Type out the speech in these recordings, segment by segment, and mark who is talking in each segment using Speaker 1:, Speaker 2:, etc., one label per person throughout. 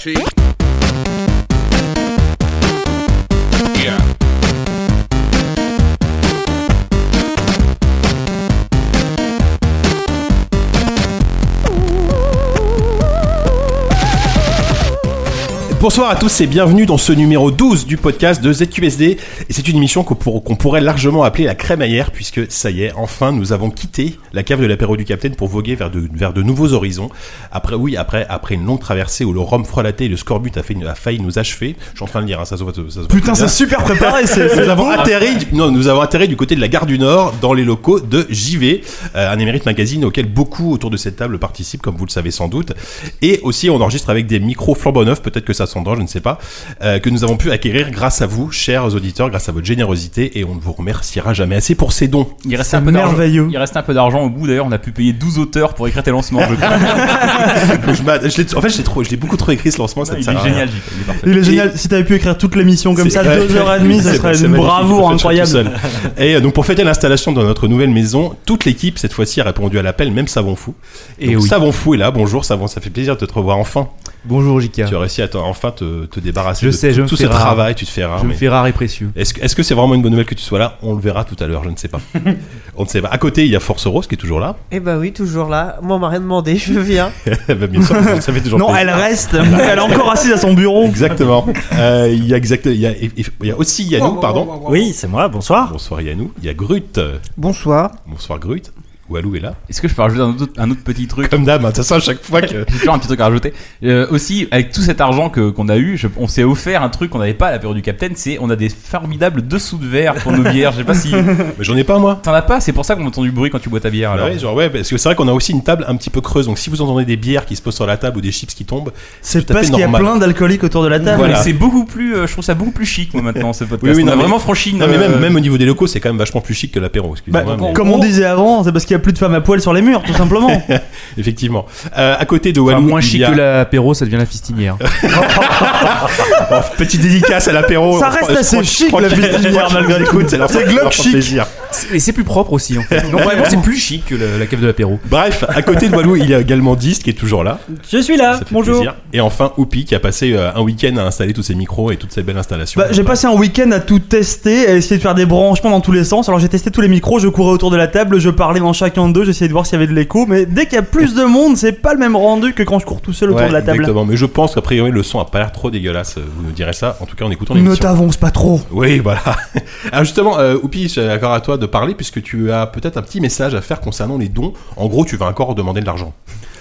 Speaker 1: She. Yeah.
Speaker 2: Bonsoir à tous et bienvenue dans ce numéro 12 du podcast de ZQSD. Et c'est une émission qu'on pour- qu'on pourrait largement appeler la crémaillère puisque ça y est, enfin nous avons quitté la cave de l'apéro du Capitaine pour voguer vers de, vers de nouveaux horizons. Après, oui, après, après une longue traversée où le rhum frelaté et le scorbut a, fait, a failli nous achever. Je suis en train de lire, hein, ça se voit. ça se voit
Speaker 3: Putain,
Speaker 2: très
Speaker 3: c'est
Speaker 2: bien.
Speaker 3: super préparé, c'est- c'est
Speaker 2: nous avons
Speaker 3: beau.
Speaker 2: atterri, non, nous avons atterri du côté de la gare du Nord, dans les locaux de JV, euh, un émérite magazine auquel beaucoup autour de cette table participent, comme vous le savez sans doute. Et aussi, on enregistre avec des micros flambant neufs, peut-être que ça s'entend, je ne sais pas, euh, que nous avons pu acquérir grâce à vous, chers auditeurs, grâce à votre générosité, et on ne vous remerciera jamais assez pour ces dons.
Speaker 4: Il reste
Speaker 3: C'est
Speaker 4: un peu d'argent.
Speaker 3: merveilleux.
Speaker 4: Il reste un peu d'argent au bout d'ailleurs, on a pu payer 12 auteurs pour écrire tes lancements, je crois.
Speaker 2: Je m'a- Bah, je l'ai- en fait, je l'ai trop- je l'ai beaucoup trop écrit ce lancement, ça ne
Speaker 4: Il
Speaker 2: sert à
Speaker 4: est
Speaker 2: rien.
Speaker 4: génial, J.K., il est parfait.
Speaker 3: Il est génial. Si t'avais pu écrire toute l'émission comme ça,
Speaker 2: C'est-
Speaker 3: deux heures et demie, ça
Speaker 2: C'est-
Speaker 3: serait
Speaker 2: c'est
Speaker 3: une
Speaker 2: magnifique,
Speaker 3: bravoure
Speaker 2: je peux faire ça
Speaker 3: incroyable.
Speaker 2: tout seul. Et euh, donc pour fêter l'installation de notre nouvelle maison, toute l'équipe cette fois-ci a répondu à l'appel, même Savon Fou.
Speaker 5: Eh
Speaker 2: Et
Speaker 3: oui.
Speaker 2: Savon Fou est là, bonjour Savon, ça fait plaisir de te revoir enfin.
Speaker 5: Bonjour Jika.
Speaker 2: Tu as réussi à t'en- enfin te, te débarrasser
Speaker 5: Je
Speaker 2: de
Speaker 5: sais,
Speaker 2: tout,
Speaker 5: je me
Speaker 2: tout
Speaker 5: fais
Speaker 2: ce
Speaker 5: rare.
Speaker 2: travail, tu te fais rare.
Speaker 5: Je me
Speaker 2: mais-
Speaker 5: fais rare et précieux.
Speaker 2: Est-ce que est-ce que c'est vraiment une bonne nouvelle que tu sois là On le verra tout à l'heure, je ne sais pas. On ne sait pas. À côté, il y a Force Rose qui est toujours là.
Speaker 6: Eh
Speaker 7: ben
Speaker 6: bah oui, toujours là. Moi, on m'a rien demandé, je viens.
Speaker 2: Bah, Bien sûr, ça fait toujours
Speaker 3: Non,
Speaker 2: plaisir.
Speaker 3: elle reste. Elle est encore assise à son bureau.
Speaker 2: Exactement. Euh, Il y a exact- il y a- il y a aussi Yannou, pardon.
Speaker 8: Oui, c'est moi, bonsoir.
Speaker 2: Bonsoir Yannou. Il y a Grut.
Speaker 9: Bonsoir.
Speaker 2: Bonsoir Grut. Walou est là.
Speaker 4: Est-ce que je peux rajouter un autre, un autre petit truc
Speaker 2: Comme d'hab, hein, de toute façon, à chaque fois que.
Speaker 4: J'ai toujours un petit truc à rajouter. Euh, aussi, avec tout cet argent que qu'on a eu, je- on s'est offert un truc qu'on n'avait pas à la période du Capitaine, c'est on a des formidables dessous de verre pour nos bières. Je sais pas si
Speaker 2: Mais j'en ai pas moi.
Speaker 4: t'en as pas, c'est pour ça qu'on entend du bruit quand tu bois ta bière.
Speaker 2: Bah
Speaker 4: Alors.
Speaker 2: ouais, genre, ouais, parce que c'est vrai qu'on a aussi une table un petit peu creuse. Donc si vous entendez des bières qui se posent sur la table ou des chips qui tombent,
Speaker 3: C'est
Speaker 2: Tout à fait
Speaker 3: parce qu'il y a
Speaker 2: normal.
Speaker 3: plein d'alcooliques autour de la table.
Speaker 2: Voilà.
Speaker 4: Mais C'est beaucoup plus, euh, je trouve ça beaucoup plus chic moi maintenant ce podcast.
Speaker 2: Oui, oui,
Speaker 4: on
Speaker 2: non,
Speaker 4: a
Speaker 2: mais-
Speaker 4: vraiment franchi. une,
Speaker 2: non mais même,
Speaker 4: euh,
Speaker 2: même au niveau des locaux, c'est quand même vachement plus chic que l'apéro.
Speaker 3: Bah,
Speaker 2: Excusez-moi. mais-
Speaker 3: comme on disait avant, c'est parce qu'il y a plus de femmes à poil sur les murs, tout simplement.
Speaker 2: Effectivement. Euh, à côté de
Speaker 5: Enfin,
Speaker 2: Walou,
Speaker 5: moins
Speaker 2: il
Speaker 5: chic
Speaker 2: y a
Speaker 5: que l'apéro, ça devient la fistinière.
Speaker 2: Oh, petite dédicace à l'apéro.
Speaker 3: Ça reste
Speaker 2: Je
Speaker 3: assez
Speaker 2: crois- je
Speaker 3: chic,
Speaker 2: crois
Speaker 3: la
Speaker 2: que-
Speaker 3: fistinière,
Speaker 2: je crois que-
Speaker 3: malgré tout.
Speaker 2: Écoute, c'est leur-
Speaker 3: C'est
Speaker 2: leur
Speaker 3: glauque
Speaker 2: fait
Speaker 3: chic.
Speaker 2: plaisir.
Speaker 5: Et c'est plus propre aussi en fait. Donc vraiment, c'est plus chic que le- la cave de l'apéro.
Speaker 2: Bref, à côté de Walou, il y a également Dist qui est toujours là.
Speaker 8: Je suis là,
Speaker 2: Ça fait
Speaker 8: bonjour.
Speaker 2: plaisir. Et enfin, Oupi qui a passé euh, un week-end à installer tous ses micros et toutes ses belles installations.
Speaker 3: Bah, j'ai passé un week-end à tout tester, à essayer de faire des branchements dans tous les sens. Alors j'ai testé tous les micros, je courais autour de la table, je parlais dans chacun d'eux, j'essayais de voir s'il y avait de l'écho. Mais dès qu'il y a plus de monde, c'est pas le même rendu que quand je cours tout seul autour
Speaker 2: Ouais,
Speaker 3: de la table.
Speaker 2: Exactement, mais je pense qu'a priori le son a pas l'air trop dégueulasse. euh, Vous nous direz ça, en tout cas en écoutant
Speaker 3: Ne
Speaker 2: l'émission.
Speaker 3: t'avance pas trop.
Speaker 2: Oui, voilà. Alors justement, euh, Oupi, c'est encore à toi de parler puisque tu as peut-être un petit message à faire concernant les dons. En gros, tu vas encore demander de l'argent.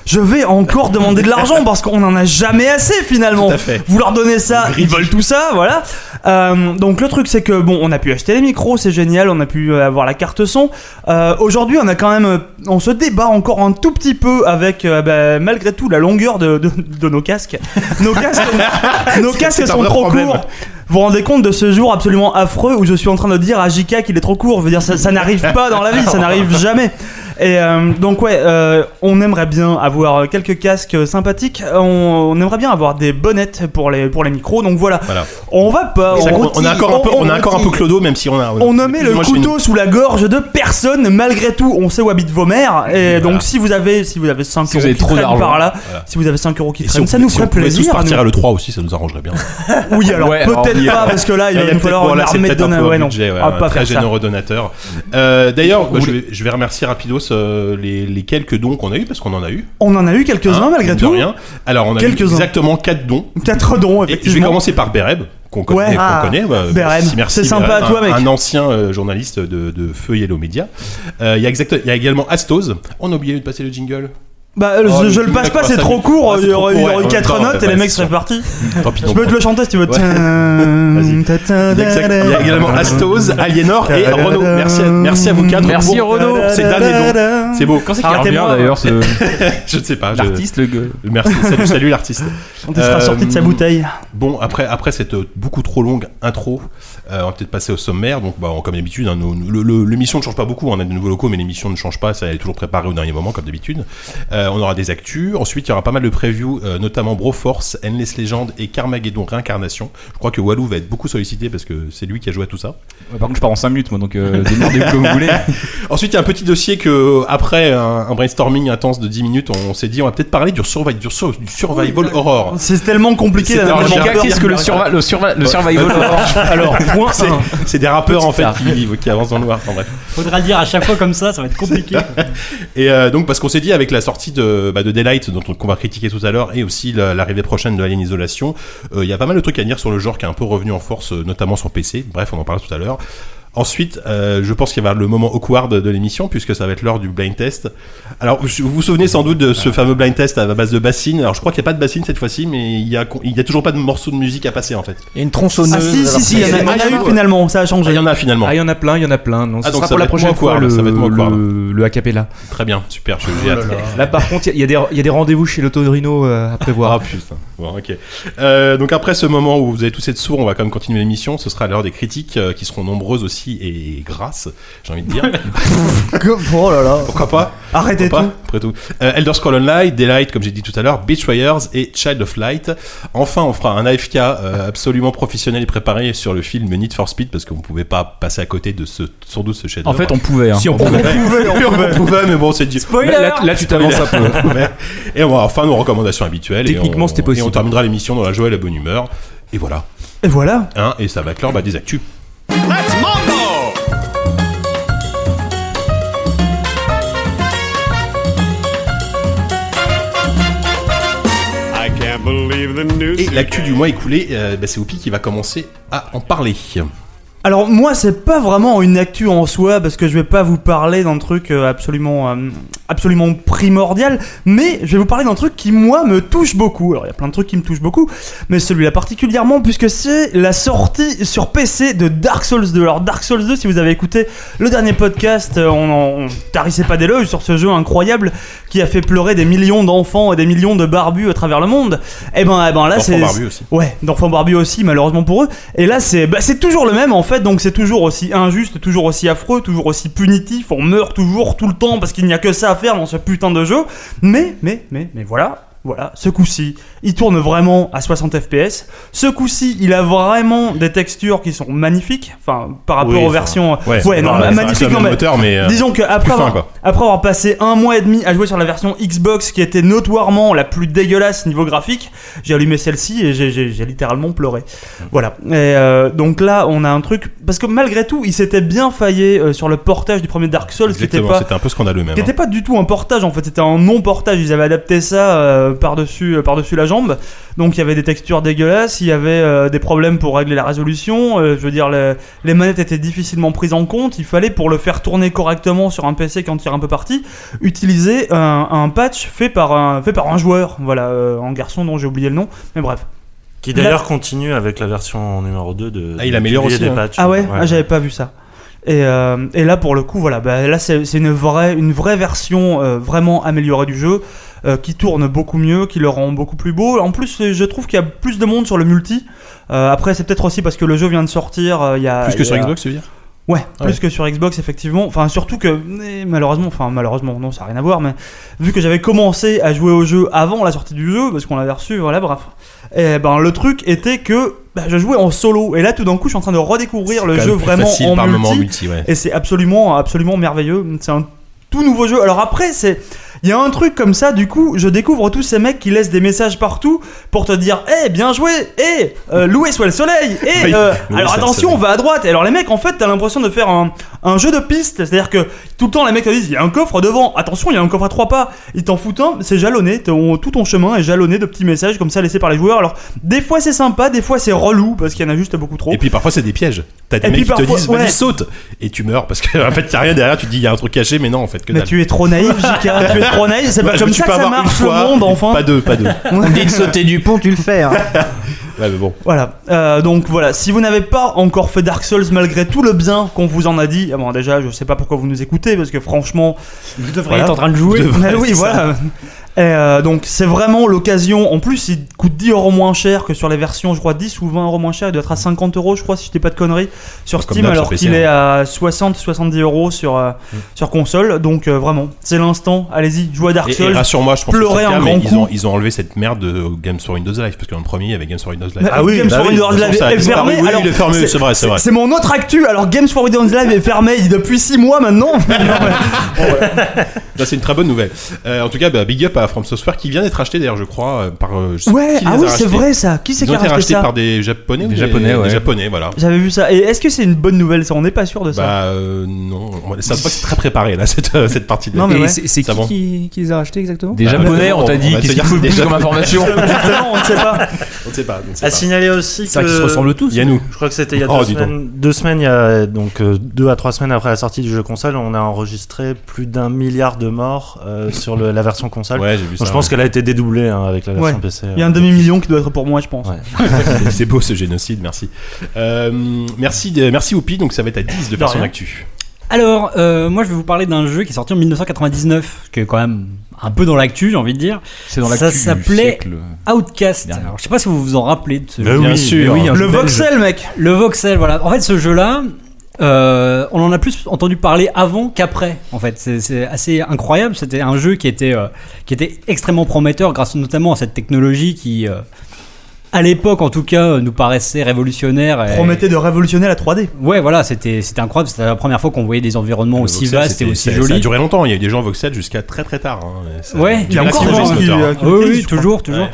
Speaker 3: Je vais encore demander de l'argent parce qu'on en a jamais assez finalement.
Speaker 2: Tout à fait.
Speaker 3: Vous leur donnez ça, ils veulent tout ça, voilà. Euh, donc le truc c'est que bon, on a pu acheter les micros, c'est génial, on a pu euh, avoir la carte son. Euh, Aujourd'hui, on a quand même, euh, on se débat encore un tout petit peu avec euh, bah, malgré tout la longueur de, de- de nos casques. Nos casques, nos casques
Speaker 2: c'est un
Speaker 3: sont
Speaker 2: vrai
Speaker 3: trop
Speaker 2: problème.
Speaker 3: courts. Vous vous rendez compte de ce jour absolument affreux où je suis en train de dire à JK qu'il est trop court. Je veux dire, ça, ça n'arrive pas dans la vie, ça n'arrive jamais. Et euh, donc ouais, euh, on aimerait bien avoir quelques casques sympathiques. On, on aimerait bien avoir des bonnettes pour les pour les micros. Donc voilà,
Speaker 2: Voilà.
Speaker 3: on va pas.
Speaker 2: Ça
Speaker 3: On,
Speaker 2: compte- on, a encore un peu, on, a encore un peu clodo, même si on a.
Speaker 3: on ne met le
Speaker 2: Ah Moi, je suis une-
Speaker 3: couteau sous la gorge de personne malgré tout. On sait où habitent vos mères. Et
Speaker 2: Voilà.
Speaker 3: donc si vous avez si vous avez 5
Speaker 4: Si vous
Speaker 3: euros
Speaker 4: avez
Speaker 3: qui
Speaker 4: trop
Speaker 3: traînent
Speaker 4: d'argent.
Speaker 3: par là,
Speaker 2: Voilà.
Speaker 3: si vous avez 5 euros qui
Speaker 2: Et si
Speaker 3: traînent,
Speaker 2: on
Speaker 3: ça
Speaker 2: pouvait-
Speaker 3: nous
Speaker 2: si
Speaker 3: ferait
Speaker 2: on pouvait
Speaker 3: plaisir.
Speaker 2: Tous partir
Speaker 3: nous.
Speaker 2: à le 3 aussi, ça nous arrangerait bien.
Speaker 3: Oui alors
Speaker 4: Ouais, alors,
Speaker 3: peut-être
Speaker 2: il y a-
Speaker 3: pas parce que là il
Speaker 2: Là,
Speaker 3: va
Speaker 2: il y a
Speaker 3: nous
Speaker 2: peut-être-
Speaker 3: falloir
Speaker 2: bon, là,
Speaker 3: une
Speaker 2: c'est
Speaker 3: armée de
Speaker 2: peut-être un
Speaker 3: donneurs.
Speaker 2: peu
Speaker 3: Ouais, non,
Speaker 2: budget, ouais,
Speaker 3: on
Speaker 2: un
Speaker 3: va pas
Speaker 2: très
Speaker 3: faire ça.
Speaker 2: généreux donateur. Euh, D'ailleurs,
Speaker 4: Vous
Speaker 2: je, vais- je vais remercier rapidos euh, les, les quelques dons qu'on a eu parce qu'on en a eu.
Speaker 3: On en a eu quelques-uns
Speaker 2: hein,
Speaker 3: malgré
Speaker 2: mine de
Speaker 3: tout.
Speaker 2: Rien. Alors, on a eu
Speaker 3: Quelques-uns.
Speaker 2: exactement 4 dons.
Speaker 3: Quatre dons
Speaker 2: Et je vais
Speaker 3: effectivement.
Speaker 2: commencer par Bereb, qu'on connaît.
Speaker 3: Ouais.
Speaker 2: qu'on
Speaker 6: Ah.
Speaker 2: connaît, bah,
Speaker 3: Bereb,
Speaker 2: merci, merci,
Speaker 3: c'est sympa
Speaker 2: Bereb,
Speaker 3: à toi,
Speaker 2: un-
Speaker 3: mec.
Speaker 2: Un ancien euh, journaliste de, de Feu Yellow Media. Euh, Il y, a exact- il y a également Astose. On a oublié de passer le jingle.
Speaker 3: Bah euh,
Speaker 2: Oh,
Speaker 3: je,
Speaker 2: le
Speaker 3: je le
Speaker 2: film,
Speaker 3: passe pas,
Speaker 2: d'accord,
Speaker 3: c'est
Speaker 2: ça
Speaker 3: trop
Speaker 2: fait-
Speaker 3: court.
Speaker 2: Ah, c'est
Speaker 3: il y
Speaker 2: trop
Speaker 3: aurait, il y
Speaker 2: court,
Speaker 3: aurait
Speaker 2: ouais, en
Speaker 3: quatre
Speaker 2: même temps,
Speaker 3: notes et
Speaker 2: ouais,
Speaker 3: les mecs
Speaker 2: c'est
Speaker 3: seraient partis.
Speaker 2: Tant pis.
Speaker 3: Je
Speaker 2: donc,
Speaker 3: peux
Speaker 2: bon.
Speaker 3: te le chanter si tu veux.
Speaker 2: Ouais. Il y a exact- il y a également
Speaker 3: Exactement.
Speaker 2: Astose, Aliénor et Renaud. Merci à, merci à vous quatre.
Speaker 4: Merci,
Speaker 2: pour-
Speaker 4: Renaud.
Speaker 2: Ces derniers dons. C'est beau.
Speaker 4: Quand c'est qu'il revient
Speaker 3: Arrêtez-moi.
Speaker 4: d'ailleurs ce-
Speaker 2: Je ne sais pas. je-
Speaker 4: l'artiste le gueux
Speaker 2: Merci. Salut, salut l'artiste.
Speaker 3: Quand il sera
Speaker 2: Euh,
Speaker 3: sorti de sa bouteille.
Speaker 2: Bon, après, après cette euh, beaucoup trop longue intro, euh, on va peut-être passer au sommaire. Donc, bah, on- comme d'habitude, hein, nous- nous- le- le- l'émission ne change pas beaucoup. On a de nouveaux locaux, mais l'émission ne change pas. Ça elle est toujours préparée au dernier moment, comme d'habitude. Euh, on aura des actus. Ensuite, il y aura pas mal de previews, euh, notamment Broforce, Endless Legend et Carmageddon Réincarnation. Je crois que Walou va être beaucoup sollicité parce que c'est lui qui a joué à tout ça.
Speaker 4: Ouais, Par contre, je pars en 5 minutes moi donc euh, démerdez-vous. comme vous voulez.
Speaker 2: Ensuite, il y a un petit dossier que, euh, après un, un brainstorming intense de 10 minutes, on, on s'est dit on va peut-être parler du, survi- du sur- du survival horror.
Speaker 3: C'est tellement compliqué
Speaker 2: C'est
Speaker 3: d'avoir
Speaker 4: Alors,
Speaker 2: tellement
Speaker 4: Jika,
Speaker 3: tellement peur.
Speaker 4: qu'est-ce que le, surva- le, surva- le survival horror
Speaker 2: Alors, point c'est, c'est des rappeurs en fait
Speaker 4: Petit
Speaker 2: qui vivent, qui avancent dans le noir. Enfin, bref.
Speaker 8: Faudra le dire à chaque fois comme ça, ça va être compliqué.
Speaker 2: Et euh, donc, parce qu'on s'est dit, avec la sortie de, bah, de Daylight, dont on, qu'on va critiquer tout à l'heure, et aussi la- l'arrivée prochaine de Alien Isolation, euh, il y a pas mal de trucs à dire sur le genre qui est un peu revenu en force, euh, notamment sur PC. Bref, on en parlera tout à l'heure. Ensuite, euh, je pense qu'il y avoir le moment awkward de l'émission, puisque ça va être l'heure du blind test. Alors, vous vous souvenez sans doute de ce fameux blind test à base de bassines. Alors, je crois qu'il n'y a pas de bassine cette fois-ci, mais il y a, il y a toujours pas de morceau de musique à passer, en fait.
Speaker 5: Il y a une tronçonneuse.
Speaker 3: Ah si, si, si, il y en a- il y en a eu finalement, ça a
Speaker 2: Ah,
Speaker 3: changé.
Speaker 2: Il y en a finalement.
Speaker 5: Ah, il y en a plein, il y en a plein. Non, ce
Speaker 2: donc
Speaker 5: sera
Speaker 2: ça
Speaker 5: pour
Speaker 2: va
Speaker 5: la
Speaker 2: être
Speaker 5: prochaine
Speaker 2: moins
Speaker 5: fois
Speaker 2: quart,
Speaker 5: le,
Speaker 2: là, ça va être moins quart, là.
Speaker 5: le, le acapella.
Speaker 2: Très bien, super, je-
Speaker 3: Oh
Speaker 2: j'ai hâte.
Speaker 5: Là, par contre, il y a- il y, a des- il y a des rendez-vous chez l'autorino euh, à
Speaker 2: Ah
Speaker 5: prévoir.
Speaker 2: putain. Bon, ok. Euh, donc après ce moment où vous allez tous être sourds, on va quand même continuer l'émission. Ce sera l'heure des critiques euh, qui seront nombreuses aussi et grasses, j'ai envie de dire.
Speaker 6: Oh là là.
Speaker 2: Pourquoi pas
Speaker 3: Arrêtez
Speaker 2: Pourquoi
Speaker 3: tout.
Speaker 2: pas Après tout. Euh, Elder Scrolls Online, Daylight, comme j'ai dit tout à l'heure, Beach Warriors et Child of Light. Enfin, on fera un AFK euh, absolument professionnel et préparé sur le film Need for Speed parce que vous ne pouvez pas passer à côté de ce, sans doute ce chef
Speaker 4: En fait, on pouvait. hein.
Speaker 5: Si on
Speaker 2: on pouvait, on pouvait, mais bon, c'est dur.
Speaker 5: Là, là- là, tu t'avances un peu.
Speaker 2: Ouais. Et on va enfin nos recommandations habituelles. et
Speaker 5: Techniquement,
Speaker 2: on-
Speaker 5: c'était possible.
Speaker 2: Et on terminera l'émission dans la joie et la bonne humeur. Et voilà.
Speaker 3: Et voilà.
Speaker 2: Hein, et ça va clore bah, des actus.
Speaker 1: I can't believe the news.
Speaker 2: Et l'actu du mois écoulé, euh, bah, c'est Oupi qui va commencer à en parler.
Speaker 3: Alors moi c'est pas vraiment une actu en soi parce que je vais pas vous parler d'un truc euh, absolument euh, absolument primordial mais je vais vous parler d'un truc qui moi me touche beaucoup. Alors il y a plein de trucs qui me touchent beaucoup mais celui-là particulièrement puisque c'est la sortie sur PC de Dark Souls 2. Alors Dark Souls 2 si vous avez écouté le dernier podcast euh, on, en- on tarissait pas d'éloges sur ce jeu incroyable qui a fait pleurer des millions d'enfants et des millions de barbus à travers le monde. Et ben, eh ben là
Speaker 2: Enfants
Speaker 3: c'est
Speaker 2: barbus aussi.
Speaker 3: Ouais, d'enfants barbus aussi, malheureusement pour eux. Et là, c'est bah, c'est toujours le même en fait, donc c'est toujours aussi injuste, toujours aussi affreux, toujours aussi punitif. On meurt toujours, tout le temps, parce qu'il n'y a que ça à faire dans ce putain de jeu. Mais, mais, mais, mais voilà. Voilà, ce coup-ci, il tourne vraiment à 60 fps. Ce coup-ci, il a vraiment des textures qui sont magnifiques. Enfin, par rapport
Speaker 2: Oui,
Speaker 3: aux
Speaker 2: enfin,
Speaker 3: versions.
Speaker 2: ouais,
Speaker 3: non,
Speaker 2: ouais, c'est
Speaker 3: magnifiques,
Speaker 2: un
Speaker 3: non,
Speaker 2: même
Speaker 3: mais-
Speaker 2: moteur, mais. euh,
Speaker 3: Disons que après
Speaker 2: plus fin,
Speaker 3: avoir,
Speaker 2: quoi.
Speaker 3: après avoir passé un mois et demi à jouer sur la version Xbox qui était notoirement la plus dégueulasse niveau graphique, j'ai allumé celle-ci et j'ai- j'ai j'ai littéralement pleuré. Voilà. Et euh, donc là, on a un truc parce que malgré tout, il s'était bien faillé euh, sur le portage du premier Dark Souls, qui était
Speaker 2: Exactement,
Speaker 3: pas
Speaker 2: c'était un peu scandaleux même. hein.
Speaker 3: qui
Speaker 9: hein.
Speaker 3: était pas du tout un portage en fait, c'était un non-portage. Ils avaient adapté ça euh, par-dessus euh, par-dessus la jambe. Donc il y avait des textures dégueulasses, il y avait euh, des problèmes pour régler la résolution. euh, je veux dire, le- les manettes étaient difficilement prises en compte. Il fallait, pour le faire tourner correctement sur un PC qui en tire un peu parti, utiliser un, un patch fait par un, fait par un joueur. Voilà, euh, un garçon dont j'ai oublié le nom. Mais bref.
Speaker 9: Qui d'ailleurs continue avec la version numéro 2 de.
Speaker 2: Ah, il
Speaker 9: de
Speaker 2: améliore
Speaker 9: publier
Speaker 2: aussi,
Speaker 9: des
Speaker 2: hein.
Speaker 9: patchs.
Speaker 3: Ah ouais, Ah, j'avais pas vu ça. Et, euh, et là pour le coup voilà bah, là c'est c'est une vraie une vraie version euh, vraiment améliorée du jeu euh, qui tourne beaucoup mieux qui le rend beaucoup plus beau en plus je trouve qu'il y a plus de monde sur le multi Euh, après c'est peut-être aussi parce que le jeu vient de sortir euh, il y a
Speaker 2: Plus
Speaker 3: il
Speaker 2: que
Speaker 3: y
Speaker 2: sur
Speaker 3: a-
Speaker 2: Xbox, tu veux dire
Speaker 3: Ouais,
Speaker 2: Ouais.
Speaker 3: plus que sur Xbox, effectivement. Enfin, surtout que, eh, malheureusement, enfin, malheureusement, non, ça n'a rien à voir, mais vu que j'avais commencé à jouer au jeu avant la sortie du jeu, parce qu'on l'avait reçu, voilà, bref. Et ben, le truc était que bah, je jouais en solo, et là, tout d'un coup, je suis en train de redécouvrir le
Speaker 2: Quand
Speaker 3: jeu
Speaker 2: même plus
Speaker 3: vraiment
Speaker 2: facile
Speaker 3: en
Speaker 2: par
Speaker 3: multi.
Speaker 2: moment en multi, ouais.
Speaker 3: Et c'est absolument, absolument merveilleux. C'est un tout nouveau jeu. Alors après, c'est. Il y a un truc comme ça, du coup, je découvre tous ces mecs qui laissent des messages partout pour te dire Eh, bien joué Eh, euh, loué soit le soleil Eh,
Speaker 2: Oui,
Speaker 3: euh,
Speaker 2: loué
Speaker 3: alors
Speaker 2: soit le
Speaker 3: attention,
Speaker 2: soleil.
Speaker 3: va à droite Et alors les mecs, en fait, t'as l'impression de faire un, un jeu de piste. C'est-à-dire que tout le temps, les mecs te disent Il y a un coffre devant, attention, il y a un coffre à trois pas. Ils t'en foutent un, c'est jalonné. Ton- tout ton chemin est jalonné de petits messages comme ça laissés par les joueurs. Alors, des fois, c'est sympa, des fois, c'est relou parce qu'il y en a juste beaucoup trop.
Speaker 2: Et puis parfois c'est des pièges. T'as des
Speaker 3: Et
Speaker 2: mecs
Speaker 3: puis
Speaker 2: qui te
Speaker 3: parfois-
Speaker 2: disent vas-y
Speaker 3: ouais.
Speaker 2: saute et tu meurs parce qu'en fait y a rien derrière. Tu te dis il y a un truc caché mais non en fait que
Speaker 3: Mais
Speaker 2: dalle.
Speaker 3: tu es trop naïf, Jika. tu es trop naïf. C'est
Speaker 2: Bah,
Speaker 3: pas
Speaker 2: je
Speaker 3: comme
Speaker 2: me suis
Speaker 3: ça
Speaker 2: pas
Speaker 3: que ça
Speaker 2: avoir une
Speaker 3: marche
Speaker 2: fois,
Speaker 3: le monde, enfin.
Speaker 2: Pas deux, pas deux.
Speaker 6: On dit de sauter du pont, tu le fais. hein.
Speaker 2: Ouais, mais bon.
Speaker 3: Voilà. Euh, donc voilà, si vous n'avez pas encore fait Dark Souls malgré tout le bien qu'on vous en a dit, ah bon déjà, je sais pas pourquoi vous nous écoutez parce que franchement,
Speaker 8: Vous devriez
Speaker 3: Voilà.
Speaker 8: être en train de jouer.
Speaker 2: Vous devriez-
Speaker 3: Ah oui,
Speaker 8: c'est ça.
Speaker 3: voilà. Et, euh, donc c'est vraiment l'occasion. En plus, il coûte 10 euros moins cher que sur les versions, je crois, 10 ou 20 euros moins cher. Il doit être à 50 euros, je crois, si je dis pas de conneries, sur
Speaker 2: Comme
Speaker 3: Steam,
Speaker 2: d'hab, sur hein.
Speaker 3: alors
Speaker 2: PC,
Speaker 3: qu'il est à 60-70 euros sur, euh,
Speaker 2: Mm.
Speaker 3: sur console. Donc euh, vraiment, c'est l'instant. Allez-y, jouez à Dark
Speaker 2: Et, et
Speaker 3: Souls.
Speaker 2: rassure-moi, je pense que
Speaker 3: Pleurer
Speaker 2: c'est le
Speaker 3: un
Speaker 2: cas, mais
Speaker 3: grand
Speaker 2: ils ont,
Speaker 3: coup.
Speaker 2: ils ont enlevé cette merde de Games for Windows Live, parce que dans le premier, il y avait Games for Windows Live.
Speaker 3: Mais Bah, Games for Windows
Speaker 2: Ils ont
Speaker 3: Live
Speaker 2: ça,
Speaker 3: est
Speaker 2: ils ont
Speaker 3: fermé.
Speaker 2: fermé, oui,
Speaker 3: alors,
Speaker 2: il est fermé, c'est vrai, c'est vrai.
Speaker 3: C'est mon autre actu. Alors Games for Windows Live est fermé depuis 6 mois maintenant.
Speaker 2: Ah. Là, c'est une très bonne nouvelle. Euh, en tout cas, bah, big up à From Software qui vient d'être acheté d'ailleurs, je crois, euh, par. euh, je sais
Speaker 3: ouais,
Speaker 2: qui les
Speaker 3: ah
Speaker 2: a
Speaker 3: oui,
Speaker 2: rachetés.
Speaker 3: c'est vrai ça. Qui c'est
Speaker 2: Ils
Speaker 3: qui
Speaker 2: ont
Speaker 3: a
Speaker 2: été
Speaker 3: racheté
Speaker 2: rachetés
Speaker 3: ça
Speaker 2: par des Japonais ou
Speaker 4: Des Japonais, ouais.
Speaker 2: Des Japonais, voilà.
Speaker 3: J'avais vu ça. Et est-ce que c'est une bonne nouvelle ça On n'est pas sûr de ça.
Speaker 2: Bah euh, non, On- ça se voit que c'est très préparé là cette, euh, cette partie. de-
Speaker 3: Non, mais
Speaker 2: Et
Speaker 3: ouais.
Speaker 2: c'est-
Speaker 5: C'est c'est qui,
Speaker 2: Ça va.
Speaker 5: qui qui les a rachetés exactement Ah,
Speaker 4: Des japonais, on t'a dit,
Speaker 2: on va
Speaker 4: qu'est-ce
Speaker 2: se dire
Speaker 4: qu'il faut le
Speaker 2: des
Speaker 4: plus comme
Speaker 2: Japonais.
Speaker 4: information
Speaker 3: Exactement, on ne sait pas.
Speaker 2: On ne sait pas. on ne sait
Speaker 9: À
Speaker 2: pas.
Speaker 9: signaler aussi
Speaker 5: C'est vrai qu'ils se
Speaker 9: que
Speaker 5: ressemblent tous.
Speaker 2: Yannou.
Speaker 9: Je crois que c'était il y a
Speaker 2: hein. Oh,
Speaker 9: deux,
Speaker 2: dis
Speaker 9: semaines, deux semaines, il y a donc euh, deux à trois semaines après la sortie du jeu console, on a enregistré plus d'un milliard de morts euh, sur le- la version console.
Speaker 2: Ouais, j'ai vu ça.
Speaker 9: Donc, je pense
Speaker 2: ouais.
Speaker 9: qu'elle a été dédoublée hein, avec la version
Speaker 3: Ouais.
Speaker 9: PC.
Speaker 3: Il y a un
Speaker 2: euh,
Speaker 3: demi-million qui doit être pour moi, je pense.
Speaker 9: Ouais.
Speaker 2: c'est beau ce génocide, merci. Euh, merci, de- merci Oupi, donc ça va être à 10 de faire son
Speaker 8: rien.
Speaker 2: actu.
Speaker 8: Alors, euh, moi, je vais vous parler d'un jeu qui est sorti en 1999, qui est quand même un peu dans l'actu, j'ai envie de dire.
Speaker 4: C'est dans
Speaker 8: Ça
Speaker 4: l'actu du
Speaker 8: s'appelait-
Speaker 4: siècle.
Speaker 8: Outcast.
Speaker 4: Dernier.
Speaker 8: Alors, je sais pas si vous vous en rappelez de ce jeu.
Speaker 2: Bien
Speaker 9: oui,
Speaker 2: sûr.
Speaker 5: oui, un
Speaker 3: Bah Le
Speaker 5: jeu belge.
Speaker 3: voxel, mec.
Speaker 8: Le voxel, voilà. En fait, ce jeu-là, euh, on en a plus entendu parler avant qu'après. En fait, c'est c'est assez incroyable. C'était un jeu qui était, euh, qui était extrêmement prometteur, grâce notamment à cette technologie qui, euh, à l'époque en tout cas, euh, nous paraissait révolutionnaire. et-
Speaker 3: Promettait de révolutionner la 3D.
Speaker 8: Ouais, voilà, c'était c'était incroyable. C'était la première fois qu'on voyait des environnements
Speaker 2: Le
Speaker 8: aussi
Speaker 2: voxel,
Speaker 8: vastes et
Speaker 2: c'était-
Speaker 8: aussi
Speaker 2: ça- Ça a
Speaker 8: jolis.
Speaker 2: duré longtemps, il y a eu des gens voxel jusqu'à très très tard. hein. Ça-
Speaker 8: Ouais,
Speaker 2: il y a
Speaker 8: mais
Speaker 2: encore
Speaker 8: encore
Speaker 2: des
Speaker 8: des
Speaker 2: gens
Speaker 8: gens
Speaker 2: qui-
Speaker 3: euh,
Speaker 8: Oui, oui,
Speaker 3: je crois.
Speaker 8: toujours, toujours.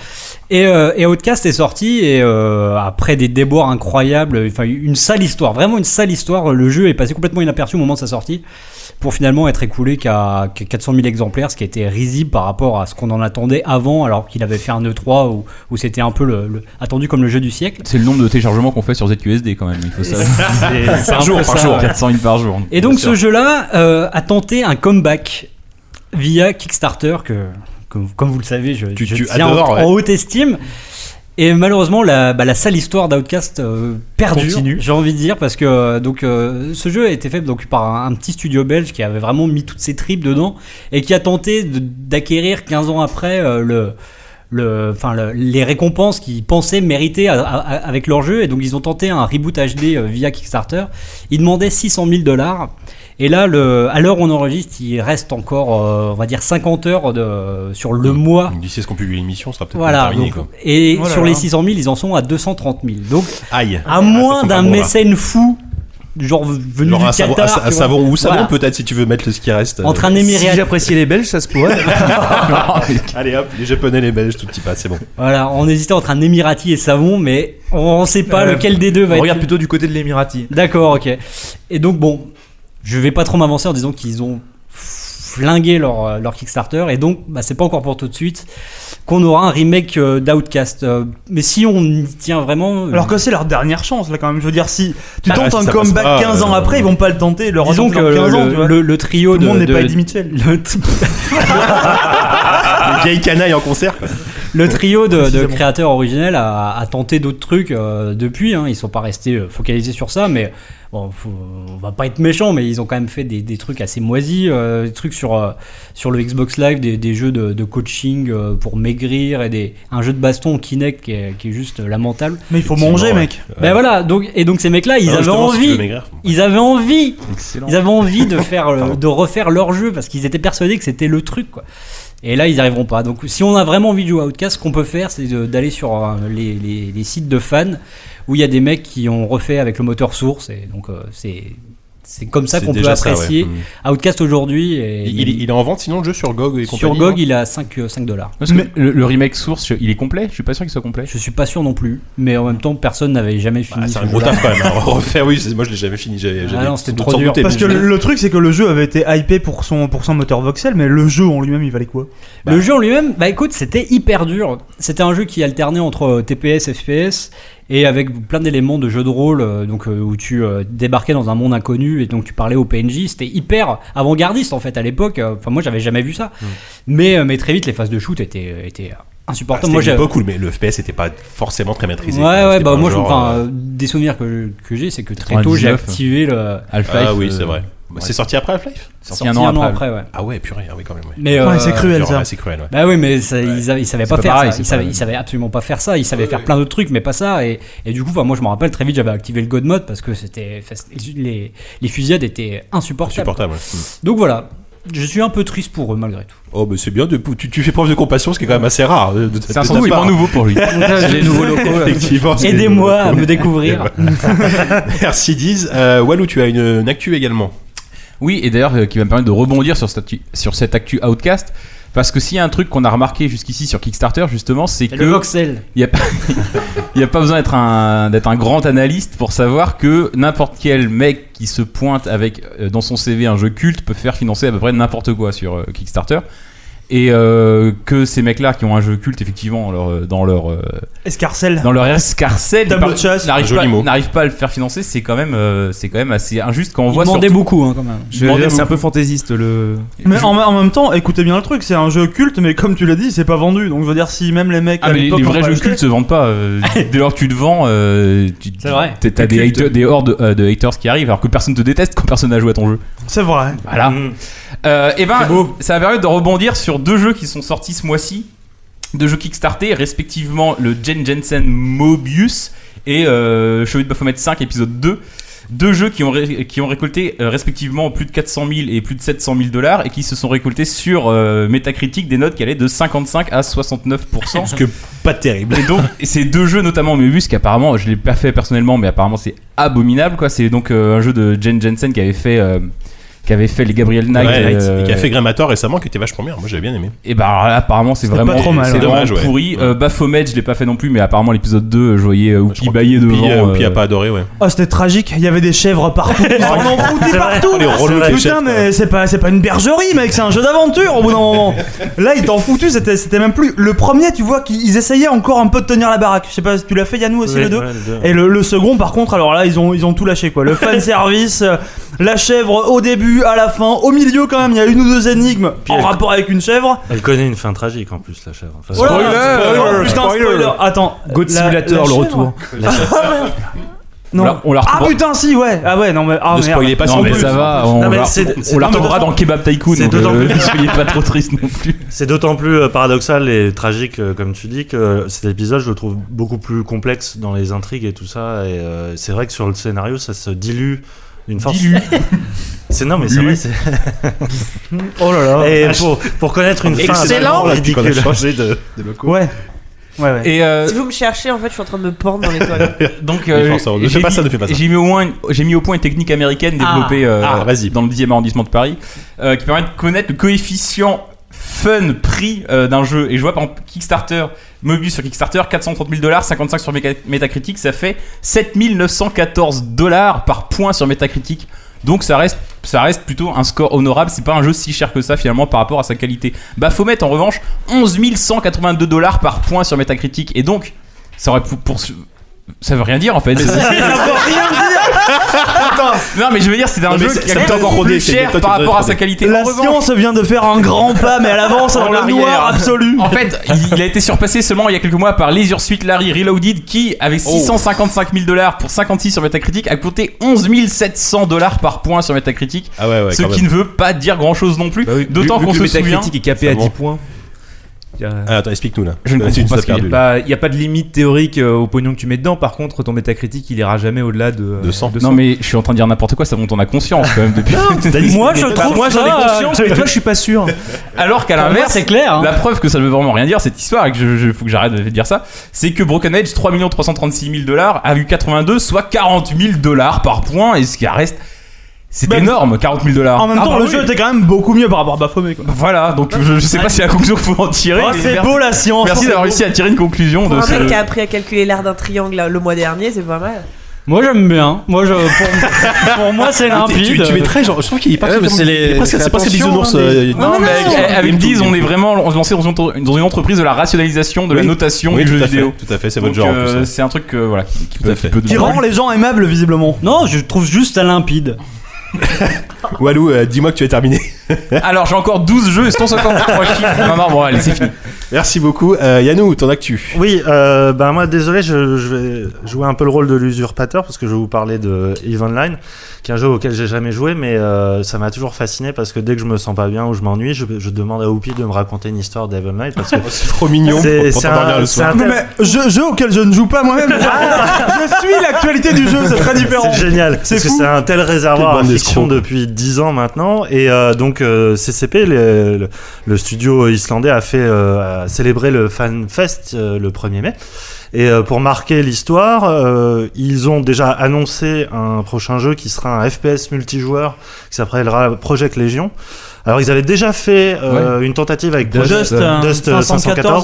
Speaker 8: Et, euh, et Outcast est sorti et euh, après des déboires incroyables, enfin une sale histoire, vraiment une sale histoire. Le jeu est passé complètement inaperçu au moment de sa sortie pour finalement être écoulé qu'à qu'à 400 000 exemplaires, ce qui était risible par rapport à ce qu'on en attendait avant, alors qu'il avait fait un E3 où, où c'était un peu le- le- attendu comme le jeu du siècle.
Speaker 4: C'est le nombre de téléchargements qu'on fait sur ZQSD quand même, il faut savoir.
Speaker 8: Par
Speaker 2: jour, par jour.
Speaker 4: 400 000 par jour.
Speaker 8: Et donc ce jeu-là euh, a tenté un comeback via Kickstarter que, que- comme vous le savez, je,
Speaker 2: Tu-
Speaker 8: je
Speaker 2: tu
Speaker 8: tiens
Speaker 2: adores,
Speaker 8: en,
Speaker 2: ouais.
Speaker 8: en haute estime. Et malheureusement, la, bah, la sale histoire d'Outcast euh, perdure.
Speaker 3: Continue.
Speaker 8: J'ai envie de dire parce que euh, donc euh, ce jeu a été fait donc par un, un petit studio belge qui avait vraiment mis toutes ses tripes dedans et qui a tenté de- d'acquérir 15 ans après euh, le le, enfin le- les récompenses qu'ils pensaient mériter à- à- à- avec leur jeu et donc ils ont tenté un reboot HD euh, via Kickstarter. Ils demandaient 600 000 dollars et là le, à l'heure où on enregistre, il reste encore euh, on va dire 50 heures de, sur le mois.
Speaker 2: Mmh. D'ici à ce qu'on publie l'émission, ça sera peut-être
Speaker 8: Voilà,
Speaker 2: terminé.
Speaker 8: donc-
Speaker 2: quoi.
Speaker 8: et
Speaker 3: Oh là
Speaker 8: sur
Speaker 3: là.
Speaker 8: les 600 000, ils en sont à 230 000. Donc,
Speaker 2: Aïe.
Speaker 8: à
Speaker 2: Ah, ça
Speaker 8: moins
Speaker 2: sent pas
Speaker 8: d'un
Speaker 2: bon, là.
Speaker 8: mécène fou, genre venu
Speaker 2: Genre
Speaker 8: du
Speaker 2: un savon,
Speaker 8: Qatar,
Speaker 2: un- un
Speaker 8: tu vois,
Speaker 2: savon ou savon
Speaker 8: Voilà.
Speaker 2: peut-être si tu veux mettre ce qui reste. euh,
Speaker 8: entre un
Speaker 5: Si
Speaker 8: émirat,
Speaker 5: j'appréciais les Belges, ça se pourrait.
Speaker 2: Allez hop, les Japonais, les Belges, tout petit pas, c'est bon.
Speaker 8: voilà, on hésitait entre un émirati et savon, mais on ne sait pas
Speaker 5: Euh,
Speaker 8: lequel des deux va
Speaker 5: On
Speaker 8: être.
Speaker 5: regarde plutôt du côté de l'Emirati.
Speaker 8: D'accord, ok. Et donc bon, je vais pas trop m'avancer en disant qu'ils ont flingué leur, euh, leur Kickstarter et donc bah, c'est pas encore pour tout de suite qu'on aura un remake euh, d'Outcast. Euh, mais si on y tient vraiment, euh,
Speaker 3: Alors que c'est leur dernière chance, là, quand même. Je veux dire, si tu
Speaker 2: Bah,
Speaker 3: tentes
Speaker 2: si
Speaker 3: un
Speaker 2: ça passe
Speaker 3: comeback
Speaker 2: pas,
Speaker 3: 15 ans
Speaker 2: euh,
Speaker 3: après, ils vont pas le tenter. Leur
Speaker 8: disons que
Speaker 3: attendre 15 ans, tu
Speaker 8: le,
Speaker 3: vois.
Speaker 8: le- le trio
Speaker 3: Tout le
Speaker 8: de,
Speaker 3: monde n'est
Speaker 8: de-
Speaker 3: pas Eddie Mitchell.
Speaker 8: le tri-
Speaker 2: Les vieilles canailles en concert. quoi.
Speaker 8: Le trio de, de
Speaker 3: Précisément.
Speaker 8: créateurs originels a, a tenté d'autres trucs euh, depuis. Hein. Ils sont pas restés euh, focalisés sur ça, mais bon, faut- on va pas être méchant, mais ils ont quand même fait des, des trucs assez moisis, euh, des trucs sur euh, sur le Xbox Live, des, des jeux de, de coaching euh, pour maigrir et des un jeu de baston Kinect qui est, qui est juste euh, lamentable.
Speaker 3: Mais il faut
Speaker 2: Effectivement,
Speaker 3: manger,
Speaker 2: ouais.
Speaker 3: mec.
Speaker 8: Ben voilà. Donc et donc ces mecs-là, ils
Speaker 2: Ah,
Speaker 8: avaient
Speaker 2: justement, si tu veux
Speaker 8: envie.
Speaker 2: maigrir.
Speaker 8: ils avaient envie
Speaker 4: Excellent.
Speaker 8: ils avaient envie de faire, euh, de refaire leur jeu parce qu'ils étaient persuadés que c'était le truc, quoi. Et là, ils n'y arriveront pas. Donc, si on a vraiment envie de jouer à Outcast, ce qu'on peut faire, c'est de- d'aller sur euh, les, les- les sites de fans où il y a des mecs qui ont refait avec le moteur source. Et donc, euh, c'est c'est comme ça
Speaker 2: C'est
Speaker 8: qu'on peut
Speaker 2: déjà ça, ouais.
Speaker 8: apprécier
Speaker 2: Mm.
Speaker 8: Outcast aujourd'hui. Et
Speaker 2: Il, il- il est en vente sinon le jeu sur GOG et
Speaker 8: sur
Speaker 2: compagnie,
Speaker 8: GOG,
Speaker 2: non
Speaker 8: il a 5, euh, 5 dollars.
Speaker 4: Parce que le, le remake source, il est complet Je suis pas sûr qu'il soit complet.
Speaker 8: Je suis pas sûr non plus, mais en même temps, personne n'avait jamais fini.
Speaker 2: Ah, c'est
Speaker 8: ce
Speaker 2: un gros
Speaker 8: jeu-là.
Speaker 2: taf quand même. hein. Refaire, oui, c'est- moi je l'ai jamais fini. J'avais,
Speaker 8: Ah
Speaker 2: j'avais
Speaker 8: non, c'était
Speaker 2: sans
Speaker 8: trop
Speaker 2: doute
Speaker 8: dur.
Speaker 2: douté,
Speaker 3: Parce
Speaker 2: mais
Speaker 3: que
Speaker 2: je-
Speaker 3: le, le truc, c'est que le jeu avait été hypé pour son, pour son moteur voxel, mais le jeu en lui-même, il valait quoi
Speaker 8: Le jeu en lui-même, bah écoute, c'était hyper dur. C'était un jeu qui alternait entre euh, TPS, FPS et avec plein d'éléments de jeu de rôle, euh, donc euh, où tu euh, débarquais dans un monde inconnu et donc tu parlais au PNJ. C'était hyper avant-gardiste en fait à l'époque. Euh, Enfin moi j'avais jamais vu ça, mais euh, mais très vite les phases de shoot étaient euh, étaient
Speaker 2: Ah,
Speaker 8: insupportables.
Speaker 2: c'était
Speaker 8: moi
Speaker 2: une
Speaker 8: j'avais-
Speaker 2: époque où le- mais le FPS était pas forcément très maîtrisé.
Speaker 8: Ouais
Speaker 2: quoi.
Speaker 8: ouais
Speaker 2: hein. C'était
Speaker 8: bah
Speaker 2: pas
Speaker 8: moi
Speaker 2: un
Speaker 8: je-
Speaker 2: genre,
Speaker 8: enfin,
Speaker 2: euh,
Speaker 8: euh, des souvenirs que que j'ai c'est que très tôt j'ai
Speaker 4: 99,
Speaker 8: activé le
Speaker 4: Half-Life.
Speaker 2: Ah oui,
Speaker 4: euh,
Speaker 2: c'est vrai. C'est sorti après Half-Life
Speaker 4: Sorti un an après.
Speaker 8: ouais.
Speaker 2: Ah ouais, purée, ah oui, quand même. ouais.
Speaker 8: Mais
Speaker 3: Ouais,
Speaker 8: euh,
Speaker 3: c'est cruel
Speaker 2: Genre,
Speaker 3: ça.
Speaker 2: ouais, C'est cruel, ouais.
Speaker 8: Bah oui, mais ça, ils, avaient- ils savaient pas
Speaker 4: pas
Speaker 8: faire
Speaker 4: pareil,
Speaker 8: ça.
Speaker 4: c'est
Speaker 8: Ils
Speaker 4: pas
Speaker 8: savaient,
Speaker 4: la
Speaker 8: ils savaient absolument pas faire ça. Ils savaient
Speaker 2: Ouais,
Speaker 8: faire
Speaker 2: ouais.
Speaker 8: plein d'autres trucs, mais pas ça. Et, et du coup, enfin, moi, je me rappelle très vite, j'avais activé le God Mode parce que c'était enfin, c'était- les, les fusillades étaient insupportables. Mm.
Speaker 2: Supportable.
Speaker 8: Donc voilà, je suis un peu triste pour eux malgré tout.
Speaker 2: Oh, mais c'est bien, de, tu, tu fais preuve de compassion, ce qui est quand même assez rare. euh, de- de- de
Speaker 4: C'est
Speaker 2: ta
Speaker 4: un sentiment
Speaker 2: part.
Speaker 4: nouveau pour lui.
Speaker 5: les nouveaux locaux.
Speaker 4: euh.
Speaker 5: là.
Speaker 2: Effectivement. c'est-
Speaker 8: Aidez-moi à me découvrir.
Speaker 2: Eh ben. Merci Diz. Euh, Walou, tu as une, une actu également.
Speaker 4: Oui, et d'ailleurs, euh, qui va me permettre de rebondir sur cette, actu- sur cette actu Outcast. Parce que s'il y a un truc qu'on a remarqué jusqu'ici sur Kickstarter, justement, c'est que.
Speaker 8: Le voxel.
Speaker 4: Il n'y a, pas- y a pas besoin d'être un, d'être un grand analyste pour savoir que n'importe quel mec qui se pointe avec euh, dans son CV un jeu culte peut faire financer à peu près n'importe quoi sur euh, Kickstarter. Et euh, que ces mecs-là qui ont un jeu culte, effectivement, leur, euh, dans leur, euh,
Speaker 3: Escarcelle.
Speaker 4: dans leur escarcelle,
Speaker 3: Tableau
Speaker 4: ils
Speaker 3: de chasse.
Speaker 4: n'arrivent
Speaker 2: Joli
Speaker 4: pas,
Speaker 2: mot.
Speaker 4: n'arrivent pas à le faire financer, c'est quand, même, euh, c'est quand même assez injuste quand on
Speaker 8: Ils
Speaker 4: voit sur
Speaker 8: demandaient beaucoup hein, quand même.
Speaker 5: Je veux dire, c'est un peu fantaisiste le.
Speaker 3: Mais en, en même temps, écoutez bien le truc, c'est un jeu culte, mais comme tu l'as dit, c'est pas vendu. Donc je veux dire, si même les mecs.
Speaker 4: Ah,
Speaker 3: à
Speaker 4: mais les,
Speaker 3: l'époque
Speaker 4: les
Speaker 3: ont
Speaker 4: vrais
Speaker 3: pas
Speaker 4: jeux
Speaker 3: acheté-
Speaker 4: cultes se vendent pas. euh, dès lors que tu le vends, euh, tu-
Speaker 8: C'est vrai.
Speaker 4: t'as- t'as
Speaker 5: Le
Speaker 4: des,
Speaker 5: culte.
Speaker 4: haters- des hordes euh, de haters qui arrivent alors que personne te déteste quand personne n'a joué à ton jeu.
Speaker 3: C'est vrai.
Speaker 5: Ah.
Speaker 4: Voilà.
Speaker 9: Mm.
Speaker 5: Euh,
Speaker 4: et ben, ça va permettre de rebondir sur deux jeux qui sont sortis ce mois-ci, deux jeux Kickstarter, respectivement le Jen Jensen Mobius et euh, Chevalier de Baphomet 5 épisode 2. Deux jeux qui ont, ré- qui ont récolté euh, respectivement plus de 400 000 et plus de 700 000 dollars et qui se sont récoltés sur euh, Metacritic des notes qui allaient de 55 à 69%.
Speaker 2: que pas terrible.
Speaker 4: Et donc, et ces deux jeux, notamment Mobius, qui apparemment, je l'ai pas fait personnellement, mais apparemment c'est abominable, quoi. C'est donc euh, un jeu de Jen Jensen qui avait fait, euh, qui avait fait les Gabriel Knight. euh,
Speaker 2: et qui a fait Grammator récemment, qui était vachement bien. Moi, j'avais bien aimé.
Speaker 4: Et bah alors là, apparemment c'est
Speaker 3: C'était
Speaker 4: vraiment,
Speaker 3: pas trop mal,
Speaker 4: c'est
Speaker 3: ouais.
Speaker 4: vraiment
Speaker 2: Dommage, ouais.
Speaker 4: pourri.
Speaker 2: Ouais.
Speaker 4: Euh, Baphomet, je l'ai pas fait non plus, mais apparemment l'épisode 2, je voyais euh, Oupi bailler devant.
Speaker 2: Puis, euh,
Speaker 4: euh,
Speaker 2: Puis a pas adoré, ouais.
Speaker 3: Oh, c'était tragique, il y avait des chèvres partout. Ils en ont foutu partout. Ah,
Speaker 2: Les relous de
Speaker 3: Putain,
Speaker 2: chèvres,
Speaker 3: mais c'est pas, c'est pas une bergerie, mec, c'est un jeu d'aventure au bout d'un moment. Là, ils t'en foutu, c'était, c'était même plus. Le premier, tu vois, qu'ils ils essayaient encore un peu de tenir la baraque. Je sais pas si tu l'as fait, Yannou aussi,
Speaker 9: Ouais,
Speaker 3: les deux.
Speaker 9: ouais, les deux.
Speaker 3: Et le, le second, par contre, alors là, ils ont, ils ont tout lâché quoi. Le fan service, euh, la chèvre au début, à la fin, au milieu quand même, il y a une ou deux énigmes en
Speaker 9: elle-
Speaker 3: rapport avec une chèvre.
Speaker 9: Elle connaît une fin tragique en plus, la chèvre. Enfin,
Speaker 3: Oh là
Speaker 4: Spoiler
Speaker 3: là,
Speaker 4: Spoiler
Speaker 3: Putain, spoiler Attends.
Speaker 5: God
Speaker 3: la-
Speaker 5: Simulator,
Speaker 3: la
Speaker 5: le
Speaker 3: chèvre
Speaker 5: retour.
Speaker 4: on
Speaker 3: Non.
Speaker 4: la- on la
Speaker 3: Ah
Speaker 4: retrouvera-
Speaker 3: putain, si, ouais. Ah ouais, non, mais. Ah,
Speaker 2: Ne
Speaker 3: merde.
Speaker 2: spoilez pas
Speaker 4: non,
Speaker 2: sans
Speaker 4: mais
Speaker 2: plus.
Speaker 4: ça va, on,
Speaker 9: Non, mais
Speaker 4: la,
Speaker 9: c'est-
Speaker 4: on-
Speaker 9: c'est
Speaker 4: on la
Speaker 9: d'autant
Speaker 4: retrouvera
Speaker 9: plus-
Speaker 4: dans Kebab Tycoon,
Speaker 9: c'est
Speaker 4: donc
Speaker 9: d'autant
Speaker 4: euh,
Speaker 9: plus-
Speaker 4: soyez pas trop triste non plus.
Speaker 9: C'est d'autant plus euh, paradoxal et tragique, euh, comme tu dis, que cet épisode, je le trouve beaucoup plus complexe dans les intrigues et tout ça. Et euh, c'est vrai que sur le scénario, ça se dilue d'une force.
Speaker 4: Dilue.
Speaker 9: C'est non, mais c'est vrai. c'est-
Speaker 3: Oh là là.
Speaker 9: Et pour, pour connaître une fin, c'est
Speaker 2: Excellent.
Speaker 9: vraiment
Speaker 2: On a
Speaker 9: ridicule.
Speaker 2: changé de, de locaux.
Speaker 3: Ouais. Ouais, ouais.
Speaker 4: Et euh,
Speaker 7: Si vous me cherchez, en fait, je suis en train de me pendre dans les toilettes.
Speaker 4: donc, euh,
Speaker 2: Mais force, ne fais
Speaker 4: j'ai
Speaker 2: pas ça,
Speaker 4: mis-
Speaker 2: ne fais pas ça.
Speaker 4: J'ai mis au moins, une- j'ai mis au point une technique américaine développée euh,
Speaker 2: Ah, vas-y.
Speaker 4: dans le 10e arrondissement de Paris, euh, qui permet de connaître le coefficient fun prix euh, d'un jeu. Et je vois par exemple Kickstarter, Mobius sur Kickstarter, 430 000 dollars, 55 sur Meca- Metacritic, ça fait 7914 dollars par point sur Metacritic. Donc ça reste, ça reste plutôt un score honorable. C'est pas un jeu si cher que ça finalement par rapport à sa qualité. Baphomet en revanche, 11 182 dollars par point sur Metacritic. Et donc ça aurait pour, pour- ça veut rien dire en fait. Non mais je veux dire c'est un
Speaker 2: Non, mais
Speaker 4: jeu
Speaker 2: c'est-
Speaker 4: qui
Speaker 2: ça me
Speaker 4: est
Speaker 2: t'a encore rodé,
Speaker 4: plus
Speaker 2: c'est-
Speaker 4: cher
Speaker 2: toi, tu
Speaker 4: par
Speaker 2: te
Speaker 4: rapport à
Speaker 2: rodé.
Speaker 4: sa qualité. En
Speaker 3: La
Speaker 4: revanche,
Speaker 3: science vient de faire un grand pas, mais elle avance
Speaker 4: En
Speaker 3: dans le
Speaker 4: arrière.
Speaker 3: noir absolu.
Speaker 4: En fait, il, il a été surpassé seulement il y a quelques mois par Les Ursuites Larry Reloaded qui, avec
Speaker 5: Oh.
Speaker 4: 655 000 dollars pour 56 sur Metacritic, a coûté 11 700 dollars par point sur Metacritic.
Speaker 2: Ah ouais, ouais,
Speaker 4: ce
Speaker 2: quand
Speaker 4: qui
Speaker 2: même.
Speaker 4: ne veut pas dire grand chose non plus.
Speaker 5: Bah oui,
Speaker 4: D'autant
Speaker 5: vu- vu
Speaker 4: qu'on
Speaker 5: que
Speaker 4: se
Speaker 5: le
Speaker 4: souvient.
Speaker 5: Metacritic est capé à
Speaker 2: Bon.
Speaker 5: 10 points. Il y a-
Speaker 2: Ah, attends, explique-nous là.
Speaker 4: Je ne
Speaker 2: Là,
Speaker 4: comprends
Speaker 2: tu nous
Speaker 4: pas
Speaker 2: as
Speaker 4: ce qu'il y a
Speaker 2: perdu.
Speaker 5: Bah, Il n'y a pas de limite théorique euh, au pognon que tu mets dedans. Par contre, ton métacritique, il ira jamais au-delà de euh,
Speaker 2: 200.
Speaker 4: Non mais je suis en train de dire n'importe quoi, ça monte en a conscience quand même depuis.
Speaker 3: Moi, je trouve.
Speaker 5: moi j'en ai
Speaker 3: ça,
Speaker 5: conscience, mais toi je suis pas sûr.
Speaker 4: Alors qu'à
Speaker 8: Pour moi,
Speaker 4: l'inverse,
Speaker 8: c'est clair. hein.
Speaker 4: La preuve que ça ne veut vraiment rien dire cette histoire et que je, je- faut que j'arrête de dire ça, c'est que Broken Edge 3 336 000 dollars a eu 82, soit 40 000 dollars par point et ce qui reste, c'est
Speaker 3: Ben,
Speaker 4: énorme 40 000 dollars.
Speaker 3: En même temps, le jeu était quand même beaucoup mieux par rapport à Baphomet, quoi.
Speaker 4: Voilà, donc je, je sais pas si la conclusion qu'il faut en tirer.
Speaker 3: Oh,
Speaker 4: mais
Speaker 3: c'est
Speaker 4: merci-
Speaker 3: beau la science.
Speaker 4: Merci d'avoir réussi à tirer une conclusion
Speaker 7: Pour
Speaker 4: de
Speaker 7: un mec qui a
Speaker 4: ce.
Speaker 7: appris à calculer l'air d'un triangle là, le mois dernier, c'est pas mal.
Speaker 8: Moi j'aime bien. Moi je
Speaker 4: Euh,
Speaker 8: pour, pour moi c'est
Speaker 2: Tu, tu,
Speaker 8: limpide.
Speaker 2: tu es très genre, je trouve qu'il est pas.
Speaker 5: Ouais, mais c'est les-
Speaker 2: il est presque-
Speaker 5: fais
Speaker 2: C'est presque des
Speaker 5: attention,
Speaker 2: bisounours.
Speaker 5: hein,
Speaker 2: euh,
Speaker 4: Non, mais avec, avec 10, on est vraiment lancé dans une, entre- dans une entreprise de la rationalisation de la
Speaker 2: Oui.
Speaker 4: notation
Speaker 2: Oui,
Speaker 4: du
Speaker 2: tout
Speaker 4: jeu
Speaker 2: à fait.
Speaker 4: vidéo.
Speaker 2: Tout à fait, c'est
Speaker 4: Donc,
Speaker 2: votre genre. en plus,
Speaker 4: euh,
Speaker 2: hein.
Speaker 4: c'est un truc euh, voilà, qui, qui
Speaker 2: Tout
Speaker 4: peut,
Speaker 2: à fait.
Speaker 4: qui peut-
Speaker 3: Qui rend les gens aimables, visiblement.
Speaker 8: Non, je trouve juste limpide.
Speaker 2: Walou, euh, dis-moi que tu as terminé.
Speaker 4: Alors j'ai encore 12 jeux et 153 chiffres. Non, non, bon, allez, c'est fini.
Speaker 2: Merci beaucoup. Euh, Yannou, ton actu.
Speaker 9: Oui, euh, ben moi, désolé, je, je vais jouer un peu le rôle de l'usurpateur parce que je vais vous parler de Eve Online, qui est un jeu auquel j'ai jamais joué, mais euh, ça m'a toujours fasciné parce que dès que je me sens pas bien ou je m'ennuie, je, je demande à Whoopi de me raconter une histoire d'Eve Online parce que
Speaker 2: Oh, C'est trop mignon
Speaker 9: C'est-
Speaker 2: pour, pour
Speaker 9: c'est
Speaker 2: t'endormir
Speaker 9: un-
Speaker 2: le
Speaker 9: c'est
Speaker 2: soir.
Speaker 9: un-
Speaker 3: Mais, mais, jeu, jeu auquel je ne joue pas moi-même. je suis l'actualité du jeu, c'est très différent.
Speaker 9: C'est génial.
Speaker 3: C'est
Speaker 9: parce que
Speaker 3: fou.
Speaker 9: c'est un tel réservoir
Speaker 2: Quelle
Speaker 9: à
Speaker 2: bande
Speaker 9: fiction
Speaker 2: d'escrocs.
Speaker 9: depuis 10 ans maintenant. Et euh, donc, euh, CCP, le, le- le studio islandais, a fait euh, a célébré le Fan Fest euh, le 1er mai. Et euh, pour marquer l'histoire, euh, ils ont déjà annoncé un prochain jeu qui sera un FPS multijoueur qui s'appellera Project Legion. Alors ils avaient déjà fait euh, une tentative avec Project
Speaker 3: Dust, euh,
Speaker 9: Dust, euh,
Speaker 3: 514,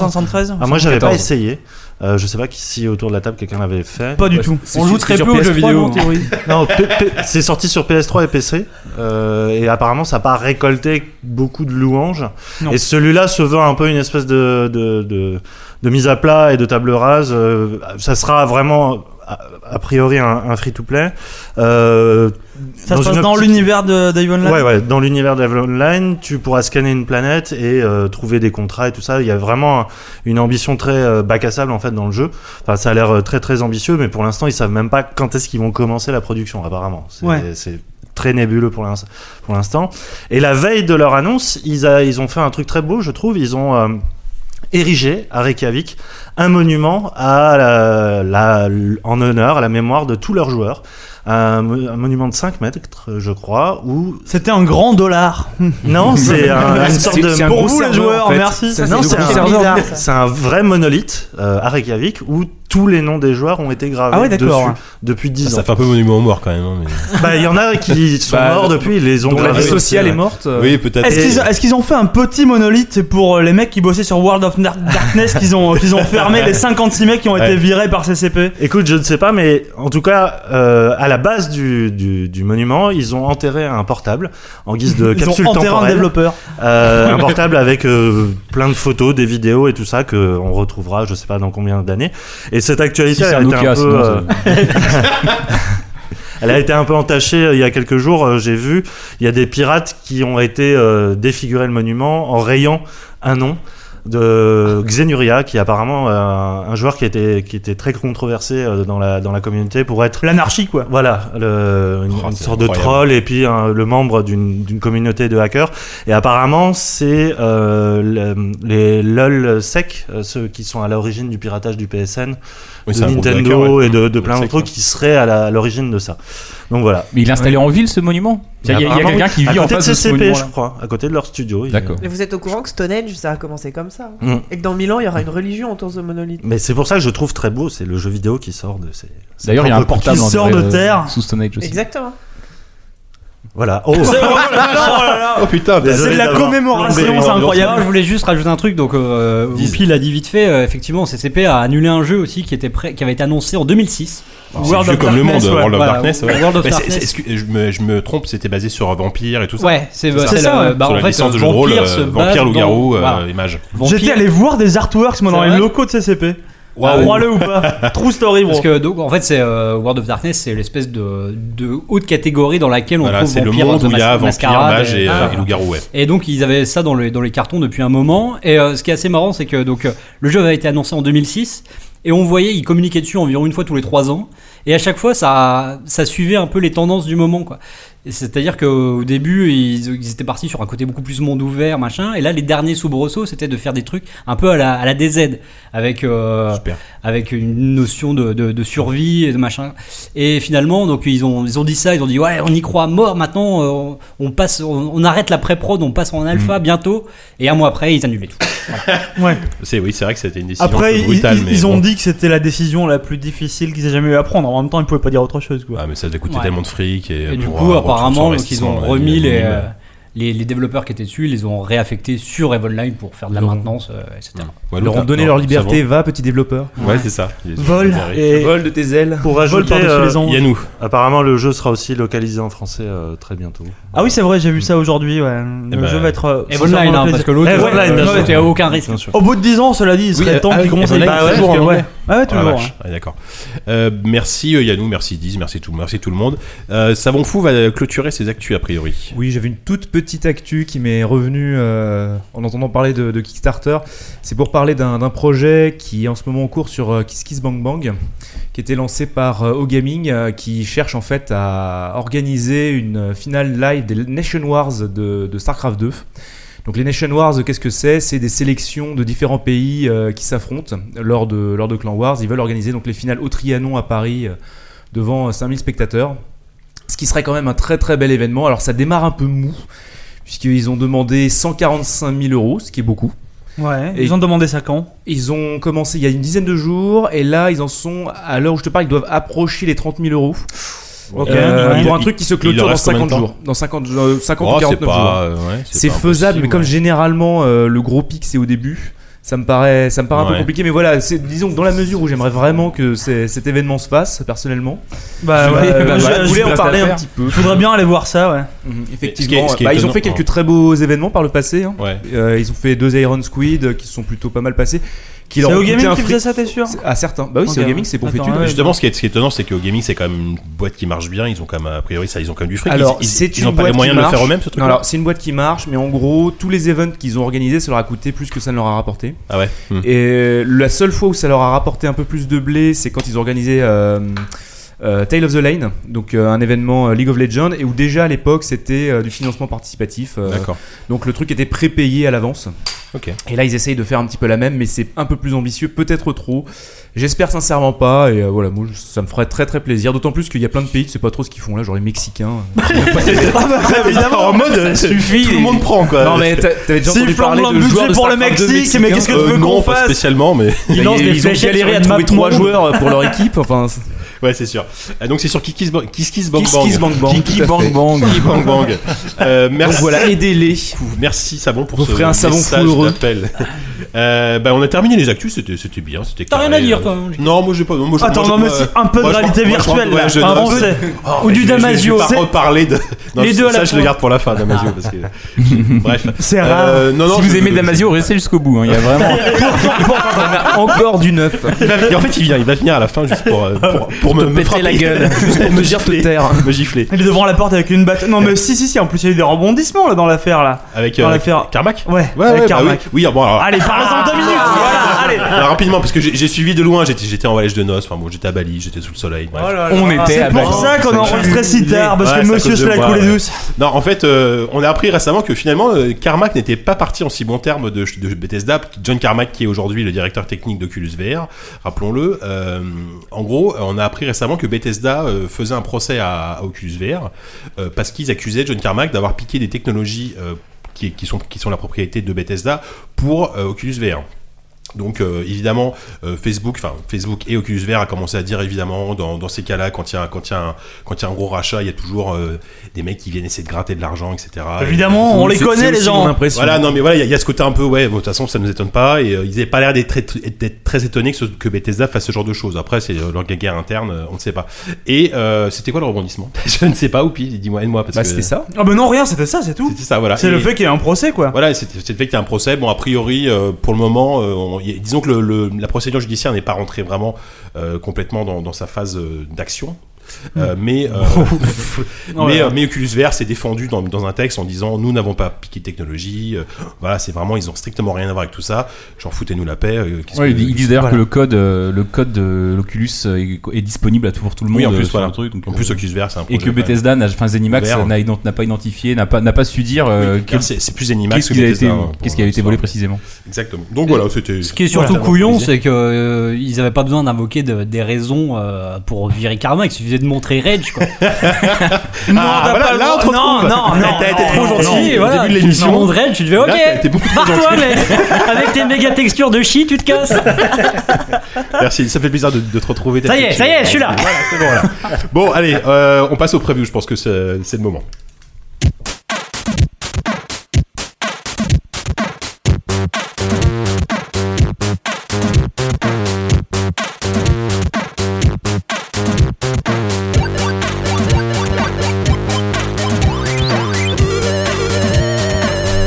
Speaker 9: 514.
Speaker 3: 513.
Speaker 9: Ah, moi j'avais pas
Speaker 5: 14.
Speaker 9: essayé. Euh, je sais pas qui- si autour de la table quelqu'un l'avait fait.
Speaker 3: Pas du tout.
Speaker 5: On joue très peu aux jeux vidéo.
Speaker 9: Non, P- P- c'est sorti sur PS3 et PC, euh, et apparemment ça n'a pas récolté beaucoup de louanges.
Speaker 3: Non.
Speaker 9: Et celui-là se veut un peu une espèce de, de, de- de mise à plat et de table rase. euh, ça sera vraiment, a, a priori, un, un free-to-play. Euh,
Speaker 3: Ça se
Speaker 9: une
Speaker 3: passe dans
Speaker 9: optique-
Speaker 3: l'univers de d'Ivan Lab.
Speaker 9: Ouais, ouais, dans l'univers d'Evil Online, tu pourras scanner une planète et euh, trouver des contrats et tout ça. Il y a vraiment un- une ambition très euh, bac à sable en fait dans le jeu. Enfin, ça a l'air euh, très très ambitieux, mais pour l'instant, ils savent même pas quand est-ce qu'ils vont commencer la production, apparemment. C'est
Speaker 3: Ouais.
Speaker 9: c'est très nébuleux pour l'ins- pour l'instant. Et la veille de leur annonce, ils, a- ils ont fait un truc très beau, je trouve. Ils ont. euh, érigé à Reykjavik un monument à la- la- en honneur à la mémoire de tous leurs joueurs un, mo- un monument de 5 mètres je crois où
Speaker 3: C'était un grand dollar.
Speaker 9: non, c'est un- une sorte de.
Speaker 5: C'est un
Speaker 3: Pour
Speaker 5: gros
Speaker 3: vous les
Speaker 5: serveur,
Speaker 3: joueurs,
Speaker 5: en fait.
Speaker 3: merci.
Speaker 5: Ça,
Speaker 9: Non,
Speaker 5: c'est
Speaker 9: c'est
Speaker 5: le
Speaker 9: un-
Speaker 5: gros serveur.
Speaker 7: bizarre, ça.
Speaker 9: C'est un vrai monolithe euh, à Reykjavik où tous les noms des joueurs ont été gravés
Speaker 3: Ah ouais,
Speaker 9: dessus
Speaker 3: d'accord.
Speaker 9: depuis 10
Speaker 2: Ça
Speaker 9: ans.
Speaker 2: fait un peu monument aux morts quand même. hein, mais-
Speaker 9: Bah, il y en a qui sont
Speaker 5: Bah,
Speaker 9: morts depuis, ils les ont
Speaker 5: Dont la
Speaker 9: gravés.
Speaker 5: vie
Speaker 9: aussi,
Speaker 5: sociale
Speaker 9: ouais.
Speaker 5: est morte. euh,
Speaker 2: Oui, peut-être.
Speaker 3: Est-ce qu'ils, est-ce qu'ils ont fait un petit monolithe pour euh, les mecs qui bossaient sur World of Nar- Darkness qu'ils ont, qu'ils ont fermé les 56 mecs qui ont
Speaker 2: Ouais.
Speaker 3: été virés par CCP
Speaker 9: Écoute, je ne sais pas, mais en tout cas, euh, à la base du, du- du monument, ils ont enterré un portable en guise de
Speaker 3: Ils
Speaker 9: capsule
Speaker 3: ont enterré un
Speaker 9: temporelle.
Speaker 3: développeur.
Speaker 9: Euh, un portable avec euh, plein de photos, des vidéos et tout ça que on retrouvera, je sais pas dans combien d'années. Et cette
Speaker 5: Si
Speaker 9: actualité
Speaker 5: c'est
Speaker 9: elle a
Speaker 5: un
Speaker 9: été
Speaker 5: Nokia,
Speaker 9: un peu,
Speaker 5: sinon,
Speaker 9: euh, elle a été un peu entachée euh, il y a quelques jours. euh, J'ai vu, il y a des pirates qui ont été euh, défigurés le monument en rayant un nom de Xenuria, qui est apparemment euh, un joueur qui était qui était très controversé euh, dans la dans la communauté pour être
Speaker 3: L'anarchie, quoi.
Speaker 9: voilà, le- une,
Speaker 2: Oh,
Speaker 9: une
Speaker 2: c'est
Speaker 9: sorte de
Speaker 2: incroyable.
Speaker 9: troll et puis un- le membre d'une d'une communauté de hackers. Et apparemment, c'est euh, le- les LOL sec, euh, ceux qui sont à l'origine du piratage du PSN,
Speaker 2: Oui,
Speaker 9: de
Speaker 2: c'est un groupe
Speaker 9: Nintendo
Speaker 2: d'hackers, ouais.
Speaker 9: et de, de plein
Speaker 2: Le
Speaker 9: d'autres
Speaker 2: sec,
Speaker 9: trucs qui seraient à la- à l'origine de ça. Donc voilà.
Speaker 4: Mais il est installé en ville ce monument Il y a, il y a- il y a quelqu'un qui
Speaker 9: à
Speaker 4: vit en
Speaker 9: côté
Speaker 4: face
Speaker 9: de
Speaker 4: de ce
Speaker 9: CCP,
Speaker 4: monument.
Speaker 9: je crois, à côté de leur studio. Ils-
Speaker 5: D'accord.
Speaker 7: Mais vous êtes au courant que Stonehenge, ça a commencé comme ça. hein.
Speaker 9: Mm.
Speaker 7: Et que dans mille ans, il y aura une religion autour de ce monolithe.
Speaker 9: Mais c'est pour ça que je trouve très beau, c'est le jeu vidéo qui sort de ces. ces
Speaker 4: D'ailleurs, il y a un
Speaker 9: propres
Speaker 4: portable
Speaker 9: cookies.
Speaker 4: en
Speaker 3: sort
Speaker 4: vrai,
Speaker 3: de
Speaker 4: euh,
Speaker 3: terre.
Speaker 4: sous Stone Age aussi.
Speaker 7: Exactement.
Speaker 9: Voilà. Oh.
Speaker 2: Oh putain,
Speaker 9: Désolé
Speaker 3: C'est de la
Speaker 9: d'avoir
Speaker 3: commémoration,
Speaker 9: plombé Oh,
Speaker 8: Non,
Speaker 3: c'est
Speaker 8: je
Speaker 3: incroyable.
Speaker 8: voulais juste rajouter un truc. Donc, euh,
Speaker 2: Dis.
Speaker 8: Whoopi l'a dit vite fait. euh, effectivement, CCP a annulé un jeu aussi qui était prêt, qui avait été annoncé en 2006.
Speaker 2: Oh, C'est vieux comme le monde,
Speaker 8: Darkness, ouais.
Speaker 2: World of
Speaker 8: Voilà,
Speaker 2: Darkness. ouais.
Speaker 8: World of
Speaker 2: Mais c'est-
Speaker 8: Darkness.
Speaker 2: c'est- excuse- je, me, je me trompe, c'était basé sur euh, Vampire et tout ça.
Speaker 8: Ouais, c'est
Speaker 2: C'est
Speaker 8: c'est
Speaker 3: ça,
Speaker 8: la-
Speaker 3: ouais.
Speaker 8: bah,
Speaker 2: sur
Speaker 8: en
Speaker 2: la
Speaker 8: fait,
Speaker 2: licence
Speaker 8: euh,
Speaker 2: du jeu de rôle,
Speaker 8: Vampire
Speaker 2: euh,
Speaker 8: se base
Speaker 2: Vampire,
Speaker 8: dans-
Speaker 2: loup-garou, euh,
Speaker 8: voilà.
Speaker 2: image.
Speaker 8: Vampire-
Speaker 3: J'étais allé voir des artworks moi, dans
Speaker 8: C'est
Speaker 3: les
Speaker 8: vrai
Speaker 3: locaux de CCP.
Speaker 2: Waouh.
Speaker 3: Crois-le ou pas. True story,
Speaker 8: Parce
Speaker 3: bro.
Speaker 8: que donc en fait c'est euh, World of Darkness c'est l'espèce de, de haute catégorie dans laquelle on
Speaker 2: Voilà,
Speaker 8: trouve
Speaker 2: c'est le
Speaker 8: vampire,
Speaker 2: monde où il y a
Speaker 8: mas-
Speaker 2: vampire,
Speaker 8: mascarade,
Speaker 2: mage et,
Speaker 8: voilà.
Speaker 2: euh, et loup-garou, ouais.
Speaker 8: Et donc ils avaient ça dans les, dans les cartons depuis un moment. Et euh, ce qui est assez marrant, c'est que donc euh, le jeu avait été annoncé en 2006 et on voyait ils communiquaient dessus environ une fois tous les trois ans. Et à chaque fois, ça, ça suivait un peu les tendances du moment, quoi. Et C'est-à-dire qu'au début, ils, ils étaient partis sur un côté beaucoup plus monde ouvert, machin. Et là, les derniers soubresauts, c'était de faire des trucs un peu à la, à la DZ, avec euh,
Speaker 2: Super.
Speaker 8: avec une notion de, de, de survie et de machin. Et finalement, donc ils ont, ils ont dit ça, ils ont dit ouais, on y croit à mort. Maintenant, euh, on, on passe, on, on arrête la pré-prod, on passe en alpha bientôt. Et un mois après, ils annulaient tout.
Speaker 3: Ouais.
Speaker 2: C'est oui, c'est vrai que c'était une décision un
Speaker 3: Après,
Speaker 2: peu
Speaker 3: ils,
Speaker 2: brutale,
Speaker 3: ils-
Speaker 2: mais
Speaker 3: ils ont
Speaker 2: bon.
Speaker 3: dit que c'était la décision la plus difficile qu'ils aient jamais eu à prendre. En même temps, ils pouvaient pas dire autre chose, quoi.
Speaker 2: Ah mais ça devait coûter
Speaker 8: Ouais.
Speaker 2: tellement de fric et, euh,
Speaker 8: Et du
Speaker 2: pour
Speaker 8: coup,
Speaker 2: un retour sur
Speaker 8: apparemment, donc, ils
Speaker 2: investissement,
Speaker 8: ont
Speaker 2: ouais,
Speaker 8: remis les,
Speaker 2: minimum.
Speaker 8: euh, les, les développeurs qui étaient dessus, ils les ont réaffectés sur Evolline pour faire de la
Speaker 5: Leur-
Speaker 8: maintenance, euh, etc.
Speaker 2: Ouais,
Speaker 5: Mmh. Leur
Speaker 2: Lou,
Speaker 5: ont donné
Speaker 2: non,
Speaker 5: leur
Speaker 2: ça
Speaker 5: liberté, va petit développeur.
Speaker 2: vaut. Ouais, c'est ça. Ils-
Speaker 3: Vol.
Speaker 2: ils-
Speaker 9: Et
Speaker 5: Vol de tes ailes.
Speaker 9: Pour
Speaker 3: Vol
Speaker 9: ajouter,
Speaker 3: par-dessus
Speaker 9: euh,
Speaker 3: les anges.
Speaker 2: Yannou.
Speaker 9: apparemment le jeu sera aussi localisé en français euh, très bientôt.
Speaker 3: Ah oui, c'est vrai, j'ai vu ça aujourd'hui, ouais. Le
Speaker 2: ben,
Speaker 3: jeu va être. euh,
Speaker 8: Evolline,
Speaker 3: sincèrement
Speaker 8: hein, parce que l'autre,
Speaker 9: Evolline,
Speaker 8: euh,
Speaker 9: bien
Speaker 8: l'autre,
Speaker 9: sûr.
Speaker 8: il y a aucun risque.
Speaker 9: Bien sûr.
Speaker 3: Au bout de 10 ans, cela dit, il serait
Speaker 2: Oui,
Speaker 3: temps
Speaker 2: ah
Speaker 3: qu'ils
Speaker 2: oui,
Speaker 3: commencent à
Speaker 2: Evolline,
Speaker 3: y
Speaker 2: c'est
Speaker 3: passer, parce
Speaker 2: toujours en
Speaker 8: hein.
Speaker 3: que,
Speaker 2: anglais.
Speaker 3: ouais. Ouais, ouais,
Speaker 2: Oh la
Speaker 3: toujours, hein.
Speaker 2: vache. Ouais, D'accord. Euh, merci euh, Yannou, merci Diz, merci tout, merci tout le monde. Euh, Savon Fou va clôturer ses actus a priori.
Speaker 5: Oui, j'avais une toute petite actu qui m'est revenue euh, en entendant parler de, de Kickstarter. C'est pour parler d'un d'un projet qui est en ce moment en cours sur euh, Kiss Kiss Bang Bang, qui était lancé par euh, O-Gaming, euh, qui cherche en fait à organiser une euh, finale live des Nation Wars de, de StarCraft 2. Donc les Nation Wars, euh, qu'est-ce que c'est C'est des sélections de différents pays euh, qui s'affrontent lors de, lors de Clan Wars. Ils veulent organiser donc les finales au Trianon à Paris euh, devant euh, 5000 spectateurs. Ce qui serait quand même un très très bel événement. Alors ça démarre un peu mou, puisqu'ils ont demandé 145 000 euros, ce qui est beaucoup.
Speaker 3: Ouais,
Speaker 5: Et-
Speaker 3: ils ont demandé ça quand
Speaker 5: Ils ont commencé il y a une dizaine de jours, et là ils en sont, à l'heure où je te parle, ils doivent approcher les 30 000 euros.
Speaker 3: Ok.
Speaker 5: Euh,
Speaker 2: Il-
Speaker 5: pour un
Speaker 2: il-
Speaker 5: truc qui se
Speaker 2: il
Speaker 5: clôture
Speaker 2: leur
Speaker 5: dans
Speaker 2: reste combien
Speaker 5: 50
Speaker 2: de temps
Speaker 5: jours. Dans 50, euh, 50 ou
Speaker 2: Oh, c'est
Speaker 5: 49 jours.
Speaker 2: pas, euh, ouais,
Speaker 5: C'est
Speaker 2: pas
Speaker 5: faisable, mais
Speaker 2: impossible,
Speaker 5: comme
Speaker 2: ouais.
Speaker 5: généralement euh, le gros pic c'est au début, ça me paraît, ça me paraît un peu
Speaker 2: Ouais.
Speaker 5: compliqué. Mais voilà, c'est- disons que dans la mesure où j'aimerais vraiment que c'est- cet événement se fasse, personnellement,
Speaker 3: Bah
Speaker 5: ouais,
Speaker 3: ouais,
Speaker 5: bah,
Speaker 3: je,
Speaker 5: bah,
Speaker 3: je
Speaker 5: vous
Speaker 3: voulais
Speaker 5: restez
Speaker 3: en
Speaker 5: à
Speaker 3: parler
Speaker 5: faire.
Speaker 3: un petit peu. Faudrait bien aller voir ça, ouais.
Speaker 5: Mhm,
Speaker 8: Mm-hmm.
Speaker 5: effectivement,
Speaker 2: ce qui est
Speaker 5: bah, ils ont
Speaker 2: étonnant- hein.
Speaker 5: fait quelques très beaux événements par le passé. hein.
Speaker 2: Ouais.
Speaker 5: Euh, ils ont fait deux Iron Squid euh, qui sont plutôt pas mal passés. Qui
Speaker 3: C'est
Speaker 5: leur ont
Speaker 3: au
Speaker 5: coûté
Speaker 3: gaming
Speaker 5: un
Speaker 3: qui
Speaker 5: fric-
Speaker 3: faisait ça, t'es sûr
Speaker 5: C'est- Ah certains. Bah oui, c'est
Speaker 3: Ok,
Speaker 5: au gaming,
Speaker 3: ouais.
Speaker 5: c'est pour
Speaker 3: Attends,
Speaker 5: Fétude.
Speaker 3: ouais.
Speaker 2: Justement, ce qui est, ce qui est étonnant, c'est qu'au gaming, c'est quand même une boîte qui marche bien. Ils ont quand même, a priori, ça, ils ont quand même du fric.
Speaker 5: Alors,
Speaker 2: ils,
Speaker 5: c'est
Speaker 2: ils, ils ont
Speaker 5: une
Speaker 2: pas les
Speaker 5: boîte
Speaker 2: moyens
Speaker 5: qui
Speaker 2: de le faire
Speaker 5: marche.
Speaker 2: eux-mêmes, ce truc.
Speaker 5: Non, alors c'est une boîte qui marche, mais en gros, tous les events qu'ils ont organisés, ça leur a coûté plus que ça ne leur a rapporté.
Speaker 2: Ah ouais. Hmm.
Speaker 5: Et la seule fois où ça leur a rapporté un peu plus de blé, c'est quand ils ont organisé euh, euh, Tale of the Lane, donc euh, un événement euh, League of Legends, et où déjà à l'époque c'était euh, du financement participatif. euh,
Speaker 2: D'accord.
Speaker 5: donc le truc était prépayé à l'avance.
Speaker 2: Ok.
Speaker 5: Et là ils essayent de faire un petit peu la même, mais c'est un peu plus ambitieux, peut-être trop. J'espère sincèrement pas, et euh, voilà, moi je- ça me ferait très très plaisir. D'autant plus qu'il y a plein de pays, tu sais pas trop ce qu'ils font là, genre les Mexicains. euh.
Speaker 3: Ah, bah,
Speaker 5: Ah bah,
Speaker 2: en
Speaker 3: euh,
Speaker 2: mode,
Speaker 5: suffit.
Speaker 2: tout le monde prend quoi.
Speaker 5: non mais t'a- t'avais déjà
Speaker 3: S'ils
Speaker 5: entendu
Speaker 3: flambent
Speaker 5: parler
Speaker 3: dans
Speaker 5: de
Speaker 3: le budget
Speaker 5: joueurs de
Speaker 3: pour le
Speaker 5: StarCraft deux
Speaker 3: Mexique, mais qu'est-ce que
Speaker 5: Mexicains.
Speaker 3: tu
Speaker 2: Euh,
Speaker 3: veux qu'on
Speaker 2: non, pas
Speaker 3: fasse
Speaker 2: spécialement, mais
Speaker 5: Ils,
Speaker 3: lancent des
Speaker 5: ont
Speaker 3: fléchettes
Speaker 5: galéré
Speaker 3: sur
Speaker 5: à
Speaker 3: une map
Speaker 5: trouver trois
Speaker 3: monde.
Speaker 5: joueurs euh, pour leur équipe. Enfin, c'est-
Speaker 2: ouais, c'est sûr. Euh, Donc c'est sur Kiss Kiss Bang Kiss Kiss Bang
Speaker 5: Kiss
Speaker 2: Bang.
Speaker 5: Kiss Bang Bang,
Speaker 4: Kiki
Speaker 5: tout à
Speaker 4: Bang
Speaker 5: fait.
Speaker 4: Bang.
Speaker 2: Kiss Bang Bang. Euh,
Speaker 5: Donc
Speaker 2: Merci.
Speaker 5: voilà, aidez-les.
Speaker 2: Merci Savon pour
Speaker 5: Vous
Speaker 2: ce
Speaker 5: ferez un savon
Speaker 2: message
Speaker 5: fou heureux.
Speaker 2: d'appel. Euh, bah, on a terminé les actus, c'était c'était bien, c'était
Speaker 8: T'as rien
Speaker 2: carré,
Speaker 8: à dire,
Speaker 2: euh,
Speaker 8: toi, hein, Lucas.
Speaker 2: Non, moi j'ai pas. Moi, je-
Speaker 3: Attends,
Speaker 2: moi,
Speaker 3: non,
Speaker 2: je-
Speaker 3: mais
Speaker 2: moi,
Speaker 3: c'est un peu de
Speaker 2: moi, je
Speaker 3: réalité
Speaker 2: prends- moi, je prends-
Speaker 3: virtuelle,
Speaker 2: ouais,
Speaker 3: là.
Speaker 2: je-
Speaker 3: Enfin,
Speaker 2: non,
Speaker 3: on
Speaker 2: c'est-
Speaker 3: sait.
Speaker 2: Oh,
Speaker 3: Ou
Speaker 2: mais
Speaker 3: du
Speaker 2: je- je-
Speaker 3: Damasio,
Speaker 2: Je vais
Speaker 3: c'est-
Speaker 2: pas reparler de. Non,
Speaker 3: Les deux à
Speaker 2: ça,
Speaker 3: la
Speaker 2: je le
Speaker 3: fois.
Speaker 2: garde pour la fin, Damasio, parce que. Bref.
Speaker 3: C'est rare.
Speaker 2: Euh, non, non,
Speaker 4: si vous
Speaker 2: je-
Speaker 4: aimez Damasio, restez jusqu'au bout. hein, Il y a vraiment.
Speaker 5: Encore du neuf.
Speaker 2: Il va- et en fait, il vient, il va venir à la fin juste pour, euh, pour, pour me, me
Speaker 4: péter
Speaker 2: frapper
Speaker 4: la gueule.
Speaker 2: juste pour me
Speaker 5: Te
Speaker 2: gifler,
Speaker 5: taire.
Speaker 2: me gifler.
Speaker 3: Il est devant la porte avec une batte. Non, mais si, si, si, en plus, il y a eu des rebondissements là dans l'affaire là.
Speaker 2: Avec
Speaker 3: Dans
Speaker 2: euh,
Speaker 3: l'affaire-
Speaker 2: Carmack.
Speaker 3: Ouais,
Speaker 2: Ouais,
Speaker 3: avec
Speaker 2: ouais, bah oui.
Speaker 3: Carmack.
Speaker 2: Oui, bon, alors,
Speaker 3: Allez, parlez-en deux minutes
Speaker 10: Ah,
Speaker 2: Ah,
Speaker 3: Voilà, Ah, allez
Speaker 2: alors, rapidement, parce que j'ai j'ai suivi de loin. J'étais, j'étais en voyage de noces. Enfin bon, j'étais à Bali, j'étais sous le soleil. Bref.
Speaker 4: On était à
Speaker 3: Oh C'est pour
Speaker 4: Bali.
Speaker 3: ça qu'on a enregistré si tard, parce
Speaker 2: Ouais,
Speaker 3: que
Speaker 2: c'est à
Speaker 3: monsieur
Speaker 2: cause
Speaker 3: se
Speaker 2: de
Speaker 3: la
Speaker 2: moi,
Speaker 3: coulée
Speaker 2: ouais.
Speaker 3: douce.
Speaker 2: Non, en fait, euh, on a appris récemment que finalement, euh, Carmack n'était pas parti en si bon terme de, de Bethesda. John Carmack, qui est aujourd'hui le directeur technique d'Oculus VR, rappelons-le. euh, en gros, euh, on a appris récemment que Bethesda euh, faisait un procès à, à Oculus VR euh, parce qu'ils accusaient John Carmack d'avoir piqué des technologies euh, qui, qui sont, qui sont la propriété de Bethesda pour euh, Oculus VR. Donc euh, évidemment euh, Facebook, enfin Facebook et Oculus VR a commencé à dire évidemment dans, dans ces cas-là quand il y a un- quand il y a un quand il y a un gros rachat il y a toujours euh, des mecs qui viennent essayer de gratter de l'argent etc.
Speaker 3: Évidemment, on les
Speaker 5: C'est-
Speaker 3: connaît
Speaker 5: c'est
Speaker 3: les
Speaker 5: aussi mon
Speaker 3: gens.
Speaker 5: impression.
Speaker 2: Voilà, non, mais voilà, il y a- il y, a ce côté un peu, ouais, bon, de toute façon, ça nous étonne pas, et euh, ils n'avaient pas l'air d'être très, d'être très étonnés que, ce- que Bethesda fasse ce genre de choses. Après, c'est euh, leur guerre interne, euh, on ne sait pas. Et euh, c'était quoi le rebondissement Je ne sais pas, ou puis dis-moi, aide-moi, parce
Speaker 5: Bah
Speaker 2: que.
Speaker 5: c'était ça.
Speaker 3: Ah bah non, rien, c'était ça, c'est tout.
Speaker 2: C'était ça, voilà.
Speaker 3: C'est le
Speaker 2: Et-
Speaker 3: fait qu'il y ait un procès quoi.
Speaker 2: voilà, c'est c'est le fait qu'il y a un procès. Bon, a priori, euh, pour le moment, euh, on- y- disons que le- le- la procédure judiciaire n'est pas rentrée vraiment euh, complètement dans, dans sa phase euh, d'action. Euh, mais, euh,
Speaker 3: Hmm. Non,
Speaker 2: mais,
Speaker 3: ouais.
Speaker 2: euh, mais Oculus VR s'est défendu dans, dans un texte en disant nous n'avons pas piqué de technologie. euh, voilà, c'est vraiment ils ont strictement rien à voir avec tout ça. Genre foutez-nous la paix. euh, qu'est-ce
Speaker 4: Ouais,
Speaker 2: que-
Speaker 4: ils ils disent d'ailleurs que le code, euh, le code de l'Oculus euh, est, est disponible à tout pour tout le monde.
Speaker 2: Oui, en
Speaker 4: euh,
Speaker 2: plus,
Speaker 4: sur
Speaker 2: voilà.
Speaker 4: le truc, donc,
Speaker 2: En plus,
Speaker 4: euh,
Speaker 2: Oculus VR, c'est un
Speaker 4: et
Speaker 2: projet,
Speaker 4: que Bethesda, n'a- enfin Zenimax
Speaker 2: Ouvert.
Speaker 4: n'a ident- n'a pas identifié, n'a pas, n'a pas su dire
Speaker 2: ouais.
Speaker 4: euh,
Speaker 2: Oui,
Speaker 4: quel-
Speaker 2: car c'est c'est plus Animax
Speaker 4: qu'est-ce
Speaker 2: que
Speaker 4: qui a été,
Speaker 2: Bethesda, hein, pour-
Speaker 4: qu'est-ce qui a été
Speaker 2: pour
Speaker 4: volé
Speaker 2: savoir.
Speaker 4: précisément.
Speaker 2: Exactement. Donc voilà, c'était.
Speaker 8: Ce qui est surtout
Speaker 2: Voilà.
Speaker 8: couillon, c'est que euh, ils avaient pas besoin d'invoquer de- des raisons euh, pour virer Karma. Il suffisait de montrer Rage. Quoi.
Speaker 3: Non,
Speaker 2: Ah,
Speaker 3: t'as
Speaker 2: voilà,
Speaker 3: pas le
Speaker 2: là, on te
Speaker 3: droit- non,
Speaker 2: retrouve.
Speaker 3: non, non,
Speaker 2: T'as été
Speaker 3: non,
Speaker 2: trop
Speaker 3: non,
Speaker 2: gentil.
Speaker 8: Si,
Speaker 2: au
Speaker 8: voilà,
Speaker 2: début de
Speaker 8: tu-
Speaker 2: l'émission.
Speaker 8: Tu montres Rage, tu te fais
Speaker 2: Là, t'as été
Speaker 8: OK.
Speaker 2: beaucoup trop
Speaker 8: Barre-toi,
Speaker 2: gentil.
Speaker 8: mec. Avec tes méga textures de shit, tu te casses.
Speaker 2: Merci, ça fait plaisir de, de te retrouver.
Speaker 8: Ça y est, ça y est, je suis là.
Speaker 2: Voilà, c'est bon, voilà. Bon, allez, euh, on passe au preview, je pense que c'est c'est le moment.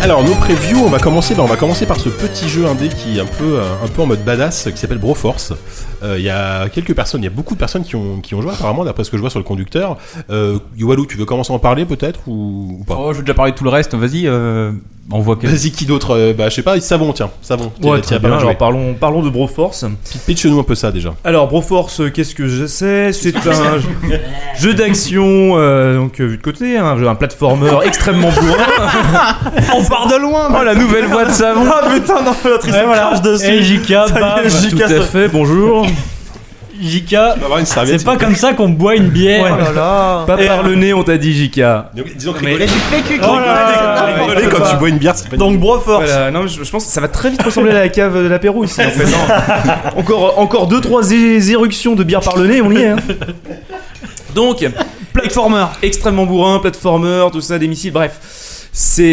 Speaker 2: Alors nos previews, on va commencer, bah, on va commencer par ce petit jeu indé qui est un peu, euh, un peu en mode badass, qui s'appelle Broforce. Euh, Il y a quelques personnes, il y a beaucoup de personnes qui ont, qui ont joué apparemment, d'après ce que je vois sur le conducteur. Euh, Yoalou, tu veux commencer à en parler peut-être ou, ou pas
Speaker 4: Oh, je vais déjà parler de tout le reste. Vas-y, euh, on voit que.
Speaker 2: Vas-y, qui d'autre Euh, Bah je sais pas, Savon, tiens, Savon. t'y-
Speaker 5: Ouais,
Speaker 2: t'y as
Speaker 5: très
Speaker 2: pas
Speaker 5: bien.
Speaker 2: mal joué.
Speaker 5: Alors parlons, parlons de Broforce.
Speaker 2: Pitch-nous un peu ça déjà.
Speaker 5: Alors Broforce, euh, qu'est-ce que je sais C'est un jeu- jeu d'action, euh, donc euh, vu de côté, un, jeu- un platformer extrêmement bourrin.
Speaker 3: On part de loin
Speaker 4: Oh, la nouvelle voix de savon
Speaker 5: ah putain, non, la triste crache dessus.
Speaker 8: Et JK,
Speaker 5: Ça y est,
Speaker 8: bam.
Speaker 5: JK,
Speaker 8: Tout à
Speaker 5: ça- fait, bonjour.
Speaker 8: JK,
Speaker 2: avoir une serviette.
Speaker 8: c'est pas comme ça qu'on boit une bière.
Speaker 5: Ouais. Oh Pas par le nez, on t'a dit JK.
Speaker 2: Donc, disons que rigoler,
Speaker 5: Oh là là,
Speaker 2: rigoler quand tu bois une bière, c'est pas une-
Speaker 5: donc Broforce. non, mais je, je pense que ça va très vite ressembler à la cave de l'apéro ici. En fait, non. encore, encore deux, trois é- éruptions de bière par le nez, on y est. hein. Donc,
Speaker 3: Platformer.
Speaker 5: extrêmement bourrin, platformer, tout ça, des missiles, bref.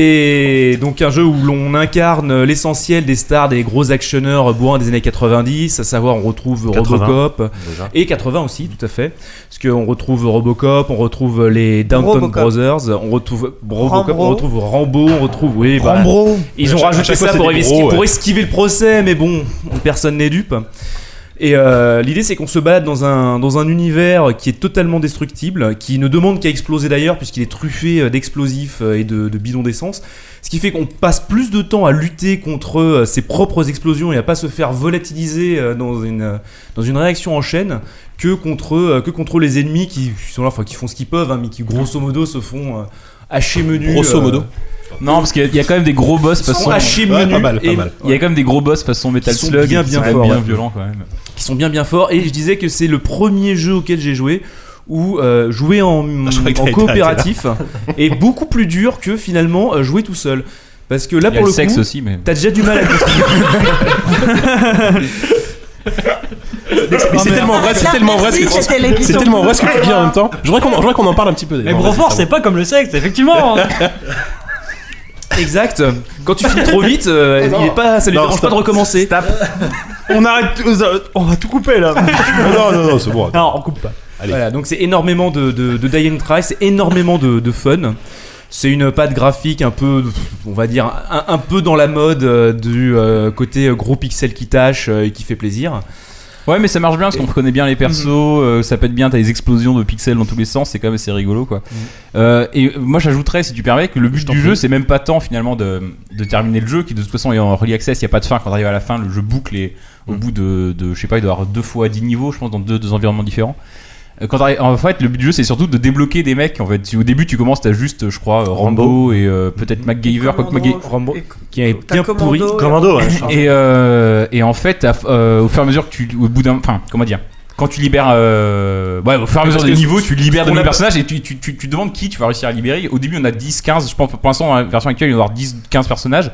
Speaker 5: C'est donc un jeu où l'on incarne l'essentiel des stars des gros actionneurs bourrins des années 90, à savoir on retrouve
Speaker 9: 80,
Speaker 5: Robocop et 80 aussi, tout à fait. Parce qu'on retrouve Robocop, on retrouve les Downton
Speaker 7: Robocop.
Speaker 5: Brothers, on retrouve Robocop,
Speaker 7: Rambo.
Speaker 5: on retrouve Rambo, on retrouve oui, bah,
Speaker 6: Rambro.
Speaker 5: ils
Speaker 2: À
Speaker 5: ont
Speaker 2: chaque- à
Speaker 5: rajouté
Speaker 2: chaque fois,
Speaker 5: ça
Speaker 2: c'est
Speaker 5: pour,
Speaker 2: des
Speaker 5: esquiver,
Speaker 2: gros, ouais.
Speaker 5: pour esquiver le procès, mais bon, personne n'est dupe. Et euh, l'idée, c'est qu'on se balade dans un, dans un univers qui est totalement destructible, qui ne demande qu'à exploser d'ailleurs, puisqu'il est truffé euh, d'explosifs euh, et de, de bidons d'essence. Ce qui fait qu'on passe plus de temps à lutter contre euh, ses propres explosions et à pas se faire volatiliser euh, dans une, euh, dans une réaction en chaîne que contre, euh, que contre les ennemis qui, sont là, enfin, qui font ce qu'ils peuvent, hein, mais qui grosso modo se font euh, hacher menu.
Speaker 2: Grosso
Speaker 5: euh,
Speaker 2: modo.
Speaker 4: Non, parce qu'il y a- il y a quand même des gros boss
Speaker 5: sont
Speaker 4: façon.
Speaker 5: hachés
Speaker 2: Ouais,
Speaker 5: menu
Speaker 2: pas mal, pas
Speaker 5: et-
Speaker 2: mal.
Speaker 4: Il y a quand même des gros boss façon Metal
Speaker 5: Qui sont
Speaker 4: Slug.
Speaker 5: bien,
Speaker 4: qui
Speaker 5: bien
Speaker 4: sont quand même
Speaker 5: forts,
Speaker 4: bien
Speaker 5: ouais.
Speaker 4: violents quand même.
Speaker 5: qui sont bien bien forts. Et je disais que c'est le premier jeu auquel j'ai joué où euh, jouer en,
Speaker 4: Ah,
Speaker 2: je croyais que
Speaker 5: en
Speaker 2: t'allais
Speaker 5: coopératif est beaucoup plus dur que finalement euh, jouer tout seul. Parce que là,
Speaker 4: Il y a
Speaker 5: pour
Speaker 4: le
Speaker 5: le
Speaker 4: sexe
Speaker 5: coup,
Speaker 4: aussi, mais.
Speaker 5: t'as déjà du mal à
Speaker 2: Mais c'est tellement vrai, c'est tellement vrai ce que tu-
Speaker 7: c'était l'épisode.
Speaker 2: C'est tellement vrai ce que tu dis en même temps. Je voudrais qu'on je voudrais qu'on en parle un petit peu.
Speaker 8: Mais
Speaker 2: d'ailleurs.
Speaker 8: Broforce, c'est pas comme le sexe, effectivement. hein.
Speaker 5: exact. Quand tu files trop vite, euh, il est pas, ça lui
Speaker 2: Ah, Non,
Speaker 5: dérange
Speaker 2: stop. Ah,
Speaker 5: pas de recommencer.
Speaker 3: On arrête. On va tout couper là.
Speaker 2: Non, non, non, c'est bon.
Speaker 3: non, on coupe pas.
Speaker 2: Allez.
Speaker 5: Voilà, donc c'est énormément de, de, de die and try, c'est énormément de, de fun. C'est une patte graphique un peu, on va dire, un, un peu dans la mode euh, du euh, côté euh, gros pixel qui tâche euh, et qui fait plaisir. Mhm.
Speaker 4: Ouais, mais ça marche bien parce qu'on reconnaît bien les persos, euh, ça pète bien, t'as des explosions de pixels dans tous les sens, c'est quand même assez rigolo quoi.
Speaker 5: Mhm.
Speaker 4: Euh, et moi j'ajouterais, si tu permets, que le but du jeu c'est même pas tant finalement de, de terminer le jeu, qui de toute façon est en early access, il a pas de fin, quand t'arrives à la fin, le jeu boucle et
Speaker 5: Mhm.
Speaker 4: au bout de, de, je sais pas, il doit y avoir deux fois 10 niveaux, je pense, dans deux, deux environnements différents. Euh, Quand t'arrives- en fait, le but du jeu c'est surtout de débloquer des mecs. En fait, Si au début tu commences, t'as juste, je crois, euh, Rambo, et euh, peut-être MacGyver, quoi que MacGy-
Speaker 5: Rambo,
Speaker 7: Et-
Speaker 5: qui est
Speaker 7: t'as
Speaker 5: bien pourri.
Speaker 7: Commando,
Speaker 9: Commando, ouais.
Speaker 4: et, euh, et en fait, à- euh, au fur et à mesure que tu. Au bout d'un. Enfin, comment dire Quand tu libères. euh, ouais, au fur et à mesure des
Speaker 5: que
Speaker 4: niveaux, tu libères de
Speaker 5: qu'on
Speaker 4: nouveaux
Speaker 5: a-
Speaker 4: personnages et tu, tu, tu, tu demandes qui tu vas réussir à libérer. Au début, on a 10, 15. Je pense pour l'instant, dans la version actuelle, il va y avoir 10, 15 personnages.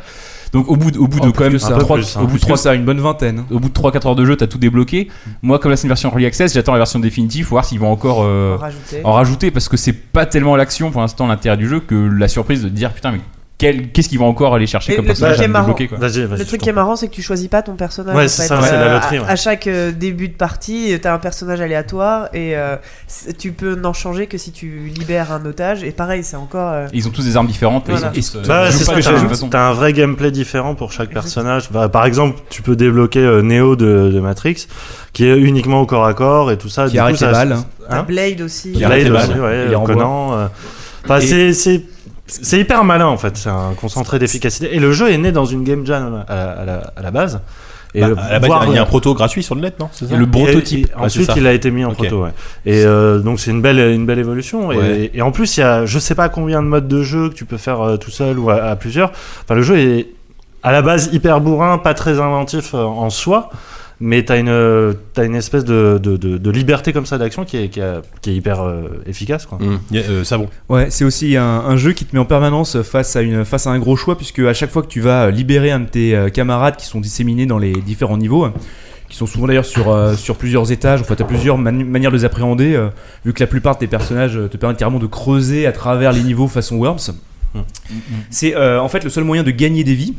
Speaker 4: Donc au bout de, au bout
Speaker 5: Oh,
Speaker 4: de
Speaker 5: plus
Speaker 4: quand même
Speaker 5: que ça.
Speaker 9: Un peu
Speaker 4: 3,
Speaker 9: plus, hein.
Speaker 4: au bout de
Speaker 5: Plus que
Speaker 4: 3,
Speaker 5: ça, une bonne vingtaine. hein. Mm.
Speaker 4: au bout de 3 4 heures de jeu, t'as tout débloqué. Moi, comme là c'est une version early access, j'attends la version définitive, voir s'ils vont encore
Speaker 7: on
Speaker 4: euh,
Speaker 7: va rajouter.
Speaker 4: en rajouter parce que c'est pas tellement l'action pour l'instant l'intérêt du jeu que la surprise de dire putain mais quel- qu'est-ce qu'ils vont encore aller chercher
Speaker 7: Et
Speaker 4: comme
Speaker 7: le
Speaker 4: personnage
Speaker 7: truc
Speaker 4: à
Speaker 7: est marrant.
Speaker 4: débloquer quoi.
Speaker 9: Vas-y, vas-y.
Speaker 7: Le truc qui est marrant, c'est que tu choisis pas ton personnage.
Speaker 9: Ouais,
Speaker 7: en
Speaker 9: c'est
Speaker 7: fait.
Speaker 9: ça, c'est la loterie,
Speaker 7: à-
Speaker 9: ouais.
Speaker 7: À, chaque euh, début de partie, euh, t'as un personnage aléatoire et euh, c'est- tu peux n'en changer que si tu libères un otage. Et pareil, c'est encore. euh,
Speaker 4: Et Ils ont tous des armes différentes. et
Speaker 7: Voilà.
Speaker 4: ils sont tous, euh,
Speaker 9: Bah,
Speaker 4: ils jouent
Speaker 9: c'est
Speaker 4: pas
Speaker 9: ce que
Speaker 4: de la même
Speaker 9: j'ajoute.
Speaker 4: façon.
Speaker 9: T'as un vrai gameplay différent pour chaque personnage. Bah, par exemple, tu peux débloquer euh, Neo de, de Matrix, qui est uniquement au corps à corps et tout ça.
Speaker 5: Qui
Speaker 9: Du coup,
Speaker 5: arrête les
Speaker 9: ça-
Speaker 5: balles.
Speaker 7: t'as
Speaker 9: Hein
Speaker 7: Blade aussi.
Speaker 9: Qui
Speaker 2: arrête
Speaker 9: arrête
Speaker 2: les
Speaker 9: les
Speaker 2: balles.
Speaker 9: balles.
Speaker 5: Il est en bois.
Speaker 9: Conan. euh, Enfin,
Speaker 5: Et-
Speaker 9: c'est- c'est. C'est hyper malin en fait, c'est un concentré d'efficacité. Et le jeu est né dans une game jam euh, à la, à la- à la base. Et
Speaker 2: Bah,
Speaker 9: le-
Speaker 2: à la base,
Speaker 9: voir-
Speaker 2: il y a un proto gratuit sur le net, non C'est ça
Speaker 4: Et le
Speaker 9: Et-
Speaker 4: prototype.
Speaker 9: et
Speaker 2: Ouais,
Speaker 9: ensuite,
Speaker 2: c'est ça.
Speaker 9: il a été mis en
Speaker 2: Ok.
Speaker 9: proto. ouais. Et euh, donc, c'est une belle, une belle évolution. Et-
Speaker 2: Ouais.
Speaker 9: Et, en plus, il y a, je sais pas combien de modes de jeu que tu peux faire euh, tout seul ou à, à plusieurs. Enfin, le jeu est à la base hyper bourrin, pas très inventif euh, en soi. Mais t'as une, euh, t'as une espèce de, de, de- de liberté comme ça d'action qui est, qui, a- qui est hyper euh, efficace. Quoi.
Speaker 2: Hum, y a- euh, savon.
Speaker 5: Ouais, c'est aussi un, un jeu qui te met en permanence face à, une, face à un gros choix, puisque à chaque fois que tu vas euh, libérer un de tes euh, camarades qui sont disséminés dans les différents niveaux, euh, qui sont souvent d'ailleurs sur, euh, sur plusieurs étages, enfin, tu as plusieurs mani- manières de les appréhender, euh, vu que la plupart de tes personnages euh, te permettent carrément de creuser à travers les niveaux façon Worms.
Speaker 4: Mm,
Speaker 3: Mm.
Speaker 5: C'est euh, en fait le seul moyen de gagner des vies,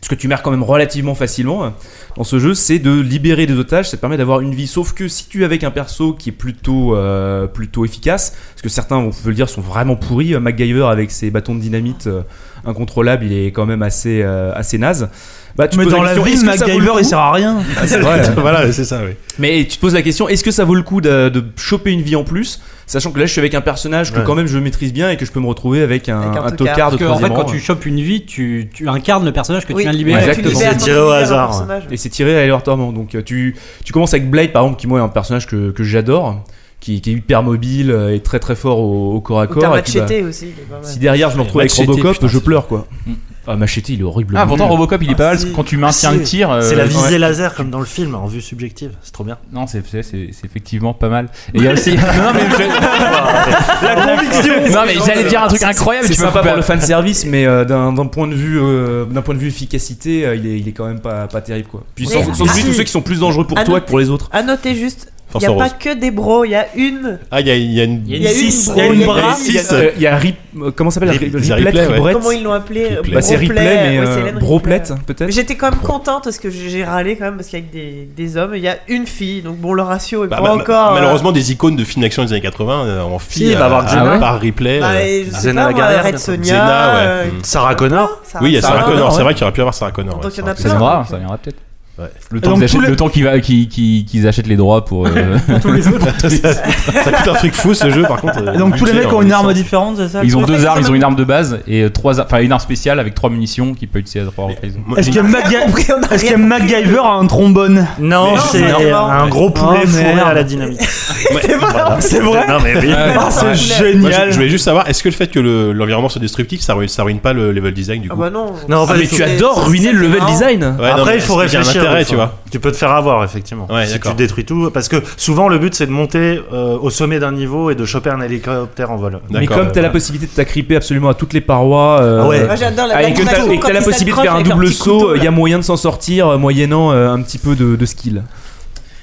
Speaker 5: ce que tu meurs quand même relativement facilement euh, dans ce jeu, c'est de libérer des otages, ça te permet d'avoir une vie. Sauf que si tu es avec un perso qui est plutôt, euh, plutôt efficace, parce que certains, on peut le dire, sont vraiment pourris. euh, MacGyver avec ses bâtons de dynamite euh, incontrôlable, il est quand même assez, euh, assez naze. Bah, tu
Speaker 3: Mais
Speaker 5: poses
Speaker 3: dans la
Speaker 5: question,
Speaker 3: vie,
Speaker 5: est-ce que ça vaut le
Speaker 3: MacGyver, il
Speaker 5: coup
Speaker 3: sert à rien.
Speaker 5: Ah, c'est vrai.
Speaker 2: voilà, c'est ça, oui.
Speaker 5: Mais tu te poses la question, est-ce que ça vaut le coup de, de choper une vie en plus Sachant que là, je suis avec un personnage que
Speaker 9: Ouais.
Speaker 5: quand même je maîtrise bien et que je peux me retrouver avec un,
Speaker 7: Avec un
Speaker 5: un
Speaker 7: tocard.
Speaker 5: tocard
Speaker 8: Parce que, en
Speaker 5: de
Speaker 8: fait,
Speaker 5: troisième
Speaker 8: quand
Speaker 5: rang.
Speaker 8: tu chopes une vie, tu, tu incarnes le personnage que
Speaker 7: Oui,
Speaker 8: tu viens de libérer.
Speaker 5: Exactement.
Speaker 7: tu libères ton
Speaker 9: Tiré au
Speaker 7: univers,
Speaker 9: hasard,
Speaker 7: ton personnage.
Speaker 5: Et c'est tiré à aléatoirement. Donc euh, tu, tu commences avec Blade, par exemple, qui moi est un personnage que, que j'adore, qui, qui est hyper mobile euh, et très très fort au, au corps à
Speaker 7: Ou t'as
Speaker 5: corps. et puis, bah,
Speaker 7: Machete aussi, il est pas mal.
Speaker 5: si derrière je me retrouve avec
Speaker 4: Machete,
Speaker 5: Robocop,
Speaker 4: putain,
Speaker 5: je
Speaker 4: c'est-
Speaker 5: pleure quoi.
Speaker 4: Mm.
Speaker 5: Ah, Machete, il est horrible.
Speaker 4: Ah, pourtant Robocop il est pas mal parce que quand tu maintiens
Speaker 9: Ah,
Speaker 4: le tir. euh,
Speaker 9: C'est la visée
Speaker 4: ouais.
Speaker 9: laser comme dans le film, en vue subjective. C'est trop bien.
Speaker 4: Non, c'est c'est- c'est- c'est effectivement pas mal. Et il y a aussi. non, mais je-
Speaker 5: la conviction
Speaker 4: non, mais j'allais dire un truc incroyable.
Speaker 5: C'est
Speaker 4: tu m'as
Speaker 5: sympa
Speaker 4: coupé
Speaker 5: pour
Speaker 4: à-
Speaker 5: le fan service, mais euh, d'un d'un point de vue, euh, d'un point de vue efficacité, euh, il est, il est quand même pas, pas terrible quoi. Puis
Speaker 7: Mais-
Speaker 5: sans, sans oublier
Speaker 7: Ah,
Speaker 5: tous
Speaker 7: si.
Speaker 5: ceux qui sont plus dangereux pour
Speaker 7: Ah,
Speaker 5: toi
Speaker 7: non.
Speaker 5: que pour les autres.
Speaker 7: À noter juste, il
Speaker 2: Force
Speaker 7: n'y a
Speaker 2: rose.
Speaker 7: pas que des bros, il y a une.
Speaker 2: Ah, il y a, il y a une.
Speaker 8: Il y a
Speaker 7: Il y a une
Speaker 8: six.
Speaker 7: bro,
Speaker 5: Il y a
Speaker 7: il
Speaker 5: une
Speaker 7: y a
Speaker 5: bras,
Speaker 7: six.
Speaker 5: il y a, euh, il y a Rip, euh, comment ça s'appelle la
Speaker 2: Rip-
Speaker 5: Rip-
Speaker 2: c'est
Speaker 5: Riplette,
Speaker 2: Riplette, ouais.
Speaker 5: Ribrette
Speaker 7: Comment ils l'ont appelé
Speaker 2: Ripley.
Speaker 5: Bah c'est
Speaker 7: Bropley,
Speaker 5: Ripley, mais
Speaker 7: ouais,
Speaker 5: euh,
Speaker 7: c'est Hélène
Speaker 5: Broplette
Speaker 7: Ripley. Mais
Speaker 5: peut-être.
Speaker 7: J'étais quand même contente parce que j'ai j'ai râlé quand même parce qu'avec des, des hommes, il y a une fille, donc bon le ratio est
Speaker 2: Bah,
Speaker 7: pas
Speaker 2: ma- ma-
Speaker 7: encore. euh,
Speaker 2: malheureusement, des icônes de films d'action des années 80 euh, en fille
Speaker 9: il va avoir Xena.
Speaker 4: Ah
Speaker 2: par replay.
Speaker 7: bah,
Speaker 2: euh,
Speaker 7: et je sais
Speaker 9: Xena
Speaker 7: pas,
Speaker 9: la
Speaker 7: moi,
Speaker 9: Guerrière,
Speaker 7: Red Sonia,
Speaker 2: Xena, ouais.
Speaker 7: euh,
Speaker 2: Mm.
Speaker 9: Sarah Connor
Speaker 2: oui, il y a
Speaker 7: Sarah
Speaker 2: Sarah
Speaker 7: Connor.
Speaker 2: Connor. C'est vrai qu'il aurait pu y avoir Sarah Connor.
Speaker 7: Donc,
Speaker 2: ouais,
Speaker 7: il y en a
Speaker 2: Sarah
Speaker 4: Ça
Speaker 7: plein.
Speaker 2: Connor.
Speaker 4: viendra, ça viendra peut-être.
Speaker 2: Ouais.
Speaker 4: Le temps
Speaker 3: donc,
Speaker 4: qu'ils achètent-
Speaker 3: tous les-
Speaker 4: le temps qu'ils va- qu'ils- qu'ils- qu'ils achètent les droits pour. euh,
Speaker 2: Ça coûte un fric fou ce jeu, par contre. euh,
Speaker 3: Et donc tous les
Speaker 2: budget,
Speaker 3: mecs
Speaker 2: en
Speaker 3: ont une
Speaker 2: licence.
Speaker 3: arme différente, c'est ça
Speaker 4: Ils ont
Speaker 7: En fait,
Speaker 4: deux
Speaker 7: ils
Speaker 4: armes,
Speaker 7: ont
Speaker 4: ils ont
Speaker 7: même-
Speaker 4: une arme de base et euh, trois, ar- enfin une arme spéciale avec trois munitions qu'ils peuvent utiliser à trois reprises.
Speaker 2: Moi,
Speaker 3: Est-ce que, Maga- Est-ce que MacGyver a un trombone
Speaker 9: Non,
Speaker 2: Mais non,
Speaker 9: c'est
Speaker 7: c'est marrant.
Speaker 9: un gros poulet
Speaker 3: Oh,
Speaker 9: fourré
Speaker 3: merde.
Speaker 9: à la dynamite.
Speaker 3: C'est vrai C'est vrai
Speaker 9: Non, mais oui.
Speaker 4: Ouais.
Speaker 3: Ah, c'est
Speaker 2: Moi, je-
Speaker 3: génial
Speaker 2: je voulais juste savoir, est-ce que le fait que le- l'environnement soit destructif, ça, ruine- ça ruine pas le level design du
Speaker 7: Ah
Speaker 2: coup
Speaker 7: bah non.
Speaker 9: Non,
Speaker 5: Ah,
Speaker 9: pas
Speaker 5: mais
Speaker 9: du tout.
Speaker 5: tu adores ruiner le level design
Speaker 2: Ouais, non,
Speaker 9: Après,
Speaker 2: mais
Speaker 9: il faut
Speaker 2: est-ce qu'il y a un
Speaker 9: réfléchir.
Speaker 2: intérêt,
Speaker 9: des
Speaker 2: tu
Speaker 9: fois.
Speaker 2: vois.
Speaker 9: Tu peux te faire avoir, effectivement.
Speaker 2: Ouais,
Speaker 9: si
Speaker 2: d'accord.
Speaker 9: tu détruis tout. Parce que souvent, le but, c'est de monter euh, au sommet d'un niveau et de choper un hélicoptère en vol.
Speaker 5: Mais
Speaker 2: D'accord,
Speaker 5: comme
Speaker 2: ouais,
Speaker 5: t'as la
Speaker 2: ouais.
Speaker 5: possibilité de t'agripper absolument à toutes les parois, euh,
Speaker 9: Ah ouais.
Speaker 7: Moi j'adore la
Speaker 5: Ah, et que t'as, et que t'as la possibilité de faire un double saut, il y a moyen de s'en sortir euh, moyennant euh, un petit peu de, de skill.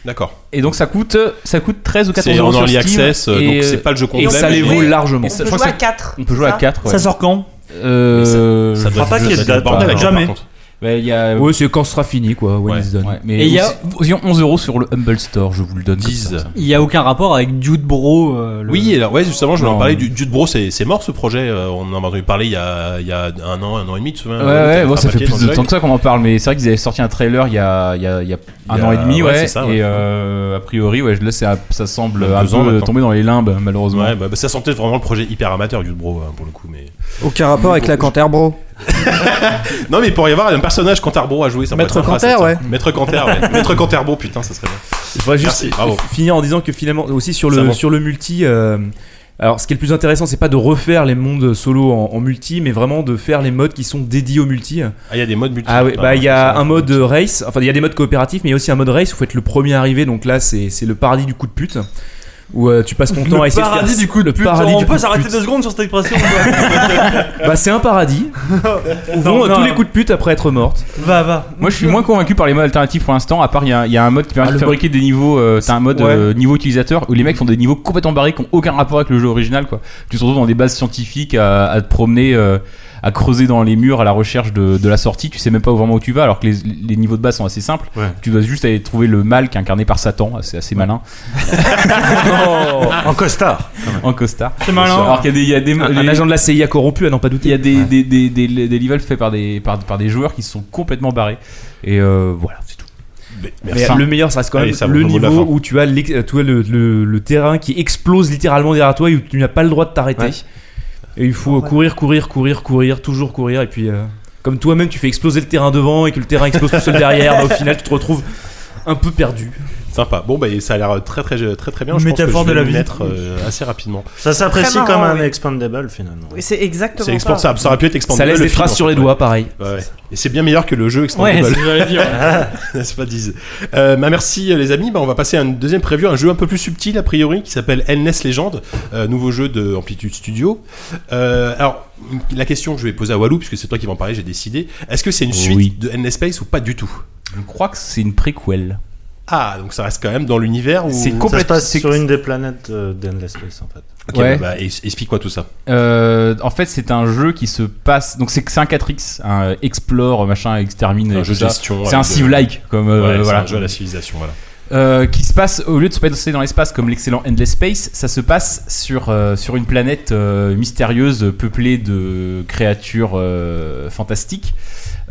Speaker 2: D'accord.
Speaker 4: Et donc ça coûte, ça coûte 13 ou 14
Speaker 2: C'est
Speaker 4: euros
Speaker 2: en
Speaker 4: sur
Speaker 2: early
Speaker 4: Steam,
Speaker 2: access, euh,
Speaker 4: et,
Speaker 2: donc
Speaker 4: euh,
Speaker 2: c'est pas le jeu
Speaker 4: et
Speaker 2: complet.
Speaker 5: ça
Speaker 4: ça
Speaker 5: les
Speaker 2: mais-
Speaker 5: vaut largement.
Speaker 7: On
Speaker 4: ça-
Speaker 7: peut
Speaker 4: je crois
Speaker 7: jouer à
Speaker 4: que
Speaker 7: 4.
Speaker 4: On peut jouer à 4
Speaker 3: Ça sort quand
Speaker 4: Euh,
Speaker 2: Ça doit
Speaker 9: crois pas
Speaker 2: ça
Speaker 9: qu'il y ait
Speaker 2: doit
Speaker 9: de
Speaker 2: être
Speaker 9: date,
Speaker 2: bordel,
Speaker 9: par
Speaker 2: alors,
Speaker 4: jamais.
Speaker 2: par contre.
Speaker 4: bah, il y a
Speaker 5: Ouais, c'est quand ce sera fini quoi, when
Speaker 2: Ouais.
Speaker 5: it's done.
Speaker 4: Ouais, mais
Speaker 8: Et il y a-
Speaker 4: aussi- aussi 11 euros sur le Humble Store, je vous le donne. comme
Speaker 2: Dix.
Speaker 4: ça.
Speaker 8: Il n'y a aucun rapport avec Dude Bro. euh, le-
Speaker 2: Oui, alors, ouais, justement, je voulais en
Speaker 4: Non.
Speaker 2: parler. Du, Dude Bro, c'est c'est mort ce projet. euh, on en a entendu parler il y a, il y a un an, un an et demi, tu te souviens
Speaker 4: Ouais,
Speaker 2: euh, t'avais
Speaker 4: ouais, bon,
Speaker 2: un
Speaker 4: ça fait
Speaker 2: papier dans
Speaker 4: plus de
Speaker 2: le
Speaker 4: temps que ça qu'on en parle, mais c'est vrai qu'ils avaient sorti un trailer il y a, il y a- il y a un
Speaker 2: Il y a-
Speaker 4: an et demi,
Speaker 2: ouais,
Speaker 4: ouais,
Speaker 2: c'est ça, ouais.
Speaker 4: et euh, a priori, ouais, là ça, ça semble
Speaker 2: Même
Speaker 4: un
Speaker 2: deux ans
Speaker 4: peu
Speaker 2: maintenant.
Speaker 4: tomber dans les limbes, malheureusement.
Speaker 2: Ouais, bah, bah, ça sentait vraiment le projet hyper amateur, Dude Bro, hein, pour le coup. Mais...
Speaker 6: Aucun rapport avec la Canter Bro.
Speaker 2: Non, mais pour y avoir un personnage Canterbro à jouer, ça
Speaker 6: Maître
Speaker 2: pourrait être sympa,
Speaker 6: Canter,
Speaker 2: ça,
Speaker 6: ouais.
Speaker 2: tiens. Maître Canter, ouais. Maître Canterbro, putain, ça serait bien.
Speaker 5: Je voudrais juste
Speaker 2: Merci, bravo.
Speaker 5: finir en disant que finalement aussi sur
Speaker 2: Ça
Speaker 5: le
Speaker 2: va.
Speaker 5: sur le multi. euh, alors, ce qui est le plus intéressant, c'est pas de refaire les mondes solo en, en multi, mais vraiment de faire les modes qui sont dédiés au multi.
Speaker 2: Ah, il y a des modes multi.
Speaker 5: Ah ouais, bah il y
Speaker 2: ça,
Speaker 5: a
Speaker 2: ça,
Speaker 5: un
Speaker 2: ça,
Speaker 5: mode
Speaker 2: ça.
Speaker 5: race, enfin il y a des modes coopératifs, mais il y a aussi un mode race où faut être le premier arrivé, donc là c'est c'est le paradis du coup de pute, où euh, tu passes ton temps à
Speaker 3: Le
Speaker 5: essayer de faire
Speaker 3: paradis du coup de
Speaker 5: le
Speaker 3: pute.
Speaker 5: paradis
Speaker 3: On
Speaker 5: du
Speaker 3: peut
Speaker 5: coup de
Speaker 3: s'arrêter
Speaker 5: pute.
Speaker 3: deux secondes sur cette expression
Speaker 5: Bah c'est un paradis, où
Speaker 3: Non,
Speaker 5: vont euh,
Speaker 3: non.
Speaker 5: tous les coups de pute après être mortes.
Speaker 3: Va, va.
Speaker 4: Moi, je suis moins convaincu par les modes alternatifs pour l'instant. À part, il y, a- il y a un mode qui permet
Speaker 5: Ah,
Speaker 4: de
Speaker 5: le
Speaker 4: fabriquer des niveaux. euh, T'as un mode
Speaker 5: Ouais.
Speaker 4: euh, niveau utilisateur où les mecs font des niveaux complètement barrés qui ont aucun rapport avec le jeu original. Quoi. Tu te retrouves dans des bases scientifiques à, à te promener, euh, à creuser dans les murs à la recherche de, de la sortie. Tu sais même pas vraiment où tu vas, alors que les, les niveaux de base sont assez simples.
Speaker 9: Ouais.
Speaker 4: Tu dois juste aller trouver le mal qui est incarné par Satan. Ah, C'est assez malin
Speaker 9: En costard.
Speaker 4: en costard.
Speaker 3: C'est malin.
Speaker 4: Alors qu'il y a des, il y a des
Speaker 5: Oh. Un, un
Speaker 4: les-
Speaker 5: agent de la CIA corrompu à n'en pas
Speaker 4: il y
Speaker 5: douter.
Speaker 4: a des, des, des, des, des levels faits par des, par, par des joueurs qui sont complètement barrés. Et euh, voilà, c'est tout.
Speaker 2: Mais-
Speaker 5: Mais
Speaker 2: Merci.
Speaker 5: le meilleur, ça reste quand même
Speaker 2: Allez, ça
Speaker 5: le
Speaker 2: vaut le mot de la
Speaker 5: niveau
Speaker 2: fin.
Speaker 5: où tu as, l'ex- euh, tu as le, le- le terrain qui explose littéralement derrière toi et où tu n'as pas le droit de t'arrêter.
Speaker 9: Ouais.
Speaker 5: Et il faut
Speaker 7: Ouais.
Speaker 5: courir, courir, courir, courir, toujours courir. Et puis, euh, comme toi-même, tu fais exploser le terrain devant et que le terrain explose tout seul derrière, bah, au final, tu te retrouves un peu perdu.
Speaker 2: Sympa. Bon, bah, ça a l'air très, très, très, très bien. Je
Speaker 3: Métaphore
Speaker 2: pense que je
Speaker 3: de
Speaker 2: vais
Speaker 3: la
Speaker 2: m'y
Speaker 3: vie.
Speaker 2: mettre euh, assez rapidement.
Speaker 9: Ça s'apprécie
Speaker 7: Très marrant,
Speaker 9: comme un
Speaker 7: oui.
Speaker 9: expandable finalement.
Speaker 7: Oui, c'est exactement
Speaker 2: C'est expansable. Ça aurait pu être
Speaker 5: ça
Speaker 2: expandable.
Speaker 5: laisse
Speaker 2: le
Speaker 5: des
Speaker 2: film,
Speaker 5: traces
Speaker 2: en
Speaker 5: sur
Speaker 2: fait.
Speaker 5: les doigts, pareil.
Speaker 2: Ouais, ouais. Et c'est bien meilleur que le jeu expandable. N'est-ce pas, disent. Euh, bah, merci, euh, les amis. Bah, on va passer à une deuxième preview, un jeu un peu plus subtil, a priori, qui s'appelle Endless Legend, euh, nouveau jeu de Amplitude Studio. Euh, alors, la question que je vais poser à Walou, puisque c'est toi qui vas en parler, j'ai décidé. Est-ce que c'est une suite
Speaker 4: Oui.
Speaker 2: de Endless Space ou pas du tout
Speaker 4: Je crois que c'est une préquelle.
Speaker 2: Ah, donc ça reste quand même dans l'univers où.
Speaker 4: C'est
Speaker 9: Ça se
Speaker 4: complètement.
Speaker 9: passe
Speaker 4: c'est-
Speaker 9: sur une des planètes euh, d'Endless Space en fait.
Speaker 2: Ok,
Speaker 4: Ouais.
Speaker 2: bah, bah, ex- explique-moi tout ça.
Speaker 4: Euh, en fait, c'est un jeu qui se passe. Donc, c'est que c'est un 4X, un explore, machin, extermine.
Speaker 2: Un
Speaker 4: et tout
Speaker 2: jeu de
Speaker 4: ça.
Speaker 2: gestion
Speaker 4: C'est un
Speaker 2: avec, euh,
Speaker 4: Civ-like, comme
Speaker 2: Ouais,
Speaker 4: euh,
Speaker 2: c'est
Speaker 4: voilà.
Speaker 2: un jeu à la civilisation, voilà.
Speaker 4: euh, qui se passe au lieu de se passer dans l'espace comme l'excellent Endless Space, ça se passe sur euh, sur une planète euh, mystérieuse peuplée de créatures euh, fantastiques.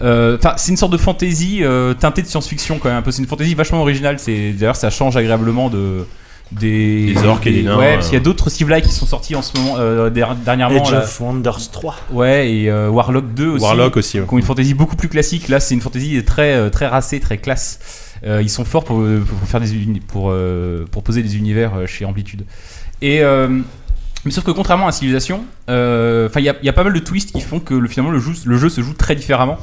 Speaker 4: Euh, Enfin, c'est une sorte de fantasy euh, teintée de science-fiction quand même. Un peu, c'est une fantasy vachement originale. C'est d'ailleurs ça change agréablement de des,
Speaker 2: Des orques et des nains,
Speaker 4: Ouais,
Speaker 2: euh.
Speaker 4: parce qu'il y a d'autres Civ-like qui sont sortis en ce moment euh, der- dernièrement.
Speaker 9: Age
Speaker 4: là.
Speaker 9: of Wonders 3.
Speaker 4: Ouais, et euh, Warlock 2 aussi.
Speaker 2: Warlock aussi. ouais.
Speaker 4: Qui ont une fantaisie beaucoup plus classique. Là, c'est une fantaisie très, euh, très racée, très classe. Euh, ils sont forts pour, pour faire des uni- pour, euh, pour poser des univers euh, chez Amplitude. Et euh, mais sauf que contrairement à Civilization, euh, enfin, il y, a- il y a pas mal de twists qui font que le, finalement le jeu, le jeu se joue très différemment.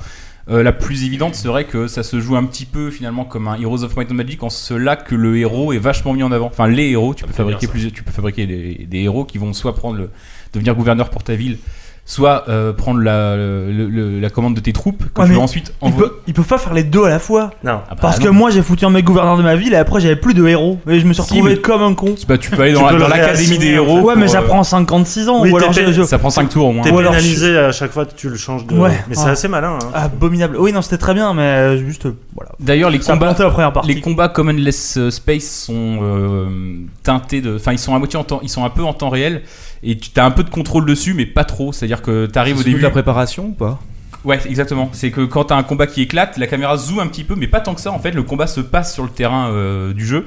Speaker 4: Euh, la plus évidente serait que ça se joue un petit peu finalement comme un Heroes of Might and Magic en cela que le héros est vachement mis en avant. Enfin les héros, tu peux
Speaker 2: fait bien,
Speaker 4: fabriquer
Speaker 2: ça.
Speaker 4: plusieurs, tu peux fabriquer des, des héros qui vont soit prendre le, devenir gouverneur pour ta ville, soit euh, prendre la, le- le- la commande de tes troupes. Quand
Speaker 3: Ouais,
Speaker 4: tu
Speaker 3: mais
Speaker 4: vas ensuite
Speaker 3: Il
Speaker 4: envoyer.
Speaker 3: peut, il peut pas faire les deux à la fois.
Speaker 9: Non.
Speaker 4: Ah bah
Speaker 3: Parce que
Speaker 4: non.
Speaker 3: moi j'ai foutu un mec gouverneur de ma ville et après j'avais plus de héros. Et je me suis
Speaker 4: Si,
Speaker 3: retrouvé
Speaker 4: mais-
Speaker 3: comme un con.
Speaker 4: Bah, tu peux aller dans
Speaker 9: Tu
Speaker 4: la-
Speaker 9: peux
Speaker 4: dans
Speaker 9: le
Speaker 4: l'académie des
Speaker 9: réassigner, en
Speaker 4: héros.
Speaker 3: Ouais, mais
Speaker 4: pour,
Speaker 3: ça
Speaker 4: euh,
Speaker 3: prend 56 ans.
Speaker 9: oui,
Speaker 3: ou alors
Speaker 9: t'es
Speaker 3: je- je-
Speaker 4: Ça prend 5 tours au moins.
Speaker 9: T'es
Speaker 3: Ou alors
Speaker 9: pénalisé à chaque fois que tu le changes de.
Speaker 3: Ouais.
Speaker 9: Euh, Mais c'est
Speaker 3: Ah.
Speaker 9: assez malin. hein.
Speaker 3: Abominable. Oui, non, c'était très bien, mais euh, juste. euh, Voilà.
Speaker 4: D'ailleurs, les
Speaker 3: Ça a
Speaker 4: combats.
Speaker 3: planté la première
Speaker 4: Les
Speaker 3: partie.
Speaker 4: combats Commonless euh, Space sont euh, teintés de. Enfin, ils sont à moitié en temps. Ils sont un peu en temps réel. Et tu as un peu de contrôle dessus, mais pas trop. C'est-à-dire que tu arrives au
Speaker 5: C'est de
Speaker 4: début.
Speaker 5: la préparation ou pas
Speaker 4: Ouais, exactement. C'est que quand t'as un combat qui éclate, la caméra zoome un petit peu, mais pas tant que ça. En fait, le combat se passe sur le terrain euh, du jeu.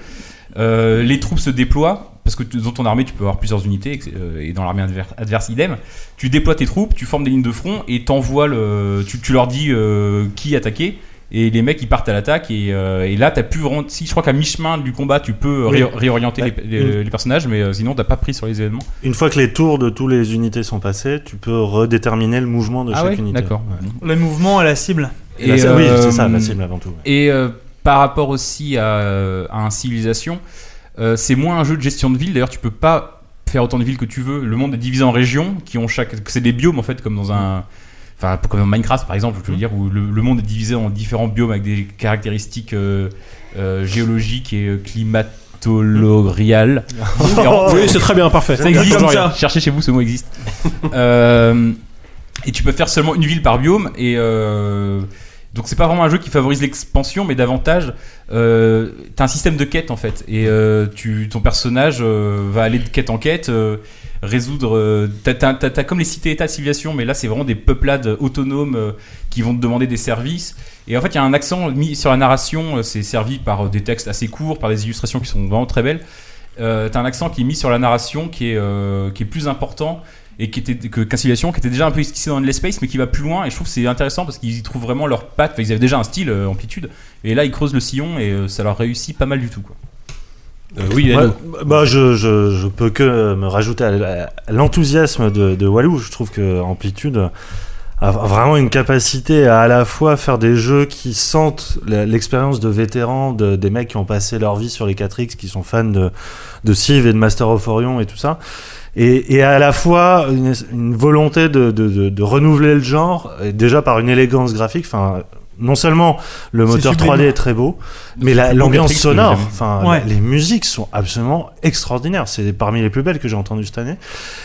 Speaker 4: Euh, les troupes se déploient parce que tu- dans ton armée, tu peux avoir plusieurs unités et que- euh, et dans l'armée adver- adverse, idem. Tu déploies tes troupes, tu formes des lignes de front et t'envoies le. Tu, tu leur dis euh, qui attaquer. Et les mecs ils partent à l'attaque et, euh, et là t'as plus vraiment si je crois qu'à mi-chemin du combat tu peux
Speaker 9: Oui.
Speaker 4: ré- réorienter
Speaker 9: Bah,
Speaker 4: les, les- les personnages mais euh, sinon t'as pas pris sur les événements.
Speaker 9: Une fois que les tours de toutes les unités sont passées, tu peux redéterminer le mouvement de chaque unité.
Speaker 4: Ah d'accord.
Speaker 3: Le mouvement à la cible.
Speaker 9: Et la- oui, c'est ça, la
Speaker 4: euh,
Speaker 9: cible avant tout. ouais.
Speaker 4: Et euh, par rapport aussi à, euh, à un civilisation, euh, c'est moins un jeu de gestion de ville. D'ailleurs, tu peux pas faire autant de villes que tu veux. Le monde est divisé en régions qui ont chaque. C'est des biomes en fait, comme dans un. Enfin, comme dans Minecraft par exemple, je veux dire, où le, le monde est divisé en différents biomes avec des caractéristiques euh, euh, géologiques et euh, climatoloriales. différentes.
Speaker 2: Oui, c'est très bien, parfait.
Speaker 4: Ça existe comme ça. Cherchez chez vous, ce mot existe. Euh, et tu peux faire seulement une ville par biome. Et euh, donc c'est pas vraiment un jeu qui favorise l'expansion, mais davantage, euh, t'as un système de quête en fait. Et euh, tu, ton personnage euh, va aller de quête en quête. euh, résoudre euh, t'as, t'as- t'as- t'as comme les cités-états de civilisation mais là c'est vraiment des peuplades autonomes euh, qui vont te demander des services et en fait il y a un accent mis sur la narration euh, c'est servi par euh, des textes assez courts par des illustrations qui sont vraiment très belles euh, t'as un accent qui est mis sur la narration qui est, euh, qui est plus important et qui était que qu'un Civilization, qui était déjà un peu esquissé dans Endless Space mais qui va plus loin et je trouve que c'est intéressant parce qu'ils y trouvent vraiment leur patte Enfin, ils avaient déjà un style euh, amplitude et là ils creusent le sillon et euh, ça leur réussit pas mal du tout quoi.
Speaker 2: Euh, oui,
Speaker 9: Ouais,
Speaker 2: Yannou.
Speaker 9: bah, je, je, je peux que me rajouter à la- à l'enthousiasme de, de Walou. Je trouve que Amplitude a vraiment une capacité à à la fois faire des jeux qui sentent la- l'expérience de vétérans, de, des mecs qui ont passé leur vie sur les 4X, qui sont fans de, de Civ et de Master of Orion et tout ça. Et, et à la fois une, une volonté de, de, de, de renouveler le genre, et déjà par une élégance graphique. Enfin, non seulement le
Speaker 3: C'est
Speaker 9: moteur
Speaker 3: sublime.
Speaker 9: 3D est très beau, mais la-
Speaker 4: C'est
Speaker 9: l'ambiance
Speaker 4: Matrix que
Speaker 9: sonore,
Speaker 4: j'aime.
Speaker 9: enfin,
Speaker 3: Ouais.
Speaker 9: les musiques sont absolument extraordinaires. C'est parmi les plus belles que j'ai entendues cette année.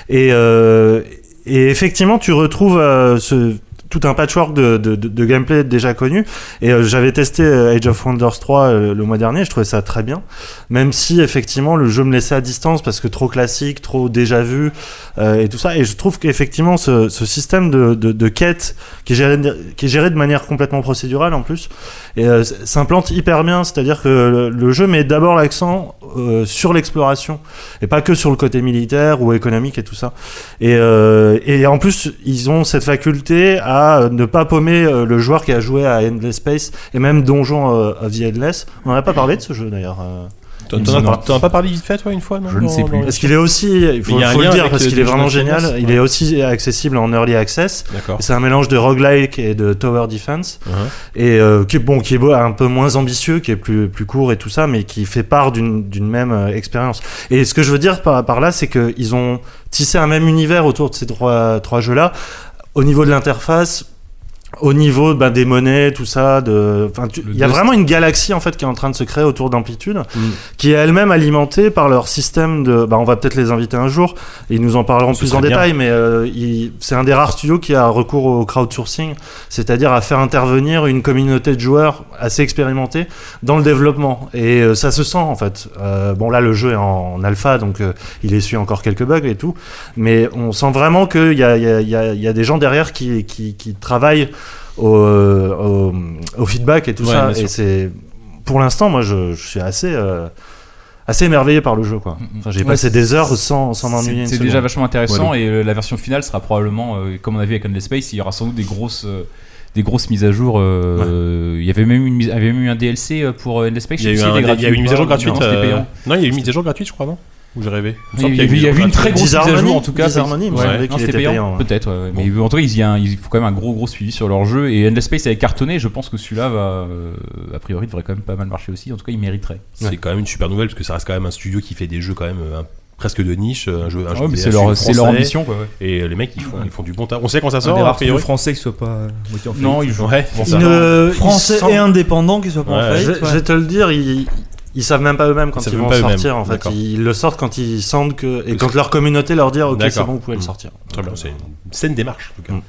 Speaker 9: Et, euh, et effectivement, tu retrouves euh, ce, tout un patchwork de, de, de- de gameplay déjà connu. Et euh, j'avais testé euh, Age of Wonders 3 euh, le mois dernier, je trouvais ça très bien. Même si effectivement le jeu me laissait à distance parce que trop classique, trop déjà vu euh, et tout ça. Et je trouve qu'effectivement ce, ce système de, de, de quête qui est, géré, qui est géré de manière complètement procédurale en plus et, euh, s- s'implante hyper bien. C'est-à-dire que le, le jeu met d'abord l'accent euh, sur l'exploration et pas que sur le côté militaire ou économique et tout ça. Et, euh, et en plus, ils ont cette faculté à euh, ne pas paumer euh, le joueur qui a joué à Endless Space et même Donjon euh, of the Endless. On n'en a pas parlé de ce jeu d'ailleurs. euh.
Speaker 2: T'en- T'en as
Speaker 4: Non.
Speaker 2: par- t'en as pas parlé vite fait, toi, une fois non
Speaker 4: Je ne sais
Speaker 2: Non,
Speaker 4: plus.
Speaker 2: non.
Speaker 9: Parce qu'il est aussi, il faut,
Speaker 2: Mais il y a un
Speaker 9: faut le
Speaker 2: lien
Speaker 9: dire,
Speaker 2: avec
Speaker 9: parce
Speaker 2: le
Speaker 9: qu'il est
Speaker 2: Donjon
Speaker 9: vraiment
Speaker 2: of the
Speaker 9: génial.
Speaker 2: Endless,
Speaker 9: Il est aussi accessible en early access.
Speaker 2: D'accord.
Speaker 9: C'est un mélange de roguelike et de tower defense,
Speaker 2: Uh-huh.
Speaker 9: et euh, qui est bon, qui est beau, un peu moins ambitieux, qui est plus plus court et tout ça, mais qui fait part d'une d'une même euh, expérience. Et ce que je veux dire par, par là, c'est que ils ont tissé un même univers autour de ces trois trois jeux là. Au niveau de l'interface, au niveau ben, des monnaies, tout ça, de, enfin, tu-
Speaker 2: Le
Speaker 9: il y a
Speaker 2: Dust.
Speaker 9: vraiment une galaxie en fait qui est en train de se créer autour d'Amplitude, qui est elle-même alimentée par leur système de. ben, on va peut-être les inviter un jour, et ils nous en parleront
Speaker 2: Ce
Speaker 9: plus
Speaker 2: serait
Speaker 9: en
Speaker 2: bien.
Speaker 9: détail, mais euh, ils- c'est un des rares studios qui a recours au crowdsourcing, c'est-à-dire à faire intervenir une communauté de joueurs assez expérimentés dans le développement. Et euh, ça se sent en fait. Euh, bon là, le jeu est en, alpha, donc euh, il essuie encore quelques bugs et tout, mais on sent vraiment qu'il y a, il y a- il y a- il y a des gens derrière qui, qui, qui travaillent au, euh, au, au feedback et tout
Speaker 4: Ouais,
Speaker 9: ça.
Speaker 4: bien sûr.
Speaker 9: Et c'est pour l'instant, moi, je, je suis assez euh, assez émerveillé par le jeu, quoi. Enfin, j'ai
Speaker 4: Ouais,
Speaker 9: passé
Speaker 4: c'est-
Speaker 9: des heures sans sans
Speaker 4: C'est-
Speaker 9: m'ennuyer. une
Speaker 4: C'est déjà
Speaker 9: seconde.
Speaker 4: vachement intéressant et euh, la version finale sera probablement, euh, comme on a vu avec Endless Space, il y aura sans doute des grosses, euh, des grosses mises à jour. euh, Il y avait même une, mise- il y avait même eu un DLC euh, pour euh, Endless Space.
Speaker 2: Il y a
Speaker 4: je
Speaker 2: eu,
Speaker 4: sais pas
Speaker 2: un-
Speaker 4: s'il était
Speaker 2: il y a eu
Speaker 4: gratuit
Speaker 2: une
Speaker 4: ou
Speaker 2: mise à jour
Speaker 4: pas.
Speaker 2: gratuite.
Speaker 4: Non, c'était
Speaker 2: euh,
Speaker 4: payant.
Speaker 2: Non, il y a eu une mise à jour gratuite, je crois, non Ou j'ai rêvé Il me semble
Speaker 4: Il y a
Speaker 2: qu'il
Speaker 4: eu- il y a eu une
Speaker 2: gratuite.
Speaker 4: très grosse mise à jour
Speaker 9: Disharmony
Speaker 4: en tout cas.
Speaker 9: Disharmony, moi, je savais qu'il
Speaker 4: non, c'était
Speaker 9: était
Speaker 4: payant,
Speaker 9: payant, ouais.
Speaker 4: peut-être. ouais. Mais en tout cas, il y a un- il faut quand même un gros gros suivi sur leur jeu et Endless Space avait cartonné. Je pense que celui-là va, euh, a priori, devrait quand même pas mal marcher aussi. En tout cas, il mériterait.
Speaker 2: C'est quand même une super nouvelle parce que ça reste quand même un studio qui fait des jeux quand même euh, un- presque de niche, un jeu, un jeu
Speaker 4: Ah Ouais, mais
Speaker 2: qui
Speaker 4: c'est
Speaker 2: est
Speaker 4: leur,
Speaker 2: assez
Speaker 4: c'est leur
Speaker 2: français.
Speaker 4: ambition. quoi, ouais.
Speaker 2: Et les mecs, ils font, ils font du bon taf. On sait quand ça
Speaker 5: Un
Speaker 2: sort,
Speaker 5: des
Speaker 2: a
Speaker 5: rares studios
Speaker 2: priori.
Speaker 5: français qui soit pas euh, moitié en
Speaker 4: Non, ils jouent.
Speaker 2: Ouais,
Speaker 4: Bon,
Speaker 2: c'est
Speaker 4: ça
Speaker 2: ça.
Speaker 9: Ne-
Speaker 3: Français
Speaker 9: ils sont-
Speaker 3: et indépendant qui soit pas en
Speaker 2: Ouais,
Speaker 3: faillite.
Speaker 9: Je,
Speaker 3: ouais.
Speaker 9: je vais te le dire, ils, ils savent même pas eux-mêmes quand ils,
Speaker 2: Ils savent même
Speaker 9: vont
Speaker 2: pas
Speaker 9: sortir.
Speaker 2: eux-mêmes,
Speaker 9: En fait,
Speaker 2: d'accord.
Speaker 9: ils le sortent quand ils sentent que et
Speaker 2: Parce
Speaker 9: quand leur communauté leur dit ah, ok c'est
Speaker 2: D'accord.
Speaker 9: bon vous pouvez le
Speaker 2: Mm.
Speaker 9: sortir.
Speaker 2: Très bien, c'est une saine démarche en tout cas.
Speaker 9: Mm.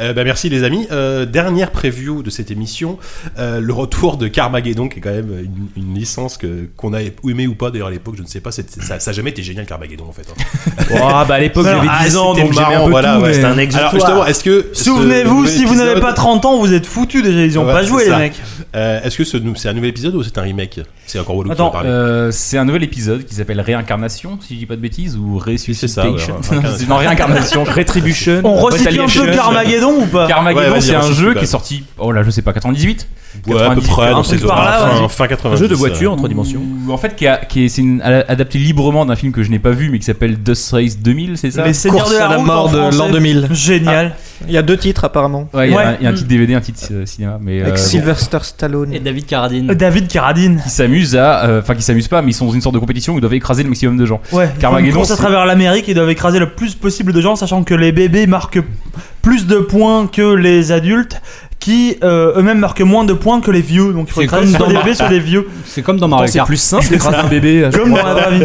Speaker 2: Euh, bah, merci les amis. Euh, dernière preview de cette émission, euh, le retour de Carmageddon, qui est quand même une, une licence que qu'on a aimé ou pas d'ailleurs à l'époque, je ne sais pas. c'est- Ça, ça a jamais été génial Carmageddon en fait. hein.
Speaker 5: Ah bah à l'époque
Speaker 3: Alors,
Speaker 5: j'avais 10 ans
Speaker 2: c'était
Speaker 5: donc j'aimais
Speaker 2: marrant,
Speaker 5: un peu
Speaker 2: voilà,
Speaker 5: tout.
Speaker 2: ouais,
Speaker 5: mais-
Speaker 2: c'était
Speaker 9: un exutoire.
Speaker 2: Alors justement, est-ce que ce
Speaker 3: Souvenez-vous,
Speaker 2: nouvel
Speaker 3: si vous n'avez
Speaker 2: épisode,
Speaker 3: pas 30 ans, vous êtes foutus déjà, ils ont
Speaker 2: Ouais,
Speaker 3: pas
Speaker 2: c'est
Speaker 3: joué les
Speaker 2: ça.
Speaker 3: mecs.
Speaker 2: euh, est-ce que ce nou- c'est un nouvel épisode ou c'est un remake C'est encore Walou qui va
Speaker 4: Attends,
Speaker 2: parler.
Speaker 4: euh, c'est un nouvel épisode qui s'appelle Réincarnation, si je dis pas de bêtises, ou Resuscitation.
Speaker 2: ouais, Réincarnation.
Speaker 4: non, Réincarnation.
Speaker 5: Retribution.
Speaker 3: On resitue un peu
Speaker 4: Retaliation.
Speaker 3: Carmageddon ou pas
Speaker 2: Ouais,
Speaker 4: Carmageddon,
Speaker 2: vas-y,
Speaker 4: c'est un
Speaker 2: resitue
Speaker 4: jeu
Speaker 2: quand même.
Speaker 4: qui est sorti, oh là, je sais pas, 98
Speaker 2: ouais, à peu
Speaker 4: 90,
Speaker 2: près
Speaker 4: un
Speaker 2: dans
Speaker 4: truc
Speaker 2: ces
Speaker 4: par
Speaker 2: horaires,
Speaker 4: là,
Speaker 2: fin,
Speaker 4: ouais.
Speaker 2: fin 90.
Speaker 5: Un jeu de
Speaker 2: euh,
Speaker 5: voiture en trois dimensions.
Speaker 4: Ou en fait, qui, a- qui est, c'est une- adapté librement d'un film que je n'ai pas vu, mais qui s'appelle Dust Race 2000, c'est ça
Speaker 3: Les Seigneurs
Speaker 6: Course
Speaker 3: de
Speaker 6: à
Speaker 3: la
Speaker 6: la
Speaker 3: route
Speaker 6: mort
Speaker 3: en
Speaker 6: de l'an
Speaker 3: français.
Speaker 6: 2000.
Speaker 3: Génial.
Speaker 6: Ah. Il y a deux titres apparemment.
Speaker 4: Ouais, il y, a
Speaker 3: Ouais.
Speaker 4: un- il y a un
Speaker 3: Mm.
Speaker 4: titre DVD, un titre euh, cinéma, mais
Speaker 6: Avec
Speaker 4: euh, bon.
Speaker 6: Sylvester Stallone.
Speaker 8: Et David Carradine.
Speaker 3: Euh, David Carradine.
Speaker 4: qui s'amusent à, euh, enfin qui s'amusent pas, mais ils sont dans une sorte de compétition où ils doivent écraser le maximum de gens.
Speaker 3: Ouais,
Speaker 4: Carmageddon,
Speaker 3: ils courent à
Speaker 4: c'est-
Speaker 3: travers l'Amérique et doivent écraser le plus possible de gens, sachant que les bébés marquent plus de points que les adultes, qui euh, eux-mêmes marquent moins de points que les vieux. Donc il faut
Speaker 8: C'est
Speaker 3: écraser
Speaker 8: comme
Speaker 3: soit des
Speaker 8: dans-
Speaker 3: bébés, soit des vieux.
Speaker 8: C'est comme dans Mario
Speaker 5: C'est
Speaker 8: Kart.
Speaker 5: plus simple d'écraser un bébé. euh, je
Speaker 3: Comme dans
Speaker 5: crois.
Speaker 3: la vraie vie.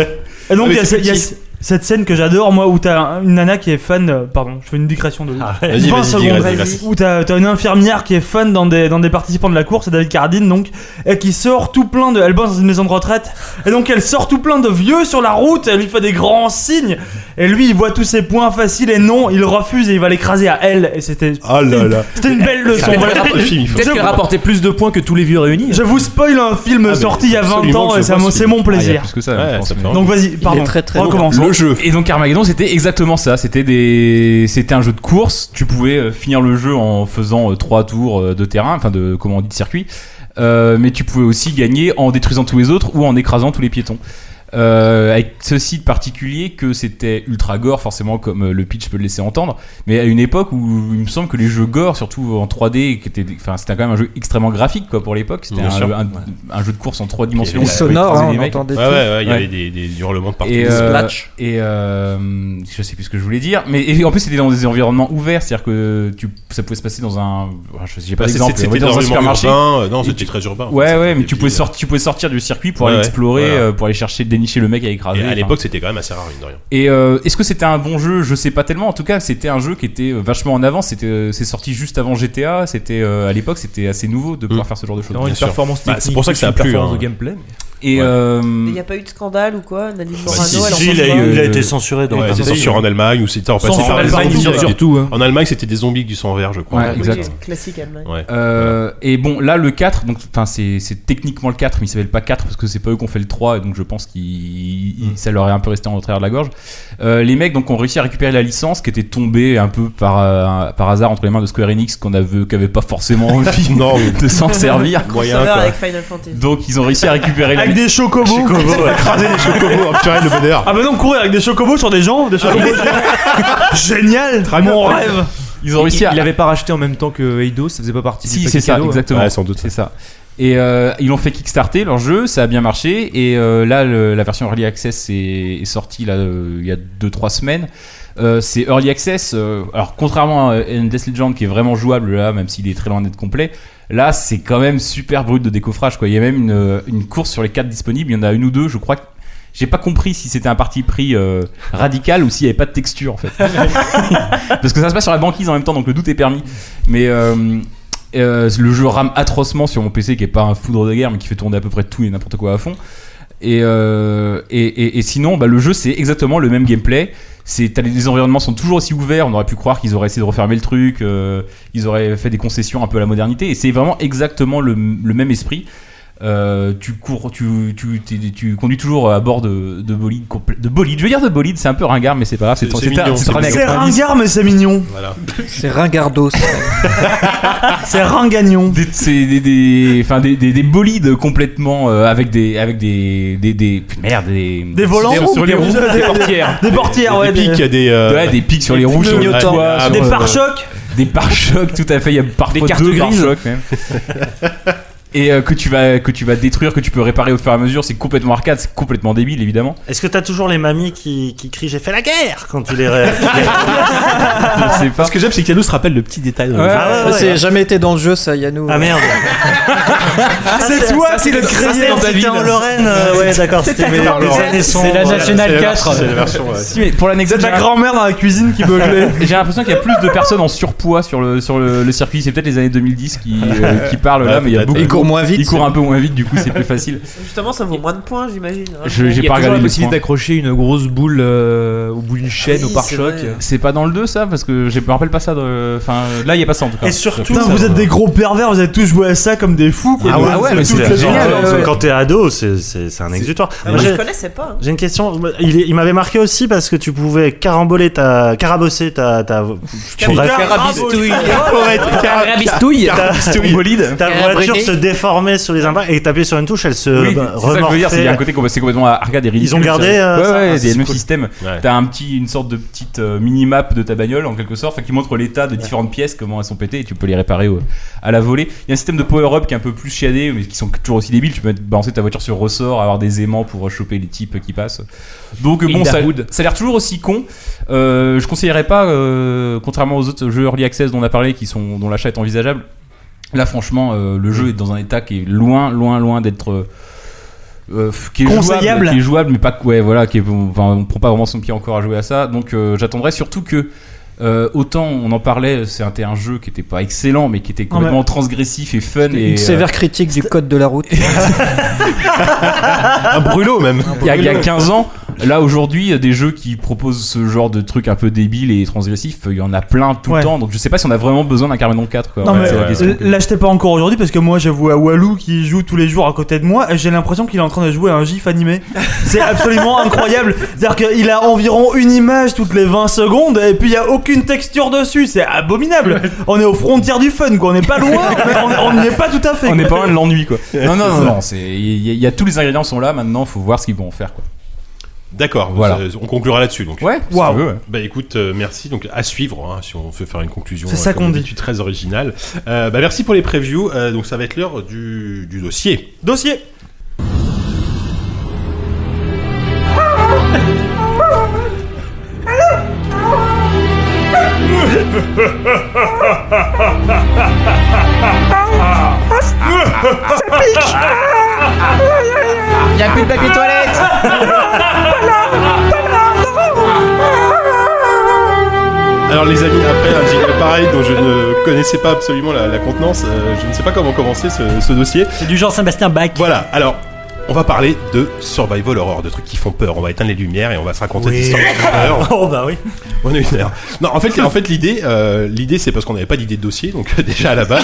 Speaker 3: Et donc il
Speaker 2: Ah, mais
Speaker 3: y a,
Speaker 2: c'est
Speaker 3: il y a
Speaker 2: petit.
Speaker 3: cette scène que j'adore, moi, où t'as une nana qui est fan. euh, Pardon, je fais une digression de.
Speaker 2: Ah Vas-y,
Speaker 3: 20
Speaker 2: vas-y,
Speaker 3: secondes,
Speaker 2: digresse,
Speaker 3: vas-y.
Speaker 2: digresse.
Speaker 3: Où t'as t'as une infirmière qui est fan dans des, dans des participants de la course, et David Cardine donc, et qui sort tout plein de. Elle bosse dans une maison de retraite, et donc elle sort tout plein de vieux sur la route, elle lui fait des grands signes, et lui il voit tous ses points faciles, et non, il refuse et il va l'écraser à elle, et c'était.
Speaker 2: Ah là là.
Speaker 3: C'était une belle leçon. voilà.
Speaker 2: Le film, il faut-
Speaker 5: Peut-être qu'elle rapportait plus de points que tous les vieux réunis. hein.
Speaker 3: Je vous spoil un film
Speaker 2: Ah, mais
Speaker 3: sorti il y a 20
Speaker 2: absolument que
Speaker 3: ans,
Speaker 2: je
Speaker 3: et ça
Speaker 2: vois ce
Speaker 3: m- c'est
Speaker 2: film.
Speaker 3: mon
Speaker 4: Ah, il y a
Speaker 3: plaisir.
Speaker 4: plus que ça.
Speaker 2: Ouais,
Speaker 4: je pense,
Speaker 2: ça fait
Speaker 4: mais-
Speaker 2: un-
Speaker 3: donc vas-y,
Speaker 6: Il
Speaker 3: pardon.
Speaker 6: est très très long.
Speaker 3: recommence.
Speaker 2: Le jeu.
Speaker 4: Et donc Armageddon, c'était exactement ça. C'était des, c'était un jeu de course. Tu pouvais euh, finir le jeu en faisant euh, trois tours euh, de terrain, enfin de comment on dit de circuit. Euh, mais tu pouvais aussi gagner en détruisant tous les autres ou en écrasant tous les piétons. Euh, avec ceci de particulier que c'était ultra gore forcément comme euh, le pitch peut le laisser entendre mais à une époque où il me semble que les jeux gore surtout en 3D qui étaient enfin c'était quand même un jeu extrêmement graphique quoi pour l'époque c'était
Speaker 2: Bien
Speaker 4: un,
Speaker 2: sûr.
Speaker 4: un- un jeu de course en trois dimensions
Speaker 2: Et
Speaker 6: Et
Speaker 4: où tu pouvais
Speaker 6: sonore,
Speaker 4: écraser
Speaker 6: hein,
Speaker 4: des
Speaker 6: on
Speaker 4: mecs.
Speaker 6: entendait
Speaker 2: Ouais,
Speaker 6: tout.
Speaker 2: ouais, ouais, il y
Speaker 4: Ouais.
Speaker 2: avait des, des hurlements de partout.
Speaker 4: Et,
Speaker 2: Des
Speaker 4: euh,
Speaker 2: splatchs.
Speaker 4: et euh, je sais plus ce que je voulais dire, mais et en plus c'était dans des environnements ouverts, c'est-à-dire que tu, ça pouvait se passer dans un, ah, je sais pas
Speaker 2: Bah, c'est-
Speaker 4: l'exemple,
Speaker 2: c'était
Speaker 4: mais dans un
Speaker 2: énormément
Speaker 4: supermarché.
Speaker 2: urbain, euh, Non,
Speaker 4: Et
Speaker 2: c'était
Speaker 4: tu-
Speaker 2: très urbain. en fait,
Speaker 4: Ouais,
Speaker 2: c'était
Speaker 4: ouais, mais
Speaker 2: des
Speaker 4: tu pouvais,
Speaker 2: villes.
Speaker 4: sortir, tu pouvais sortir du circuit pour
Speaker 2: Ouais,
Speaker 4: aller
Speaker 2: ouais,
Speaker 4: explorer,
Speaker 2: voilà.
Speaker 4: euh, pour aller chercher, dénicher le mec à
Speaker 3: Ah,
Speaker 4: écraser.
Speaker 2: Et à
Speaker 4: enfin.
Speaker 2: l'époque, c'était quand même assez rare, mine de rien.
Speaker 4: Et euh, est-ce que c'était un bon jeu Je sais pas tellement. En tout cas, c'était un jeu qui était euh, vachement en avance. C'était, euh, c'est sorti juste avant GTA. C'était euh, à l'époque, c'était assez nouveau de pouvoir
Speaker 2: Mm.
Speaker 4: faire ce genre de choses.
Speaker 5: Non,
Speaker 2: bien
Speaker 5: une
Speaker 2: sûr.
Speaker 5: performance
Speaker 2: Bah,
Speaker 5: technique.
Speaker 2: c'est pour ça que ça a
Speaker 5: une
Speaker 2: plu,
Speaker 5: performance
Speaker 2: hein.
Speaker 5: de gameplay.
Speaker 4: Et
Speaker 2: Ouais.
Speaker 4: euh,
Speaker 7: Il n'y a pas eu de scandale ou quoi Nadine Morano,
Speaker 2: Bah, si,
Speaker 7: elle en
Speaker 2: si,
Speaker 7: pense
Speaker 9: il, a,
Speaker 7: pas.
Speaker 4: euh,
Speaker 9: il a été censuré dans
Speaker 2: Ouais,
Speaker 9: les
Speaker 2: c'était
Speaker 9: pays.
Speaker 2: sûr en Allemagne ou c'était en
Speaker 5: Sans
Speaker 2: passant
Speaker 5: faire
Speaker 2: par
Speaker 5: les
Speaker 2: les
Speaker 5: parties,
Speaker 2: Indiens.
Speaker 5: surtout. hein.
Speaker 2: En Allemagne, c'était des zombies avec du sang vert, je crois.
Speaker 4: Ouais,
Speaker 2: Donc,
Speaker 4: exact.
Speaker 2: euh,
Speaker 7: Classique Allemagne.
Speaker 2: Ouais.
Speaker 4: Euh, et bon, là, le 4, donc, enfin, c'est c'est techniquement le 4, mais il s'appelle pas 4 parce que c'est pas eux qu'on fait le 3, et donc je pense que
Speaker 2: Mm.
Speaker 4: ça leur est un peu resté en travers de la gorge. Euh, les mecs donc ont réussi à récupérer la licence qui était tombée un peu par, euh, par hasard entre les mains de Square Enix qu'on avait, qui avait pas forcément envie
Speaker 2: Non, mais
Speaker 4: de s'en servir.
Speaker 2: moyen.
Speaker 7: Sauveur
Speaker 2: quoi.
Speaker 7: avec Final Fantasy.
Speaker 4: Donc ils ont réussi à récupérer la licence.
Speaker 3: Avec des chocobos.
Speaker 2: Écraser des chocobos, oh, purée, le bonheur. Ah
Speaker 3: Ah bah non, courir avec des chocobos sur des gens, des chocobos. Génial, mon rêve.
Speaker 4: euh, Ils ont réussi à.
Speaker 5: Il avait pas racheté en même temps que Eidos, ça faisait pas partie du
Speaker 4: Si,
Speaker 5: paquet
Speaker 4: c'est ça,
Speaker 5: cadeau, hein.
Speaker 4: exactement.
Speaker 2: Ouais, sans doute.
Speaker 4: C'est ça. Et euh, ils l'ont fait kickstarter leur jeu, ça a bien marché. Et euh, là, le- la version Early Access est, est sortie là, euh, il y a 2-3 semaines. Euh, c'est Early Access. euh, alors, contrairement à euh, Endless Legend, qui est vraiment jouable là, même s'il est très loin d'être complet, là, c'est quand même super brut de décoffrage. Quoi. Il y a même une, euh, une course sur les quatre disponibles. Il y en a une ou deux, je crois. que- J'ai pas compris si c'était un parti pris euh, radical ou s'il n'y avait pas de texture en fait. Parce que ça se passe sur la banquise en même temps, donc le doute est permis. Mais euh, euh, le jeu rame atrocement sur mon PC qui est pas un foudre de guerre mais qui fait tourner à peu près tout et n'importe quoi à fond. Et, euh, et, et- et sinon, bah, le jeu c'est exactement le même gameplay. C'est, t'as les- les environnements sont toujours aussi ouverts. On aurait pu croire qu'ils auraient essayé de refermer le truc, euh, ils auraient fait des concessions un peu à la modernité. Et c'est vraiment exactement le, le même esprit. Euh, tu cours, tu, tu, t'es- tu conduis toujours à bord de, de bolides, complè- de bolides. Je veux dire de bolides, c'est un peu ringard, mais c'est pas grave.
Speaker 2: C'est- c'est mignon, c'est mignon.
Speaker 3: C'est ringard, mais c'est mignon.
Speaker 2: Voilà.
Speaker 6: C'est Ringardos.
Speaker 3: C'est ringagnon.
Speaker 4: Des- c'est des, des, enfin, des, des, des bolides complètement euh, avec des avec des des, des putain, merde des
Speaker 3: Des volants
Speaker 4: sur, sur les
Speaker 3: ou
Speaker 4: roues
Speaker 3: des-
Speaker 4: des portières
Speaker 3: Des portières, ouais.
Speaker 2: des pics, il y a des. euh,
Speaker 4: Ouais, des pics sur les roues, sur le
Speaker 2: clignotants.
Speaker 4: toit,
Speaker 2: Ah,
Speaker 4: sur,
Speaker 3: Des
Speaker 4: euh,
Speaker 3: pare-chocs.
Speaker 4: des pare-chocs, tout à fait. Il y a parfois
Speaker 8: Des cartes
Speaker 4: deux
Speaker 8: grises.
Speaker 4: pare-chocs même. Et euh, que tu vas que tu vas détruire, que tu peux réparer au fur et à mesure, c'est complètement arcade, c'est complètement débile évidemment.
Speaker 9: Est-ce que t'as toujours les mamies qui, qui crient j'ai fait la guerre quand tu les rêves
Speaker 4: C'est pas.
Speaker 2: Ah. Ce que j'aime, c'est que Yannou se rappelle le petit détail. dans le
Speaker 4: Ouais,
Speaker 2: jeu.
Speaker 9: Ah ouais, ouais.
Speaker 6: C'est jamais été dans le jeu, ça, Yannou.
Speaker 9: Ah merde
Speaker 3: Ah, C'est toi qui le créé.
Speaker 9: C'était en Lorraine
Speaker 3: Ah
Speaker 9: euh, Ouais d'accord, c'était mes- mes années sombres.
Speaker 8: C'est la
Speaker 4: euh,
Speaker 8: National
Speaker 2: Ah,
Speaker 8: 4.
Speaker 2: C'est la version. ouais.
Speaker 4: Si, mais pour l'anecdote,
Speaker 3: C'est ta
Speaker 4: j'ai-
Speaker 3: grand-mère dans la cuisine qui beuglait.
Speaker 4: j'ai l'impression qu'il y a plus de personnes en surpoids sur le sur le, le circuit. C'est peut-être les années 2010 qui euh, qui parlent là,
Speaker 2: Ouais,
Speaker 4: mais il y a
Speaker 2: peut-être.
Speaker 4: beaucoup.
Speaker 6: Il court moins vite.
Speaker 4: Il court un peu moins vite, du coup, c'est plus facile.
Speaker 7: Justement, ça vaut moins de points, j'imagine. hein.
Speaker 4: Je-
Speaker 5: Il y a
Speaker 4: J'ai pas
Speaker 5: toujours
Speaker 4: regardé
Speaker 5: la
Speaker 4: les
Speaker 5: possibilité
Speaker 4: points.
Speaker 5: d'accrocher une grosse boule euh, au bout d'une chaîne,
Speaker 7: oui,
Speaker 5: au pare-choc.
Speaker 7: c'est vrai.
Speaker 4: C'est pas dans le 2 ça parce que je me rappelle pas ça. de- Enfin, là il y a pas ça en tout cas.
Speaker 9: Et surtout,
Speaker 3: Putain, vous êtes des gros pervers, vous avez tous joué à ça comme des fous. quoi.
Speaker 4: Ah ouais, ouais, mais
Speaker 3: toutes
Speaker 4: c'est
Speaker 3: les
Speaker 4: génial,
Speaker 3: heures.
Speaker 4: ouais, ouais.
Speaker 9: quand t'es ado, c'est- c'est c'est un exutoire.
Speaker 7: Ah,
Speaker 9: Moi,
Speaker 7: moi, je
Speaker 9: j'ai-
Speaker 7: connaissais pas. hein.
Speaker 9: J'ai une question. Il, est- il m'avait marqué aussi parce que tu pouvais caramboler ta. carabosser ta. ta ton
Speaker 7: Putain,
Speaker 9: rêve.
Speaker 7: bravo,
Speaker 8: Rabistouille.
Speaker 9: Ton bolide. Ta voiture se déformait sur les impacts et t'appuyais sur une touche, elle se
Speaker 4: Oui,
Speaker 9: bah,
Speaker 4: c'est ça que je veux dire, c'est il y a un
Speaker 9: remorquait.
Speaker 4: côté com- c'est complètement arcade et ridicule.
Speaker 9: Ils ont gardé,
Speaker 4: ça.
Speaker 9: euh,
Speaker 4: ouais,
Speaker 9: ça,
Speaker 4: ouais,
Speaker 9: ah,
Speaker 4: c'est
Speaker 9: c'est
Speaker 4: le même
Speaker 9: cool.
Speaker 4: système.
Speaker 2: Ouais.
Speaker 4: T'as un petit, une sorte de petite euh, mini-map de ta bagnole en quelque sorte, enfin, qui montre l'état de différentes pièces, comment elles sont pétées, et tu peux les réparer au- à la volée. Il y a un système de power-up qui est un peu plus chiadé, mais qui sont toujours aussi débiles. Tu peux mettre- balancer ta voiture sur ressort, avoir des aimants pour euh, choper les types qui passent. Donc euh, bon, ça, ça a l'air toujours aussi con. Euh, je conseillerais pas, euh, contrairement aux autres jeux early access dont on a parlé, qui sont dont l'achat est envisageable. Là, franchement, euh, le jeu est dans un état qui est loin, loin, loin d'être euh, euh, qui est
Speaker 3: Conseillable.
Speaker 4: jouable, qui est jouable, mais pas que- ouais, voilà, qui est, enfin, on prend pas vraiment son pied encore à jouer à ça. Donc, euh, j'attendrai surtout que. euh, autant on en parlait, c'était un jeu qui était pas excellent, mais qui était complètement transgressif et fun. Et, euh,
Speaker 6: Une sévère critique du code de la route.
Speaker 2: Un brûlot même.
Speaker 4: il y, a, il y a 15 ans, là aujourd'hui, il y a des jeux qui proposent ce genre de trucs un peu débiles et transgressifs, il y en a plein tout
Speaker 3: Ouais.
Speaker 4: le temps. Donc je sais pas si on a vraiment besoin d'un Carmenon 4. Quoi.
Speaker 3: Non,
Speaker 4: Ouais,
Speaker 3: mais
Speaker 4: c'est la
Speaker 2: euh,
Speaker 4: question que-
Speaker 3: L'achetez pas encore aujourd'hui parce que moi j'avoue à Walou qui joue tous les jours à côté de moi et j'ai l'impression qu'il est en train de jouer à un gif animé. C'est absolument incroyable. C'est-à-dire qu'il a environ une image toutes les 20 secondes et puis il y a aucune texture dessus. C'est abominable. On est aux frontières du fun quoi. On n'est pas loin, mais on- on n'y est pas tout à fait.
Speaker 4: On
Speaker 3: quoi.
Speaker 4: est pas loin de l'ennui quoi. Non, non, non, non, c'est- il y, a- il y a tous les ingrédients sont là, maintenant faut voir ce qu'ils vont en faire quoi.
Speaker 2: D'accord,
Speaker 4: Voilà.
Speaker 2: voilà. on conclura là-dessus donc.
Speaker 4: Ouais, si
Speaker 3: Waouh.
Speaker 4: tu veux, ouais.
Speaker 2: Bah écoute, euh, merci. Donc à suivre, hein, si on veut faire une conclusion.
Speaker 3: C'est ça
Speaker 2: euh, comme
Speaker 3: qu'on dit.
Speaker 2: d'habitude, très original. Euh, bah merci pour les previews. Euh, donc ça va être l'heure du, du dossier.
Speaker 3: Dossier.
Speaker 2: Alors les amis, après un jingle pareil dont je ne connaissais pas absolument la, la contenance, euh, je ne sais pas comment commencer ce, ce dossier.
Speaker 8: C'est du genre Sébastien Bach.
Speaker 2: Voilà. Alors. On va parler de survival horror, de trucs qui font peur. On va éteindre les lumières et on va se raconter des histoires qui font peur.
Speaker 9: Oh bah oui.
Speaker 2: On a une heure. Non, en fait, en fait l'idée, euh, l'idée, c'est parce qu'on n'avait pas d'idée de dossier, donc déjà à la base.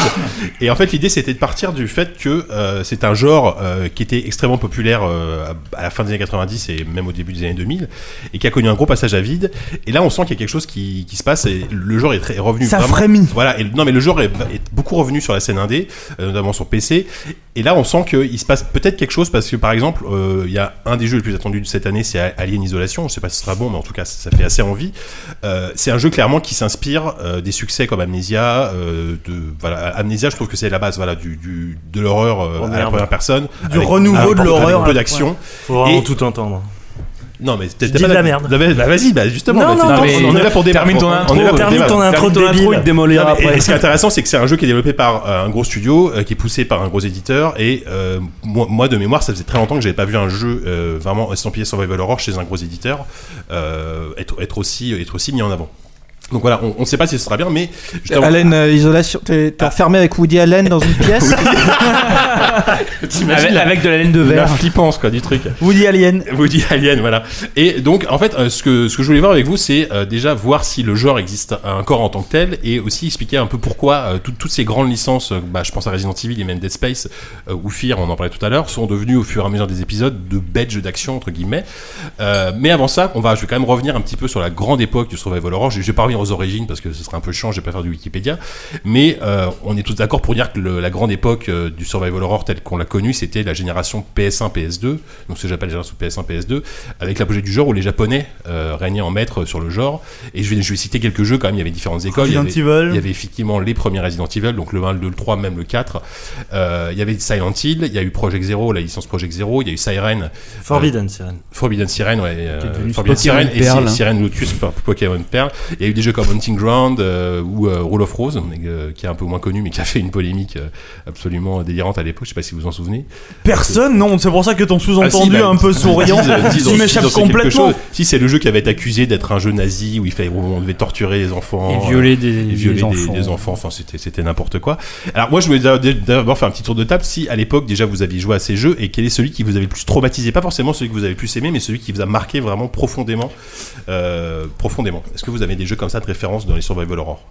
Speaker 2: Et en fait, l'idée, c'était de partir du fait que euh, c'est un genre euh, qui était extrêmement populaire euh, à la fin des années 90 et même au début des années 2000, et qui a connu un gros passage à vide. Et là, on sent qu'il y a quelque chose qui, qui se passe. Et le genre est, très, est revenu.
Speaker 3: Ça
Speaker 2: vraiment-
Speaker 3: frémit.
Speaker 2: Voilà. Et, non, mais le genre est, est beaucoup revenu sur la scène indé, euh, notamment sur PC. Et là, on sent qu'il se passe peut-être quelque chose parce que, par exemple, euh, il y a un des jeux les plus attendus de cette année, c'est Alien Isolation. Je sais pas si ce sera bon, mais en tout cas, ça fait assez envie. Euh, c'est un jeu clairement qui s'inspire euh, des succès comme Amnesia. euh, de, voilà, Amnesia, je trouve que c'est la base voilà, du, du- de l'horreur euh,
Speaker 9: Oh,
Speaker 2: à la
Speaker 9: merde.
Speaker 2: première personne.
Speaker 3: Du renouveau de
Speaker 2: avec
Speaker 3: l'horreur.
Speaker 2: Un peu d'action.
Speaker 9: Faut vraiment
Speaker 2: Et-
Speaker 9: tout entendre.
Speaker 2: Non, mais t'es
Speaker 9: Tu
Speaker 2: t'es
Speaker 9: dis
Speaker 2: pas
Speaker 9: de la
Speaker 2: d'accord.
Speaker 9: merde.
Speaker 2: Non, mais- bah, vas-y, bah, justement,
Speaker 9: Non,
Speaker 2: bah,
Speaker 9: non,
Speaker 2: t'es-
Speaker 9: non,
Speaker 2: on-
Speaker 4: mais-
Speaker 2: on est là pour débattre.
Speaker 4: termine ton
Speaker 2: on- on
Speaker 9: euh,
Speaker 4: intro,
Speaker 2: est là pour
Speaker 4: termine
Speaker 2: débattre.
Speaker 4: ton
Speaker 2: Termine
Speaker 4: intro,
Speaker 2: débile.
Speaker 5: il te démolira
Speaker 2: Non, mais-
Speaker 5: après.
Speaker 2: et ce qui est intéressant, c'est que c'est un jeu qui est développé par euh, un gros studio, euh, qui est poussé par un gros éditeur. Et euh, moi, moi, de mémoire, ça faisait très longtemps que j'avais pas vu un jeu euh, vraiment estampillé Survival Horror chez un gros éditeur euh, être, être, aussi, être aussi mis en avant. Donc voilà, on ne sait pas si ce sera bien, mais justement-
Speaker 6: Allen, euh, isolation. T'es
Speaker 3: Ah.
Speaker 6: t'es enfermé avec Woody Allen dans une pièce.
Speaker 2: T'imagines la-
Speaker 8: de la laine de
Speaker 2: la flippance quoi, du truc.
Speaker 3: Woody Alien.
Speaker 2: Vous dit Alien, voilà. Et donc, en fait, euh, ce que, ce que je voulais voir avec vous, c'est euh, déjà voir si le genre existe euh, encore en tant que tel, et aussi expliquer un peu pourquoi euh, toutes- toutes ces grandes licences, euh, bah, je pense à Resident Evil et même Dead Space, euh, ou Fear, on en parlait tout à l'heure, sont devenues au fur et à mesure des épisodes de bêtes jeux d'action, entre guillemets. Euh, mais avant ça, on va, je vais quand même revenir un petit peu sur la grande époque du Survival Horror. Je je vais pas revenir aux origines, parce que ce serait un peu chiant, je vais pas faire du Wikipédia. Mais euh, on est tous d'accord pour dire que le- la grande époque euh, du survival horror telle qu'on l'a connue, c'était la génération PS1, PS2. Donc ce que j'appelle la génération PS1, PS2, avec l'apogée du genre où les Japonais euh, régnaient en maître sur le genre. Et je vais, je vais citer quelques jeux quand même. Il y avait différentes écoles. Il y
Speaker 3: Resident
Speaker 2: avait- il y
Speaker 3: Evil.
Speaker 2: avait effectivement les premiers Resident Evil, donc le 1, le 2, le 3, même le 4. Euh, il y avait Silent Hill, il y a eu Project Zero, la licence Project Zero, il y a eu Siren, euh,
Speaker 9: Forbidden Siren.
Speaker 2: Forbidden Siren, ouais, euh,
Speaker 8: Qui est devenu Pokémon
Speaker 2: Forbidden Siren et
Speaker 8: Pearl,
Speaker 2: Si-
Speaker 8: hein.
Speaker 2: Siren Lotus par Pokémon Pearl. Il y a eu des jeux comme Hunting Ground euh, ou euh, Rule of Rose, mais, euh, qui est un peu moins connu, mais qui a fait une polémique euh, absolument délirante à l'époque. Je sais pas si vous vous en souvenez.
Speaker 3: Personne, Euh, non, c'est pour ça que ton sous-entendu
Speaker 2: Ah, si, bah,
Speaker 3: un peu souriant,
Speaker 2: Disent- disent-
Speaker 3: tu
Speaker 2: disent-
Speaker 3: m'échappes
Speaker 2: disent- c'est quelque
Speaker 3: complètement.
Speaker 2: chose. Si c'est le jeu qui avait été accusé d'être un jeu nazi où il fallait où on devait torturer les enfants,
Speaker 8: Et violer des,
Speaker 2: et
Speaker 8: des
Speaker 2: violer des,
Speaker 8: enfants.
Speaker 2: des enfants. Enfin, c'était, c'était n'importe quoi. Alors, moi, je voulais d'a- d'abord faire un petit tour de table. Si à l'époque, déjà, vous aviez joué à ces jeux, et quel est celui qui vous avait le plus traumatisé Pas forcément celui que vous avez le plus aimé, mais celui qui vous a marqué vraiment profondément. euh, profondément. Est-ce que vous avez des jeux comme ça de référence dans les Survival Horror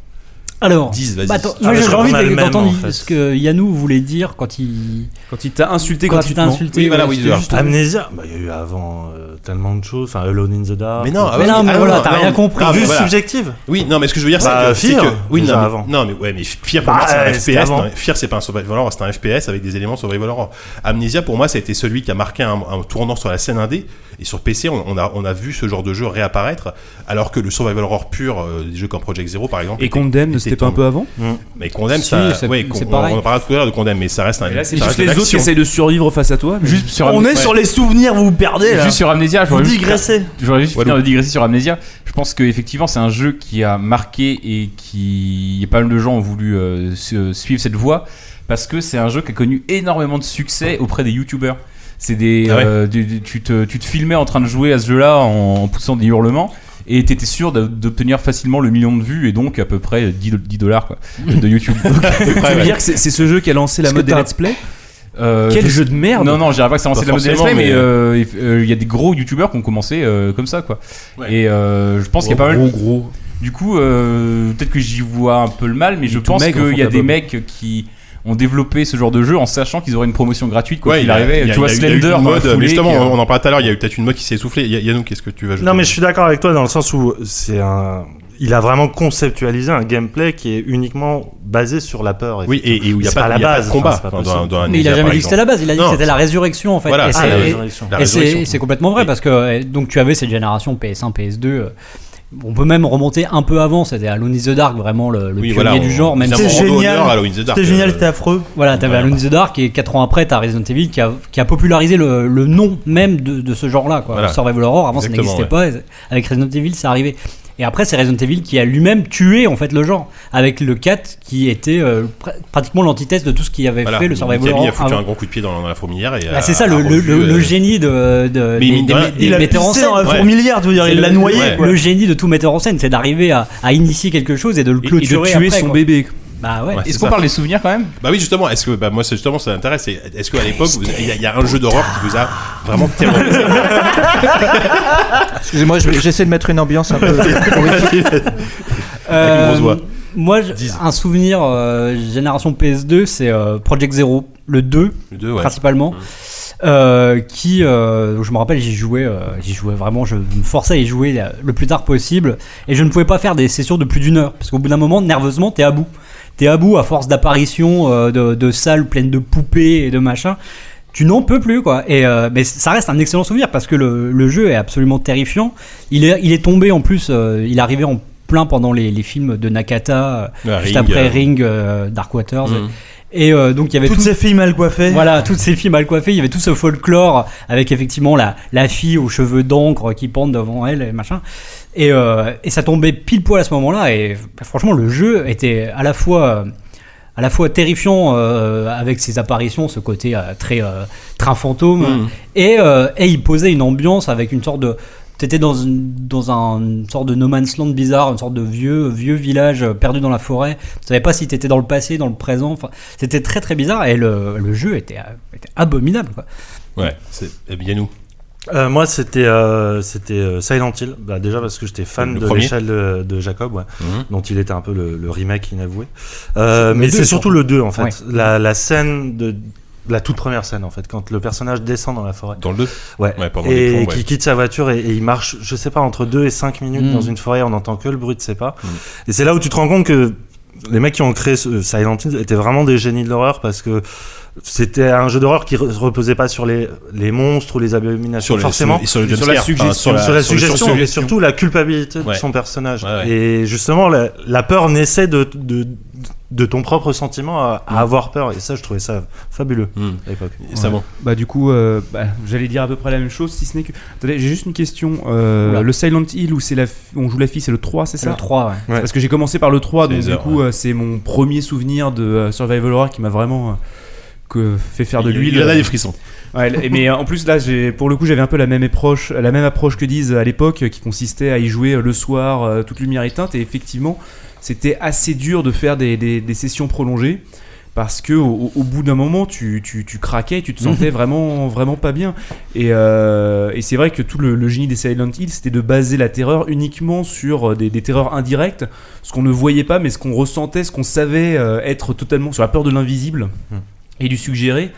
Speaker 8: Alors,
Speaker 2: 10, vas-y.
Speaker 8: bah, attends,
Speaker 9: Ah,
Speaker 8: moi
Speaker 9: je
Speaker 8: j'aurais
Speaker 9: crois
Speaker 8: envie
Speaker 9: qu'on a le même,
Speaker 2: hein.
Speaker 8: d'entendre
Speaker 9: en fait.
Speaker 8: ce que Yannou voulait dire quand il.
Speaker 5: Quand il t'a insulté
Speaker 8: Quand il t'a
Speaker 5: gratuitement.
Speaker 8: insulté.
Speaker 2: Oui, voilà,
Speaker 4: euh,
Speaker 8: ouais,
Speaker 2: oui,
Speaker 8: c'était
Speaker 2: alors.
Speaker 8: juste-
Speaker 9: Amnésia, bah, il y a eu avant euh, tellement de choses, enfin Alone in the Dark.
Speaker 2: Mais non, ah
Speaker 8: Mais
Speaker 2: oui,
Speaker 8: non, mais
Speaker 2: ah
Speaker 8: voilà, t'as rien
Speaker 2: mais-
Speaker 8: compris.
Speaker 2: ah,
Speaker 9: Vue
Speaker 2: mais voilà.
Speaker 9: subjective.
Speaker 2: Oui, non, mais ce que je veux dire, c'est
Speaker 9: Bah,
Speaker 2: que, c'est
Speaker 9: Fear,
Speaker 2: que- oui,
Speaker 9: déjà
Speaker 2: non, mais,
Speaker 9: avant.
Speaker 2: non, mais ouais, mais Fear pour
Speaker 9: Bah,
Speaker 2: moi c'est un
Speaker 9: ouais, c'était
Speaker 2: FPS.
Speaker 9: avant.
Speaker 2: non, Fear c'est pas un survival horror, c'est un FPS avec des éléments survival horror. Amnesia pour moi ça a été celui qui a marqué un, un tournant sur la scène indé et sur PC on, on a on a vu ce genre de jeu réapparaître alors que le survival horror pur euh, des jeux comme Project Zero par exemple.
Speaker 5: Et
Speaker 2: était-
Speaker 5: Condemn, c'était pas un peu avant
Speaker 9: Hmm.
Speaker 2: mais Condemn
Speaker 8: Si,
Speaker 2: ça,
Speaker 8: c'est-
Speaker 2: ouais,
Speaker 8: c'est
Speaker 2: qu'on- on,
Speaker 8: pareil.
Speaker 2: on en parlera tout à l'heure de Condemn mais ça reste un.
Speaker 4: Mais là, c'est
Speaker 2: ça
Speaker 5: Juste
Speaker 2: reste
Speaker 5: les
Speaker 2: de
Speaker 5: autres qui
Speaker 2: l'action.
Speaker 5: essayent de survivre face à toi. mais-
Speaker 4: Juste sur
Speaker 3: On
Speaker 4: Amnesia-
Speaker 3: est
Speaker 4: ouais.
Speaker 3: sur les souvenirs, vous vous perdez là.
Speaker 4: Juste sur Amnesia, je
Speaker 3: Vous
Speaker 4: vois juste-
Speaker 3: digressez.
Speaker 4: Je voudrais juste
Speaker 2: Ouais,
Speaker 4: finir
Speaker 2: donc-
Speaker 4: de digresser sur Amnesia. Je pense que effectivement c'est un jeu qui a marqué et qui pas mal de gens ont voulu euh, su- suivre cette voie parce que c'est un jeu qui a connu énormément de succès auprès des youtubeurs. C'est des,
Speaker 2: Ah ouais.
Speaker 4: euh, du- du- tu, te, tu te filmais en train de jouer à ce jeu-là en, en poussant des hurlements et t'étais sûr d'a- d'obtenir facilement le million de vues et donc à peu près 10, do- 10 dollars quoi, de YouTube.
Speaker 5: Tu
Speaker 2: Ouais,
Speaker 5: veux
Speaker 2: ouais.
Speaker 5: dire que c'est c'est ce jeu qui a lancé la
Speaker 8: Parce
Speaker 5: mode
Speaker 8: que
Speaker 5: des
Speaker 8: t'as-
Speaker 5: Let's Play
Speaker 4: Euh,
Speaker 5: Quel
Speaker 4: je-
Speaker 5: jeu de merde
Speaker 4: non, non, j'irai pas que ça
Speaker 2: Pas
Speaker 4: lancé la mode des
Speaker 2: forcément,
Speaker 4: let's play, mais
Speaker 2: mais,
Speaker 4: euh, il euh, il y a des gros youtubeurs qui ont commencé euh, comme ça, quoi.
Speaker 2: Ouais.
Speaker 4: Et euh, je pense qu'il y a pas mal.
Speaker 5: Gros, gros.
Speaker 4: Du coup, euh, peut-être que j'y vois un peu le mal, mais je
Speaker 5: Tout
Speaker 4: pense
Speaker 5: maigre, au
Speaker 4: qu'il
Speaker 5: fond
Speaker 4: y a
Speaker 5: de la
Speaker 4: des
Speaker 5: bob.
Speaker 4: mecs qui ont développé ce genre de jeu en sachant qu'ils auraient une promotion gratuite quoi
Speaker 2: Ouais,
Speaker 4: qu'il
Speaker 2: a-
Speaker 4: arrivait.
Speaker 2: il y a-
Speaker 4: tu vois
Speaker 2: il y a eu une
Speaker 4: Slender, dans la
Speaker 2: mode, mais
Speaker 4: foulée,
Speaker 2: justement,
Speaker 4: qui, euh,
Speaker 2: on en parlait tout à l'heure. Il y a eu peut-être une mode qui s'est essoufflée. Y- Yannou, qu'est-ce que tu vas ajouter
Speaker 9: Non, mais je suis d'accord avec toi dans le sens où c'est un. Il a vraiment conceptualisé un gameplay qui est uniquement basé sur la peur.
Speaker 2: Oui, et et où il n'y a
Speaker 9: C'est
Speaker 2: pas
Speaker 9: pas la
Speaker 2: il y a pas de
Speaker 9: base,
Speaker 2: combat
Speaker 9: enfin, c'est pas
Speaker 2: dans- dans-
Speaker 9: possible.
Speaker 2: dans
Speaker 8: Mais il
Speaker 2: Amnesia,
Speaker 8: a jamais
Speaker 2: par
Speaker 8: dit que c'était la base, il a dit
Speaker 2: Non.
Speaker 8: que c'était la résurrection en fait.
Speaker 2: Voilà,
Speaker 8: Et
Speaker 2: ah,
Speaker 8: c'est-
Speaker 2: la
Speaker 8: et-
Speaker 9: résurrection.
Speaker 2: La
Speaker 8: Et c'est
Speaker 2: résurrection.
Speaker 8: c'est complètement vrai
Speaker 2: Et-
Speaker 8: parce que euh, donc tu avais cette génération PS1, PS2. euh, on peut même remonter un peu avant, c'était Alone in the Dark, vraiment le, le pionnier
Speaker 2: voilà,
Speaker 8: du
Speaker 2: on-
Speaker 8: genre. Même
Speaker 2: on-
Speaker 8: si-
Speaker 3: C'est
Speaker 2: on- on- on-
Speaker 3: génial.
Speaker 2: on- Halloween the Dark,
Speaker 3: C'était génial,
Speaker 2: euh,
Speaker 3: c'était affreux.
Speaker 8: voilà, t'avais
Speaker 2: Voilà.
Speaker 8: Alone in the Dark et 4 ans après, t'as Resident Evil qui a, qui a popularisé le, le nom même de, de ce genre-là. Quoi.
Speaker 2: Voilà.
Speaker 8: Survival Horror, avant
Speaker 2: Exactement,
Speaker 8: ça n'existait pas. et Avec Resident Evil, c'est arrivé. Et après, c'est Resident Evil qui a lui-même tué en fait le genre, avec le 4 qui était euh, pr- pratiquement l'antithèse de tout ce qui avait
Speaker 2: Voilà,
Speaker 8: fait le Survival
Speaker 2: Mikami
Speaker 8: Horror.
Speaker 2: a foutu
Speaker 8: avant.
Speaker 2: un gros coup de pied dans, dans la fourmilière et
Speaker 8: Ah,
Speaker 2: a-
Speaker 8: c'est ça
Speaker 2: a
Speaker 8: le, le-
Speaker 2: rendu,
Speaker 8: le- le
Speaker 2: euh,
Speaker 8: génie de, de-
Speaker 2: Mais mine
Speaker 8: des,
Speaker 2: de rien,
Speaker 8: des-
Speaker 3: Il
Speaker 8: des
Speaker 3: a
Speaker 8: metteurs en
Speaker 3: pissé
Speaker 8: scène.
Speaker 3: dans la
Speaker 2: hein. ouais.
Speaker 3: fourmilière, tu veux dire,
Speaker 8: C'est
Speaker 3: il
Speaker 8: le-
Speaker 3: l'a noyé.
Speaker 2: ouais.
Speaker 3: quoi.
Speaker 8: Le génie de tout metteur en scène, c'est d'arriver à, à initier quelque chose et de le
Speaker 5: Et- et de
Speaker 8: clôturer.
Speaker 5: tuer
Speaker 8: après,
Speaker 5: son
Speaker 8: quoi.
Speaker 5: bébé.
Speaker 8: Bah ouais.
Speaker 2: Ouais.
Speaker 4: Est-ce
Speaker 2: c'est
Speaker 4: qu'on
Speaker 2: ça.
Speaker 4: parle des souvenirs quand même
Speaker 2: Bah oui, justement, est-ce que bah moi c'est justement ça m'intéresse, c'est- est-ce qu'à l'époque vous- il y, a- il y a un jeu d'horreur qui vous a vraiment terrorisé
Speaker 6: Excusez-moi, je- j'essaie de mettre une ambiance un peu.
Speaker 2: Avec une grosse
Speaker 8: Euh,
Speaker 2: voix.
Speaker 8: Moi, je-
Speaker 2: Dix.
Speaker 8: un souvenir euh, génération PS2, c'est euh, Project Zero, le 2
Speaker 2: Le deux, ouais.
Speaker 8: principalement. euh, qui, euh, je me rappelle, j'y jouais, euh, j'y jouais vraiment, je me forçais à y jouer euh, le plus tard possible, et je ne pouvais pas faire des sessions de plus d'une heure, parce qu'au bout d'un moment, nerveusement, t'es à bout. T'es à bout à force d'apparitions, euh, de, de salles pleines de poupées et de machins. Tu n'en peux plus, quoi. Et, euh, mais ça reste un excellent souvenir parce que le, le jeu est absolument terrifiant. Il est, il est tombé en plus, euh, il arrivait en plein pendant les, les films de Nakata, euh,
Speaker 2: Ouais,
Speaker 8: juste
Speaker 2: Ring,
Speaker 8: après
Speaker 2: euh,
Speaker 8: Ring, euh, Dark Waters.
Speaker 2: Mhm.
Speaker 8: Et euh, donc il y avait
Speaker 3: Toutes
Speaker 8: tout-
Speaker 3: ces filles mal coiffées.
Speaker 8: voilà, toutes ces filles mal coiffées, il y avait tout ce folklore avec effectivement la, la fille aux cheveux d'encre qui pendent devant elle et machin. Et, euh, et ça tombait pile poil à ce moment-là. Et bah, franchement, le jeu était à la fois, euh, à la fois terrifiant euh, avec ses apparitions, ce côté euh, très euh, train fantôme, et, euh, et il posait une ambiance avec une sorte de. T'étais dans une, dans un une sorte de no man's land bizarre, une sorte de vieux vieux village euh, perdu dans la forêt. Tu savais pas si t'étais dans le passé, dans le présent. Enfin, c'était très très bizarre et le, le jeu était, euh, était abominable. Quoi.
Speaker 2: Ouais, c'est eh bien nous.
Speaker 9: Euh, moi, c'était euh, c'était euh, Silent Hill. Bah, déjà parce que j'étais fan
Speaker 2: Le
Speaker 9: de
Speaker 2: premier.
Speaker 9: l'échelle de, de Jacob, ouais,
Speaker 2: Mhm.
Speaker 9: dont il était un peu le, le remake inavoué. Euh, mais
Speaker 8: deux,
Speaker 9: c'est surtout
Speaker 8: surtout.
Speaker 9: le 2 en fait.
Speaker 8: Ouais.
Speaker 9: La, la scène de la toute première scène en fait, quand le personnage descend dans la forêt.
Speaker 2: Dans le 2
Speaker 9: Ouais.
Speaker 2: Ouais, pendant
Speaker 9: et
Speaker 2: les ponts, ouais.
Speaker 9: qui quitte sa voiture et, et il marche, je sais pas, entre 2 et 5 minutes
Speaker 8: Mm.
Speaker 9: dans une forêt, on n'entend que le bruit de ses pas. Et c'est là où tu te rends compte que les mecs qui ont créé ce- Silent Hill étaient vraiment des génies de l'horreur parce que c'était un jeu d'horreur qui re- reposait pas sur les, les monstres ou les abominations
Speaker 2: le-
Speaker 9: forcément.
Speaker 2: sur, le
Speaker 4: sur
Speaker 2: jumpscare,
Speaker 4: la suggestion,
Speaker 2: enfin, sur la,
Speaker 9: sur la
Speaker 2: sur le
Speaker 9: suggestion et
Speaker 2: suggestion.
Speaker 9: surtout la culpabilité
Speaker 2: Ouais.
Speaker 9: de son personnage.
Speaker 2: Ouais, ouais.
Speaker 9: Et justement, la, la peur naissait de, de, de ton propre sentiment à, à avoir peur. Et ça, je trouvais ça fabuleux
Speaker 2: Mm.
Speaker 9: à l'époque.
Speaker 2: Et ça, bon.
Speaker 5: Bah du coup, euh, bah, j'allais dire à peu près la même chose, si ce n'est que... Attendez, j'ai juste une question. euh,
Speaker 8: Oula.
Speaker 5: le Silent Hill où c'est la fi- on joue la fille, c'est le 3, c'est
Speaker 8: C'est
Speaker 5: ça
Speaker 8: le 3, ouais.
Speaker 9: Ouais.
Speaker 5: Parce que j'ai commencé par le 3,
Speaker 2: C'est
Speaker 5: donc
Speaker 2: les
Speaker 5: du
Speaker 2: heures,
Speaker 5: coup, euh, c'est mon premier souvenir de euh, Survival Horror qui m'a vraiment euh, que fait faire de
Speaker 2: Il-
Speaker 5: l'huile.
Speaker 2: Il en a des frissons.
Speaker 5: Ouais, et- mais euh, en plus là, j'ai pour le coup, j'avais un peu la même approche, euh, la même approche que disent à l'époque, euh, qui consistait à y jouer euh, le soir, euh, toute lumière éteinte, et effectivement, c'était assez dur de faire des, des- des sessions prolongées. Parce que au, au bout d'un moment, tu, tu, tu craquais, tu te sentais vraiment vraiment pas bien. Et, euh, et c'est vrai que tout le, le génie des Silent Hill, c'était de baser la terreur uniquement sur euh, des, des terreurs indirectes, ce qu'on ne voyait pas, mais ce qu'on ressentait, ce qu'on savait euh, être totalement sur la peur de l'invisible
Speaker 2: Hmm.
Speaker 9: Mhm.
Speaker 5: et du suggéré,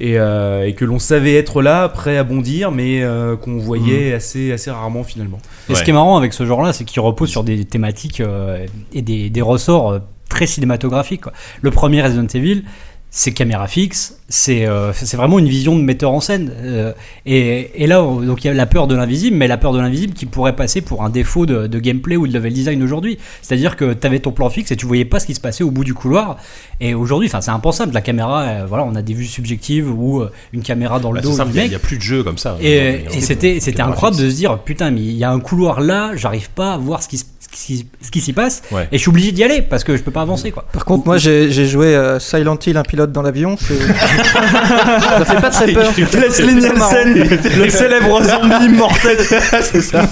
Speaker 5: et, euh, et que l'on savait être là, prêt à bondir, mais euh, qu'on voyait assez, assez rarement finalement.
Speaker 8: Et
Speaker 2: Hmm. Ouais.
Speaker 8: ce qui est marrant avec ce genre-là, c'est qu'il repose sur des thématiques euh, et des, des ressorts euh, très cinématographiques. quoi. Le premier Resident Evil, c'est caméra fixe, c'est euh, c'est vraiment une vision de metteur en scène. euh, et, et là, on- donc il y a la peur de l'invisible, mais la peur de l'invisible qui pourrait passer pour un défaut de, de gameplay ou de level design aujourd'hui. C'est-à-dire que tu avais ton plan fixe et tu voyais pas ce qui se passait au bout du couloir. Et aujourd'hui, enfin, c'est impensable. La caméra, euh, voilà, on a des vues subjectives ou euh, une caméra dans le
Speaker 2: Bah,
Speaker 8: dos
Speaker 2: c'est simple,
Speaker 8: du
Speaker 2: il y a-
Speaker 8: mec.
Speaker 2: il y a plus de jeu comme ça. hein,
Speaker 8: Et,
Speaker 2: Dans les-
Speaker 8: et c'était,
Speaker 2: dans les
Speaker 8: c'était incroyable
Speaker 2: graphismes.
Speaker 8: de se dire putain mais il y a un couloir là, j'arrive pas à voir ce qui, se- ce qui, ce qui s'y passe
Speaker 2: Ouais.
Speaker 8: et je suis obligé d'y aller parce que je peux pas avancer quoi.
Speaker 6: Par contre, moi j'ai j'ai joué euh, Silent Hill, un pilote dans l'avion. c'est- ça fait pas très peur.
Speaker 3: Leslie Nielsen, le célèbre zombie mortel.
Speaker 2: c'est ça.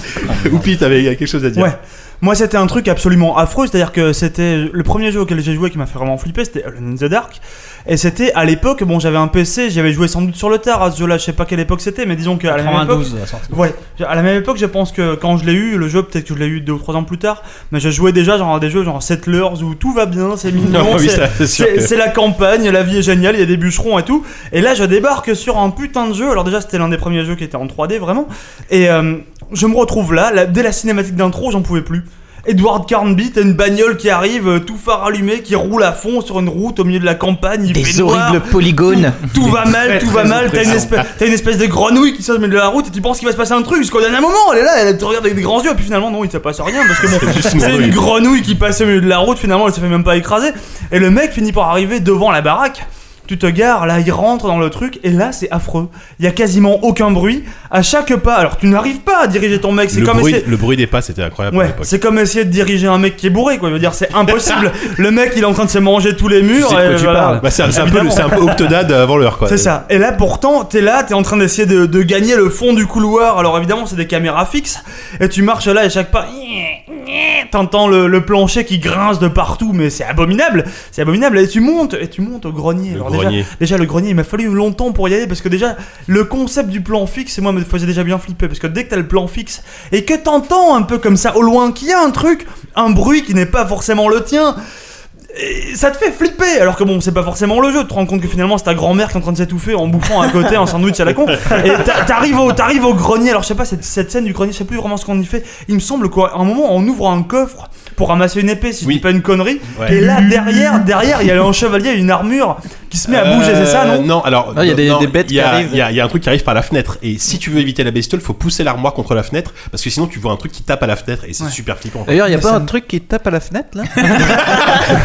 Speaker 2: Oupi, t'avais quelque chose à dire.
Speaker 3: Ouais. Moi, c'était un truc absolument affreux. C'est-à-dire que c'était le premier jeu auquel j'ai joué qui m'a fait vraiment flipper. C'était Alone in the Dark. Et c'était à l'époque, bon, j'avais un PC, j'avais joué sans doute sur le tard à ce jeu-là. Je sais pas quelle époque c'était, mais disons qu'à la même époque.
Speaker 8: 92 la sortie.
Speaker 3: Ouais, à la même époque, je pense que quand je l'ai eu, le jeu, peut-être que je l'ai eu deux ou trois ans plus tard, mais je jouais déjà genre à des jeux genre Settlers où tout va bien, c'est mignon,
Speaker 2: Non, Ah oui,
Speaker 3: c'est-
Speaker 2: ça, c'est sûr.
Speaker 3: c'est
Speaker 2: que-
Speaker 3: c'est la campagne, la vie est géniale, il y a des bûcherons et tout. Et là, je débarque sur un putain de jeu. Alors déjà, c'était l'un des premiers jeux qui était en 3D vraiment. Et euh, je me retrouve là, là, dès la cinématique d'intro, j'en pouvais plus. Edward Carnby, t'as une bagnole qui arrive, euh, tout phare allumé, qui roule à fond sur une route au milieu de la campagne. Il fait
Speaker 6: Des
Speaker 3: noir,
Speaker 6: horribles polygones.
Speaker 3: tout va mal, tout va mal. T'as une, espèce, t'as une espèce de grenouille qui sort au milieu de la route et tu penses qu'il va se passer un truc jusqu'au dernier moment. Elle est là, elle te regarde avec des grands yeux. Et puis finalement, non, il ne se passe rien parce que bon,
Speaker 2: juste une
Speaker 3: c'est une
Speaker 2: grenouille.
Speaker 3: grenouille qui passe au milieu de la route. Finalement, elle se fait même pas écraser. Et le mec finit par arriver devant la baraque. Tu te gares, là il rentre dans le truc et là c'est affreux. Il y a quasiment aucun bruit à chaque pas. Alors tu n'arrives pas à diriger ton mec, c'est
Speaker 2: le,
Speaker 3: comme
Speaker 2: bruit,
Speaker 3: essayer-
Speaker 2: le bruit des pas, c'était incroyable à
Speaker 3: Ouais,
Speaker 2: l'époque.
Speaker 3: c'est comme essayer de diriger un mec qui est bourré quoi. Je veux dire, c'est impossible. le mec il est en train de se manger tous les murs.
Speaker 5: sais de quoi
Speaker 3: et
Speaker 5: tu
Speaker 3: voilà.
Speaker 5: parles.
Speaker 2: Bah, c'est un, c'est un peu, le- c'est un peu Octodad avant l'heure, quoi.
Speaker 3: C'est ça. Et là, pourtant, t'es là, t'es en train d'essayer de, de gagner le fond du couloir. Alors évidemment, c'est des caméras fixes. Et tu marches là et chaque pas, t'entends le, le plancher qui grince de partout. Mais c'est abominable. C'est abominable. Et tu montes, et tu montes au grenier.
Speaker 2: Le
Speaker 3: Alors déjà-
Speaker 2: grenier.
Speaker 3: Déjà, le grenier, il m'a fallu longtemps pour y aller parce que déjà, le concept du plan fixe, moi, me faisait déjà bien flipper parce que dès que t'as le plan fixe et que t'entends un peu comme ça au loin qu'il y a un truc, un bruit qui n'est pas forcément le tien. et Ça te fait flipper, alors que bon, c'est pas forcément le jeu. Tu te rends compte que finalement, c'est ta grand-mère qui est en train de s'étouffer en bouffant à côté un sandwich à la con. Et t'a- t'arrives au, t'arrives au grenier. Alors, je sais pas, cette, cette scène du grenier, je sais plus vraiment ce qu'on y fait. Il me semble qu'à un moment, on ouvre un coffre pour ramasser une épée, si je
Speaker 2: Oui.
Speaker 3: dis pas une connerie.
Speaker 2: Ouais.
Speaker 3: Et là, derrière, derrière, il y a un chevalier, une armure qui se met à bouger, c'est ça, non
Speaker 2: Euh, Non, alors.
Speaker 6: Non, Ah, il y a des-
Speaker 2: non,
Speaker 6: des bêtes
Speaker 2: il y a-
Speaker 6: qui arrivent.
Speaker 2: Il y, a- il y a un truc qui arrive par la fenêtre. Et si tu veux éviter la bestiole, faut pousser l'armoire contre la fenêtre. Parce que sinon, tu vois un truc qui tape à la fenêtre. Et c'est
Speaker 3: Ouais.
Speaker 2: super flippant.
Speaker 6: D'ailleurs, il y a
Speaker 8: Bah,
Speaker 3: Mais ça
Speaker 6: pas un
Speaker 3: me-
Speaker 6: truc qui tape à la fenêtre là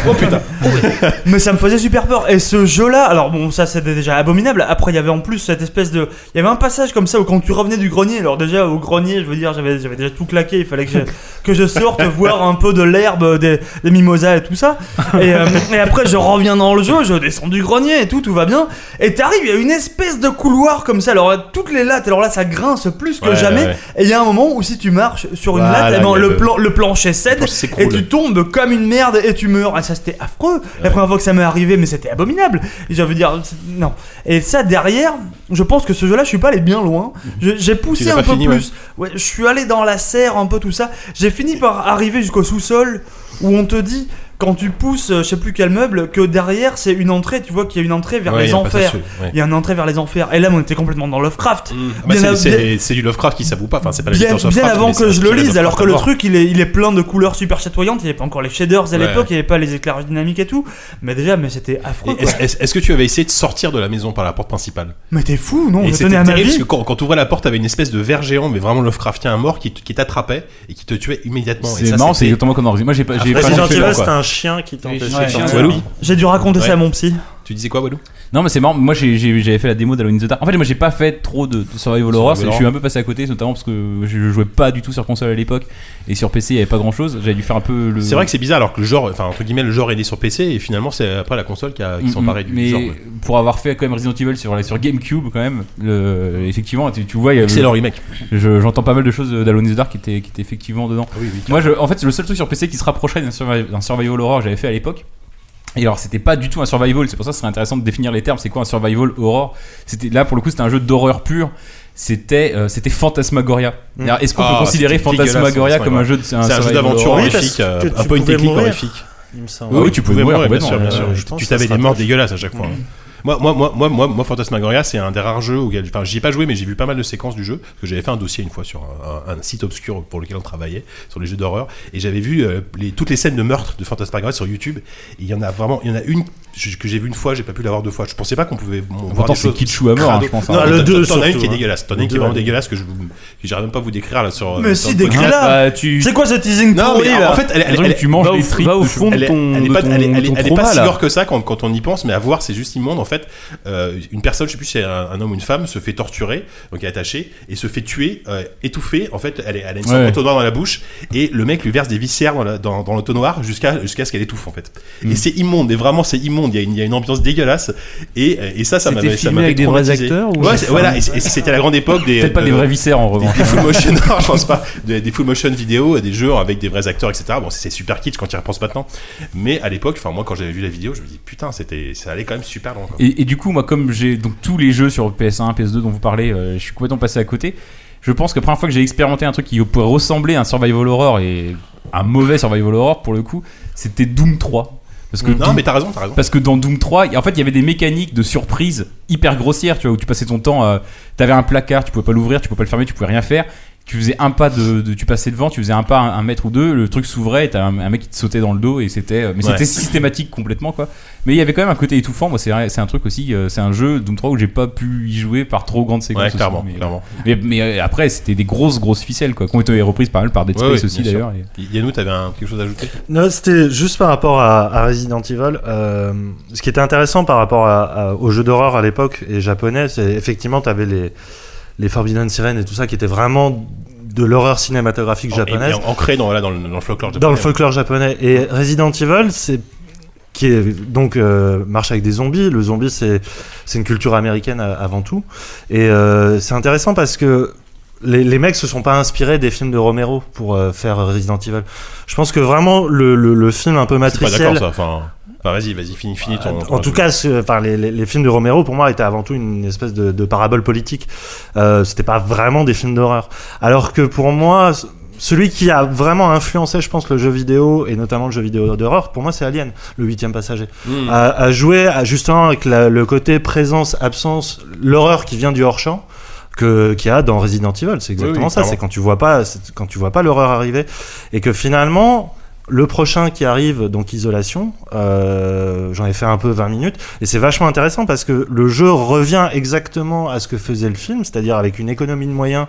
Speaker 2: Oh putain
Speaker 3: Mais ça me faisait super peur. Et ce jeu-là, alors bon, ça c'était déjà abominable. Après, il y avait en plus cette espèce de. Il y avait un passage comme ça où quand tu revenais du grenier, alors déjà au grenier, je veux dire, j'avais j'avais déjà tout claqué, il fallait que je, que je sorte voir un peu de l'herbe, des, des mimosas et tout ça. Et, euh, et après, je reviens dans le jeu, je descends du grenier et tout, tout va bien. Et t'arrives, il y a une espèce de couloir comme ça. Alors toutes les lattes, alors là, ça grince plus que
Speaker 2: Ouais,
Speaker 3: jamais.
Speaker 2: ouais.
Speaker 3: Et il y a un moment où si tu marches sur une
Speaker 2: Voilà,
Speaker 3: latte, eh ben,
Speaker 2: il y a
Speaker 3: le,
Speaker 2: le-
Speaker 3: plan- le plancher
Speaker 2: Le
Speaker 3: cède
Speaker 2: plancher s'écroule.
Speaker 3: et tu tombes comme une merde et tu meurs. Ah, ça c'était affreux. La première fois que ça m'est arrivé, mais c'était abominable. Et J'avais dire c'est- non. Et ça derrière, je pense que ce jeu-là, je suis pas allé bien loin. Je- J'ai poussé
Speaker 2: l'as
Speaker 3: un
Speaker 2: pas
Speaker 3: peu
Speaker 2: fini,
Speaker 3: plus. Ouais, je suis allé dans la serre un peu tout ça. J'ai fini par arriver jusqu'au sous-sol où on te dit quand tu pousses, euh, je sais plus quel meuble, que derrière c'est une entrée. Tu vois qu'il y a une entrée vers
Speaker 2: Ouais, il
Speaker 3: les
Speaker 2: y a un passage,
Speaker 3: enfers.
Speaker 2: ouais.
Speaker 3: Il y a une entrée vers les enfers. Et là, on était complètement dans Lovecraft.
Speaker 2: Ah bah,
Speaker 3: Bien av-
Speaker 2: c'est-
Speaker 3: bien-
Speaker 2: c'est c'est du Lovecraft qui s'avoue pas. Enfin, c'est pas la
Speaker 3: bien,
Speaker 2: Victor
Speaker 3: bien
Speaker 2: Lovecraft,
Speaker 3: avant
Speaker 2: mais
Speaker 3: que je
Speaker 2: c'est un
Speaker 3: le
Speaker 2: style
Speaker 3: lise, alors que le
Speaker 2: Lovecraft
Speaker 3: truc il est, il est plein de couleurs super chatoyantes, il n'y avait pas encore les shaders à
Speaker 2: Ouais.
Speaker 3: l'époque, il n'y avait pas les éclairages dynamiques et tout, mais déjà, mais c'était
Speaker 2: Et
Speaker 3: affreux. quoi.
Speaker 2: Est-ce est-ce- est-ce que tu avais essayé de sortir de la maison par la porte principale
Speaker 3: Mais t'es fou, non
Speaker 2: Et
Speaker 3: Je
Speaker 2: c'était
Speaker 3: tenais à
Speaker 2: terrible
Speaker 3: ma
Speaker 2: parce que
Speaker 3: vie.
Speaker 2: quand, quand tu ouvrais la porte, t'avais une espèce de ver géant, mais vraiment Lovecraftien à mort, qui t- qui t'attrapait et qui te tuait immédiatement. Et
Speaker 4: C'est
Speaker 2: ça,
Speaker 4: marrant, c'est
Speaker 2: c'était-
Speaker 4: exactement comme dans Moi, j'ai pas. j'ai
Speaker 2: Après,
Speaker 4: pas
Speaker 2: c'est
Speaker 4: non
Speaker 2: gentil,
Speaker 4: plus-
Speaker 2: là,
Speaker 9: C'était
Speaker 2: quoi.
Speaker 9: un chien qui t'empêchait
Speaker 4: Ouais,
Speaker 9: de
Speaker 4: chien.
Speaker 9: sortir.
Speaker 2: Walou,
Speaker 3: J'ai dû raconter
Speaker 2: Ouais.
Speaker 3: ça à mon psy.
Speaker 2: tu disais quoi, Walou
Speaker 4: Non, mais c'est marrant. Moi, j'ai- j'ai- j'avais fait la démo d'Halloween in the Dark. En fait, moi, j'ai pas fait trop de, de survival horror. c'est- Je suis un peu passé à côté, notamment parce que je, je jouais pas du tout sur console à l'époque et sur PC, il y avait pas grand chose. J'avais dû faire un peu le.
Speaker 2: C'est vrai que c'est bizarre, alors que le genre, enfin, entre guillemets, le genre est né sur PC et finalement, c'est après la console qui, a- qui
Speaker 4: Mm,
Speaker 2: s'emparait
Speaker 4: mm,
Speaker 2: du
Speaker 4: mais
Speaker 2: genre. ouais.
Speaker 4: pour avoir fait quand même Resident Evil sur, sur GameCube quand même le, effectivement tu, tu vois il y a-
Speaker 2: Excellent remake.
Speaker 4: je- j'entends pas mal de choses d'Alone in the Dark qui étaient qui étaient effectivement dedans
Speaker 2: Ah oui, oui.
Speaker 4: moi je, en fait c'est le seul truc sur PC qui se rapprochait d'un survi- d'un survival horror que j'avais fait à l'époque et alors c'était pas du tout un survival c'est pour ça que ce serait intéressant de définir les termes c'est quoi un survival horror c'était là pour le coup c'était un jeu d'horreur pur c'était euh, c'était Fantasmagoria Mm.
Speaker 9: Hmm.
Speaker 4: Alors, est-ce qu'on
Speaker 2: Ah,
Speaker 4: peut considérer
Speaker 2: c'était
Speaker 4: Fantasmagoria
Speaker 2: dégueulasse,
Speaker 4: comme un jeu de
Speaker 2: C'est un jeu
Speaker 4: survival
Speaker 2: d'aventure
Speaker 4: horror
Speaker 9: oui, parce
Speaker 2: horrifique,
Speaker 9: que
Speaker 2: euh,
Speaker 9: tu
Speaker 2: un point and
Speaker 9: pouvais
Speaker 2: click
Speaker 9: mourir.
Speaker 2: horrifique.
Speaker 9: Il me semble.
Speaker 4: Ah oui, tu pouvais mourir,
Speaker 2: bien sûr, bien
Speaker 4: complètement,
Speaker 2: sûr.
Speaker 9: ouais, je
Speaker 2: Tu-
Speaker 9: pense
Speaker 2: tu
Speaker 9: que ça
Speaker 2: t'avais
Speaker 9: se
Speaker 2: des morts
Speaker 9: rapproche.
Speaker 2: dégueulasses à chaque fois. hein. Moi, moi, moi, moi, moi, moi, Fantasmagoria, c'est un des rares jeux auquel, enfin, j'y ai pas joué, mais j'ai vu pas mal de séquences du jeu, parce que j'avais fait un dossier une fois sur un, un- un site obscur pour lequel on travaillait, sur les jeux d'horreur, et j'avais vu euh, les- toutes les scènes de meurtre de Fantasmagoria sur YouTube, et il y en a vraiment, il y en a une je- que j'ai vue une fois, j'ai pas pu la voir deux fois. Je pensais pas qu'on pouvait bon, voir
Speaker 4: pourtant
Speaker 2: des
Speaker 4: c'est
Speaker 2: choses.
Speaker 4: kitschou à mort hein, je pense hein.
Speaker 2: Non,
Speaker 9: Ah, le
Speaker 2: le
Speaker 9: deux,
Speaker 2: T'en as une
Speaker 9: surtout,
Speaker 2: qui est
Speaker 9: hein.
Speaker 2: dégueulasse. T'en as
Speaker 9: Le
Speaker 2: une qui est
Speaker 9: deux,
Speaker 2: vraiment
Speaker 9: ouais.
Speaker 2: dégueulasse que je vous- que j'arrive même pas à vous décrire là sur. euh,
Speaker 3: Mais
Speaker 2: sur
Speaker 3: si,
Speaker 2: le podcast.
Speaker 3: décris-la
Speaker 4: Bah, tu
Speaker 3: C'est quoi ce teasing
Speaker 2: Non,
Speaker 3: pourri,
Speaker 2: mais
Speaker 3: là
Speaker 2: en fait, elle,
Speaker 4: Elle,
Speaker 2: elle, elle-
Speaker 4: tu manges
Speaker 5: va au-
Speaker 4: des frites.
Speaker 5: va au
Speaker 4: de
Speaker 5: fond
Speaker 4: chou-
Speaker 5: de
Speaker 2: elle est-
Speaker 5: ton-
Speaker 2: elle est
Speaker 5: de
Speaker 2: pas,
Speaker 5: ton-
Speaker 2: elle est- elle est-
Speaker 5: ton
Speaker 2: elle est pas
Speaker 5: trauma,
Speaker 2: si
Speaker 5: là.
Speaker 2: gore que ça quand, quand on y pense, mais à voir, c'est juste immonde. En fait, euh, une personne, je sais plus si c'est un, un homme ou une femme, se fait torturer, donc elle est attachée, et se fait tuer, euh, étouffée. En fait, elle, est- elle a une sorte
Speaker 4: Ouais.
Speaker 2: d'entonnoir dans la bouche, et le mec lui verse des viscères dans, la- dans, dans l'entonnoir jusqu'à jusqu'à ce qu'elle étouffe, en fait. Et c'est immonde, et vraiment, c'est immonde. Il y, a une- il y a une ambiance dégueulasse, et, euh, et ça, ça
Speaker 5: C'était
Speaker 2: m'avait ça
Speaker 5: filmé
Speaker 2: m'avait
Speaker 5: avec des vrais
Speaker 2: traumatisé.
Speaker 5: acteurs ou-
Speaker 2: Ouais, c'est- voilà, et c'est- et c'était la grande époque des.
Speaker 4: Peut-être pas
Speaker 2: de-
Speaker 4: des vrais viscères en revanche.
Speaker 2: des full motion, non, je pense pas, des, des full motion vidéo, des jeux avec des vrais acteurs, etc. Bon, c'est super kitsch quand tu y repenses maintenant. Mais à l'époque, enfin, moi, quand j'avais vu la vidéo, je me dis, putain, c'était, ça allait quand même super loin, quoi.
Speaker 4: Et, et du coup, moi, comme j'ai donc tous les jeux sur PS1, PS2 dont vous parlez, euh, je suis complètement passé à côté. Je pense que la première fois que j'ai expérimenté un truc qui pourrait ressembler à un survival horror et un mauvais survival horror pour le coup, c'était Doom 3. Parce que
Speaker 2: Non,
Speaker 4: Doom-
Speaker 2: mais t'as raison, t'as raison.
Speaker 4: parce que dans Doom 3, y- en fait, il y avait des mécaniques de surprise hyper grossières, tu vois, où tu passais ton temps, euh, t'avais un placard, tu pouvais pas l'ouvrir, tu pouvais pas le fermer, tu pouvais rien faire. Tu faisais un pas de, de- tu passais devant, tu faisais un pas un, un mètre ou deux, le truc s'ouvrait, et t'avais un, un mec qui te sautait dans le dos et c'était, euh, mais
Speaker 2: Ouais.
Speaker 4: c'était systématique complètement quoi. Mais il y avait quand même un côté étouffant. Moi, c'est un- c'est un truc aussi, euh, c'est un jeu Doom 3 où j'ai pas pu y jouer par trop grande séquence.
Speaker 2: Ouais,
Speaker 4: aussi,
Speaker 2: clairement,
Speaker 4: mais,
Speaker 2: clairement.
Speaker 4: mais- mais, euh, après, c'était des grosses grosses ficelles quoi, qui ont été reprises pas mal par Dead
Speaker 2: Ouais,
Speaker 4: Space
Speaker 2: ouais,
Speaker 4: aussi
Speaker 2: bien sûr.
Speaker 4: d'ailleurs. et-
Speaker 2: Yannou, t'avais un- quelque chose à ajouter
Speaker 9: Non, c'était juste par rapport à, à Resident Evil. euh, ce qui était intéressant par rapport à- à- aux jeux d'horreur à l'époque et japonais, c'est effectivement, tu avais les, les Forbidden Siren et tout ça qui étaient vraiment de l'horreur cinématographique
Speaker 2: Et- et
Speaker 9: japonaise.
Speaker 2: Ancré dans, voilà, dans, le, dans le folklore
Speaker 9: Dans le
Speaker 2: japonais.
Speaker 9: folklore japonais. Et Resident Evil, c'est qui est donc euh, marche avec des zombies. Le zombie, c'est c'est une culture américaine euh, avant tout. Et euh, c'est intéressant parce que les, les mecs se sont pas inspirés des films de Romero pour euh, faire Resident Evil. Je pense que vraiment le, le- le film un peu
Speaker 2: Je suis pas
Speaker 9: matriciel. Ah,
Speaker 2: d'accord, ça. Enfin, enfin, vas-y, vas-y, finis, finis ton.
Speaker 9: En tout cas, ce- enfin, les, les- les films de Romero, pour moi, étaient avant tout une espèce de, de parabole politique. Euh, C'était pas vraiment des films d'horreur. Alors que pour moi, c- celui qui a vraiment influencé, je pense, le jeu vidéo, et notamment le jeu vidéo d'horreur, pour moi, c'est Alien, le huitième passager.
Speaker 2: Mm.
Speaker 9: À, à jouer à- justement avec la- le côté présence-absence, l'horreur qui vient du hors-champ. Que, qu'il y a dans Resident Evil, c'est exactement
Speaker 2: oui,
Speaker 9: ça.
Speaker 2: clairement.
Speaker 9: C'est quand tu vois pas, c'est quand tu vois pas l'horreur arriver, et que finalement, Le prochain qui arrive, donc Isolation, euh, j'en ai fait un peu 20 minutes, et c'est vachement intéressant parce que le jeu revient exactement à ce que faisait le film, c'est-à-dire avec une économie de moyens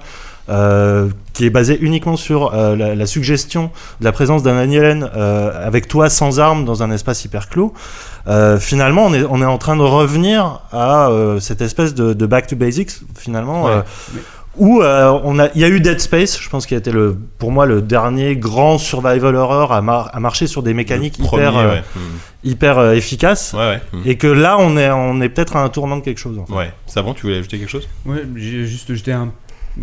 Speaker 9: euh, qui est basée uniquement sur euh, la, la suggestion de la présence d'un alien euh, avec toi sans armes dans un espace hyper clos. Euh, finalement, on est, on est en train de revenir à euh, cette espèce de, de back to basics, finalement. euh, où euh, on a, il y a eu Dead Space, je pense qu'il a été le, pour moi le dernier grand survival horror à, mar- à marcher sur des mécaniques
Speaker 2: Premier,
Speaker 9: hyper, euh,
Speaker 2: ouais. Mm.
Speaker 9: hyper euh, efficaces,
Speaker 2: Ouais, ouais. Mm.
Speaker 9: et que là on est, on est peut-être à un tournant de quelque chose. en fait.
Speaker 2: Ouais. Savon, tu voulais ajouter quelque chose
Speaker 5: Ouais, j'ai juste jeté un.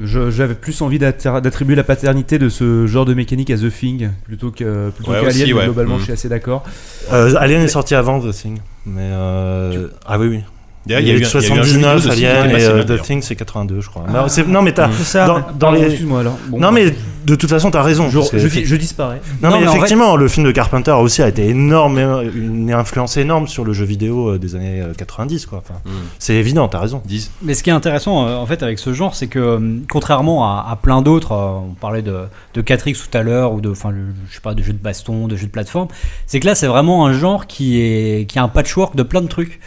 Speaker 5: je- J'avais plus envie d'atter- d'attribuer la paternité de ce genre de mécanique à The Thing plutôt que plutôt
Speaker 2: Ouais,
Speaker 5: qu'à
Speaker 2: aussi,
Speaker 5: Alien, mais
Speaker 2: ouais.
Speaker 5: Globalement,
Speaker 2: Mhm.
Speaker 5: je suis assez d'accord.
Speaker 9: Euh, Alien est sorti avant The Thing, mais euh, ah oui oui.
Speaker 2: D'ailleurs,
Speaker 9: eu
Speaker 2: un- eu un jeu
Speaker 9: 79
Speaker 2: vidéo de
Speaker 9: Alien
Speaker 2: Sylvain
Speaker 9: et euh,
Speaker 2: Massima,
Speaker 9: The
Speaker 2: d'ailleurs.
Speaker 9: Thing c'est 82 je crois. Non, c'est- non mais t'as
Speaker 6: Ah. C'est ça.
Speaker 9: dans, dans
Speaker 5: Pardon,
Speaker 9: les
Speaker 5: Excuse-moi alors. Bon,
Speaker 9: non
Speaker 5: bah,
Speaker 9: mais de toute façon t'as raison.
Speaker 5: je,
Speaker 9: parce que-
Speaker 5: je dis- je disparais.
Speaker 9: non,
Speaker 8: Non,
Speaker 9: mais,
Speaker 8: mais en vrai-
Speaker 9: effectivement le film de Carpenter aussi a été énorme, une influence énorme sur le jeu vidéo euh, des années euh, 90 quoi. Enfin,
Speaker 2: Mm.
Speaker 8: Hmm.
Speaker 9: C'est évident t'as raison.
Speaker 2: Dix.
Speaker 8: Mais ce qui est intéressant euh, en fait avec ce genre, c'est que euh, contrairement à, à plein d'autres, euh, on parlait de, de 4X tout à l'heure ou de, enfin, le- je sais pas, de jeux de baston, de jeux de plateforme, c'est que là c'est vraiment un genre qui est qui a un patchwork de plein de trucs.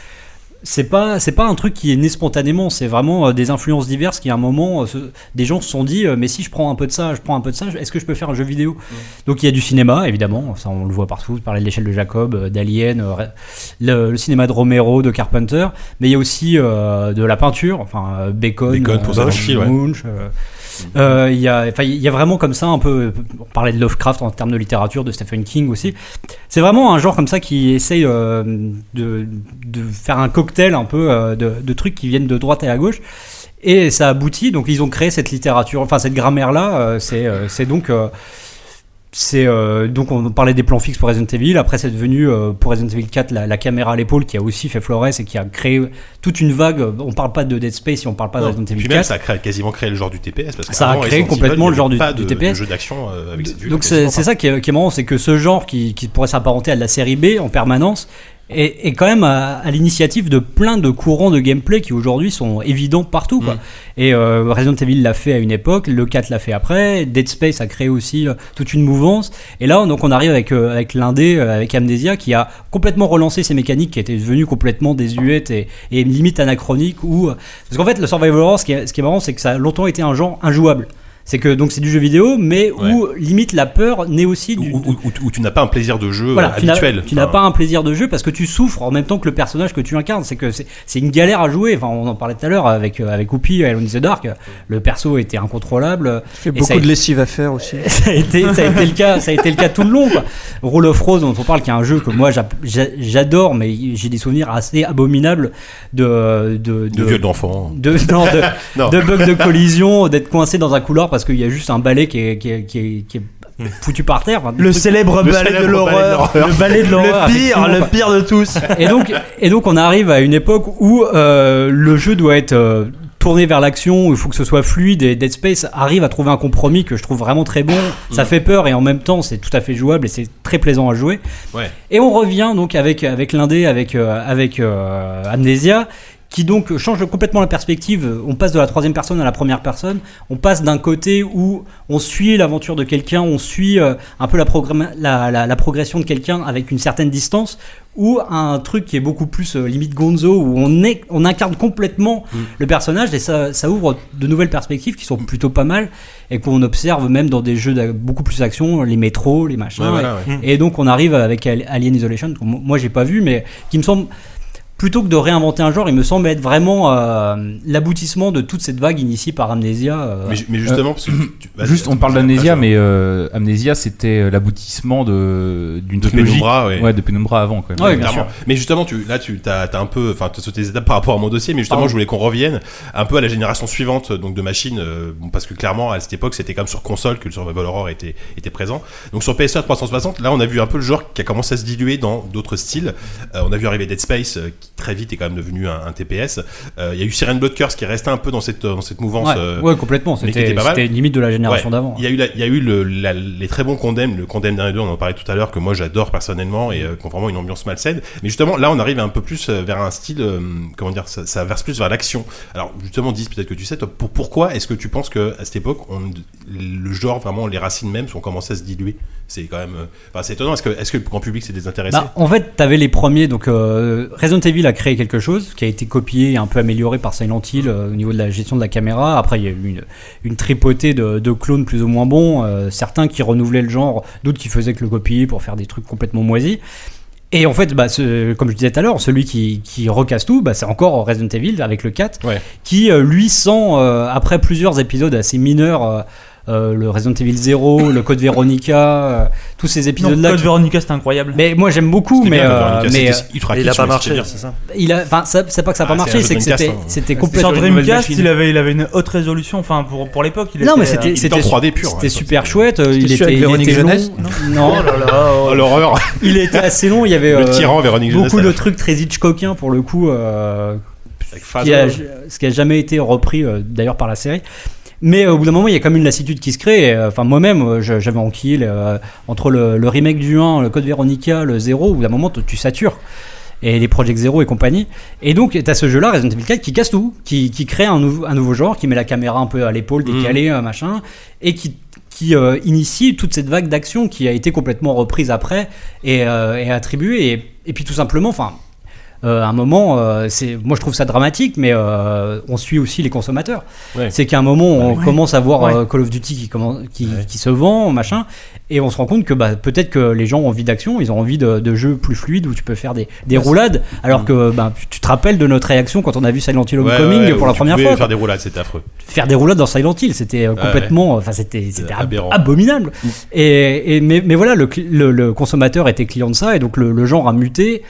Speaker 8: C'est pas c'est pas un truc qui est né spontanément, c'est vraiment euh, des influences diverses qui à un moment euh, se- des gens se sont dit euh, mais si je prends un peu de ça, je prends un peu de ça, est-ce que je peux faire un jeu vidéo Donc il y a du cinéma évidemment, ça on le voit partout, parler de l'échelle de Jacob, euh, d'Alien, euh, le, le cinéma de Romero, de Carpenter, mais il y a aussi euh, de la peinture, enfin euh, Bacon,
Speaker 2: Bacon pour Silent Hill, ouais.
Speaker 8: Munch, euh, euh, il y a, enfin, il y a vraiment comme ça un peu. On parlait de Lovecraft en termes de littérature, de Stephen King aussi. C'est vraiment un genre comme ça qui essaye euh, de, de faire un cocktail un peu euh, de, de trucs qui viennent de droite et à gauche. Et ça aboutit. Donc ils ont créé cette littérature, enfin cette grammaire là. c'est euh, c'est donc euh, c'est euh, donc on parlait des plans fixes pour Resident Evil. Après, c'est devenu euh, pour Resident Evil 4 la, la caméra à l'épaule qui a aussi fait Flores et qui a créé toute une vague. On parle pas de Dead Space, on parle pas de
Speaker 2: Non.
Speaker 8: Resident
Speaker 2: Et
Speaker 8: Evil
Speaker 2: puis même,
Speaker 8: 4.
Speaker 2: ça a créé- quasiment créé le genre du TPS. Parce que
Speaker 8: Ça a
Speaker 2: avant,
Speaker 8: créé
Speaker 2: Resident Evil,
Speaker 8: complètement
Speaker 2: il y
Speaker 8: le genre
Speaker 2: avait
Speaker 8: du-
Speaker 2: pas
Speaker 8: du
Speaker 2: de-
Speaker 8: TPS.
Speaker 2: de jeu d'action euh, avec cette
Speaker 8: Donc c'est c'est ça qui est, qui est marrant, c'est que ce genre qui, qui pourrait s'apparenter à de la série B en permanence est, est quand même à, à l'initiative de plein de courants de gameplay qui aujourd'hui sont évidents partout. Quoi.
Speaker 2: Mm.
Speaker 8: Et euh, Resident Evil l'a fait à une époque, le 4 l'a fait après, Dead Space a créé aussi euh, toute une mouvance. Et là, donc on arrive avec, euh, avec l'Indé, euh, avec Amnesia, qui a complètement relancé ces mécaniques qui étaient devenues complètement désuètes et, et limite anachroniques. Ou euh, parce qu'en fait, le survival horror, ce qui est, ce qui est marrant, c'est que ça a longtemps été un genre injouable. C'est que donc c'est du jeu vidéo, mais où limite la peur naît aussi
Speaker 2: Où,
Speaker 8: du.
Speaker 2: où- où- où tu n'as pas un plaisir de jeu
Speaker 8: Voilà,
Speaker 2: euh,
Speaker 8: tu n'as-
Speaker 2: habituel.
Speaker 8: tu n'as
Speaker 2: Enfin,
Speaker 8: pas un plaisir de jeu parce que tu souffres en même temps que le personnage que tu incarnes. C'est que c'est c'est une galère à jouer. Enfin, on en parlait tout à l'heure avec euh, avec Whoopi, Alone in the Dark. Le perso était incontrôlable.
Speaker 6: J'ai
Speaker 8: Et ça a
Speaker 6: beaucoup de lessive à faire aussi.
Speaker 8: ça a été, ça a été le cas, ça a été le cas tout le long. Quoi. Roll of Rose, dont on parle, qui est un jeu que moi j'a- j'a- j'adore, mais j'ai des souvenirs assez abominables de de
Speaker 2: De viol d'enfant.
Speaker 8: de, non, de,
Speaker 2: Non.
Speaker 8: de bugs de collision, d'être coincé dans un couloir parce qu'il y a juste un balai qui est, qui est, qui est- qui est foutu par terre. Enfin, des
Speaker 3: Le
Speaker 8: trucs-
Speaker 3: célèbre
Speaker 2: Hmm.
Speaker 3: ballet
Speaker 2: Le
Speaker 3: de
Speaker 2: célèbre ballet de
Speaker 3: l'horreur.
Speaker 2: l'horreur.
Speaker 8: le balai de l'horreur.
Speaker 3: Le pire,
Speaker 8: effectivement.
Speaker 3: le pire de tous.
Speaker 8: Et donc, et donc on arrive à une époque où euh, le jeu doit être euh, tourné vers l'action, où il faut que ce soit fluide et Dead Space arrive à trouver un compromis que je trouve vraiment très bon. Ça
Speaker 2: Hmm.
Speaker 8: fait peur et en même temps c'est tout à fait jouable et c'est très plaisant à jouer.
Speaker 2: Ouais.
Speaker 8: Et on revient donc avec avec l'indé, avec euh, avec euh, Amnesia qui donc change complètement la perspective. On passe de la troisième personne à la première personne. On passe d'un côté où on suit l'aventure de quelqu'un, on suit euh, un peu la, programme- la, la- la progression de quelqu'un avec une certaine distance, ou à un truc qui est beaucoup plus euh, limite Gonzo, où on, est, on incarne complètement
Speaker 2: Mm.
Speaker 8: le personnage, et ça, ça ouvre de nouvelles perspectives qui sont plutôt pas mal, et qu'on observe même dans des jeux d'a- beaucoup plus action, les métros, les machins.
Speaker 2: Ouais,
Speaker 8: et-
Speaker 2: voilà, ouais.
Speaker 8: et donc on arrive avec Al- Alien Isolation, que mo- moi j'ai pas vu, mais qui me semble, plutôt que de réinventer un genre, il me semble être vraiment euh, l'aboutissement de toute cette vague initiée par Amnesia. euh.
Speaker 2: Mais, ju- mais justement, parce que tu- vas-y,
Speaker 4: Juste, on
Speaker 2: vas-y,
Speaker 4: parle
Speaker 2: vas-y,
Speaker 4: d'amnésia,
Speaker 2: vas-y.
Speaker 4: mais euh, amnésia, c'était l'aboutissement de d'une
Speaker 2: de
Speaker 4: trilogie.
Speaker 2: Penumbra, ouais.
Speaker 4: Ouais, de Penumbra avant quand même.
Speaker 8: Ouais, bien
Speaker 2: Clairement.
Speaker 8: sûr.
Speaker 2: Mais justement, tu, là, tu as, un peu, enfin, tu as sauté des étapes par rapport à mon dossier, mais justement,
Speaker 4: Pardon.
Speaker 2: je voulais qu'on revienne un peu à la génération suivante, donc de machines, euh, bon, parce que clairement, à cette époque, c'était quand même sur console que le survival horror était, était présent. Donc sur PS1 360, là, on a vu un peu le genre qui a commencé à se diluer dans d'autres styles. Euh, on a vu arriver Dead Space, euh, qui très vite est quand même devenu un, un TPS. Euh, Il y a eu Siren Blood Curse qui est resté un peu dans cette, dans cette mouvance.
Speaker 8: Ouais,
Speaker 2: euh,
Speaker 8: ouais, complètement,
Speaker 2: mais qui
Speaker 8: c'était
Speaker 2: était pas mal.
Speaker 8: c'était limite de la génération
Speaker 2: Ouais.
Speaker 8: d'avant.
Speaker 2: Il y a eu, la- il y a eu le- la- les très bons condemns, le condemn 1 et 2, on en parlait tout à l'heure, que moi j'adore personnellement et euh, qui ont vraiment une ambiance malsaine. Mais justement, là on arrive un peu plus euh, vers un style, euh, comment dire, ça, ça verse plus vers l'action. Alors justement, dis peut-être que tu sais, toi, pour, pourquoi est-ce que tu penses que à cette époque, on, le genre, vraiment les racines mêmes sont commencées à se diluer C'est quand même. euh, Enfin, c'est étonnant. Est-ce que, est-ce que le grand public s'est désintéressé
Speaker 8: Bah, en fait, t'avais les premiers. Donc, euh, Resident Evil a créé quelque chose qui a été copié et un peu amélioré par Silent Hill euh, au niveau de la gestion de la caméra. Après, il y a eu une, une tripotée de, de clones plus ou moins bons. euh, certains qui renouvelaient le genre, d'autres qui faisaient que le copier pour faire des trucs complètement moisis. Et en fait, bah, ce- comme je disais tout à l'heure, celui qui, qui recasse tout, bah, c'est encore Resident Evil avec le 4,
Speaker 2: Ouais.
Speaker 8: qui euh, lui sent, euh, après plusieurs épisodes assez mineurs, euh, euh, le Resident Evil 0, le Code Veronica, euh, tous ces épisodes-là.
Speaker 3: Code
Speaker 8: qui-
Speaker 3: Veronica, c'était incroyable.
Speaker 8: Mais moi j'aime beaucoup,
Speaker 2: C'était
Speaker 8: mais,
Speaker 2: bien,
Speaker 8: euh,
Speaker 2: Veronica,
Speaker 8: mais,
Speaker 2: c'était
Speaker 8: euh,
Speaker 2: ultra
Speaker 9: Et il a
Speaker 2: kitsch,
Speaker 9: pas
Speaker 2: mais
Speaker 9: marché,
Speaker 2: c'était bien.
Speaker 9: c'est ça
Speaker 8: il a, enfin, ça- c'est pas que ça n'a
Speaker 2: Ah,
Speaker 8: pas
Speaker 2: c'est
Speaker 8: marché,
Speaker 2: un jeu
Speaker 8: c'est que
Speaker 2: Dreamcast,
Speaker 8: c'était,
Speaker 2: hein.
Speaker 8: c'était
Speaker 3: Sur
Speaker 8: complètement.
Speaker 3: Dreamcast,
Speaker 8: machine.
Speaker 3: il avait, il avait une haute résolution, enfin pour, pour l'époque. il
Speaker 8: Non,
Speaker 3: était,
Speaker 8: mais
Speaker 2: Il
Speaker 8: c'était,
Speaker 2: était
Speaker 8: c'était,
Speaker 2: en 3D pur.
Speaker 8: c'était super chouette. euh,
Speaker 6: C'était
Speaker 8: Il
Speaker 6: celui
Speaker 8: était,
Speaker 6: avec
Speaker 8: il
Speaker 6: Véronique
Speaker 8: était long.
Speaker 6: Jeunesse
Speaker 8: Non,
Speaker 2: Oh, l'horreur.
Speaker 8: il était assez long. Il y avait
Speaker 2: Le
Speaker 8: euh,
Speaker 2: tyran, Véronique Jeunesse.
Speaker 8: beaucoup
Speaker 2: à la
Speaker 8: de
Speaker 2: fin.
Speaker 8: trucs très Hitchcockien pour le coup, euh,
Speaker 2: Avec
Speaker 8: qui
Speaker 2: Fazo.
Speaker 8: a- ce qui a jamais été repris euh, d'ailleurs par la série. Mais euh, au bout d'un moment, il y a quand même une lassitude qui se crée. et, euh, Enfin, moi-même, euh, je- j'avais enquillé le- euh, entre le, le remake du 1, le Code Veronica, le 0. Au bout d'un moment, tu, tu satures. Et les Project Zero et compagnie. Et donc, t'as ce jeu-là, Resident Evil 4, qui casse tout, qui, qui crée un, nouveau- un nouveau genre, qui met la caméra un peu à l'épaule, décalée, euh, machin, et qui, qui euh, initie toute cette vague d'action qui a été complètement reprise après et, euh, et attribuée. Et, et puis, tout simplement, enfin, euh, à un moment, euh, c'est, moi je trouve ça dramatique, mais euh, on suit aussi les consommateurs.
Speaker 2: Ouais.
Speaker 8: C'est qu'à un moment, on
Speaker 3: Ouais.
Speaker 8: commence à voir
Speaker 3: Ouais.
Speaker 8: euh, Call of Duty qui, commence, qui,
Speaker 2: Ouais.
Speaker 8: qui se vend, machin, et on se rend compte que bah, peut-être que les gens ont envie d'action, ils ont envie de, de jeux plus fluides où tu peux faire des, des roulades, alors que bah, tu- tu te rappelles de notre réaction quand on a vu Silent Hill
Speaker 2: Mm. Ouais,
Speaker 8: Homecoming
Speaker 2: ouais,
Speaker 8: pour
Speaker 2: où
Speaker 8: la
Speaker 2: tu
Speaker 8: première
Speaker 2: pouvais
Speaker 8: fois.
Speaker 2: faire des roulades, c'était affreux.
Speaker 8: Faire des roulades dans Silent Hill, c'était euh, complètement, enfin c'était, c'était ab-
Speaker 2: aberrant. Mm.
Speaker 8: abominable. Et, et- mais, mais voilà, le, cli- le- le consommateur était client de ça, et donc le, le genre a muté.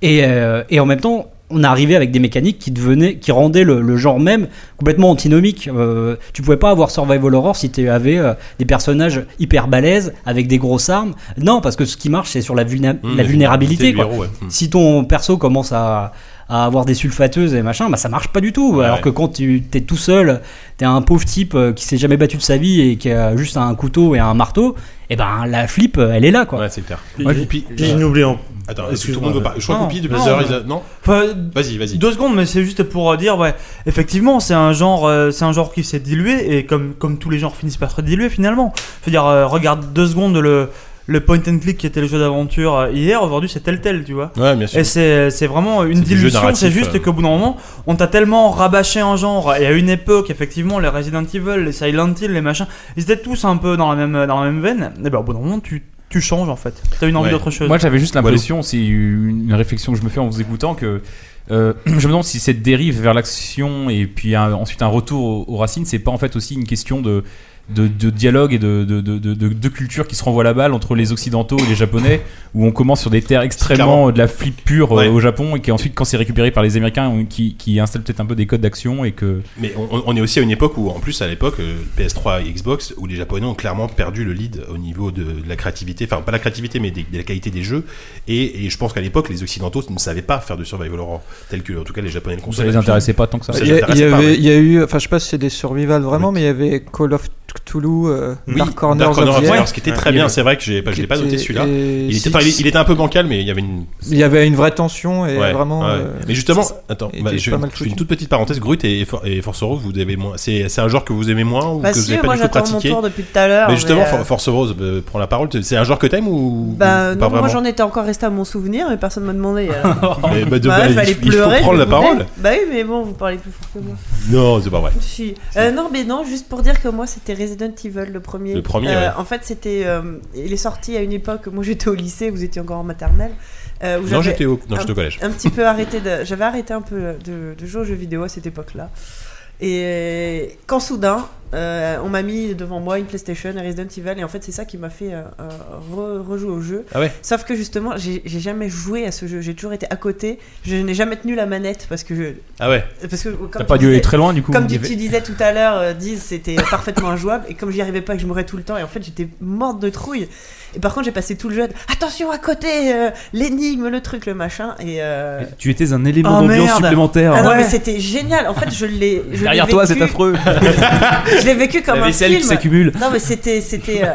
Speaker 8: Et, euh, et en même temps, on arrivait avec des mécaniques qui devenaient, qui rendaient le, le genre même complètement antinomique. Euh, tu pouvais pas avoir survival horror si tu avais euh, des personnages hyper balèzes avec des grosses armes. Non, parce que ce qui marche, c'est sur la, vulna-
Speaker 2: Mmh,
Speaker 8: la vulnérabilité.
Speaker 2: du
Speaker 8: quoi.
Speaker 2: héros, ouais. Mmh.
Speaker 8: Si ton perso commence à, à avoir des sulfateuses et machin, bah ça marche pas du tout.
Speaker 2: Ouais,
Speaker 8: Alors
Speaker 2: ouais.
Speaker 8: que quand tu t'es tout seul, t'es un pauvre type euh, qui s'est jamais battu de sa vie et qui a juste un couteau et un marteau, et ben la flip, euh, elle est là quoi.
Speaker 2: Ouais, c'est clair.
Speaker 9: Ouais, puis- Puis n'oublions
Speaker 2: Attends, est-ce que tout
Speaker 9: Excuse-moi,
Speaker 2: le monde veut
Speaker 9: ouais.
Speaker 2: pas Bah, Je crois
Speaker 3: Non,
Speaker 2: qu'on pille depuis
Speaker 3: non,
Speaker 2: Blazer,
Speaker 3: mais-
Speaker 2: ils a- Non
Speaker 3: Enfin,
Speaker 2: Vas-y, vas-y.
Speaker 3: Deux secondes, mais c'est juste pour euh, dire, ouais, effectivement, c'est un genre, euh, c'est un genre qui s'est dilué et comme, comme tous les genres finissent par se diluer finalement. Je veux dire, euh, regarde deux secondes le, le point and click qui était le jeu d'aventure euh, hier, aujourd'hui c'est tel tel, tu vois.
Speaker 2: Ouais, bien sûr.
Speaker 3: Et c'est c'est vraiment une
Speaker 2: C'est du jeu
Speaker 3: dilution, c'est
Speaker 2: narratif,
Speaker 3: juste
Speaker 2: euh.
Speaker 3: qu'au bout d'un moment, on t'a tellement rabâché un genre, et à une époque, effectivement, les Resident Evil, les Silent Hill, les machins, ils étaient tous un peu dans la même, dans la même veine, et ben au bout d'un moment, tu, tu changes en fait. T'as une envie
Speaker 2: Ouais.
Speaker 3: d'autre chose.
Speaker 4: Moi, j'avais juste l'impression, c'est une réflexion que je me fais en vous écoutant, que euh, je me demande si cette dérive vers l'action et puis un- ensuite un retour aux, aux racines, c'est pas en fait aussi une question de, de, de dialogue et de, de, de, de, de- de culture qui se renvoie la balle entre les Occidentaux et les Japonais, où on commence sur des terres extrêmement
Speaker 2: Clairement.
Speaker 4: euh, de la flip pure euh,
Speaker 2: Ouais.
Speaker 4: au Japon et qui ensuite, quand c'est récupéré par les Américains, on- qui, qui installent peut-être un peu des codes d'action et que.
Speaker 2: Mais on, on est aussi à une époque où, en plus, à l'époque, euh, PS3 et Xbox, où les Japonais ont clairement perdu le lead au niveau de, de la créativité, enfin pas la créativité, mais des- de la qualité des jeux. Et, et je pense qu'à l'époque, les Occidentaux ne savaient pas faire de survival horror, tel que, en tout cas, les Japonais le
Speaker 4: Ça
Speaker 2: consommaient.
Speaker 4: les intéressait pas tant que ça.
Speaker 2: Ça
Speaker 6: Il y, a- il y
Speaker 2: intéresse pas,
Speaker 6: avait-
Speaker 2: ouais.
Speaker 6: il y a eu, enfin je sais pas si c'est des survival vraiment,
Speaker 2: Oui.
Speaker 6: mais il y avait Call of Cthulhu, euh,
Speaker 2: Oui,
Speaker 6: Dark Corners
Speaker 2: Dark Corner
Speaker 6: of
Speaker 2: of
Speaker 6: the
Speaker 2: the
Speaker 6: Earth,
Speaker 2: Earth, qui était très bien. C'est vrai que j'ai pas- je l'ai pas noté celui-là.
Speaker 6: Il
Speaker 2: Il était,
Speaker 6: était, et
Speaker 2: enfin,
Speaker 6: Six.
Speaker 2: il était un peu bancal, mais il y avait une.
Speaker 6: Il y avait une vraie tension et
Speaker 2: Ouais,
Speaker 6: vraiment.
Speaker 2: ouais.
Speaker 6: euh,
Speaker 2: mais justement,
Speaker 6: ça-
Speaker 2: attends,
Speaker 6: était
Speaker 2: bah, je,
Speaker 6: pas mal
Speaker 2: je fais
Speaker 6: foutu.
Speaker 2: une toute petite parenthèse. Grut et, For- et Force Rose, vous aimez moins. C'est c'est un genre que vous aimez moins ou
Speaker 7: Bah
Speaker 2: que vous
Speaker 7: si,
Speaker 2: n'avez pas
Speaker 7: moi
Speaker 2: du tout
Speaker 7: j'attends mon
Speaker 2: pratiqué
Speaker 7: tour depuis tout à l'heure.
Speaker 2: Mais justement,
Speaker 7: euh,
Speaker 2: For- Force Rose, euh, prends la parole. C'est un genre que t'aimes ou,
Speaker 7: Bah
Speaker 2: ou
Speaker 7: non,
Speaker 2: pas
Speaker 7: moi
Speaker 2: vraiment
Speaker 7: j'en étais encore resté à mon souvenir, mais personne m'a demandé. alors.
Speaker 2: Mais, bah, de-
Speaker 7: Bah,
Speaker 2: bah,
Speaker 7: ouais,
Speaker 2: il,
Speaker 7: fallait
Speaker 2: faut- il
Speaker 7: pleurer,
Speaker 2: faut prendre
Speaker 7: je
Speaker 2: la
Speaker 7: me doutais.
Speaker 2: parole.
Speaker 7: Bah oui, mais bon, vous parlez plus fort que moi.
Speaker 2: Non, c'est pas vrai.
Speaker 7: Si. Euh, non, mais non, juste pour dire que moi, c'était Resident Evil, le premier.
Speaker 2: Le premier,
Speaker 7: Euh,
Speaker 2: ouais.
Speaker 7: En fait, c'était. euh, il est sorti à une époque, moi j'étais au lycée, vous étiez encore en maternelle. euh, où
Speaker 2: Non,
Speaker 7: j'avais
Speaker 2: j'étais au, non,
Speaker 7: un-
Speaker 2: j'étais au collège.
Speaker 7: un petit peu arrêté de- J'avais arrêté un peu de, de jouer aux jeux vidéo à cette époque-là. Et quand soudain, euh, on m'a mis devant moi une PlayStation et Resident Evil, et en fait, c'est ça qui m'a fait euh, euh, re- rejouer au jeu.
Speaker 2: Ah ouais.
Speaker 7: Sauf que justement, j'ai j'ai jamais joué à ce jeu, j'ai toujours été à côté, je n'ai jamais tenu la manette parce que. Je,
Speaker 2: Ah ouais.
Speaker 7: parce que comme
Speaker 4: T'as pas
Speaker 7: tu
Speaker 4: dû aller
Speaker 7: disais-
Speaker 4: très loin du coup.
Speaker 7: comme
Speaker 4: Il y
Speaker 7: tu,
Speaker 4: avait-
Speaker 7: tu disais tout à l'heure, euh, Diz, c'était parfaitement injouable. Et comme j'y arrivais pas, que je mourais tout le temps, et en fait j'étais morte de trouille. Et par contre, j'ai passé tout le jeu. à- Attention à côté, euh, l'énigme, le truc, le machin. Et euh,
Speaker 5: Tu étais un élément
Speaker 3: Oh,
Speaker 5: d'ambiance
Speaker 3: merde.
Speaker 5: supplémentaire.
Speaker 7: ah non, mais
Speaker 3: ouais.
Speaker 7: c'était génial. En fait, je l'ai. je l'ai
Speaker 4: hein. Derrière toi,
Speaker 7: vécu-
Speaker 8: Euh,
Speaker 4: c'est affreux.
Speaker 7: Je l'ai vécu comme
Speaker 4: La
Speaker 7: un
Speaker 4: vaisselle qui
Speaker 7: film.
Speaker 4: s'accumule.
Speaker 7: Non, mais c'était, c'était. euh,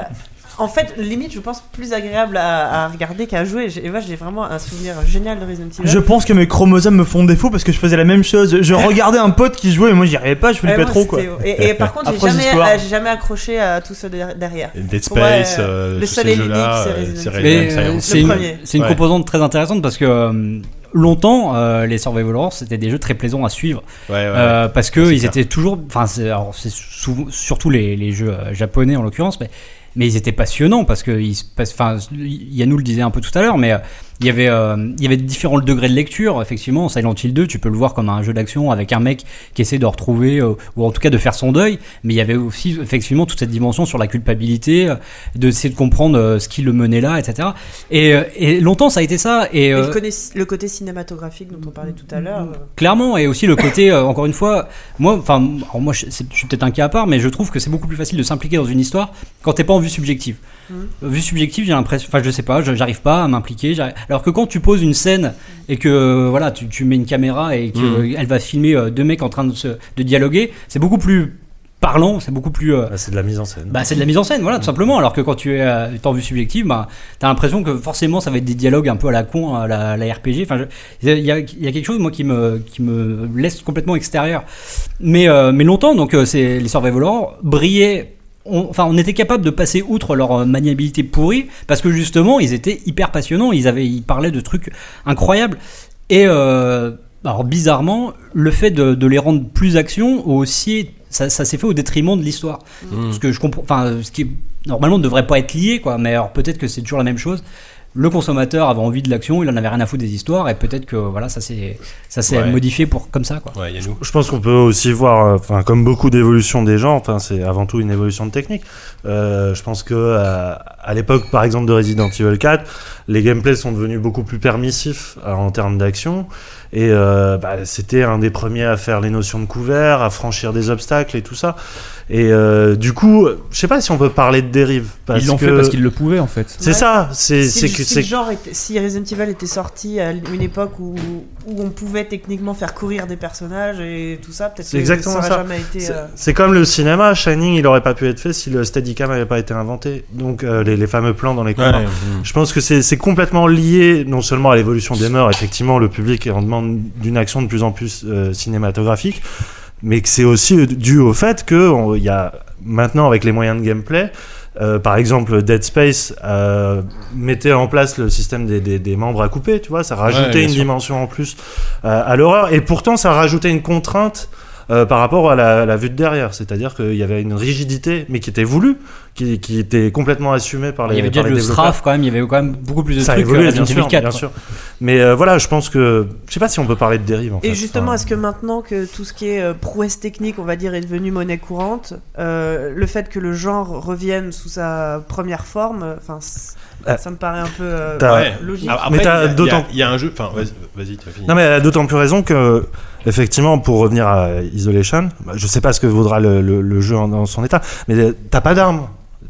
Speaker 7: En fait, limite, je pense plus agréable à, à regarder qu'à jouer. J'ai- Et ouais, j'ai vraiment un souvenir génial de Resident Evil.
Speaker 3: Je pense que mes chromosomes me font défaut parce que je faisais la même chose. Je regardais un pote qui jouait, mais moi j'y arrivais pas, je
Speaker 8: Eh,
Speaker 7: Ouais,
Speaker 3: flippais
Speaker 7: Eh, moi,
Speaker 3: trop quoi.
Speaker 7: c'était- Et, et par contre, j'ai
Speaker 3: Affreuse
Speaker 7: jamais,
Speaker 3: histoire.
Speaker 7: euh, j'ai jamais accroché à tout ce der- derrière.
Speaker 2: Dead
Speaker 7: Pour moi,
Speaker 2: Space,
Speaker 7: euh,
Speaker 2: euh,
Speaker 7: le
Speaker 2: tous
Speaker 7: seul
Speaker 2: ces
Speaker 7: et l'unique,
Speaker 2: jeux-là,
Speaker 7: c'est
Speaker 2: euh,
Speaker 7: Resident
Speaker 2: c'est
Speaker 7: Evil.
Speaker 2: Resident
Speaker 8: Mais
Speaker 2: Evil,
Speaker 8: euh,
Speaker 2: Silence.
Speaker 8: c'est une,
Speaker 7: premier.
Speaker 8: c'est une
Speaker 2: Ouais.
Speaker 8: composante très intéressante parce que euh, longtemps, euh, les Survival Horror, c'était des jeux très plaisants à suivre.
Speaker 2: Ouais, ouais, ouais.
Speaker 8: Euh, parce que
Speaker 2: c'est
Speaker 8: ils
Speaker 2: clair.
Speaker 8: étaient toujours, enfin, c'est alors, c'est sou- surtout les, les jeux euh, japonais en l'occurrence, mais mais ils étaient passionnants parce que ils se passent- enfin, Yannou le disait un peu tout à l'heure, mais euh, il y avait euh, il y avait différents degrés de lecture. Effectivement, Silent Hill 2, tu peux le voir comme un jeu d'action avec un mec qui essaie de retrouver euh, ou en tout cas de faire son deuil, mais il y avait aussi effectivement toute cette dimension sur la culpabilité, euh, de essayer de comprendre euh, ce qui le menait là, etc. Et, euh, et longtemps ça a été ça. Et,
Speaker 7: Et
Speaker 8: euh,
Speaker 7: le, connaiss- le côté cinématographique dont on parlait tout à l'heure. euh,
Speaker 8: Clairement, et aussi le côté, euh, encore une fois, moi, enfin, alors moi, je, c'est- je suis peut-être un cas à part, mais je trouve que c'est beaucoup plus facile de s'impliquer dans une histoire quand t'es pas en vue subjective. Euh, Vue subjective, j'ai l'impression, enfin, je sais pas, je- j'arrive pas à m'impliquer. j'arrive- Alors que quand tu poses une scène et que euh, voilà, tu, tu mets une caméra et qu'elle va filmer euh, deux mecs en train de, se, de dialoguer, c'est beaucoup plus parlant, c'est beaucoup plus euh,
Speaker 9: Ah, c'est de la mise en scène.
Speaker 8: bah, c'est de la mise en scène, voilà, tout simplement. Alors que quand tu es euh, en vue subjective, bah, t'as l'impression que forcément ça va être des dialogues un peu à la con, à la, à la RPG. Enfin, je- il y a, il y a quelque chose, moi, qui me, qui me laisse complètement extérieur. Mais, euh, mais longtemps, donc, euh, c'est, les survival horror brillaient. On, enfin, on était capable de passer outre leur euh, maniabilité pourrie parce que justement, ils étaient hyper passionnants. Ils avaient, ils parlaient de trucs incroyables. Et euh, alors bizarrement, le fait de, de les rendre plus action aussi, ça, ça s'est fait au détriment de l'histoire.
Speaker 6: Mm.
Speaker 8: Ce que je comprends, enfin, ce qui normalement ne devrait pas être lié, quoi. Mais alors peut-être que c'est toujours la même chose. Le consommateur avait envie de l'action, il en avait rien à foutre des histoires, et peut-être que voilà, ça s'est ça s'est
Speaker 2: Ouais.
Speaker 8: modifié pour comme ça, quoi.
Speaker 2: Ouais, il y a nous.
Speaker 9: Je pense qu'on peut aussi voir, euh, enfin, comme beaucoup d'évolutions des genres, enfin, c'est avant tout une évolution de technique. Euh, je pense que euh, à l'époque, par exemple, de Resident Evil 4, les gameplays sont devenus beaucoup plus permissifs euh, en termes d'action, et euh, bah, c'était un des premiers à faire les notions de couvert, à franchir des obstacles et tout ça. Et euh, du coup, je sais pas si on peut parler de dérive. Parce
Speaker 5: Ils l'ont
Speaker 9: que...
Speaker 5: fait parce qu'ils le pouvaient en fait.
Speaker 9: C'est ça, c'est
Speaker 7: Si,
Speaker 9: c'est
Speaker 7: le-
Speaker 9: que
Speaker 7: si le
Speaker 9: c'est
Speaker 7: genre était- si Resident Evil était sorti à une époque où, où on pouvait techniquement faire courir des personnages et tout ça, peut-être
Speaker 9: C'est
Speaker 7: que ça
Speaker 9: exactement ça.
Speaker 7: aurait jamais été.
Speaker 9: C'est-
Speaker 7: euh,
Speaker 9: C'est comme le cinéma, Shining, il aurait pas pu être fait si le Steadicam avait pas été inventé. Donc euh, les, les fameux plans dans les combats.
Speaker 2: Ouais,
Speaker 9: Je pense que c'est c'est complètement lié non seulement à l'évolution des mœurs, effectivement le public est en demande d'une action de plus en plus euh, cinématographique, mais que c'est aussi dû au fait que on- il y a maintenant avec les moyens de gameplay, euh, par exemple Dead Space euh, mettait en place le système des, des- des membres à couper, tu vois, ça
Speaker 2: Ouais,
Speaker 9: rajoutait
Speaker 2: bien
Speaker 9: une
Speaker 2: sûr.
Speaker 9: dimension en plus euh, à l'horreur, et pourtant ça rajoutait une contrainte. euh, par rapport à la, la vue de derrière, c'est-à-dire qu'il y avait une rigidité, mais qui était voulue, qui, qui était complètement assumée par les
Speaker 8: il y avait déjà
Speaker 9: par les
Speaker 8: le
Speaker 9: développeurs
Speaker 8: Straff quand même, il y avait quand même beaucoup plus de
Speaker 9: ça a
Speaker 8: trucs.
Speaker 9: évolué,
Speaker 8: euh,
Speaker 9: bien
Speaker 8: Resident
Speaker 9: sûr,
Speaker 8: Evil 4,
Speaker 9: bien
Speaker 8: quoi.
Speaker 9: sûr. Mais euh, voilà, je pense que. Je sais pas si on peut parler de dérive en fait.
Speaker 7: Et justement,
Speaker 9: Enfin,
Speaker 7: est-ce que maintenant que tout ce qui est euh, prouesse technique, on va dire, est devenu monnaie courante, euh, le fait que le genre revienne sous sa première forme, enfin, c-
Speaker 9: Euh,
Speaker 7: ça me paraît un peu euh,
Speaker 9: t'as-
Speaker 7: ouais, logique.
Speaker 2: Ah,
Speaker 9: Mais
Speaker 2: après,
Speaker 9: t'as
Speaker 2: il y a-
Speaker 9: d'autant-
Speaker 2: Il y, a- il y a un jeu. Enfin, vas-y, vas-y, tu as fini.
Speaker 9: Non, mais elle a d'autant plus raison que. Effectivement, pour revenir à Isolation, bah, je sais pas ce que vaudra le, le- le jeu en- dans son état, mais euh, t'as pas d'armes.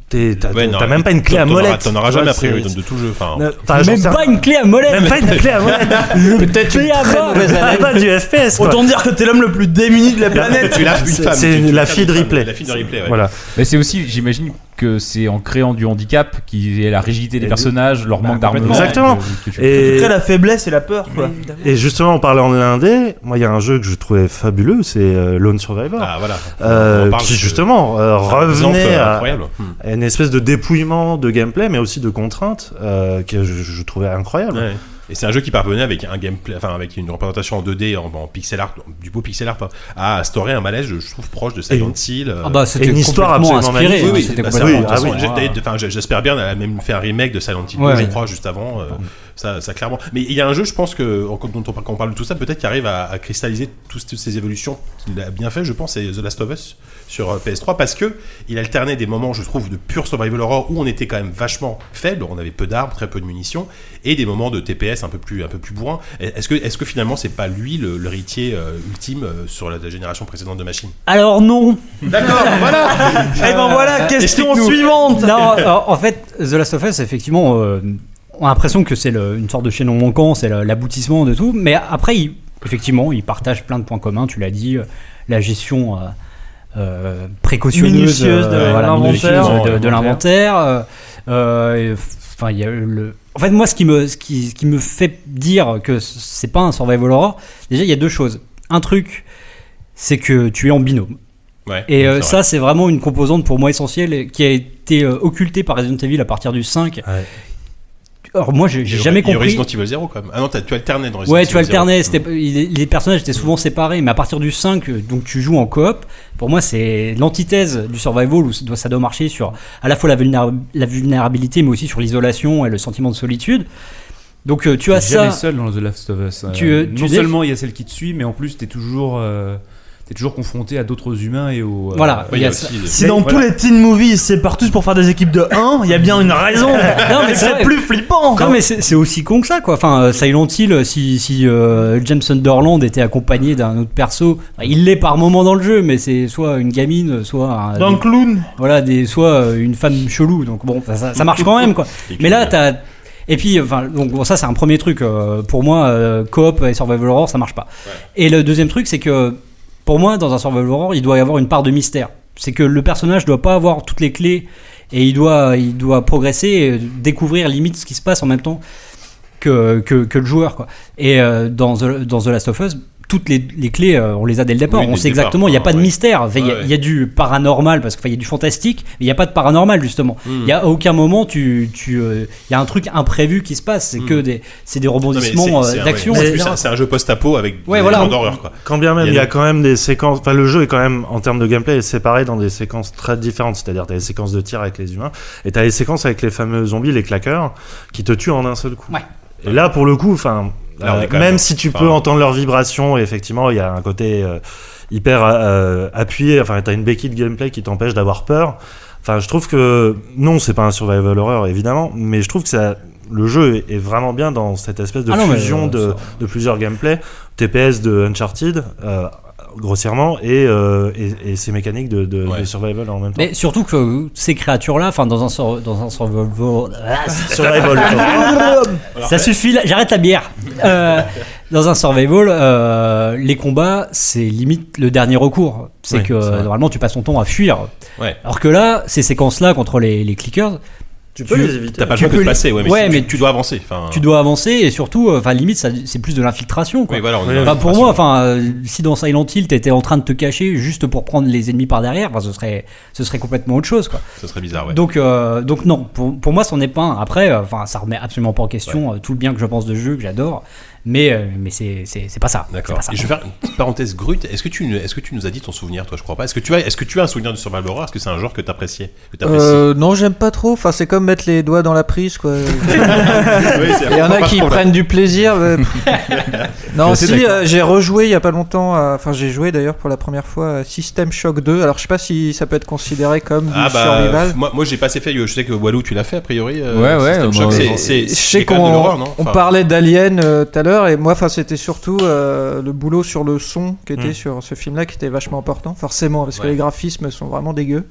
Speaker 9: T'es- T'as
Speaker 2: Ouais, non,
Speaker 9: t'as même pas une clé à
Speaker 2: t'en auras-
Speaker 9: molette.
Speaker 2: T'en auras
Speaker 9: tu
Speaker 2: jamais
Speaker 9: vois,
Speaker 2: a priori
Speaker 9: c'est-
Speaker 2: de tout jeu. Enfin,
Speaker 9: Ne- enfin, j'en
Speaker 8: Même
Speaker 9: sais-
Speaker 8: pas une clé à molette.
Speaker 9: Même pas une clé à molette.
Speaker 8: Peut-être une très mauvaise
Speaker 9: Même
Speaker 8: année.
Speaker 9: pas du FPS. quoi.
Speaker 3: Autant dire que t'es l'homme le plus démuni de la planète.
Speaker 2: tu l'as une
Speaker 9: c'est-
Speaker 2: femme.
Speaker 9: c'est
Speaker 2: tu-
Speaker 9: la
Speaker 2: tu l'as
Speaker 9: fille de
Speaker 2: une femme,
Speaker 9: Ripley.
Speaker 2: La fille de replay. Ouais.
Speaker 9: Voilà.
Speaker 4: Mais c'est aussi, j'imagine que c'est en créant du handicap, qui est la rigidité des
Speaker 9: Et
Speaker 4: personnages, leur
Speaker 5: bah,
Speaker 4: manque d'armement.
Speaker 9: complètement.
Speaker 4: que- que tu-
Speaker 9: Et-
Speaker 3: Après la faiblesse et la peur quoi.
Speaker 7: Évidemment.
Speaker 9: Et justement, en parlant de l'indé, moi, il y a un jeu que je trouvais fabuleux, c'est euh, Lone Survivor.
Speaker 2: Ah, voilà.
Speaker 9: Euh,
Speaker 2: On parle
Speaker 9: qui
Speaker 2: de-
Speaker 9: justement euh,
Speaker 2: C'est un exemple,
Speaker 9: revenait
Speaker 2: euh,
Speaker 9: à,
Speaker 2: Incroyable. Hmm.
Speaker 9: à une espèce de dépouillement de gameplay, mais aussi de contraintes euh, que je, je trouvais incroyable.
Speaker 2: Ouais. Et c'est un jeu qui parvenait avec un gameplay, enfin avec une représentation en 2D, en, en pixel art, du beau pixel art, hein, à instaurer un malaise, je trouve proche de Silent Hill. euh,
Speaker 8: Ah bah c'était
Speaker 9: Et une histoire
Speaker 8: complètement
Speaker 9: absolument
Speaker 8: inspiré.
Speaker 9: magnifique.
Speaker 8: hein,
Speaker 2: oui, oui,
Speaker 8: c'était
Speaker 2: bah,
Speaker 8: complètement-
Speaker 2: Silent Hill, de toute
Speaker 9: ah
Speaker 2: façon,
Speaker 9: oui.
Speaker 2: j'ai- d'ailleurs, enfin, j'ai- j'espère bien, elle a même fait un remake de Silent Hill 2,
Speaker 8: Ouais,
Speaker 2: je
Speaker 8: ouais.
Speaker 2: crois, juste avant. euh, ça, ça, clairement. Mais il y a un jeu, je pense que en- quand on, quand on parle de tout ça, peut-être qu'il arrive à, à cristalliser tous- toutes ces évolutions qu'il a bien fait. Je pense c'est The Last of Us sur euh, PS3 parce que il alternait des moments, je trouve, de pure survival horror où on était quand même vachement faible, on avait peu d'armes, très peu de munitions, et des moments de TPS un peu plus un peu plus bourrin. Est-ce que est-ce que finalement c'est pas lui le- l'héritier euh, ultime euh, sur la, la génération précédente de machines
Speaker 8: Alors non.
Speaker 2: D'accord, voilà. Euh,
Speaker 3: Eh ben voilà, question
Speaker 2: explique-nous. euh,
Speaker 3: suivante.
Speaker 8: Non, en- en fait, The Last of Us, effectivement, euh, on a l'impression que c'est le- une sorte de chaînon manquant, c'est le- l'aboutissement de tout. Mais après, il- effectivement, ils partagent plein de points communs, tu l'as dit, euh, la gestion. euh, euh, précautionneuse
Speaker 3: Minutieuse de
Speaker 8: euh, voilà,
Speaker 3: l'inventaire.
Speaker 8: minutieuse de- de l'inventaire. Euh, euh, Enfin, il y a eu le. En fait, moi, ce qui me, ce qui, ce qui me fait dire que c'est pas un survival horror, déjà, il y a deux choses. Un truc, c'est que tu es en binôme.
Speaker 2: Ouais,
Speaker 8: Et euh,
Speaker 2: c'est vrai.
Speaker 8: ça, c'est vraiment une composante pour moi essentielle et qui a été euh, occultée par Resident Evil à partir du 5.
Speaker 9: Ouais.
Speaker 8: Alors, moi, j'ai j'ai
Speaker 2: Il y
Speaker 8: jamais
Speaker 2: aurait- il y aurait
Speaker 8: compris.
Speaker 2: Resident Evil 0 quand même. Ah non, t'as- tu alternais dans Resident
Speaker 8: Ouais,
Speaker 2: Evil Mm.
Speaker 8: tu
Speaker 2: 0.
Speaker 5: Mm.
Speaker 8: alternais. c'était- il- Les personnages étaient souvent séparés, mais à partir du 5, euh, donc tu joues en coop. Pour moi, c'est l'antithèse du survival où ça doit, ça doit marcher sur à la fois la, vulnéra- la vulnérabilité, mais aussi sur l'isolation et le sentiment de solitude. Donc euh, tu as
Speaker 5: jamais
Speaker 8: ça.
Speaker 5: seul dans The Last of Us. Euh,
Speaker 8: Tu, euh, tu
Speaker 5: non
Speaker 8: dis-
Speaker 5: seulement il y a celle qui te suit, mais en plus t'es toujours, euh, t'es toujours confronté à d'autres humains et aux. euh,
Speaker 8: Voilà,
Speaker 2: Ouais,
Speaker 8: il y a ça.
Speaker 2: aussi le-
Speaker 3: Si dans tous les teen movies ils se séparent tous pour faire des équipes de 1, il y a bien une raison.
Speaker 8: Non, mais c'est
Speaker 3: c'est
Speaker 8: vrai.
Speaker 3: plus flippant. hein.
Speaker 8: Non mais c'est c'est aussi con que ça quoi. Enfin euh, Silent Hill, si, si euh, James Sunderland était accompagné d'un autre perso, enfin, il l'est par moment dans le jeu, mais c'est soit une gamine, soit un-
Speaker 3: Dans le clown.
Speaker 8: voilà des soit euh, une femme chelou donc bon ça, ça- ça marche quand même quoi mais là
Speaker 2: euh,
Speaker 8: t'as et puis enfin donc bon, ça c'est un premier truc euh, pour moi euh, coop et survival horror ça marche pas et le deuxième truc c'est que pour moi dans un survival horror il doit y avoir une part de mystère c'est que le personnage doit pas avoir toutes les clés et il doit il doit progresser et découvrir limite ce qui se passe en même temps que, que, que le joueur quoi et euh, dans The, dans The Last of Us toutes les, les clés euh, on les a dès le départ
Speaker 2: Oui,
Speaker 8: on
Speaker 2: dès
Speaker 8: sait
Speaker 2: le départ,
Speaker 8: exactement il n'y a
Speaker 2: hein,
Speaker 8: pas de
Speaker 2: ouais.
Speaker 8: mystère Enfin, il y a-
Speaker 2: Ouais, ouais.
Speaker 8: il y a du paranormal parce qu'il y a du fantastique, mais il n'y a pas de paranormal justement.
Speaker 2: Hmm.
Speaker 8: Il y a à aucun moment tu tu euh, il y a un truc imprévu qui se passe, c'est que des c'est des
Speaker 2: Hmm. Non, mais c'est-
Speaker 8: rebondissements
Speaker 2: c'est
Speaker 8: euh,
Speaker 2: un-
Speaker 8: d'action.
Speaker 2: ouais, c'est
Speaker 8: etc.
Speaker 2: plus un- C'est un jeu post-apo avec
Speaker 8: Ouais,
Speaker 2: des
Speaker 8: voilà.
Speaker 2: éléments d'horreur quoi.
Speaker 9: Quand bien même,
Speaker 2: Il y a
Speaker 9: il y a
Speaker 2: des-
Speaker 9: quand même des séquences. Enfin, le jeu est quand même, en termes de gameplay, est séparé dans des séquences très différentes. C'est-à-dire, t'as les séquences de tir avec les humains et t'as les séquences avec les fameux zombies, les claqueurs, qui te tuent en un seul coup.
Speaker 8: Ouais.
Speaker 9: Et là, pour le coup, enfin,
Speaker 2: Là, on est
Speaker 9: euh,
Speaker 2: quand
Speaker 9: même,
Speaker 2: même-
Speaker 9: si tu
Speaker 2: enfin-
Speaker 9: peux entendre leurs vibrations, et effectivement, il y a un côté euh, hyper euh, appuyé. Enfin, t'as une béquille de gameplay qui t'empêche d'avoir peur. Enfin, je trouve que non, c'est pas un survival horror évidemment, mais je trouve que ça, le jeu est vraiment bien dans cette espèce de
Speaker 8: Ah non, mais,
Speaker 9: fusion
Speaker 8: euh,
Speaker 9: de,
Speaker 8: ça-
Speaker 9: de plusieurs gameplays, TPS de Uncharted, euh, grossièrement, et, euh, et, et ces mécaniques de, de,
Speaker 2: Ouais.
Speaker 9: de survival en même temps.
Speaker 8: Mais surtout que euh, ces créatures là, enfin dans un sur- dans un survival Ah,
Speaker 9: Survival.
Speaker 8: Ça suffit, là, j'arrête la bière. Euh, dans un survival, euh, les combats, c'est limite le dernier recours. C'est
Speaker 9: Ouais,
Speaker 8: que
Speaker 9: c'est vrai.
Speaker 8: normalement, tu passes ton temps à fuir.
Speaker 2: Ouais.
Speaker 8: Alors que là, ces séquences-là contre les, les clickers,
Speaker 9: tu peux
Speaker 8: tu-
Speaker 9: les éviter.
Speaker 2: T'as pas le
Speaker 8: Tu
Speaker 2: choix que
Speaker 8: peux
Speaker 2: de
Speaker 8: les-
Speaker 2: passer, ouais, mais,
Speaker 8: Ouais,
Speaker 2: si-
Speaker 8: mais
Speaker 2: tu, tu dois avancer. Enfin,
Speaker 8: tu dois avancer et surtout, euh, enfin limite, ça- c'est plus de l'infiltration. quoi.
Speaker 2: Oui, voilà, on
Speaker 9: Oui,
Speaker 2: est-
Speaker 9: oui.
Speaker 8: Enfin, pour moi, enfin, euh, si dans Silent Hill, t'étais en train de te cacher juste pour prendre les ennemis par derrière, enfin, ce serait, ce serait complètement autre chose, quoi.
Speaker 2: ça serait bizarre, ouais.
Speaker 8: Donc, euh, donc non, pour, pour moi, c'en est pas un. Après, euh, enfin, ça remet absolument pas en question euh, tout le bien que je pense de ce jeu, que j'adore, mais, euh, mais c'est, c'est, c'est pas ça.
Speaker 2: D'accord.
Speaker 8: C'est pas ça.
Speaker 2: Et je vais faire une petite parenthèse grute. Est-ce que tu est-ce que tu nous as dit ton souvenir toi Je crois pas. Est-ce que tu as est-ce que tu as un souvenir de survival horror Est-ce que c'est un genre que t'appréciais que t'apprécies
Speaker 6: Euh, non, j'aime pas trop. Enfin, c'est comme mettre les doigts dans la prise, quoi.
Speaker 2: Oui, c'est-
Speaker 6: Il y en a qui
Speaker 2: Par contre,
Speaker 6: prennent du plaisir. mais- non,
Speaker 2: Je suis
Speaker 6: si
Speaker 2: d'accord.
Speaker 6: euh, j'ai rejoué il y a pas longtemps. à- Enfin, j'ai joué d'ailleurs pour la première fois à System Shock 2. Alors, je sais pas si ça peut être considéré comme du
Speaker 2: Ah bah,
Speaker 6: survival.
Speaker 2: moi, moi j'ai pas assez fait. Je sais que Walou, tu l'as fait a priori. euh,
Speaker 4: Ouais, ouais,
Speaker 2: System Shock,
Speaker 4: moi,
Speaker 2: c'est-
Speaker 4: je-
Speaker 2: c'est-
Speaker 6: Je
Speaker 2: c'est
Speaker 6: sais
Speaker 2: quand même de l'horreur,
Speaker 6: qu'on
Speaker 2: non
Speaker 6: on
Speaker 2: Enfin,
Speaker 6: parlait d'Alien euh, tout à l'heure et moi, enfin, c'était surtout euh, le boulot sur le son qui était
Speaker 2: Mm.
Speaker 6: sur ce film-là qui était vachement important, forcément, parce que
Speaker 2: Ouais. Hmm.
Speaker 6: les graphismes sont vraiment dégueux.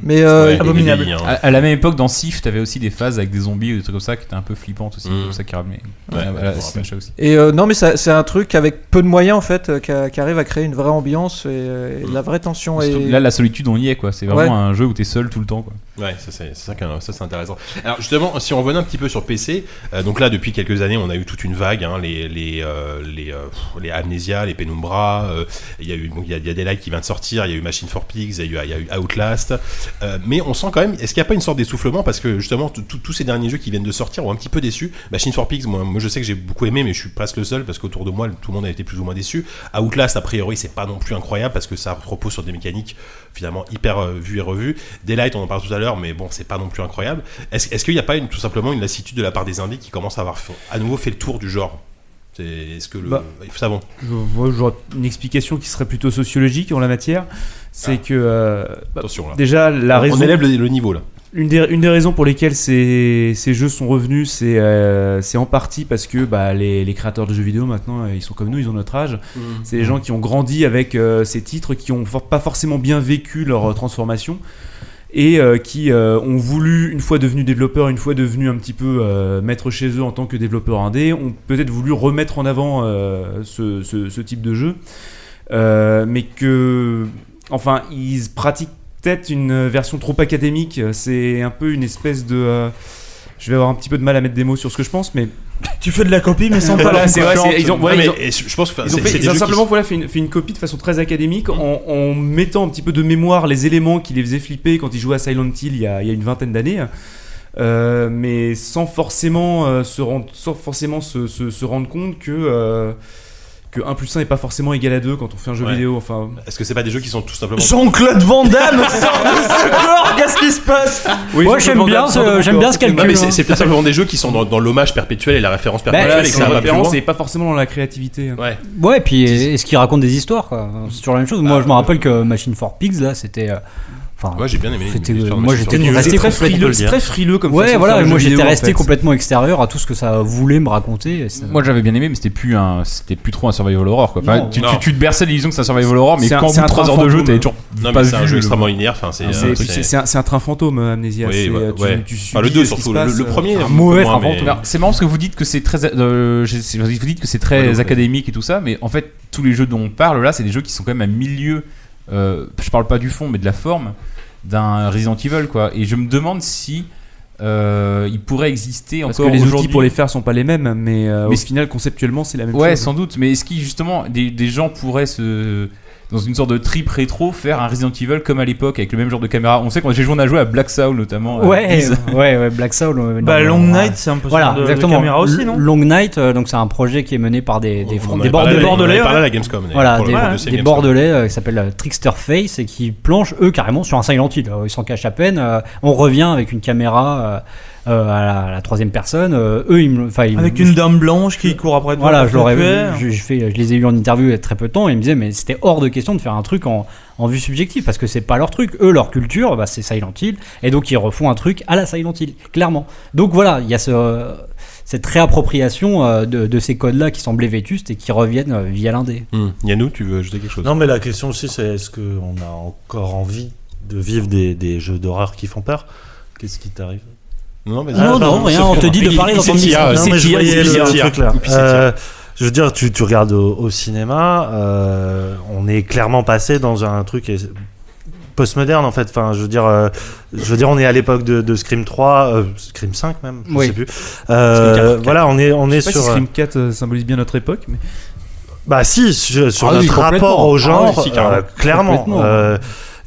Speaker 6: Mais euh,
Speaker 2: ouais,
Speaker 3: abominable.
Speaker 2: il y a des liens.
Speaker 4: À, à la même époque, dans Sif, t'avais aussi des phases avec des zombies ou des trucs comme ça qui étaient un peu flippantes aussi.
Speaker 2: Mm.
Speaker 4: comme ça qui ramenaient. Ah,
Speaker 2: Ouais, ouais,
Speaker 4: voilà,
Speaker 2: je me
Speaker 4: c'est ça aussi.
Speaker 6: Et euh, non, mais ça- c'est un truc avec peu de moyens en fait euh, qui, a- qui arrive à créer une vraie ambiance et, euh, et de la vraie tension. Et...
Speaker 4: Là, la solitude, on y est quoi. C'est vraiment
Speaker 6: Ouais.
Speaker 4: un jeu où t'es seul tout le temps quoi.
Speaker 2: Ouais, ça c'est c'est ça, qu'un- ça, c'est intéressant. Alors justement, si on revenait un petit peu sur PC, euh, donc là depuis quelques années, on a eu toute une vague, hein, les les euh, les, euh, pff, les Amnesia, les Penumbra, euh, il y a eu bon, il y, a- il y a des lives qui viennent de sortir, il y a eu Machine for Pigs, il y a eu, il y a eu Outlast, euh, mais on sent quand même, est-ce qu'il n'y a pas une sorte d'essoufflement parce que justement tout- tout- tous ces derniers jeux qui viennent de sortir ont un petit peu déçu. Machine for Pigs, moi, moi je sais que j'ai beaucoup aimé, mais je suis presque le seul parce qu'autour de moi tout le monde a été plus ou moins déçu. Outlast, a priori, c'est pas non plus incroyable parce que ça repose sur des mécaniques finalement hyper euh, vues et revues. Daylight, on en parle tout à l'heure, mais bon, c'est pas non plus incroyable. Est-ce est-ce qu'il n'y a pas une, tout simplement une lassitude de la part des indies qui commence à avoir fait- à nouveau fait le tour du genre C'est- Est-ce que le.
Speaker 5: Bah.
Speaker 2: il faut savoir.
Speaker 5: Je vois genre une explication qui serait plutôt sociologique en la matière, c'est
Speaker 2: Ah.
Speaker 5: que euh, bah,
Speaker 2: Attention là.
Speaker 5: déjà la
Speaker 2: on,
Speaker 5: raison,
Speaker 2: on élève le, le niveau là.
Speaker 5: une, des, une des raisons pour lesquelles ces, ces jeux sont revenus, c'est euh, c'est en partie parce que bah, les, les créateurs de jeux vidéo maintenant, euh, ils sont comme nous, ils ont notre âge.
Speaker 2: Mmh.
Speaker 5: C'est les gens qui ont grandi avec euh, ces titres, qui ont for- pas forcément bien vécu leur euh, transformation et euh, qui euh, ont voulu, une fois devenus développeurs, une fois devenus un petit peu euh, maîtres chez eux en tant que développeurs indés, ont peut-être voulu remettre en avant euh, ce, ce- ce type de jeu, Euh, mais que Enfin, ils pratiquent peut-être une version trop académique. C'est un peu une espèce de. euh, je vais avoir un petit peu de mal à mettre des mots sur ce que je pense, mais
Speaker 3: Tu fais de la copie, mais sans pas
Speaker 5: Voilà,
Speaker 3: la
Speaker 5: c'est vrai, c'est- ils ont- voilà,
Speaker 2: Non,
Speaker 5: ils
Speaker 2: mais
Speaker 5: ont-
Speaker 2: et je je pense que
Speaker 5: ils ont,
Speaker 2: c'est-
Speaker 5: fait-
Speaker 2: c'est des
Speaker 5: ils ont
Speaker 2: jeux qui
Speaker 5: simplement Oh, voilà, fait, une, fait une copie de façon très académique en, en mettant un petit peu de mémoire les éléments qui les faisaient flipper quand ils jouaient à Silent Hill il y a, il y a une vingtaine d'années. Euh, mais sans forcément, euh, se, rendre, sans forcément se, se- se rendre compte que, euh, que 1 plus 1 n'est pas forcément égal à 2 quand on fait un jeu
Speaker 2: Ouais.
Speaker 5: vidéo. Enfin,
Speaker 2: Est-ce que c'est pas des jeux qui sont tout simplement
Speaker 3: Jean-Claude Van Damme sort de ce corps, qu'est-ce qui se passe
Speaker 5: oui,
Speaker 8: Moi,
Speaker 5: je
Speaker 8: j'aime
Speaker 5: demandais
Speaker 8: bien
Speaker 5: un
Speaker 8: ce-
Speaker 5: certain
Speaker 8: j'aime
Speaker 5: nombre
Speaker 8: bien ce
Speaker 5: de-
Speaker 2: Non, mais
Speaker 8: calcul,
Speaker 2: c'est
Speaker 8: hein. Bah,
Speaker 2: c'est peut-être simplement des jeux qui sont dans, dans l'hommage perpétuel et la référence perpétuelle
Speaker 5: Voilà,
Speaker 2: et que
Speaker 5: c'est
Speaker 2: ça
Speaker 5: une
Speaker 2: va plus loin.
Speaker 5: référence et pas forcément dans la créativité.
Speaker 2: Ouais.
Speaker 8: Ouais, et puis est-ce qu'ils racontent des histoires quoi C'est toujours la même chose. Moi,
Speaker 5: Bah,
Speaker 2: Ah,
Speaker 5: euh,
Speaker 8: je me rappelle que Machine for Pigs, là, c'était. euh, Enfin,
Speaker 2: Moi j'ai bien aimé. les-
Speaker 8: C'était- euh,
Speaker 2: les histoires de
Speaker 8: moi,
Speaker 2: Machine
Speaker 8: j'étais
Speaker 2: Gun.
Speaker 8: nul.
Speaker 5: C'est
Speaker 8: Restez
Speaker 5: très
Speaker 9: frustré de
Speaker 5: frileux,
Speaker 9: le
Speaker 5: c'est
Speaker 9: dire.
Speaker 5: très frileux comme façon
Speaker 8: ouais,
Speaker 5: de faire
Speaker 8: voilà,
Speaker 5: le
Speaker 8: moi
Speaker 5: jeu
Speaker 8: j'étais
Speaker 5: vidéo, en
Speaker 8: resté
Speaker 5: fait.
Speaker 8: complètement extérieur à tout ce que ça voulait me raconter. et ça-
Speaker 4: Moi j'avais bien aimé, mais c'était plus un, c'était plus trop un survival horror quoi. Enfin,
Speaker 8: Non.
Speaker 4: tu,
Speaker 2: Non.
Speaker 4: tu- tu te berçais l'illusion que c'est un survival horror, mais
Speaker 5: C'est un-
Speaker 4: quand au bout
Speaker 5: c'est
Speaker 4: de
Speaker 5: un
Speaker 4: 3
Speaker 5: train
Speaker 4: heures de jeu,
Speaker 5: fantôme.
Speaker 4: t'avais toujours
Speaker 2: Non
Speaker 4: pas
Speaker 2: mais c'est un
Speaker 4: vu
Speaker 2: jeu
Speaker 4: le-
Speaker 2: extrêmement linéaire. Enfin c'est. euh,
Speaker 5: Ah,
Speaker 2: un
Speaker 5: C'est
Speaker 2: truc,
Speaker 5: c'est- c'est un, c'est un train fantôme, euh, Amnesia.
Speaker 2: Oui,
Speaker 5: c'est,
Speaker 2: ouais,
Speaker 5: euh, tu-
Speaker 2: ouais.
Speaker 5: tu
Speaker 2: Enfin, le
Speaker 5: subis
Speaker 2: 2
Speaker 5: ce qui
Speaker 2: surtout.
Speaker 5: se
Speaker 2: Le, le-
Speaker 5: passe,
Speaker 2: le
Speaker 5: euh,
Speaker 2: premier.
Speaker 8: un mauvais
Speaker 2: moins,
Speaker 8: avant,
Speaker 2: mais-
Speaker 8: tout
Speaker 4: Alors, C'est marrant parce que vous dites que c'est très, euh, je sais- vous dites que c'est
Speaker 2: Ouais,
Speaker 4: très
Speaker 2: donc,
Speaker 4: académique et tout ça, mais en fait tous les jeux dont on parle là, c'est des jeux qui sont quand même à milieu. euh, je parle pas du fond, mais de la forme d'un Resident Evil quoi. Et je me demande si euh, il pourrait exister
Speaker 5: Parce que
Speaker 4: encore
Speaker 5: les outils
Speaker 4: aujourd'hui.
Speaker 5: pour les faire sont pas les mêmes, mais, euh,
Speaker 4: Mais
Speaker 5: au final, conceptuellement, c'est la même
Speaker 4: Ouais,
Speaker 5: chose.
Speaker 4: sans doute. Mais est-ce qu'il justement des, des gens pourraient se dans une sorte de trip rétro faire un Resident Evil comme à l'époque avec le même genre de caméra On sait quand j'ai joué on a joué à Black Soul notamment. euh,
Speaker 8: ouais,
Speaker 4: Is.
Speaker 8: ouais, ouais, Black Soul. euh,
Speaker 3: Bah,
Speaker 8: non,
Speaker 3: Long
Speaker 8: non,
Speaker 3: Night, c'est un peu
Speaker 8: Voilà,
Speaker 3: sur de- de
Speaker 8: exactement.
Speaker 3: caméra aussi,
Speaker 8: L-
Speaker 3: non
Speaker 8: Long Night, euh, donc c'est un projet qui est mené par des,
Speaker 2: Oh, On
Speaker 8: des,
Speaker 2: en
Speaker 8: Fran-
Speaker 2: avait
Speaker 8: des Bordelais.
Speaker 2: parlé- on en avait
Speaker 3: Bordelais,
Speaker 2: parlé à la Gamescom. d'ailleurs,
Speaker 8: Voilà,
Speaker 2: pour le
Speaker 8: des,
Speaker 2: rôle de
Speaker 3: ouais,
Speaker 2: ces
Speaker 8: des
Speaker 2: Gamescom.
Speaker 8: Bordelais euh, qui s'appellent euh, Trickster Face et qui planchent eux carrément sur un Silent Hill. Euh, Ils s'en cachent à peine. euh, On revient avec une caméra euh, euh, à, la, à la troisième personne. euh, Eux, ils me, enfin, ils me-
Speaker 3: Avec une dame blanche qui court après toi.
Speaker 8: Voilà,
Speaker 3: pour
Speaker 8: je
Speaker 3: te
Speaker 8: l'aurais
Speaker 3: tuer.
Speaker 8: je, je fais, je les ai eu en interview il y a très peu de temps et ils me disaient mais c'était hors de question de faire un truc en, en vue subjective parce que c'est pas leur truc. Eux, leur culture, bah, c'est Silent Hill et donc ils refont un truc à la Silent Hill, clairement. Donc voilà, il y a ce- cette réappropriation euh, de, de ces codes-là qui semblaient vétustes et qui reviennent euh, via l'indé.
Speaker 2: Hmm. Yannou, tu veux ajouter quelque chose
Speaker 9: Non, mais la question aussi, c'est est-ce qu'on a encore envie de vivre des, des jeux d'horreur qui font peur Qu'est-ce qui t'arrive
Speaker 2: Non, vas-y.
Speaker 9: Ah,
Speaker 8: non, non,
Speaker 9: pardon,
Speaker 8: rien,
Speaker 9: c'est
Speaker 8: on
Speaker 9: pour
Speaker 8: te
Speaker 9: moi.
Speaker 8: dit de
Speaker 2: Il-
Speaker 8: parler
Speaker 2: il
Speaker 8: dans ton
Speaker 2: s'étire,
Speaker 8: micro.
Speaker 2: non,
Speaker 9: Non, mais je
Speaker 2: Septia,
Speaker 9: voyais
Speaker 2: Septia.
Speaker 9: le truc là.
Speaker 2: Ou puis
Speaker 9: Euh, je veux dire, tu, tu regardes au, au cinéma, euh, on est clairement passé dans un truc et- postmoderne en fait. Enfin, je veux dire, euh, je veux dire, on est à l'époque de, de Scream 3, euh, Scream 5 même, je
Speaker 8: Oui.
Speaker 9: sais plus. Euh,
Speaker 2: Scream 4.
Speaker 9: voilà, on est, on est
Speaker 5: Je sais pas
Speaker 9: sur.
Speaker 5: si Scream 4 euh, symbolise bien notre époque, mais
Speaker 9: Bah si, sur, sur
Speaker 8: Ah oui,
Speaker 9: notre
Speaker 8: complètement.
Speaker 9: rapport au
Speaker 8: Ah
Speaker 9: genre,
Speaker 2: oui, si, carrément.
Speaker 9: euh, clairement.
Speaker 8: Complètement.
Speaker 9: euh,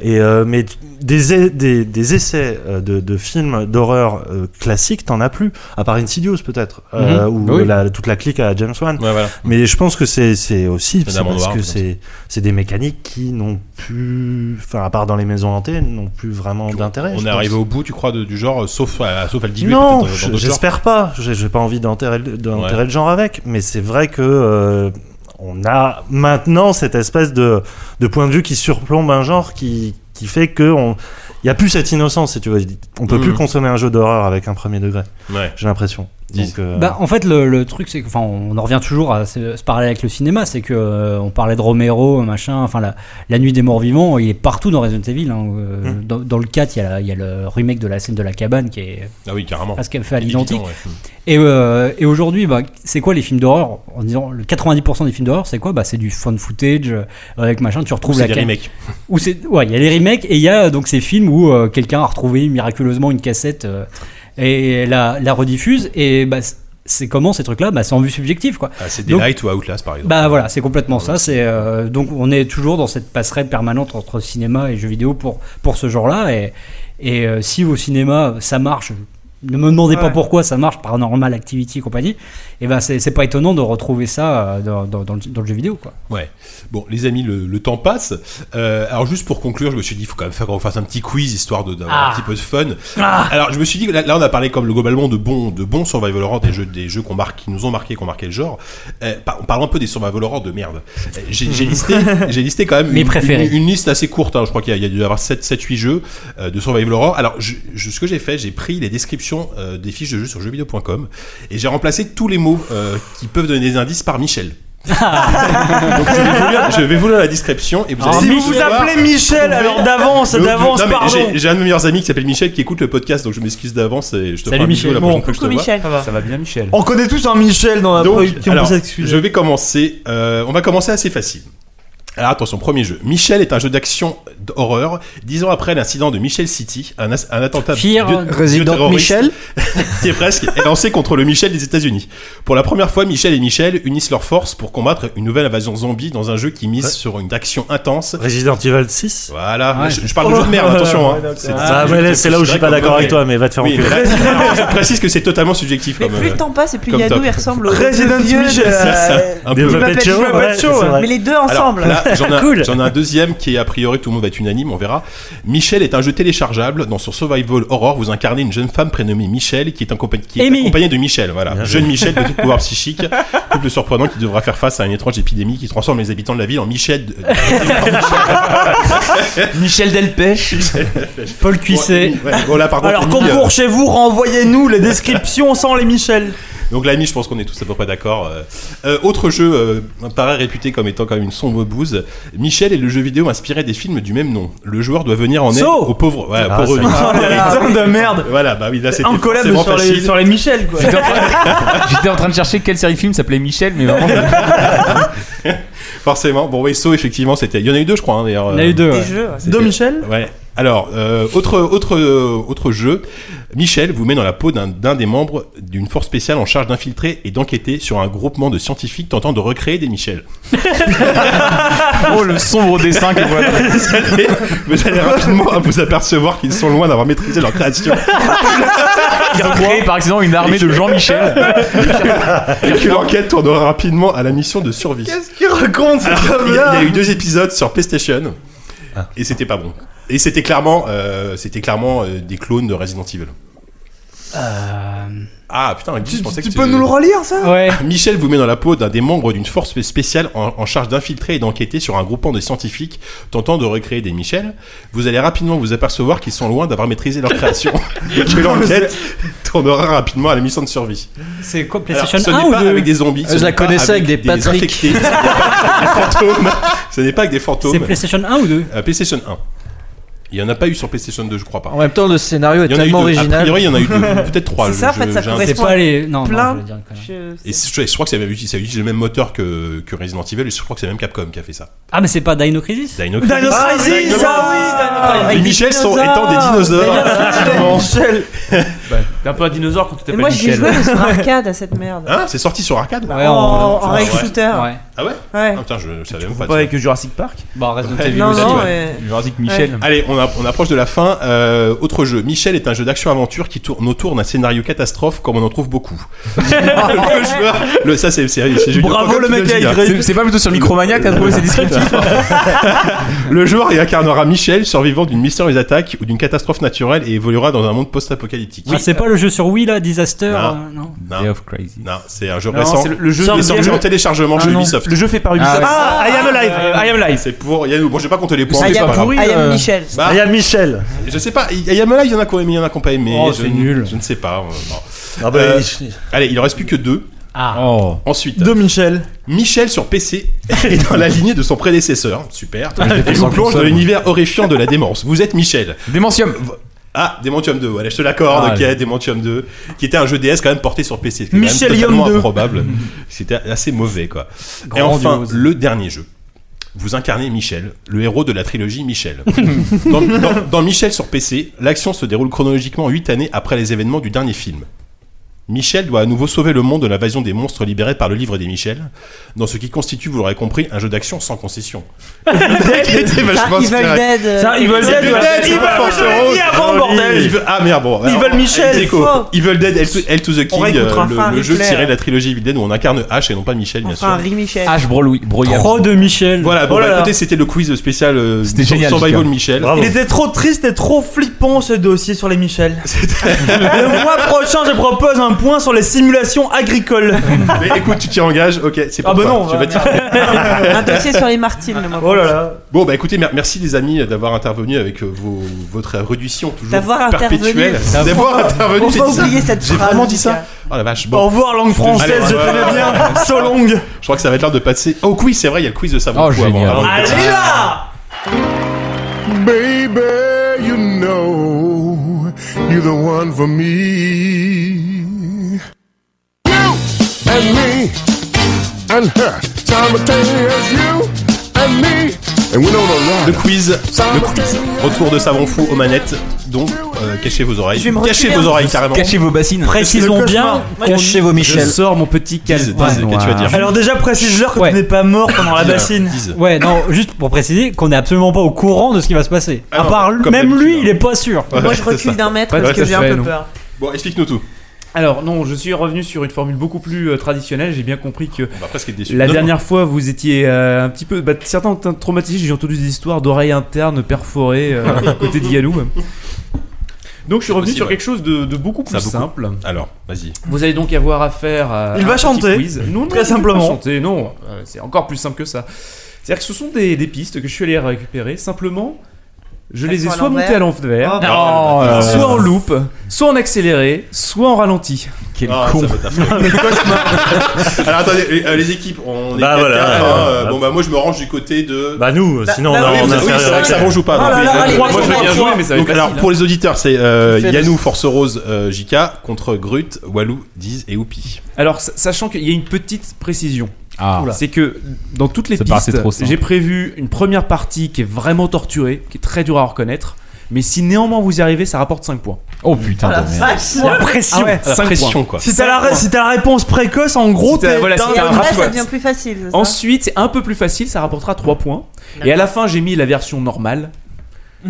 Speaker 9: et euh, mais t- des, e- des, des essais euh, de, de films d'horreur euh, classiques, t'en as plus, à part Insidious peut-être, euh,
Speaker 8: Mhm.
Speaker 9: ou
Speaker 8: Bah oui.
Speaker 9: la- toute la clique à James Wan.
Speaker 2: Ouais, voilà.
Speaker 9: Mais je pense que c'est c'est aussi
Speaker 2: C'est
Speaker 9: c'est
Speaker 2: un
Speaker 9: parce
Speaker 2: noir,
Speaker 9: que
Speaker 2: par
Speaker 9: c'est c'est des mécaniques qui n'ont plus, enfin à part dans les maisons hantées, n'ont plus vraiment d'intérêt.
Speaker 2: On
Speaker 9: je
Speaker 2: est
Speaker 9: pense.
Speaker 2: arrivé au bout, tu crois, de- du genre, euh, sauf à, sauf à le diluer
Speaker 9: Non,
Speaker 2: peut-être, euh, dans
Speaker 9: je-
Speaker 2: d'autres genres.
Speaker 9: j'espère pas. J'ai j'ai pas envie d'enterrer le- d'enterrer
Speaker 2: Ouais.
Speaker 9: le genre avec. Mais c'est vrai que euh, on a maintenant cette espèce de, de point de vue qui surplombe un genre qui, qui fait que on il y a plus cette innocence, si tu veux. On peut
Speaker 2: Mhm.
Speaker 9: plus consommer un jeu d'horreur avec un premier degré.
Speaker 2: Ouais.
Speaker 9: J'ai l'impression.
Speaker 2: Dis-
Speaker 9: Donc, euh,
Speaker 8: Bah, en fait, le, le truc, c'est que, enfin, on en revient toujours à ce, ce parallèle avec le cinéma, c'est que euh, on parlait de Romero, machin, enfin, la, la nuit des morts vivants, il est partout dans Resident Evil. hein, euh,
Speaker 2: Hmm.
Speaker 8: dans, dans le 4, il y, a la- il y a le remake de la scène de la cabane qui est
Speaker 2: Ah oui, carrément.
Speaker 8: presque fait à
Speaker 2: Évident,
Speaker 8: l'identique.
Speaker 2: ouais. Hmm.
Speaker 8: Et, euh, et aujourd'hui, bah, c'est quoi les films d'horreur En disant, le 90% des films d'horreur, c'est quoi Bah, c'est du fun footage euh, avec machin. Tu retrouves
Speaker 2: C'est
Speaker 8: la
Speaker 2: des
Speaker 8: cam-
Speaker 2: remakes.
Speaker 8: où c'est ouais, il y a les remakes et il y a euh, donc ces films où euh, quelqu'un a retrouvé miraculeusement une cassette euh, et la, la rediffuse et bah, c- c'est comment ces trucs-là bah, c'est en vue subjective quoi.
Speaker 2: Ah, C'est des
Speaker 8: Donc-
Speaker 2: Light Ah, ou Outlast par exemple.
Speaker 8: Bah voilà, c'est complètement ça. C'est euh, donc on est toujours dans cette passerelle permanente entre cinéma et jeux vidéo pour pour ce genre-là. Et, et euh, si au cinéma ça marche, ne me demandez pas
Speaker 7: Ouais.
Speaker 8: pourquoi ça marche, Paranormal Activity et compagnie. Et ben c'est c'est pas étonnant de retrouver ça euh, dans, dans- dans le, dans le jeu vidéo quoi.
Speaker 2: Bon, les amis, le, le temps passe. Euh, alors, juste pour conclure, je me suis dit, il faut quand même faire qu'on fasse un petit quiz histoire de- d'avoir un
Speaker 8: Ah.
Speaker 2: petit peu de fun. Alors, je me suis dit, là, là, on a parlé comme globalement de bons, de bons survival horror, des jeux, des jeux qu'on marque, qui nous ont marqué, qu'on marqué le genre. Euh, par- on parle un peu des survival horror de merde. Euh, J'ai j'ai listé, j'ai listé quand même
Speaker 8: Mes
Speaker 2: une,
Speaker 8: préférés.
Speaker 2: une- une liste assez courte. hein. je crois qu'il y, a- il y a dû y avoir 7, 7 8 jeux euh, de survival horror. Alors, je- je- ce que j'ai fait, j'ai pris les descriptions euh, des fiches de jeux sur jeuxvideo.com et j'ai remplacé tous les mots euh, qui peuvent donner des indices par Michel. Donc, je, vais vous lire, je vais vous lire la description et vous allez
Speaker 3: Si vous
Speaker 2: pouvoir
Speaker 3: vous appelez Michel, alors d'avance,
Speaker 2: le-
Speaker 3: d'avance,
Speaker 2: non, mais
Speaker 3: pardon.
Speaker 2: j'ai- J'ai un de mes meilleurs amis qui s'appelle Michel qui écoute le podcast, donc je m'excuse d'avance et je te ferai un bisou la prochaine fois que je te
Speaker 7: Coucou
Speaker 2: vois.
Speaker 7: Michel.
Speaker 5: ça va bien, Michel.
Speaker 3: On connaît tous un Michel dans la
Speaker 2: Donc,
Speaker 3: preuve qui on peut
Speaker 2: alors,
Speaker 3: s'excuser.
Speaker 2: je vais commencer. euh, on va commencer assez facile. Alors attention, premier jeu. Michel est un jeu d'action d'horreur. Dix ans après l'incident de Michel City, un, as- un attentat
Speaker 8: Fear
Speaker 2: bio-
Speaker 6: Résident
Speaker 2: bioterroriste-
Speaker 6: Michel
Speaker 2: qui est presque est lancé contre le Michel des États-Unis. Pour la première fois, Michel et Michel unissent leurs forces pour combattre une nouvelle invasion zombie dans un jeu qui mise
Speaker 9: Ouais.
Speaker 2: sur une action intense.
Speaker 9: Resident Evil 6
Speaker 2: Voilà,
Speaker 8: Ouais.
Speaker 2: je, je parle de jeu de merde, attention. hein. C'est-
Speaker 9: Bah,
Speaker 2: je-
Speaker 9: ouais,
Speaker 2: je-
Speaker 9: là, C'est là où je suis pas
Speaker 2: comme-
Speaker 9: d'accord avec toi, mais va te faire
Speaker 2: Oui,
Speaker 9: enculer.
Speaker 2: mais là, je précise que c'est totalement subjectif.
Speaker 7: Mais
Speaker 2: comme,
Speaker 7: plus
Speaker 2: euh,
Speaker 7: le temps passe et plus
Speaker 2: comme
Speaker 7: Yadou
Speaker 2: top.
Speaker 7: il ressemble au
Speaker 3: Resident
Speaker 7: vieux de-
Speaker 3: Michel,
Speaker 2: c'est ça, un peu.
Speaker 7: Je m'appelle-
Speaker 9: Muppet
Speaker 7: je
Speaker 9: Show,
Speaker 7: m'appelle
Speaker 9: ouais,
Speaker 7: Show,
Speaker 2: hein.
Speaker 7: hein.
Speaker 9: c'est vrai.
Speaker 7: Mais les deux
Speaker 2: Alors,
Speaker 7: ensemble.
Speaker 2: là, j'en ai,
Speaker 8: Cool.
Speaker 2: j'en ai un deuxième qui, a priori, tout le monde va être unanime, on verra. Michel est un jeu téléchargeable. Dans son Survival Horror, vous incarnez une jeune femme prénommée Michel qui est, en compagnie- qui est
Speaker 8: Amy.
Speaker 2: accompagnée de Michel. Voilà. jeune Michel de pouvoir psychique, couple surprenant qui devra faire face à une étrange épidémie qui transforme les habitants de la ville en Michel. de-
Speaker 4: Michel Delpech.
Speaker 8: Paul Cuisset.
Speaker 2: Ouais, bon, là, par contre,
Speaker 3: Alors,
Speaker 2: Amy,
Speaker 3: concours
Speaker 2: euh,
Speaker 3: chez vous, renvoyez-nous les descriptions sans les Michel.
Speaker 2: donc l'ami, je pense qu'on est tous à peu près d'accord. euh. Euh, autre jeu, euh, paraît réputé comme étant quand même une sombre bouse. Michel est le jeu vidéo inspiré des films du même nom. Le joueur doit venir en aide
Speaker 3: So.
Speaker 2: aux pauvres. Ouais,
Speaker 9: Ah,
Speaker 2: pauvres
Speaker 9: ça y est.
Speaker 3: Putain de merde.
Speaker 2: Voilà, bah oui, là c'était
Speaker 3: En collab
Speaker 2: forcément
Speaker 3: sur les,
Speaker 2: facile.
Speaker 3: sur les Michel, quoi.
Speaker 4: J'étais en, train- j'étais en train de chercher quelle série de film s'appelait Michel, mais vraiment.
Speaker 2: Forcément. Bon, oui, So, effectivement, c'était. Il y en a eu deux, je crois, hein, d'ailleurs.
Speaker 8: Il y en a eu deux.
Speaker 7: Des
Speaker 8: ouais.
Speaker 7: jeux.
Speaker 3: Deux Michel
Speaker 2: Ouais. Alors, euh, autre, autre, euh, autre jeu. Michel vous met dans la peau d'un- d'un des membres d'une force spéciale en charge d'infiltrer et d'enquêter sur un groupement de scientifiques tentant de recréer des Michel.
Speaker 4: Oh, le sombre dessin que voilà.
Speaker 2: vous, allez, vous allez rapidement vous apercevoir qu'ils sont loin d'avoir maîtrisé leur création.
Speaker 4: Ils ont créé par accident une armée de Jean-Michel.
Speaker 2: et que l'enquête tournera rapidement à la mission de survie.
Speaker 3: Qu'est-ce qu'il raconte
Speaker 2: Alors, Il y, a- il y a eu deux épisodes sur PlayStation et c'était pas bon. Et c'était clairement, euh, c'était clairement euh, des clones de Resident Evil.
Speaker 8: Euh,
Speaker 2: Ah putain, Elvis, je
Speaker 3: Tu,
Speaker 2: pensais
Speaker 3: tu
Speaker 2: que
Speaker 3: peux nous le relire, ça
Speaker 8: Ouais.
Speaker 2: Michel vous met dans la peau d'un des membres d'une force spéciale en, en charge d'infiltrer et d'enquêter sur un groupement de scientifiques tentant de recréer des Michel. Vous allez rapidement vous apercevoir qu'ils sont loin d'avoir maîtrisé leur création et que l'enquête tournera rapidement à la mission de survie.
Speaker 8: C'est quoi
Speaker 2: Alors,
Speaker 8: PlayStation
Speaker 2: ce
Speaker 8: 1
Speaker 2: n'est
Speaker 8: ou
Speaker 2: pas
Speaker 8: 2
Speaker 2: avec des zombies. ce
Speaker 6: Euh, Je la
Speaker 2: n'est pas
Speaker 6: connaissais avec des Patrick.
Speaker 2: infectés, ce n'est pas avec des fantômes. Ce n'est pas avec des
Speaker 8: C'est PlayStation
Speaker 2: fantômes.
Speaker 8: 1 ou 2
Speaker 2: Euh, PlayStation 1. Il n'y en a pas eu sur PlayStation 2, je crois pas.
Speaker 6: En même temps, le scénario est
Speaker 2: Il y en a eu
Speaker 6: tellement
Speaker 2: deux. A
Speaker 6: original.
Speaker 2: priori, il y en a eu deux. Peut-être trois.
Speaker 7: C'est
Speaker 2: je-
Speaker 7: ça, en fait,
Speaker 2: je-
Speaker 7: ça
Speaker 2: j'ai un-
Speaker 7: correspond.
Speaker 8: C'est pas les. Non,
Speaker 7: Plein.
Speaker 8: non, je vais dire une connerie.
Speaker 7: Je-
Speaker 2: Et je, je crois que ça avait- ça utilise le même moteur que, que Resident Evil, et je crois que c'est même Capcom qui a fait ça.
Speaker 8: Ah, mais c'est pas Dino Crisis
Speaker 2: Dino
Speaker 3: Dino
Speaker 2: Crisis. Ah,
Speaker 3: Crisis,
Speaker 7: Ah,
Speaker 3: ça
Speaker 2: Les
Speaker 3: oui
Speaker 2: Michel sont
Speaker 7: dinosaures.
Speaker 2: étant des
Speaker 4: Ah,
Speaker 2: dinosaures. effectivement.
Speaker 3: Michel
Speaker 5: T'es un peu un dinosaure quand tu
Speaker 7: Mais moi j'ai joué sur arcade à cette merde. Bah,
Speaker 2: Hein C'est sorti sur arcade
Speaker 8: Ouais,
Speaker 7: en
Speaker 8: on-
Speaker 7: en
Speaker 8: on-
Speaker 7: rail
Speaker 2: ouais.
Speaker 7: shooter.
Speaker 8: Ouais.
Speaker 2: Ah ouais
Speaker 7: Ouais.
Speaker 2: Ah putain, je, je savais même pas.
Speaker 5: Pas
Speaker 2: ça.
Speaker 5: avec Jurassic Park
Speaker 4: Bah,
Speaker 8: Bon, reste de
Speaker 2: Ouais.
Speaker 8: tes
Speaker 7: Non,
Speaker 2: aussi,
Speaker 7: non,
Speaker 2: ouais.
Speaker 7: mais-
Speaker 4: Jurassic Michel.
Speaker 2: Allez, on, a- on approche de la fin. Euh, autre jeu. Michel est un jeu d'action-aventure qui tourne autour d'un scénario catastrophe comme on en trouve beaucoup. le joueur, le- ça c'est c'est- c'est Julien
Speaker 3: Bravo,
Speaker 2: Pancol
Speaker 3: le
Speaker 2: qui
Speaker 3: mec
Speaker 2: le dit,
Speaker 3: a
Speaker 2: hein.
Speaker 3: écrit.
Speaker 4: C'est c'est pas plutôt sur Micromania que t'as trouvé ces descriptifs
Speaker 2: Le joueur y incarnera Michel, survivant d'une mystérieuse attaque ou d'une catastrophe naturelle et évoluera dans un monde post-apocalyptique.
Speaker 8: Ah, c'est pas le jeu sur Wii là, Disaster
Speaker 2: Non.
Speaker 8: euh, non.
Speaker 2: Day
Speaker 4: of Crazy.
Speaker 2: Non, c'est un jeu
Speaker 5: Non,
Speaker 2: récent.
Speaker 5: c'est le- le jeu-
Speaker 2: qui est
Speaker 5: le
Speaker 2: sorti
Speaker 5: jeu-
Speaker 2: en téléchargement
Speaker 5: Ah
Speaker 2: chez
Speaker 5: non.
Speaker 2: Ubisoft. euh,
Speaker 5: Le jeu fait par
Speaker 4: Ah
Speaker 5: Ubisoft.
Speaker 4: ouais.
Speaker 5: Ah, I am alive I am alive
Speaker 2: C'est pour Yannou. Bon, j'ai pas compté les points.
Speaker 7: I
Speaker 2: c'est
Speaker 7: am,
Speaker 2: pas grave.
Speaker 4: pourri,
Speaker 7: I am
Speaker 4: euh.
Speaker 7: Michel.
Speaker 2: Bah,
Speaker 9: Ah, il y a Michel.
Speaker 2: Je sais pas, il y en a, il y en a qui ont aimé, il y en a qui ont pas aimé.
Speaker 8: Oh,
Speaker 2: je,
Speaker 8: c'est
Speaker 2: ne-
Speaker 8: nul.
Speaker 2: Je ne sais pas. euh, bon.
Speaker 9: Ah bah,
Speaker 2: Euh,
Speaker 9: il-
Speaker 2: Allez, il en reste plus que deux.
Speaker 8: Ah,
Speaker 4: Oh.
Speaker 2: Ensuite,
Speaker 3: Deux Michel
Speaker 2: Michel sur PC est dans la lignée de son prédécesseur.
Speaker 4: Ah,
Speaker 2: Super. Et
Speaker 4: sans
Speaker 2: vous plonge dans
Speaker 4: console.
Speaker 2: l'univers horrifiant de la démence. Vous êtes Michel.
Speaker 4: Démentium.
Speaker 2: Ah, Dementium 2, voilà, je te l'accorde,
Speaker 4: Ah,
Speaker 2: ok,
Speaker 4: allez.
Speaker 2: Dementium 2, qui était un jeu DS quand même porté sur PC, ce qui est quand même
Speaker 3: Michel
Speaker 2: totalement
Speaker 3: Yom 2.
Speaker 2: improbable. C'était assez mauvais, quoi. Et
Speaker 8: Grandiose.
Speaker 2: enfin, le dernier jeu. Vous incarnez Michel, le héros de la trilogie Michel. dans, dans- dans Michel sur PC, l'action se déroule chronologiquement 8 années après les événements du dernier film. Michel doit à nouveau sauver le monde de l'invasion des monstres libérés par le livre des Michel, dans ce qui constitue, vous l'aurez compris, un jeu d'action sans concession. Il était vachement
Speaker 7: Evil
Speaker 2: inspiré.
Speaker 7: Dead. euh,
Speaker 3: Ça, ils veulent
Speaker 2: Evil
Speaker 3: ils
Speaker 2: Dead, Evil Force Rose.
Speaker 3: veulent avant,
Speaker 2: Ils
Speaker 3: bordel
Speaker 2: veulent- Ah merde, bon.
Speaker 3: Ils veulent Michel,
Speaker 2: Ex aequo.
Speaker 7: faux.
Speaker 2: Evil Dead, Hell to, Hell to the
Speaker 7: On
Speaker 2: King,
Speaker 7: réécoutera
Speaker 2: le,
Speaker 7: enfin un
Speaker 2: le jeu
Speaker 7: replay.
Speaker 2: tiré de la trilogie Evil Dead où on incarne H et non pas Michel, bien
Speaker 7: Enfin, un
Speaker 2: sûr.
Speaker 7: Ri Michel.
Speaker 4: H. Broly- Broyable.
Speaker 8: trop de Michel.
Speaker 2: Voilà, bon,
Speaker 3: Oh là
Speaker 2: bah,
Speaker 3: là.
Speaker 2: écoutez, c'était le quiz spécial euh,
Speaker 4: C'était
Speaker 2: sur-
Speaker 4: génial,
Speaker 2: Survival
Speaker 4: Jika.
Speaker 2: Michel.
Speaker 9: Bravo.
Speaker 3: Il était trop triste et trop flippant ce dossier sur les Michel. Le mois prochain, je propose un point sur les simulations agricoles.
Speaker 2: Mais écoute, tu t'y engages, ok, c'est pas
Speaker 3: Ah bah non,
Speaker 2: tu vas
Speaker 3: bah,
Speaker 2: dire-
Speaker 7: Un dossier sur les Martines, le mois
Speaker 3: Oh là
Speaker 7: prochain.
Speaker 3: là.
Speaker 2: Bon, bah écoutez, mer- merci les amis d'avoir intervenu avec euh, vos, votre érudition toujours
Speaker 7: D'avoir
Speaker 2: perpétuelle.
Speaker 7: intervenu.
Speaker 2: D'avoir intervenu.
Speaker 7: On
Speaker 2: j'ai
Speaker 7: va
Speaker 2: dit ça.
Speaker 7: oublier cette
Speaker 2: J'ai
Speaker 7: phrase.
Speaker 2: vraiment dit
Speaker 7: Jika.
Speaker 2: ça Oh la vache,
Speaker 3: Au
Speaker 2: bon,
Speaker 3: revoir, langue française,
Speaker 2: Allez,
Speaker 3: je
Speaker 2: ouais,
Speaker 3: connais bien. So long.
Speaker 2: je crois que ça va être l'heure de passer. Oh, quiz, c'est vrai, il y a le quiz de savoir
Speaker 4: Oh,
Speaker 2: Fou avant. hein, euh,
Speaker 4: génial.
Speaker 2: avant de-
Speaker 3: Allez là
Speaker 1: Baby, you know you're the one for me. You and me and her. Simultaneous you and me. And we don't know
Speaker 2: Le quiz, le quiz. Retour de savon fou aux manettes. Donc, euh, cachez vos oreilles.
Speaker 7: Je vais me
Speaker 2: Cachez
Speaker 7: reculer un
Speaker 2: vos
Speaker 5: hein.
Speaker 2: oreilles carrément.
Speaker 4: Cachez vos bassines.
Speaker 8: Précisons bien.
Speaker 6: Cachez vos Michel.
Speaker 5: Je sors mon petit calme.
Speaker 2: Dise, dise, qu'est-ce que tu vas dire
Speaker 3: Alors déjà précise-leur que
Speaker 8: Ouais.
Speaker 3: tu n'es pas mort pendant la
Speaker 2: Dise,
Speaker 3: bassine.
Speaker 2: dise.
Speaker 8: Ouais, non, juste pour préciser qu'on n'est absolument pas au courant de ce qui va se passer.
Speaker 2: Ah
Speaker 8: à
Speaker 2: non,
Speaker 8: part
Speaker 2: comme
Speaker 8: même
Speaker 2: d'habitude,
Speaker 8: lui,
Speaker 2: hein.
Speaker 8: il est pas sûr.
Speaker 7: Moi, je
Speaker 2: Ouais, c'est
Speaker 7: recule
Speaker 2: ça.
Speaker 7: d'un mètre
Speaker 5: Ouais,
Speaker 7: parce que
Speaker 5: ça
Speaker 7: j'ai un
Speaker 5: fait,
Speaker 7: peu
Speaker 5: non.
Speaker 7: peur.
Speaker 2: Bon, explique-nous tout.
Speaker 5: Alors non, je suis revenu sur une formule beaucoup plus euh, traditionnelle. J'ai bien compris que
Speaker 2: On va presque être déçus.
Speaker 5: la
Speaker 2: Non,
Speaker 5: dernière fois, vous étiez euh, un petit peu... bah, certains ont été traumatisés, j'ai entendu des histoires d'oreilles internes perforées euh, côté d'Yalou. Donc je suis revenu
Speaker 2: possible,
Speaker 5: sur
Speaker 2: ouais.
Speaker 5: quelque chose de, de beaucoup plus
Speaker 2: Ça a beaucoup-
Speaker 5: simple.
Speaker 2: Alors, vas-y.
Speaker 5: Vous allez donc avoir affaire à.
Speaker 3: Il
Speaker 5: à
Speaker 3: va
Speaker 5: euh, un petit
Speaker 3: chanter,
Speaker 5: quiz. Non, non,
Speaker 3: très
Speaker 5: il va
Speaker 3: simplement.
Speaker 5: pas chanter, non, euh, c'est encore plus simple que ça. C'est-à-dire que ce sont des, des pistes que je suis allé récupérer, simplement, je
Speaker 7: Elles
Speaker 5: les ai
Speaker 7: sont à
Speaker 5: soit
Speaker 7: l'envers.
Speaker 5: montées à l'envers,
Speaker 7: Oh, bah.
Speaker 4: Non, euh,
Speaker 5: soit en loop, soit en accéléré, soit en ralenti.
Speaker 4: quel
Speaker 2: Ah, ça
Speaker 4: con.
Speaker 2: va t'affronter. Alors attendez, les, euh, les équipes, on est
Speaker 9: Bah,
Speaker 2: quatre,
Speaker 9: voilà,
Speaker 2: quatre,
Speaker 9: ouais,
Speaker 2: hein,
Speaker 9: ouais,
Speaker 2: euh,
Speaker 9: ouais.
Speaker 2: Bon bah moi je me range du côté de.
Speaker 9: Bah nous,
Speaker 7: Bah,
Speaker 9: sinon
Speaker 7: bah
Speaker 9: on
Speaker 7: oui, mais
Speaker 9: a on a
Speaker 2: oui,
Speaker 9: fait
Speaker 2: c'est vrai que ça joue pas.
Speaker 7: Oh là
Speaker 2: donc,
Speaker 7: là,
Speaker 2: mais-
Speaker 7: allez,
Speaker 2: Moi,
Speaker 7: vas-y,
Speaker 2: je vais
Speaker 7: on
Speaker 2: bien
Speaker 7: va
Speaker 2: jouer,
Speaker 7: voir.
Speaker 5: mais ça va
Speaker 2: Donc
Speaker 5: être facile.
Speaker 2: alors pour les auditeurs, c'est euh,
Speaker 6: Tu fais
Speaker 2: Yanou
Speaker 6: le-
Speaker 2: Force Rose euh, JK contre Grut, Walou, Diz et Oupi.
Speaker 5: Alors, sa- sachant qu'il y a une petite précision,
Speaker 4: Ah.
Speaker 5: c'est que dans toutes les
Speaker 4: Ça paraissait
Speaker 5: pistes,
Speaker 4: trop simple.
Speaker 5: j'ai prévu une première partie qui est vraiment torturée, qui est très dure à reconnaître, mais si néanmoins vous y arrivez, ça rapporte 5 points.
Speaker 4: Oh putain
Speaker 7: Oh la
Speaker 4: de merde.
Speaker 7: vache
Speaker 3: La pression.
Speaker 5: Ah Cinq points.
Speaker 2: Pression quoi.
Speaker 3: Si t'as la, ré- si t'as la réponse précoce, en gros,
Speaker 5: Si t'as-
Speaker 3: t'es
Speaker 5: voilà,
Speaker 3: t'es
Speaker 5: si
Speaker 7: Et
Speaker 5: t'as un
Speaker 3: un-
Speaker 7: après, ça
Speaker 5: rasoir.
Speaker 7: devient plus facile. c'est ça
Speaker 5: Ensuite, c'est un peu plus facile, ça rapportera 3 points. Et à la fin, j'ai mis la version normale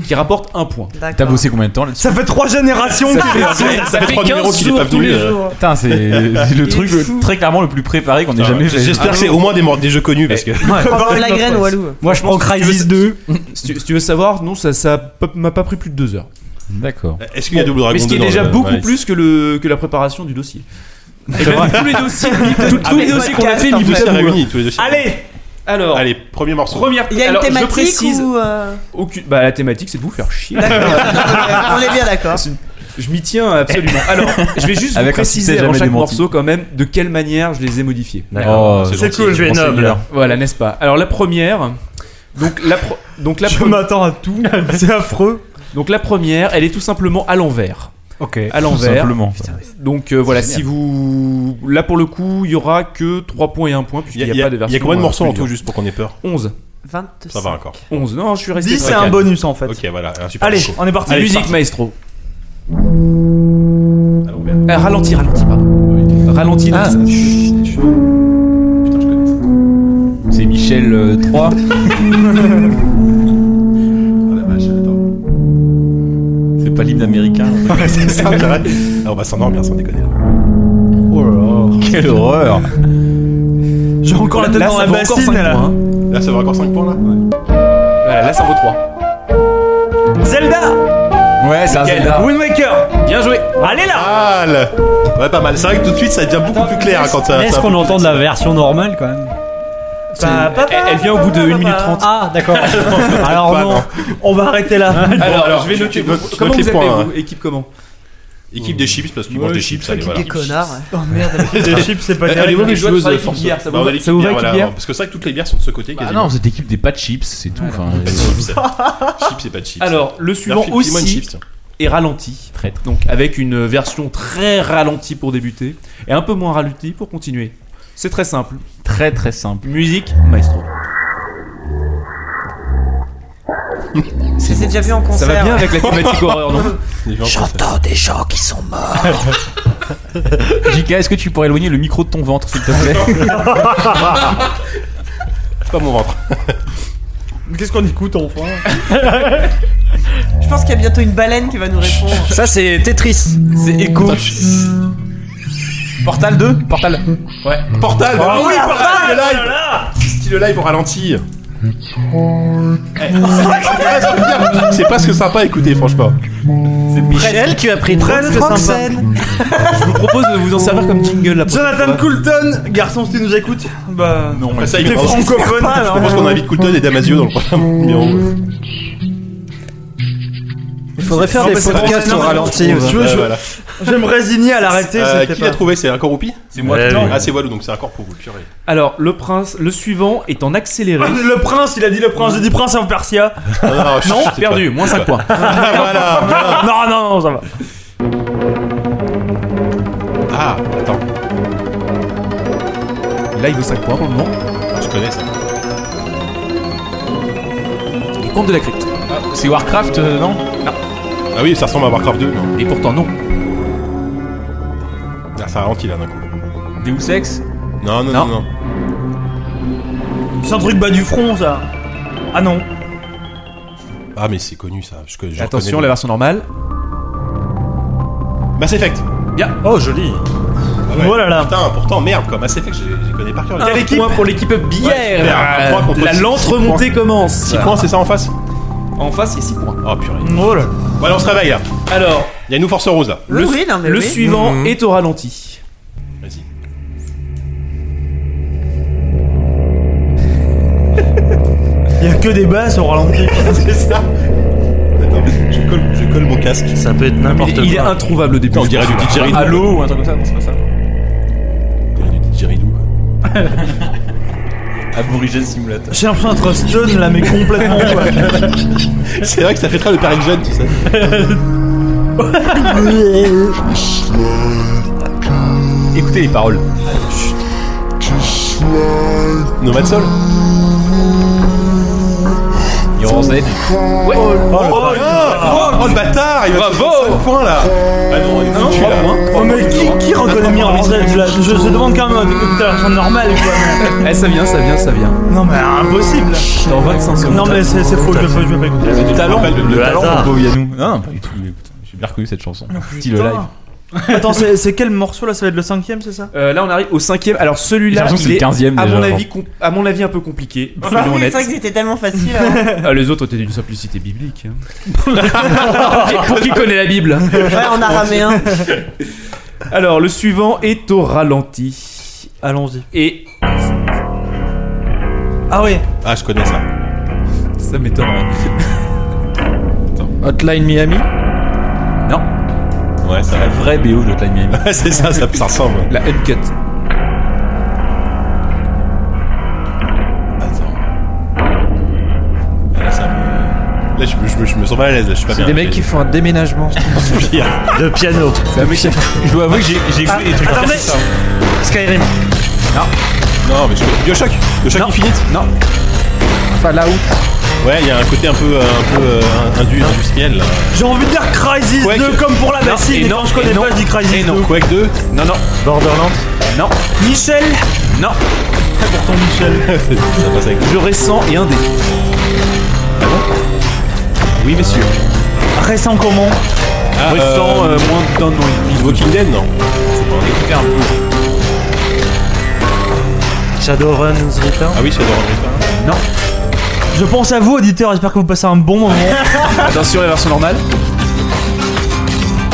Speaker 5: qui rapporte 1 point.
Speaker 7: D'accord.
Speaker 4: T'as bossé combien de temps là-dessus
Speaker 3: Ça fait trois générations que
Speaker 2: Ça fait trois numéros qu'il est pas venu. euh,
Speaker 4: Putain, c'est le truc le- très clairement le plus préparé qu'on ait jamais fait.
Speaker 2: Ah J'espère que c'est au moins des, mor- des jeux connus parce que.
Speaker 7: Faut avoir de Oh, la graine, Walou.
Speaker 8: Moi, je prends Crisis 2.
Speaker 5: Si tu, si tu veux savoir, non, ça ça pas- m'a pas pris plus de 2 heures.
Speaker 4: D'accord.
Speaker 2: Est-ce qu'il y a double dragon
Speaker 5: Mais ce qui est
Speaker 2: dedans,
Speaker 5: déjà
Speaker 2: le-
Speaker 5: beaucoup
Speaker 2: ouais.
Speaker 5: plus que, le, que la préparation du dossier. Ah, Et même Eh ben, tous les dossiers, tous-
Speaker 2: Ah,
Speaker 5: tous les
Speaker 7: mais
Speaker 5: dossiers qu'on a
Speaker 7: podcast,
Speaker 5: fait,
Speaker 7: en
Speaker 5: mis
Speaker 2: Tous
Speaker 5: bout
Speaker 2: les
Speaker 5: à
Speaker 2: deux
Speaker 5: bout.
Speaker 2: réunis, tous les deux.
Speaker 5: Allez Alors,
Speaker 2: Allez, premier morceau.
Speaker 5: première
Speaker 7: Il y a une
Speaker 5: alors,
Speaker 7: thématique
Speaker 5: je précise,
Speaker 7: ou. euh,
Speaker 5: aucune- bah, la thématique c'est de vous faire chier.
Speaker 7: On est bien d'accord.
Speaker 5: je m'y tiens absolument. Alors, je vais juste vous
Speaker 4: Avec un
Speaker 5: préciser
Speaker 4: succès
Speaker 5: avant
Speaker 4: jamais
Speaker 5: chaque
Speaker 4: démenti.
Speaker 5: morceau quand même de quelle manière je les ai modifiés.
Speaker 4: Oh,
Speaker 2: C'est gentil.
Speaker 9: Tu es noble.
Speaker 5: Voilà, n'est-ce pas Alors la première, donc la pro- donc la
Speaker 6: Je
Speaker 5: première-
Speaker 6: m'attends à tout. C'est affreux.
Speaker 5: donc la première, elle est tout simplement à l'envers.
Speaker 8: Ok.
Speaker 5: À
Speaker 4: Tout
Speaker 5: l'envers.
Speaker 4: simplement.
Speaker 5: Donc euh, voilà,
Speaker 4: génial.
Speaker 5: si vous là pour le coup, il y aura que 3 points et 1 point
Speaker 2: Il
Speaker 5: puisqu'il
Speaker 2: y a,
Speaker 5: n'y a,
Speaker 2: il y a-
Speaker 5: pas de
Speaker 2: il
Speaker 5: version.
Speaker 2: y a combien de
Speaker 5: euh,
Speaker 2: morceaux en
Speaker 5: plus
Speaker 2: tout
Speaker 5: dure.
Speaker 2: juste pour qu'on ait peur
Speaker 5: 11.
Speaker 7: 25.
Speaker 2: Ça va encore.
Speaker 5: 11. Non, je suis resté
Speaker 3: 10, c'est
Speaker 5: très
Speaker 3: un
Speaker 5: calme.
Speaker 3: bonus en fait.
Speaker 2: Ok, voilà, un super
Speaker 3: Allez,
Speaker 2: morceau.
Speaker 3: on est parti.
Speaker 5: Musique
Speaker 3: Musique.
Speaker 5: maestro.
Speaker 2: À l'envers.
Speaker 5: Euh, ralenti, ralenti, pardon. Ralenti. donc ça-
Speaker 4: C'est Michel euh, 3.
Speaker 2: Oh la vache, attends.
Speaker 4: C'est pas l'hymne américain.
Speaker 2: C'est ça, on dirait. Ah, On va s'endormir sans déconner. là.
Speaker 4: Quelle horreur.
Speaker 3: Oh J'ai encore la tête
Speaker 5: Là,
Speaker 3: dans
Speaker 5: ça
Speaker 3: la
Speaker 5: vaut encore
Speaker 3: bassine
Speaker 5: cinq
Speaker 3: là.
Speaker 5: points.
Speaker 2: Là, ça va encore 5 points là
Speaker 5: Voilà, là ça vaut 3.
Speaker 3: Zelda
Speaker 4: Ouais, c'est un Zelda.
Speaker 3: Wind Waker
Speaker 5: Bien joué.
Speaker 3: Allez là
Speaker 2: Ah le- Ouais, pas mal. C'est vrai que tout de suite, ça devient beaucoup plus clair hein, quand ça.
Speaker 8: Est-ce
Speaker 2: ça-
Speaker 8: qu'on entend de la version normale quand même Eh,
Speaker 3: Bah, papa,
Speaker 5: Elle- elle vient au bout de
Speaker 3: papa,
Speaker 5: une minute
Speaker 3: papa.
Speaker 5: trente.
Speaker 8: Ah, d'accord. Alors
Speaker 2: Pas,
Speaker 8: non.
Speaker 3: On va arrêter là.
Speaker 5: Alors,
Speaker 2: alors,
Speaker 5: je vais
Speaker 2: tu-
Speaker 5: noter.
Speaker 2: tu notes-
Speaker 5: vous-
Speaker 2: tu
Speaker 5: comment
Speaker 2: notes
Speaker 5: vous
Speaker 2: les
Speaker 5: appelez
Speaker 2: points,
Speaker 5: vous Équipe comment
Speaker 2: Équipe des chips parce qu'ils mangent des chips, allez, voilà.
Speaker 7: Des connards.
Speaker 3: Oh merde, les chips, c'est pas
Speaker 2: Elle est
Speaker 3: terrible.
Speaker 2: où les
Speaker 5: joueurs
Speaker 2: joueuses
Speaker 5: sur les
Speaker 2: force-
Speaker 5: bières, ça
Speaker 2: Bah,
Speaker 5: vous
Speaker 2: on
Speaker 5: va-
Speaker 2: a les
Speaker 5: ça vous va
Speaker 2: bières,
Speaker 5: avec les
Speaker 2: voilà,
Speaker 5: bières
Speaker 2: Parce que c'est vrai que toutes les bières sont de ce côté.
Speaker 3: Bah
Speaker 4: Ah
Speaker 2: quasiment.
Speaker 4: non, cette équipe des pas de chips, c'est tout. Enfin,
Speaker 2: Pas
Speaker 4: euh,
Speaker 2: de chips. Chips, c'est pas de chips.
Speaker 5: Alors, le suivant
Speaker 2: Garfield, dis-moi une
Speaker 5: aussi
Speaker 2: chips, tiens.
Speaker 5: est ralenti.
Speaker 4: Traître.
Speaker 5: Donc avec une version très ralentie pour débuter et un peu moins ralentie pour continuer. C'est très simple.
Speaker 4: Très très simple.
Speaker 5: Musique maestro.
Speaker 7: Je les ai déjà vus en
Speaker 5: Ça va
Speaker 7: concert.
Speaker 5: bien avec la thématique horreur, non
Speaker 2: Les gens pensent-
Speaker 4: JK, est-ce que tu pourrais éloigner le micro de ton ventre, s'il te plaît
Speaker 2: C'est pas mon ventre.
Speaker 6: Qu'est-ce qu'on écoute enfin
Speaker 7: Je pense qu'il y a bientôt une baleine qui va nous répondre.
Speaker 8: Ça, c'est Tetris.
Speaker 4: C'est Echo. Portal 2 Portal.
Speaker 2: Portal bah oui, Portal Le live Style live au ralenti. Eh, c'est vrai que c'est pas ce que je veux dire. C'est pas ce que sympa à écouter, franchement.
Speaker 6: Michel, tu as pris très
Speaker 5: Je vous propose de vous en servir comme jingle là.
Speaker 6: Jonathan Coulton, garçon, si tu nous écoutes,
Speaker 3: Bah,
Speaker 4: Non,
Speaker 2: Après ça, il
Speaker 6: t'es
Speaker 2: pense-
Speaker 6: francophone.
Speaker 3: hein.
Speaker 2: Je pense qu'on invite Coulton et Damasio dans le prochain numéro.
Speaker 6: Il faudrait faire
Speaker 2: Non,
Speaker 6: des
Speaker 2: mais c'est
Speaker 6: podcasts
Speaker 2: bon,
Speaker 6: au
Speaker 2: c'est
Speaker 6: ralenti.
Speaker 2: Ouais,
Speaker 6: ouais.
Speaker 2: voilà.
Speaker 3: je vais me résigner à l'arrêter.
Speaker 2: Euh,
Speaker 3: c'était
Speaker 2: Qui l'a
Speaker 3: pas-
Speaker 2: trouvé C'est un Oupi
Speaker 4: C'est moi.
Speaker 9: Ouais,
Speaker 4: non.
Speaker 9: oui.
Speaker 2: Ah, c'est Walou, donc c'est un corps pour vous, purée.
Speaker 5: Alors le prince, le suivant est en accéléré.
Speaker 3: Le prince, il a dit le prince, j'ai dit prince of Persia.
Speaker 2: Non, non, non,
Speaker 5: Non,
Speaker 2: chut, c'est
Speaker 5: perdu, moins 5 points.
Speaker 2: pas- Ah, voilà, voilà.
Speaker 3: Non, non, non, ça va.
Speaker 2: Ah, attends,
Speaker 5: Là il vaut 5 points pour le moment.
Speaker 2: je connais ça.
Speaker 5: Conte de la crypte.
Speaker 4: C'est Warcraft, euh, non
Speaker 2: Ah oui, ça ressemble à Warcraft 2. non
Speaker 4: Et pourtant, non.
Speaker 2: Ah, ça ralentit là d'un coup.
Speaker 4: Deus Ex
Speaker 2: Non, non, non,
Speaker 4: Non.
Speaker 2: non.
Speaker 3: C'est un truc bas du front, ça. Ah non.
Speaker 2: Ah, mais c'est connu ça. parce que je
Speaker 5: Attention, la
Speaker 2: reconnais
Speaker 5: version normale.
Speaker 2: le- Mass Effect
Speaker 9: Oh, joli.
Speaker 2: Ah ouais.
Speaker 3: Oh là là.
Speaker 2: Putain, pourtant, merde quoi. Mass Effect, je je les connais par cœur.
Speaker 5: Un
Speaker 2: Quelle équipe
Speaker 5: point pour l'équipe
Speaker 2: Ouais, super, un
Speaker 5: bière. Euh,
Speaker 2: point contre
Speaker 5: la
Speaker 2: six-
Speaker 5: lente
Speaker 2: six points.
Speaker 5: remontée commence.
Speaker 2: 6 points, c'est ça en face
Speaker 5: En face, il y a 6 points.
Speaker 2: Oh purée.
Speaker 3: Oh là.
Speaker 2: Bon, allez, on se réveille là.
Speaker 5: Alors,
Speaker 2: Il y a une force rose là.
Speaker 5: le,
Speaker 7: oui, non, mais
Speaker 5: le
Speaker 7: oui.
Speaker 5: suivant
Speaker 2: Mhm.
Speaker 5: est au ralenti.
Speaker 2: Vas-y.
Speaker 3: Il y a que des basses au ralenti.
Speaker 2: c'est ça Attends, je colle, je colle mon casque.
Speaker 9: Ça peut être n'importe
Speaker 5: Il,
Speaker 9: quoi.
Speaker 5: il est introuvable au début.
Speaker 2: Putain, on dirait du didgeridoo.
Speaker 5: Allô ou un truc comme ça, non, c'est pas ça.
Speaker 2: On dirait du didgeridoo quoi.
Speaker 4: Aborigin Simulator.
Speaker 3: J'ai l'impression d'être stun là, mais complètement. quoi.
Speaker 2: C'est vrai que ça fait très le Père Jeune, tu sais. Écoutez les paroles. Nomad Sol
Speaker 4: Iron Z. Ouais.
Speaker 2: Oh, le bâtard Oh, le bâtard Il va
Speaker 4: Bravo
Speaker 2: faire 5 points là Ah non, on est
Speaker 3: Bah Non,
Speaker 2: foutu là.
Speaker 3: Oh, mais qui, qui reconnaît Mirror's Edge là Je je demande quand même un à normal quoi.
Speaker 5: Eh, ça vient, ça vient, ça vient.
Speaker 3: Non, mais impossible.
Speaker 5: Dans 25 secondes.
Speaker 3: Non, mais c'est c'est faux, je je veux pas écouter.
Speaker 4: Le talent,
Speaker 2: rappelle le- le
Speaker 4: talent,
Speaker 9: hasard.
Speaker 4: mon pauvre Yannou. Hein Non, pas du tout. mais putain, J'ai bien reconnu cette chanson. Style live.
Speaker 3: Attends, c'est c'est quel morceau là Ça va être le cinquième, c'est ça
Speaker 5: Euh, là, on arrive au cinquième. Alors,
Speaker 4: J'ai
Speaker 5: celui-là,
Speaker 4: l'impression que c'est
Speaker 5: il
Speaker 4: le
Speaker 5: est,
Speaker 4: 15 e
Speaker 5: à mon, avis, com- à mon avis, un peu compliqué.
Speaker 7: Ah
Speaker 5: Soyons
Speaker 7: oui, C'est
Speaker 5: honnêtes.
Speaker 7: vrai que c'était tellement facile. hein.
Speaker 5: Ah, les autres étaient d'une simplicité biblique. hein. Pour qui connaît la Bible
Speaker 7: ouais, on a ramé un.
Speaker 5: Alors, le suivant est au ralenti.
Speaker 3: Allons-y.
Speaker 5: Et
Speaker 3: Ah oui.
Speaker 2: Ah, je connais ça.
Speaker 5: ça hein. m'étonnerait.
Speaker 6: Hotline Miami
Speaker 5: Non,
Speaker 2: Ouais, ça
Speaker 4: La vraie BO de Time Miami.
Speaker 2: va. c'est ça, ça, ça ressemble. ouais.
Speaker 5: la uncut.
Speaker 2: Attends. Là, Ah, ça me... Là, je, me- je me- je me sens mal à l'aise, là, je suis pas
Speaker 6: C'est
Speaker 2: bien.
Speaker 6: des mecs qui font un déménagement.
Speaker 2: pire.
Speaker 9: De piano.
Speaker 4: Je dois avouer que j'ai j'ai écouté des trucs
Speaker 7: Ah, attendez.
Speaker 4: ça.
Speaker 9: Skyrim.
Speaker 2: Non, mais je connais. Bioshock Bioshock Infinite
Speaker 5: Non,
Speaker 6: Fallout.
Speaker 2: Ouais, il y a un côté un peu, euh, un peu euh, indu- industriel là.
Speaker 3: J'ai envie de dire Crisis
Speaker 2: Quake.
Speaker 3: 2 comme pour la bassine.
Speaker 5: et
Speaker 3: Et
Speaker 5: non,
Speaker 3: quand je
Speaker 5: et
Speaker 3: connais
Speaker 5: non,
Speaker 3: pas, je dis Crisis 2.
Speaker 2: Eh Quake 2
Speaker 5: non, non,
Speaker 9: Borderlands.
Speaker 5: non,
Speaker 3: Michel
Speaker 5: non.
Speaker 3: Pourtant, Michel.
Speaker 2: Ça passe avec.
Speaker 5: Je ressens et un dé. Oui, messieurs.
Speaker 3: Récent comment
Speaker 2: Ah,
Speaker 5: Ressent
Speaker 2: euh,
Speaker 5: euh, moins d'un nom.
Speaker 2: Walking Dead, non
Speaker 4: Écoutez un peu.
Speaker 9: Shadowrun's Return.
Speaker 2: Ah oui, Shadowrun Return.
Speaker 5: Non.
Speaker 3: Je pense à vous, auditeurs. J'espère que vous passez un bon moment.
Speaker 5: Attention, la version normale.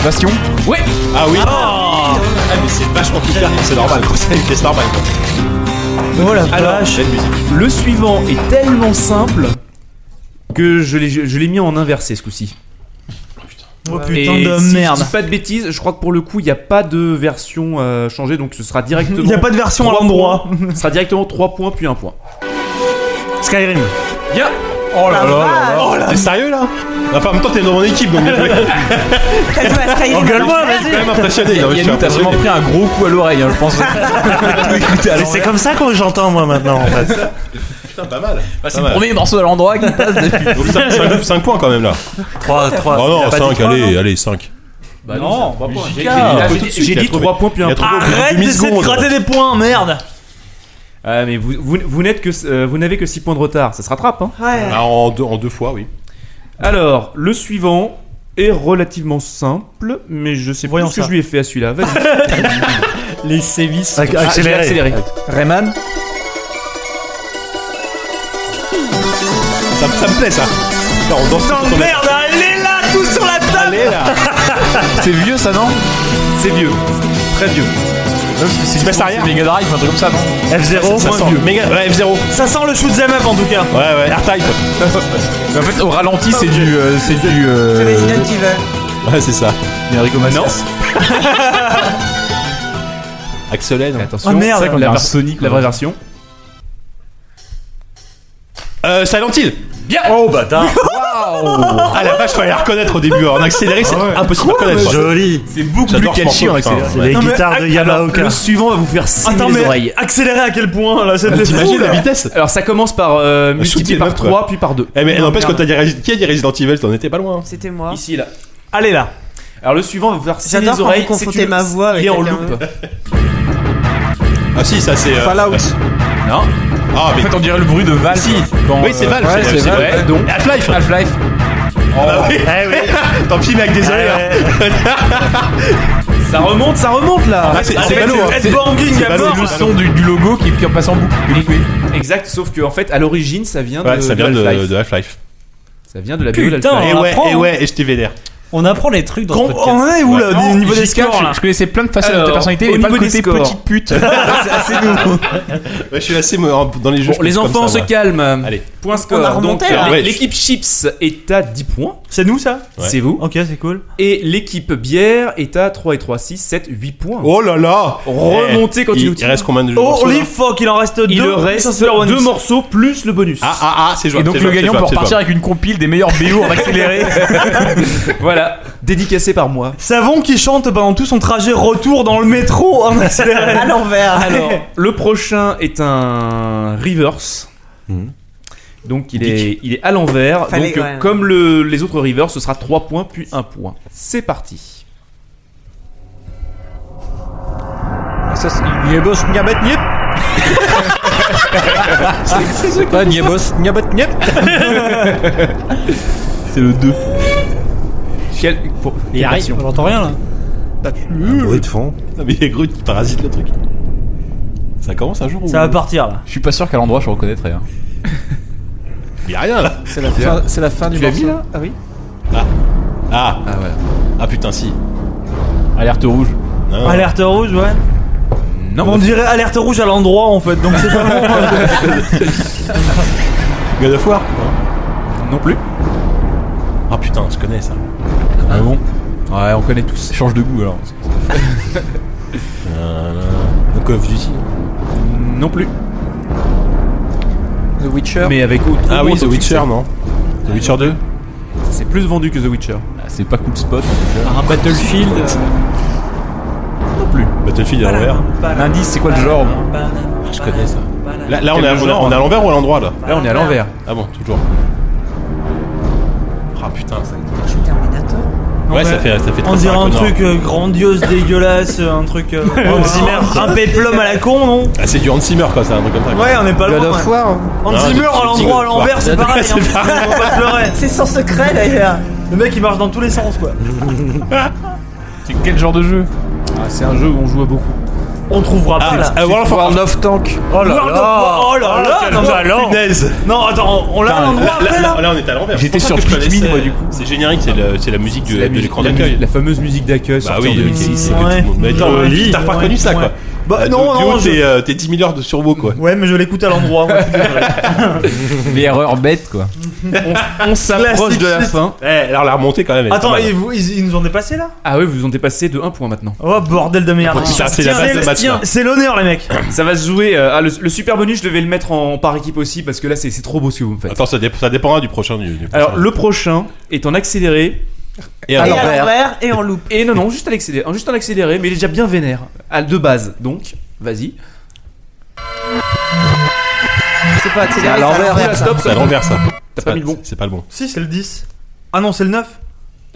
Speaker 5: Bastion. Ouais.
Speaker 2: Ah oui Ah, mais c'est vachement plus cher, c'est normal quoi, c'est une pièce normale quoi.
Speaker 3: Oh la
Speaker 5: Alors,
Speaker 3: vache.
Speaker 2: Belle musique.
Speaker 5: Le suivant est tellement simple que je l'ai je l'ai mis en inversé ce coup-ci.
Speaker 3: Oh
Speaker 5: Et
Speaker 3: putain de
Speaker 5: si
Speaker 3: merde.
Speaker 5: Je dis pas de bêtises, je crois que pour le coup, il n'y a pas de version euh, changée, donc ce sera directement.
Speaker 3: Il n'y a pas de version à
Speaker 5: trois
Speaker 3: l'endroit.
Speaker 5: points. Ce sera directement 3 points puis 1 point.
Speaker 9: Skyrim.
Speaker 5: Bien
Speaker 2: Oh là là là là. T'es sérieux là Enfin, en même temps, t'es dans mon équipe donc bien joué.
Speaker 7: T'as joué à Skyrim.
Speaker 2: Engueule-moi, vas-y. Je suis quand même impressionné. Non, mais je suis
Speaker 4: Yannou, t'as
Speaker 2: impressionné.
Speaker 4: vraiment pris un gros coup à l'oreille, hein, je pense.
Speaker 9: Et c'est comme ça que j'entends moi maintenant en fait.
Speaker 2: Putain, pas mal.
Speaker 4: Bah, c'est
Speaker 2: Pas
Speaker 4: le
Speaker 2: mal.
Speaker 4: premier morceau à l'endroit qui passe depuis.
Speaker 2: Donc 5, points quand même là.
Speaker 9: 3, 3.
Speaker 2: Oh non, 5, allez, allez, 5.
Speaker 5: Bah non, pas point. J'ai- j'ai-
Speaker 2: Ah,
Speaker 5: j'ai-
Speaker 2: tout de suite,
Speaker 5: J'ai
Speaker 2: il a
Speaker 5: dit
Speaker 2: trouvé.
Speaker 5: 3 points puis
Speaker 2: Il a
Speaker 5: 1 point.
Speaker 2: trouvé au bout
Speaker 3: Arrête
Speaker 2: de 10
Speaker 3: d'essayer de
Speaker 2: secondes.
Speaker 3: gratter des points, merde.
Speaker 5: Ah, mais vous, vous, vous n'êtes que euh, vous n'avez que 6 points de retard, ça se rattrape hein.
Speaker 7: Ouais.
Speaker 2: Ah, en, deux, en deux fois, oui.
Speaker 5: Alors, le suivant est relativement simple, mais je sais
Speaker 3: Voyons
Speaker 5: pas ce que
Speaker 3: ça.
Speaker 5: je lui ai fait à celui-là. Vas-y.
Speaker 3: Les sévices.
Speaker 5: Ah, je l'ai
Speaker 9: Accéléré.
Speaker 5: accéléré.
Speaker 6: Rayman.
Speaker 2: Ça, ça me plaît ça. Non, on danse
Speaker 5: Oh,
Speaker 2: tout en-
Speaker 3: Merde, elle est là, tout sur la table.
Speaker 2: Allez là
Speaker 5: C'est vieux ça non C'est vieux. Très vieux.
Speaker 2: Si je passe arrière
Speaker 4: Mega Drive, un truc comme ça, non
Speaker 2: F0 ça sent méga ouais F0 ouais
Speaker 3: Ça sent le shoot 'em up en tout cas. Ah,
Speaker 2: ouais R-Type
Speaker 4: Mais En fait, au ralenti, c'est du. euh, c'est du.
Speaker 7: C'est
Speaker 4: Euh...
Speaker 7: Resident Evil.
Speaker 2: ouais c'est ça
Speaker 4: Non,
Speaker 2: Axelen
Speaker 5: Attention.
Speaker 3: Oh, merde.
Speaker 5: c'est vrai qu'on
Speaker 4: La
Speaker 5: a
Speaker 4: ver-
Speaker 5: Sonic, la vraie version.
Speaker 2: euh Silent Hill
Speaker 9: Oh bâtard.
Speaker 2: Ah la vache, fallait la reconnaître au début. En accéléré, c'est impossible de reconnaître.
Speaker 9: Joli.
Speaker 4: C'est beaucoup plus
Speaker 2: J'adore ce
Speaker 4: catchy en
Speaker 2: morceau,
Speaker 4: accéléré.
Speaker 9: C'est les
Speaker 3: Non, mais
Speaker 9: guitares de
Speaker 3: ac-
Speaker 9: Yamaoka.
Speaker 5: Le suivant va vous faire saigner
Speaker 3: Attends,
Speaker 5: les
Speaker 3: mais-
Speaker 5: oreilles.
Speaker 3: Accéléré à quel
Speaker 5: Oh,
Speaker 3: point là, c'était
Speaker 2: T'imagines
Speaker 3: fou,
Speaker 2: la
Speaker 3: là.
Speaker 2: vitesse
Speaker 5: Alors ça commence par euh, multiplié
Speaker 2: shooter
Speaker 5: par
Speaker 2: même, quoi.
Speaker 5: 3 puis par 2.
Speaker 2: Eh mais
Speaker 3: Non,
Speaker 2: n'empêche
Speaker 3: merde.
Speaker 2: quand t'as dit Resi- qui a dit Resident Evil, t'en étais pas loin. hein.
Speaker 7: C'était moi.
Speaker 5: Ici là.
Speaker 3: Allez là.
Speaker 5: Alors le suivant va vous faire saigner
Speaker 7: J'adore quand
Speaker 5: les oreilles.
Speaker 7: vous confrontez
Speaker 5: une-
Speaker 7: ma voix avec
Speaker 5: Il est en
Speaker 7: quelqu'un.
Speaker 5: loop.
Speaker 2: Ah si, ça c'est. euh,
Speaker 6: Fallout.
Speaker 4: Non
Speaker 2: Ah
Speaker 4: En
Speaker 2: mais
Speaker 4: fait, on dirait le bruit de Valve.
Speaker 2: Si.
Speaker 4: Quand,
Speaker 2: oui c'est
Speaker 4: euh,
Speaker 2: Valve.
Speaker 6: Ouais, c'est Valve,
Speaker 4: ouais.
Speaker 2: donc Half-Life.
Speaker 4: Half-Life.
Speaker 2: Ah oui.
Speaker 9: Eh oui.
Speaker 2: Tant pis mec, désolé.
Speaker 9: Ouais,
Speaker 2: hein.
Speaker 9: ouais.
Speaker 5: Ça remonte, ça remonte là.
Speaker 2: Ah, c'est-
Speaker 5: En
Speaker 2: c'est
Speaker 5: fait,
Speaker 2: ballot, hein.
Speaker 5: c'est-
Speaker 2: C'est-
Speaker 5: headbanging
Speaker 2: c'est
Speaker 5: à
Speaker 2: ballot,
Speaker 5: mort.
Speaker 2: c'est
Speaker 4: Le son du, du logo qui, qui passe en boucle.
Speaker 5: Exact, sauf que en fait à l'origine ça vient de
Speaker 2: Ouais, ça vient
Speaker 5: Half-Life.
Speaker 2: de de Half-Life.
Speaker 5: Ça vient de la
Speaker 1: Putain.
Speaker 5: bio d'Half-Life.
Speaker 2: Et
Speaker 1: on
Speaker 2: ouais,
Speaker 1: apprend,
Speaker 2: et
Speaker 1: hein.
Speaker 2: ouais, et je t'ai vénère.
Speaker 1: On apprend les trucs dans
Speaker 3: Qu'on-
Speaker 1: ce
Speaker 3: On
Speaker 1: podcast.
Speaker 3: en est où là au niveau des
Speaker 4: JK,
Speaker 3: scores
Speaker 4: je-
Speaker 3: là
Speaker 4: Je connaissais plein de facettes de ta
Speaker 5: Alors,
Speaker 4: personnalité,
Speaker 5: au
Speaker 4: mais pas
Speaker 5: niveau
Speaker 4: le
Speaker 5: des
Speaker 4: côté
Speaker 5: scores.
Speaker 4: petite pute.
Speaker 5: C'est nous.
Speaker 2: Ouais, je suis assez me- en- dans les jeux.
Speaker 5: Bon, les enfants se calment.
Speaker 2: Allez.
Speaker 5: Point score.
Speaker 7: On a remonté,
Speaker 5: Donc,
Speaker 7: là.
Speaker 5: euh,
Speaker 2: Ouais.
Speaker 5: l'équipe chips est à 10 points.
Speaker 3: C'est nous ça
Speaker 2: Ouais.
Speaker 5: C'est vous.
Speaker 3: Ok, c'est cool.
Speaker 5: Et l'équipe bière est à 3 et 3, 6, 7, 8 points.
Speaker 2: Oh là là.
Speaker 5: Remontez quand
Speaker 2: Eh, il,
Speaker 5: il nous
Speaker 2: il reste combien de jeux
Speaker 3: Holy fuck, il en reste deux.
Speaker 5: Il le reste
Speaker 3: Sorcerer Ones.
Speaker 5: deux morceaux plus le bonus.
Speaker 2: Ah ah ah, c'est jouable.
Speaker 4: Et donc
Speaker 2: c'est
Speaker 4: le
Speaker 2: jouable,
Speaker 4: gagnant
Speaker 2: c'est
Speaker 4: peut
Speaker 2: jouable, c'est
Speaker 4: repartir avec une compile des meilleurs BO en accéléré.
Speaker 5: Voilà, dédicacé par moi.
Speaker 3: Savon qui chante pendant tout son trajet retour dans le métro en accéléré.
Speaker 7: À l'envers.
Speaker 5: Alors, le prochain est un reverse.
Speaker 2: Hmm.
Speaker 5: Donc il est, il est à l'envers.
Speaker 7: Fallait-
Speaker 5: Donc euh,
Speaker 7: ouais.
Speaker 5: comme le- les autres reverse, ce sera 3 points puis 1 point. C'est parti.
Speaker 6: Ça, c'est- Niebos, niabet, niep. C'est pas Niebos, niabet, niep.
Speaker 5: C'est le 2. Quel, pour-
Speaker 1: Il arrive, on n'entend rien là.
Speaker 9: Un
Speaker 4: Euh.
Speaker 9: bruit de fond.
Speaker 2: jouable. Ah, Mais il y a Groot qui parasite le truc. Ça commence un jour ou euh
Speaker 3: Ça va partir là.
Speaker 4: Je suis pas sûr qu'à l'endroit je reconnaîtrais. hein.
Speaker 2: Il y a rien là.
Speaker 6: C'est la fin, c'est la fin du
Speaker 5: l'as mis,
Speaker 6: morceau. Ah oui.
Speaker 2: Ah
Speaker 5: Ah voilà.
Speaker 2: ah putain si.
Speaker 4: Alerte rouge.
Speaker 2: Non, non.
Speaker 3: Alerte rouge, ouais.
Speaker 5: Non.
Speaker 3: On dirait alerte rouge à l'endroit en fait, donc c'est pas vraiment.
Speaker 2: God of War.
Speaker 5: Non plus.
Speaker 2: Ah putain, je connais ça.
Speaker 4: Ah bon Ouais, on connaît tous. Change de goût alors.
Speaker 2: Euh, Call of Duty.
Speaker 5: Non plus.
Speaker 6: The Witcher.
Speaker 5: Mais avec autre.
Speaker 2: Ah oui,
Speaker 5: autre
Speaker 2: The Witcher,
Speaker 5: succès.
Speaker 2: non The Witcher 2
Speaker 5: C'est plus vendu que The Witcher.
Speaker 4: Ah, C'est pas cool spot.
Speaker 1: Un Battlefield.
Speaker 5: Non plus.
Speaker 2: Battlefield à l'envers. Ah,
Speaker 4: L'indice, c'est quoi le genre bon
Speaker 2: Je connais ça. Là, là, on, est, à- on est à-
Speaker 3: hein
Speaker 2: on est à l'envers ou à l'endroit là
Speaker 5: Là on est à l'envers.
Speaker 2: Ah bon, toujours. Ah putain, ça
Speaker 7: Je suis Terminator.
Speaker 2: Ouais, ça fait, ça fait
Speaker 3: On
Speaker 2: très
Speaker 3: dirait un
Speaker 2: Sarah Connor.
Speaker 3: truc euh, grandiose, dégueulasse, euh, un truc. euh, un péplum à la con, non
Speaker 2: Oh, Ah, c'est du Hans Zimmer quoi, c'est un truc comme ça. quoi. Ah,
Speaker 3: Ouais, on est pas
Speaker 6: God
Speaker 3: loin.
Speaker 6: of
Speaker 3: ouais.
Speaker 6: War.
Speaker 3: Hans
Speaker 2: Non,
Speaker 3: Zimmer
Speaker 2: c'est-
Speaker 3: à l'endroit, à l'envers, c'est pareil. hein.
Speaker 2: C'est pareil.
Speaker 3: On va pas se leurrer.
Speaker 7: C'est sans secret d'ailleurs.
Speaker 3: Le mec il marche dans tous les sens quoi.
Speaker 4: C'est quel genre de jeu
Speaker 5: Ah, c'est un jeu où on joue à beaucoup.
Speaker 3: On trouvera
Speaker 2: Ah,
Speaker 3: plus là.
Speaker 2: ah, World of Warcraft.
Speaker 6: World of Tank.
Speaker 2: Oh là
Speaker 3: World of War- Oh
Speaker 2: Ah,
Speaker 3: là là non, mais-
Speaker 2: Punaise.
Speaker 3: Non, attends, on- on l'a à l'endroit
Speaker 2: Là,
Speaker 3: après là
Speaker 2: là, on est à l'envers.
Speaker 4: J'étais
Speaker 2: Je pensais
Speaker 4: sur
Speaker 2: que je
Speaker 4: Pikmin,
Speaker 2: connaissais-
Speaker 4: moi, du coup.
Speaker 2: C'est générique, c'est le- c'est la musique de
Speaker 5: la,
Speaker 2: de
Speaker 5: musique-
Speaker 2: l'écran
Speaker 5: la musique-
Speaker 2: d'accueil.
Speaker 5: la fameuse musique d'accueil
Speaker 2: Bah
Speaker 5: sortie
Speaker 2: oui,
Speaker 5: en
Speaker 2: ok, c'est
Speaker 5: 2006.
Speaker 2: que tout
Speaker 3: Ouais.
Speaker 2: le monde. Mais attends,
Speaker 3: Joli.
Speaker 2: Olivier, t'as pas reconnu ça quoi
Speaker 3: Ouais. Bah,
Speaker 2: Euh,
Speaker 3: non,
Speaker 2: du
Speaker 3: non,
Speaker 2: haut,
Speaker 3: je-
Speaker 2: t'es euh, t'es 10 000 heures de survaux quoi.
Speaker 3: Ouais, mais je l'écoute à l'endroit. moi, je suis désolé.
Speaker 4: Les erreurs bêtes quoi.
Speaker 5: On s'approche de la fin.
Speaker 2: Eh, alors la remontée quand même. elle est
Speaker 3: Attends,
Speaker 2: pas mal.
Speaker 3: ils, vous- ils- ils nous ont dépassé là
Speaker 5: Ah oui, vous en dépassez de 1 point maintenant.
Speaker 3: Oh bordel de merde.
Speaker 2: Putain, c'est la
Speaker 3: Tiens,
Speaker 2: base de
Speaker 3: c'est-
Speaker 2: match là.
Speaker 3: C'est l'honneur les mecs.
Speaker 5: Ça va se jouer. euh, ah, le, le super bonus, je devais le mettre en par équipe aussi parce que là, c'est c'est trop beau ce que vous me faites.
Speaker 2: Attends, ça, dé- ça dépendra du prochain. Du, du
Speaker 5: Alors,
Speaker 2: prochain.
Speaker 5: le prochain est en accéléré.
Speaker 2: Et
Speaker 7: Et à
Speaker 2: alors,
Speaker 7: l'envers et en loupe.
Speaker 5: Et non, non, juste, à l'accéléré- en- juste en accéléré, mais il est déjà bien vénère. À de base, donc, vas-y.
Speaker 7: C'est pas accéléré.
Speaker 6: à
Speaker 7: c'est
Speaker 6: l'envers.
Speaker 5: Oula, stop,
Speaker 2: c'est à
Speaker 5: stop.
Speaker 2: l'envers ça.
Speaker 5: T'as
Speaker 2: C'est
Speaker 5: pas mis le bon.
Speaker 2: C'est pas le bon.
Speaker 3: Si, c'est le 10. Ah non, c'est le 9.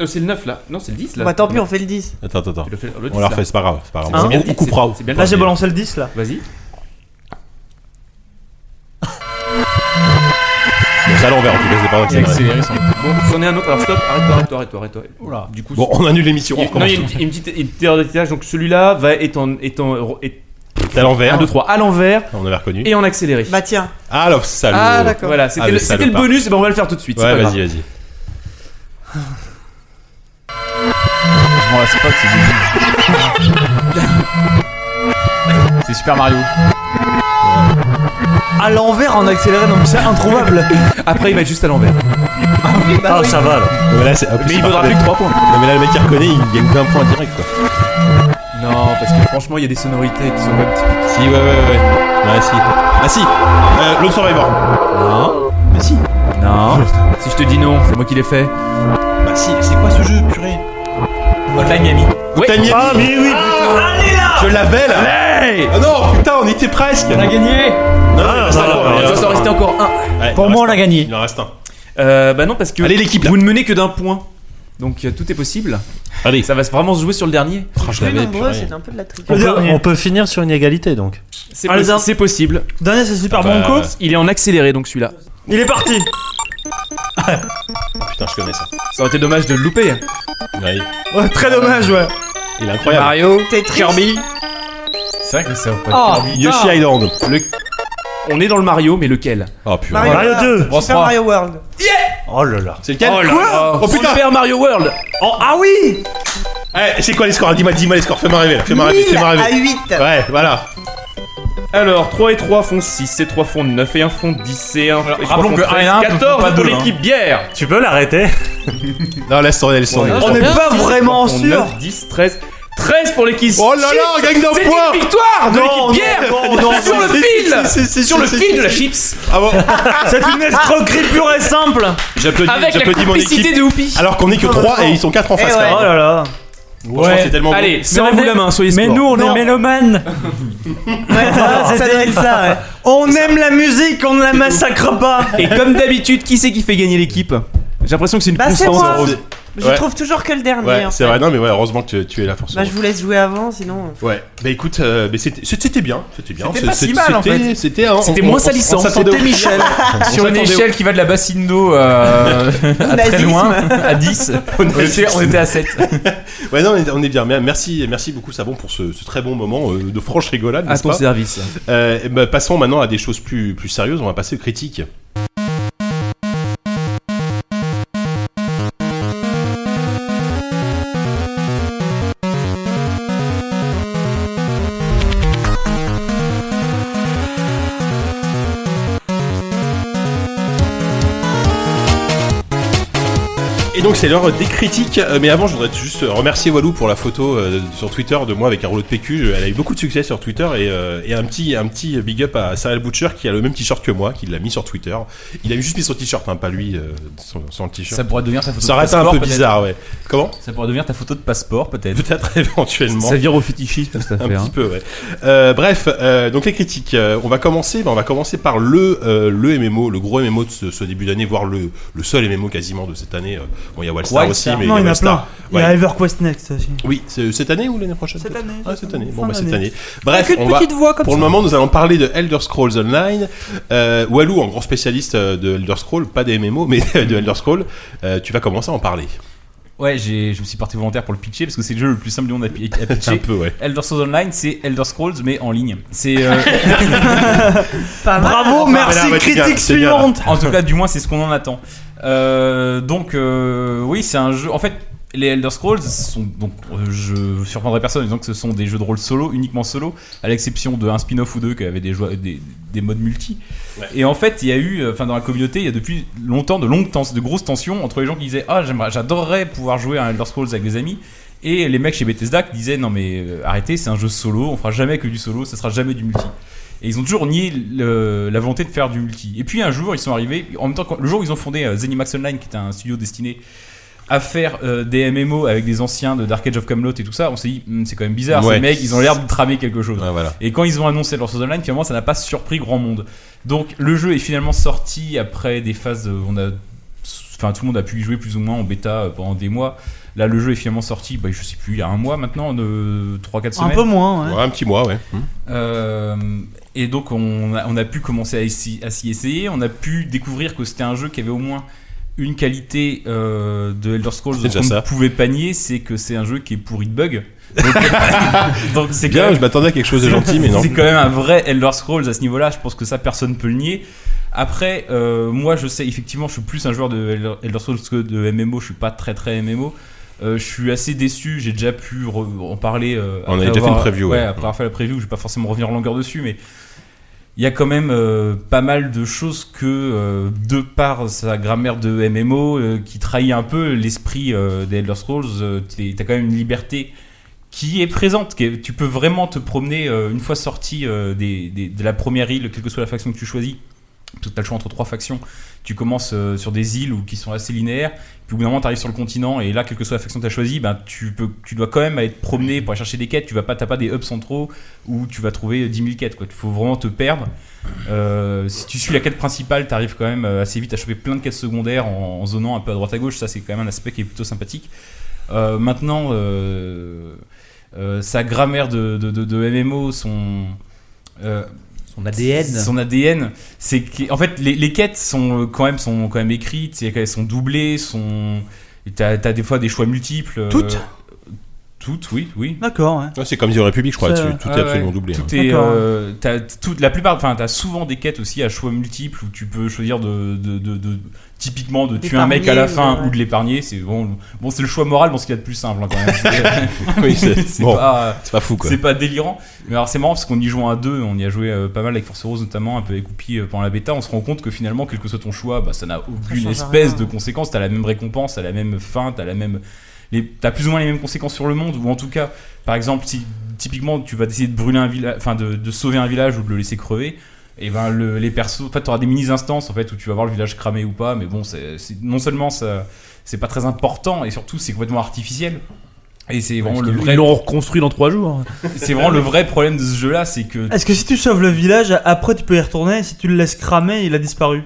Speaker 5: Euh, c'est le 9 là. Non, c'est le 10 là.
Speaker 7: Bah tant pis, on fait le 10.
Speaker 2: Attends, attends, attends.
Speaker 5: Tu le fais- le 10,
Speaker 2: On la
Speaker 5: là.
Speaker 2: refait, c'est pas grave. C'est pas grave.
Speaker 5: Hein
Speaker 2: On-
Speaker 5: C'est bien
Speaker 2: on
Speaker 5: dit,
Speaker 2: coupera.
Speaker 5: c'est- c'est bien
Speaker 3: Là, j'ai
Speaker 5: dit.
Speaker 3: balancé le 10 là.
Speaker 5: Vas-y.
Speaker 2: Bon, C'est à l'envers en tout cas, c'est pas
Speaker 4: C'est
Speaker 2: accéléré.
Speaker 4: accéléré sans
Speaker 5: Bon, c'en est un autre. Alors, stop, arrête-toi, arrête-toi, arrête-toi. arrête-toi.
Speaker 1: Oula.
Speaker 5: Du coup,
Speaker 2: Bon, on annule l'émission, on
Speaker 5: il, non,
Speaker 2: recommence.
Speaker 5: il y a une, petite- une petite une petite erreur d'étiage. Donc, celui-là va être en. Est en est
Speaker 2: C'est à
Speaker 5: 1,
Speaker 2: l'envers.
Speaker 5: 2, 3 à l'envers
Speaker 2: On avait reconnu.
Speaker 5: et en accéléré.
Speaker 7: Bah tiens.
Speaker 2: Ah, alors, salut.
Speaker 6: Ah d'accord.
Speaker 5: Voilà, c'était
Speaker 2: Ah, le
Speaker 5: le, c'était le
Speaker 2: salopard.
Speaker 5: bonus, et ben on va le faire tout de suite. c'est
Speaker 2: Ouais,
Speaker 5: pas
Speaker 2: vas-y,
Speaker 5: grave.
Speaker 2: vas-y.
Speaker 4: Je m'en lasse pas, c'est débile. C'est Super Mario.
Speaker 3: À l'envers en accéléré, non, mais c'est introuvable.
Speaker 5: Après, il va être juste à l'envers.
Speaker 3: bah
Speaker 9: Ah, ça va. là.
Speaker 2: Mais là, c'est- en
Speaker 5: Mais
Speaker 2: c'est
Speaker 5: il faudra
Speaker 2: parfait.
Speaker 5: plus que 3 points.
Speaker 2: Non, mais là, le mec qui reconnaît, il gagne 20 points direct quoi.
Speaker 5: Non, parce que franchement, il y a des sonorités qui sont même typiques.
Speaker 2: Si, ouais, ouais, ouais. Ouais, si. Ah, si. Euh, L'autre survivor.
Speaker 5: Non.
Speaker 2: Mais si.
Speaker 11: Non. si je te dis non, c'est moi qui l'ai fait.
Speaker 2: Bah si, c'est quoi ce jeu, purée
Speaker 4: Hotline Miami.
Speaker 2: Hotline Miami.
Speaker 9: Ah, mais oui, putain
Speaker 2: Je l'avais là Ah Non, putain, on y était presque Ah,
Speaker 8: On a gagné
Speaker 2: Non, il en reste
Speaker 9: non, non,
Speaker 2: encore, il en
Speaker 11: Il
Speaker 2: reste
Speaker 11: doit en
Speaker 2: encore.
Speaker 11: rester encore un.
Speaker 2: Ouais,
Speaker 8: Pour
Speaker 2: il en
Speaker 8: moi, on
Speaker 2: reste
Speaker 8: l'a
Speaker 2: un.
Speaker 8: gagné.
Speaker 2: Il en reste un.
Speaker 11: Euh, bah non, parce que
Speaker 2: Allez, l'équipe, là.
Speaker 11: vous ne menez que d'un point. Donc euh, tout est possible.
Speaker 2: Allez. Oh,
Speaker 11: Ça va vraiment se jouer sur le dernier.
Speaker 7: Plus
Speaker 2: l'avais,
Speaker 7: nombreux,
Speaker 2: purée.
Speaker 7: c'est un peu de la triche.
Speaker 9: on peut,
Speaker 3: dernier.
Speaker 9: on peut finir sur une égalité donc.
Speaker 11: C'est
Speaker 3: Allez,
Speaker 11: possi-
Speaker 3: Zard.
Speaker 11: c'est possible.
Speaker 3: Dernier, c'est super
Speaker 2: Ah bah,
Speaker 3: banco.
Speaker 11: Il est en accéléré donc celui-là.
Speaker 3: Il est parti.
Speaker 2: Putain, je connais ça.
Speaker 11: Ça aurait été dommage de le louper. hein.
Speaker 2: Ouais, Ah,
Speaker 3: Ouais, très dommage, ouais.
Speaker 2: il est incroyable.
Speaker 11: Mario,
Speaker 7: Tetris.
Speaker 11: Kirby.
Speaker 4: C'est vrai que c'est un peu.
Speaker 8: Oh,
Speaker 2: Yoshi Island.
Speaker 11: On est dans le Mario, mais lequel
Speaker 2: Oh putain.
Speaker 7: Mario,
Speaker 9: Mario 2
Speaker 7: Super Mario World.
Speaker 9: Oh là là.
Speaker 2: C'est lequel
Speaker 11: là
Speaker 2: Oh, putain. Oh,
Speaker 11: Super Mario World
Speaker 3: ah oui
Speaker 2: Eh, C'est quoi les scores Dis-moi, dis-moi les scores, fais-moi rêver là, fais-moi rêver,
Speaker 7: 1000
Speaker 2: fais-moi
Speaker 7: à
Speaker 2: rêver.
Speaker 7: 8.
Speaker 2: Ouais, voilà.
Speaker 11: Alors, 3 et 3 font 6, et 3 font 9, et 1 font 10, et 1 et 3
Speaker 4: rappelons
Speaker 11: font
Speaker 4: que
Speaker 11: 13,
Speaker 4: un et un ne font
Speaker 11: 14
Speaker 4: pas
Speaker 11: pour
Speaker 4: deux, hein.
Speaker 11: l'équipe bière
Speaker 9: Tu peux l'arrêter
Speaker 2: Non, laisse tourner, laisse tourner.
Speaker 3: On n'est pas vraiment
Speaker 11: Font
Speaker 3: sûr
Speaker 11: 9, 10, 13, 13 pour l'équipe
Speaker 2: Oh là là, on gagne d'un
Speaker 11: C'est
Speaker 2: point
Speaker 11: une victoire de l'équipe bière Sur le fil Sur le fil de la chips
Speaker 2: Ah bon
Speaker 3: C'est une escroquerie pure et simple
Speaker 2: J'applaudis
Speaker 11: Avec la
Speaker 2: j'applaudis mon
Speaker 11: complicité
Speaker 2: équipe.
Speaker 11: de Whoopi
Speaker 2: Alors qu'on est
Speaker 3: Ah,
Speaker 2: que 3 et ils sont 4 en face
Speaker 7: Eh
Speaker 2: quand
Speaker 7: ouais.
Speaker 2: même.
Speaker 3: Oh là là
Speaker 2: Franchement, c'est tellement bon.
Speaker 11: Allez, serrez-vous
Speaker 8: on est-
Speaker 11: la main, soyez
Speaker 8: Mais
Speaker 11: sport.
Speaker 8: nous, on
Speaker 7: Non.
Speaker 8: est mélomanes
Speaker 4: Ah,
Speaker 7: ça, doit être ça, ouais.
Speaker 3: On aime la musique, on ne la massacre pas
Speaker 11: Et comme d'habitude, qui c'est qui fait gagner l'équipe J'ai l'impression que c'est une
Speaker 7: Bah, c'est
Speaker 11: constance.
Speaker 7: moi.
Speaker 2: Rose.
Speaker 7: Je
Speaker 2: Ouais.
Speaker 7: trouve toujours que le dernier.
Speaker 2: Ouais,
Speaker 7: en
Speaker 2: c'est
Speaker 7: fait.
Speaker 2: vrai, non mais ouais, heureusement que tu, tu es là forcément.
Speaker 7: Bah, je vous laisse jouer avant, sinon.
Speaker 2: Ouais, bah écoute, euh, mais c'était c'était- c'était bien, c'était bien.
Speaker 7: C'était pas
Speaker 2: C'est-
Speaker 7: si mal, en
Speaker 2: c'était-
Speaker 7: fait.
Speaker 2: C'était hein,
Speaker 11: C'était
Speaker 2: on-
Speaker 11: moins
Speaker 2: on- on
Speaker 11: salissant.
Speaker 2: s'attendait au-
Speaker 11: Michel.
Speaker 4: Sur une échelle qui va de la bassine d'eau euh, à très
Speaker 7: Nazisme.
Speaker 4: loin, à 10, on était, on était à 7.
Speaker 2: Ouais, non, on est- on est bien. Mais Merci, merci beaucoup Savon pour ce, ce très bon moment euh, de franche rigolade,
Speaker 11: À
Speaker 2: n'est-ce
Speaker 11: ton
Speaker 2: pas
Speaker 11: service.
Speaker 2: Euh, eh ben, Passons maintenant à des choses plus plus sérieuses. On va passer aux critiques. Et donc c'est l'heure des critiques, Euh, mais avant je voudrais juste remercier Walou pour la photo euh, sur Twitter de moi avec un rouleau de PQ, Je- elle a eu beaucoup de succès sur Twitter et, euh, et un, petit, un petit big up à Serial Butcher qui a le même t-shirt que moi, qui l'a mis sur Twitter. Il a juste mis son t-shirt, hein, pas lui, euh, son, son t-shirt.
Speaker 4: Ça pourrait devenir ta photo
Speaker 2: Ça
Speaker 4: de
Speaker 2: reste un
Speaker 4: passeport.
Speaker 2: peu
Speaker 4: peut-être.
Speaker 2: bizarre, ouais. Comment
Speaker 4: Ça pourrait devenir ta photo de passeport peut-être.
Speaker 2: Peut-être éventuellement.
Speaker 11: Ça vire au fétichisme, cette
Speaker 2: Un
Speaker 11: affaire.
Speaker 2: petit
Speaker 11: hein.
Speaker 2: peu, ouais. Euh, bref, euh, donc les critiques. Euh, on va commencer, ben, on va commencer par le euh, le MMO, le gros MMO de ce, ce début d'année, voire le le seul MMO quasiment de cette année. Euh, Bon, il y a Wildstar aussi,
Speaker 4: Wildstar.
Speaker 2: mais
Speaker 3: Non, il y en a
Speaker 2: Wildstar.
Speaker 3: plein. Il y
Speaker 2: Ouais.
Speaker 3: a Everquest Next aussi.
Speaker 2: Oui, c'est cette année ou l'année prochaine
Speaker 3: Cette
Speaker 2: peut-être
Speaker 3: année.
Speaker 2: Ah, cette année. Bon,
Speaker 3: Fin
Speaker 2: bah, cette
Speaker 3: d'année.
Speaker 2: année. Bref, on va-
Speaker 8: voix comme
Speaker 2: pour le moment, nous allons parler de Elder Scrolls Online. Euh, Walou, en grand spécialiste euh, de Elder Scrolls, pas des MMO, mais de Elder Scrolls, euh, tu vas commencer à en parler.
Speaker 4: Ouais, j'ai- je me suis parti volontaire pour le pitcher parce que c'est le jeu le plus simple du monde à, pi- à
Speaker 2: Un
Speaker 4: pitcher.
Speaker 2: peu, ouais.
Speaker 4: Elder Scrolls Online, c'est Elder Scrolls mais en ligne. C'est euh,
Speaker 7: Pas mal.
Speaker 3: Bravo,
Speaker 2: Enfin,
Speaker 3: merci,
Speaker 2: voilà, ouais, c'est bien,
Speaker 3: critique
Speaker 2: c'est bien, là.
Speaker 3: suivante
Speaker 4: en tout cas, du moins, c'est ce qu'on en attend. Euh, donc, euh, oui, c'est un jeu. En fait, les Elder Scrolls sont donc euh, je surprendrai personne en disant que ce sont des jeux de rôle solo, uniquement solo, à l'exception d'un spin-off ou deux qui avaient des, joie- des, des modes multi. Et en fait, il y a eu, euh, enfin dans la communauté, il y a depuis longtemps de longues tensions, de grosses tensions entre les gens qui disaient ah j'aimerais, j'adorerais pouvoir jouer à un Elder Scrolls avec des amis. Et les mecs chez Bethesda qui disaient non mais euh, arrêtez, c'est un jeu solo, on fera jamais que du solo, ça sera jamais du multi. Et ils ont toujours nié le- la volonté de faire du multi. Et puis un jour, ils sont arrivés, en même temps, quand- le jour où ils ont fondé euh, Zenimax Online, qui est un studio destiné à faire euh, des MMO avec des anciens de Dark Age of Camelot et tout ça, on s'est dit, Hmm, c'est quand même bizarre,
Speaker 2: Ouais.
Speaker 4: ces mecs, ils ont l'air de tramer quelque chose.
Speaker 2: Ouais, voilà.
Speaker 4: Et quand ils ont annoncé leur Souls Online, finalement, ça n'a pas surpris grand monde. Donc, le jeu est finalement sorti après des phases. de- on a, enfin, tout le monde a pu y jouer plus ou moins en bêta euh, pendant des mois. Là, le jeu est finalement sorti, bah, je sais plus, il y a un mois maintenant, de 3-4
Speaker 3: Un
Speaker 4: semaines.
Speaker 3: peu moins, ouais.
Speaker 2: Ouais, un petit mois, ouais.
Speaker 4: Euh, et donc on a, on a pu commencer à s'y à s'y essayer, on a pu découvrir que c'était un jeu qui avait au moins une qualité euh, de Elder Scrolls
Speaker 2: C'est déjà
Speaker 4: qu'on ne
Speaker 2: ça.
Speaker 4: pouvait panier, c'est que c'est un jeu qui est pourri de bugs. Donc- Donc c'est quand
Speaker 2: Bien,
Speaker 4: même-
Speaker 2: je m'attendais à quelque chose de gentil, mais non.
Speaker 4: c'est quand même un vrai Elder Scrolls à ce niveau-là. Je pense que ça, personne peut le nier. Après, euh, moi, je sais, effectivement, je suis plus un joueur de Elder- Elder Scrolls que de MMO. Je suis pas très très MMO. Euh, je suis assez déçu. J'ai déjà pu re- en parler. euh,
Speaker 2: On
Speaker 4: après
Speaker 2: avait déjà fait
Speaker 4: avoir-
Speaker 2: une preview, ouais.
Speaker 4: Ouais, après avoir fait la preview, je vais pas forcément revenir en longueur dessus, mais. Il y a quand même euh, pas mal de choses que, euh, de par sa grammaire de MMO, euh, qui trahit un peu l'esprit euh, des Elder Scrolls, euh, t'es- t'as quand même une liberté qui est présente. Qui est- tu peux vraiment te promener euh, une fois sorti euh, des- des- de la première île, quelle que soit la faction que tu choisis. Tu as le choix entre trois factions. Tu commences euh, sur des îles où, qui sont assez linéaires, puis au bout d'un moment, tu arrives sur le continent, et là, quelle que soit la faction que tu as choisie, ben, tu, peux, tu dois quand même aller te promener pour aller chercher des quêtes. Tu n'as pas, t'as pas des hubs centraux où tu vas trouver 10 000 quêtes. quoi. Il faut vraiment te perdre. Euh, si tu suis la quête principale, tu arrives quand même euh, assez vite à choper plein de quêtes secondaires en, en zonant un peu à droite à gauche. Ça, c'est quand même un aspect qui est plutôt sympathique. Euh, maintenant, euh, euh, sa grammaire de, de, de- de MMO, son. euh,
Speaker 11: Son ADN.
Speaker 4: Son ADN, c'est qu'en fait les, les quêtes sont euh, quand même sont quand même écrites, c'est qu'elles sont doublées, sont et t'as as des fois des choix multiples. euh,
Speaker 3: Toutes
Speaker 4: Toutes, oui, oui.
Speaker 3: D'accord, ouais.
Speaker 2: Ouais, c'est comme The Republic, je crois,
Speaker 3: Ça-
Speaker 2: là-dessus. Tout est absolument doublé.
Speaker 4: Tout
Speaker 2: hein.
Speaker 4: est,
Speaker 3: D'accord.
Speaker 4: euh, t'as- toute- la plupart, enfin, t'as souvent des quêtes aussi à choix multiples où tu peux choisir de, de- de- de- typiquement de tuer un mec à la
Speaker 7: D'épargner,
Speaker 4: fin
Speaker 7: ouais.
Speaker 4: ou de l'épargner. C'est bon, bon, c'est le choix moral, bon, ce qu'il y a de plus simple hein, quand même.
Speaker 2: Oui, c'est- bon.
Speaker 4: pas,
Speaker 2: C'est pas fou, quoi.
Speaker 4: c'est pas délirant. Mais alors c'est marrant parce qu'on y joue à deux, on y a joué euh, pas mal avec Force Rose notamment, un peu avec Oupi euh, pendant la bêta, on se rend compte que finalement, quel que soit ton choix, bah, ça n'a aucune
Speaker 7: change
Speaker 4: espèce
Speaker 7: rien.
Speaker 4: de conséquence, t'as la même récompense, t'as la même fin, t'as la même... Les... T'as plus ou moins les mêmes conséquences sur le monde, ou en tout cas, par exemple, si typiquement tu vas essayer de brûler un village, enfin de, de sauver un village ou de le laisser crever, et ben le- les persos, en fait, t'auras des mini instances en fait où tu vas voir le village cramé ou pas, mais bon, c'est c'est- non seulement ça, c'est pas très important, et surtout c'est complètement artificiel. Et c'est vraiment le
Speaker 11: Ils
Speaker 4: vrai
Speaker 11: l'ont reconstruit dans 3 jours. hein.
Speaker 4: c'est vraiment le vrai problème de ce jeu-là, c'est que.
Speaker 3: Est-ce que si tu sauves le village, après tu peux y retourner et si tu le laisses cramer, il a disparu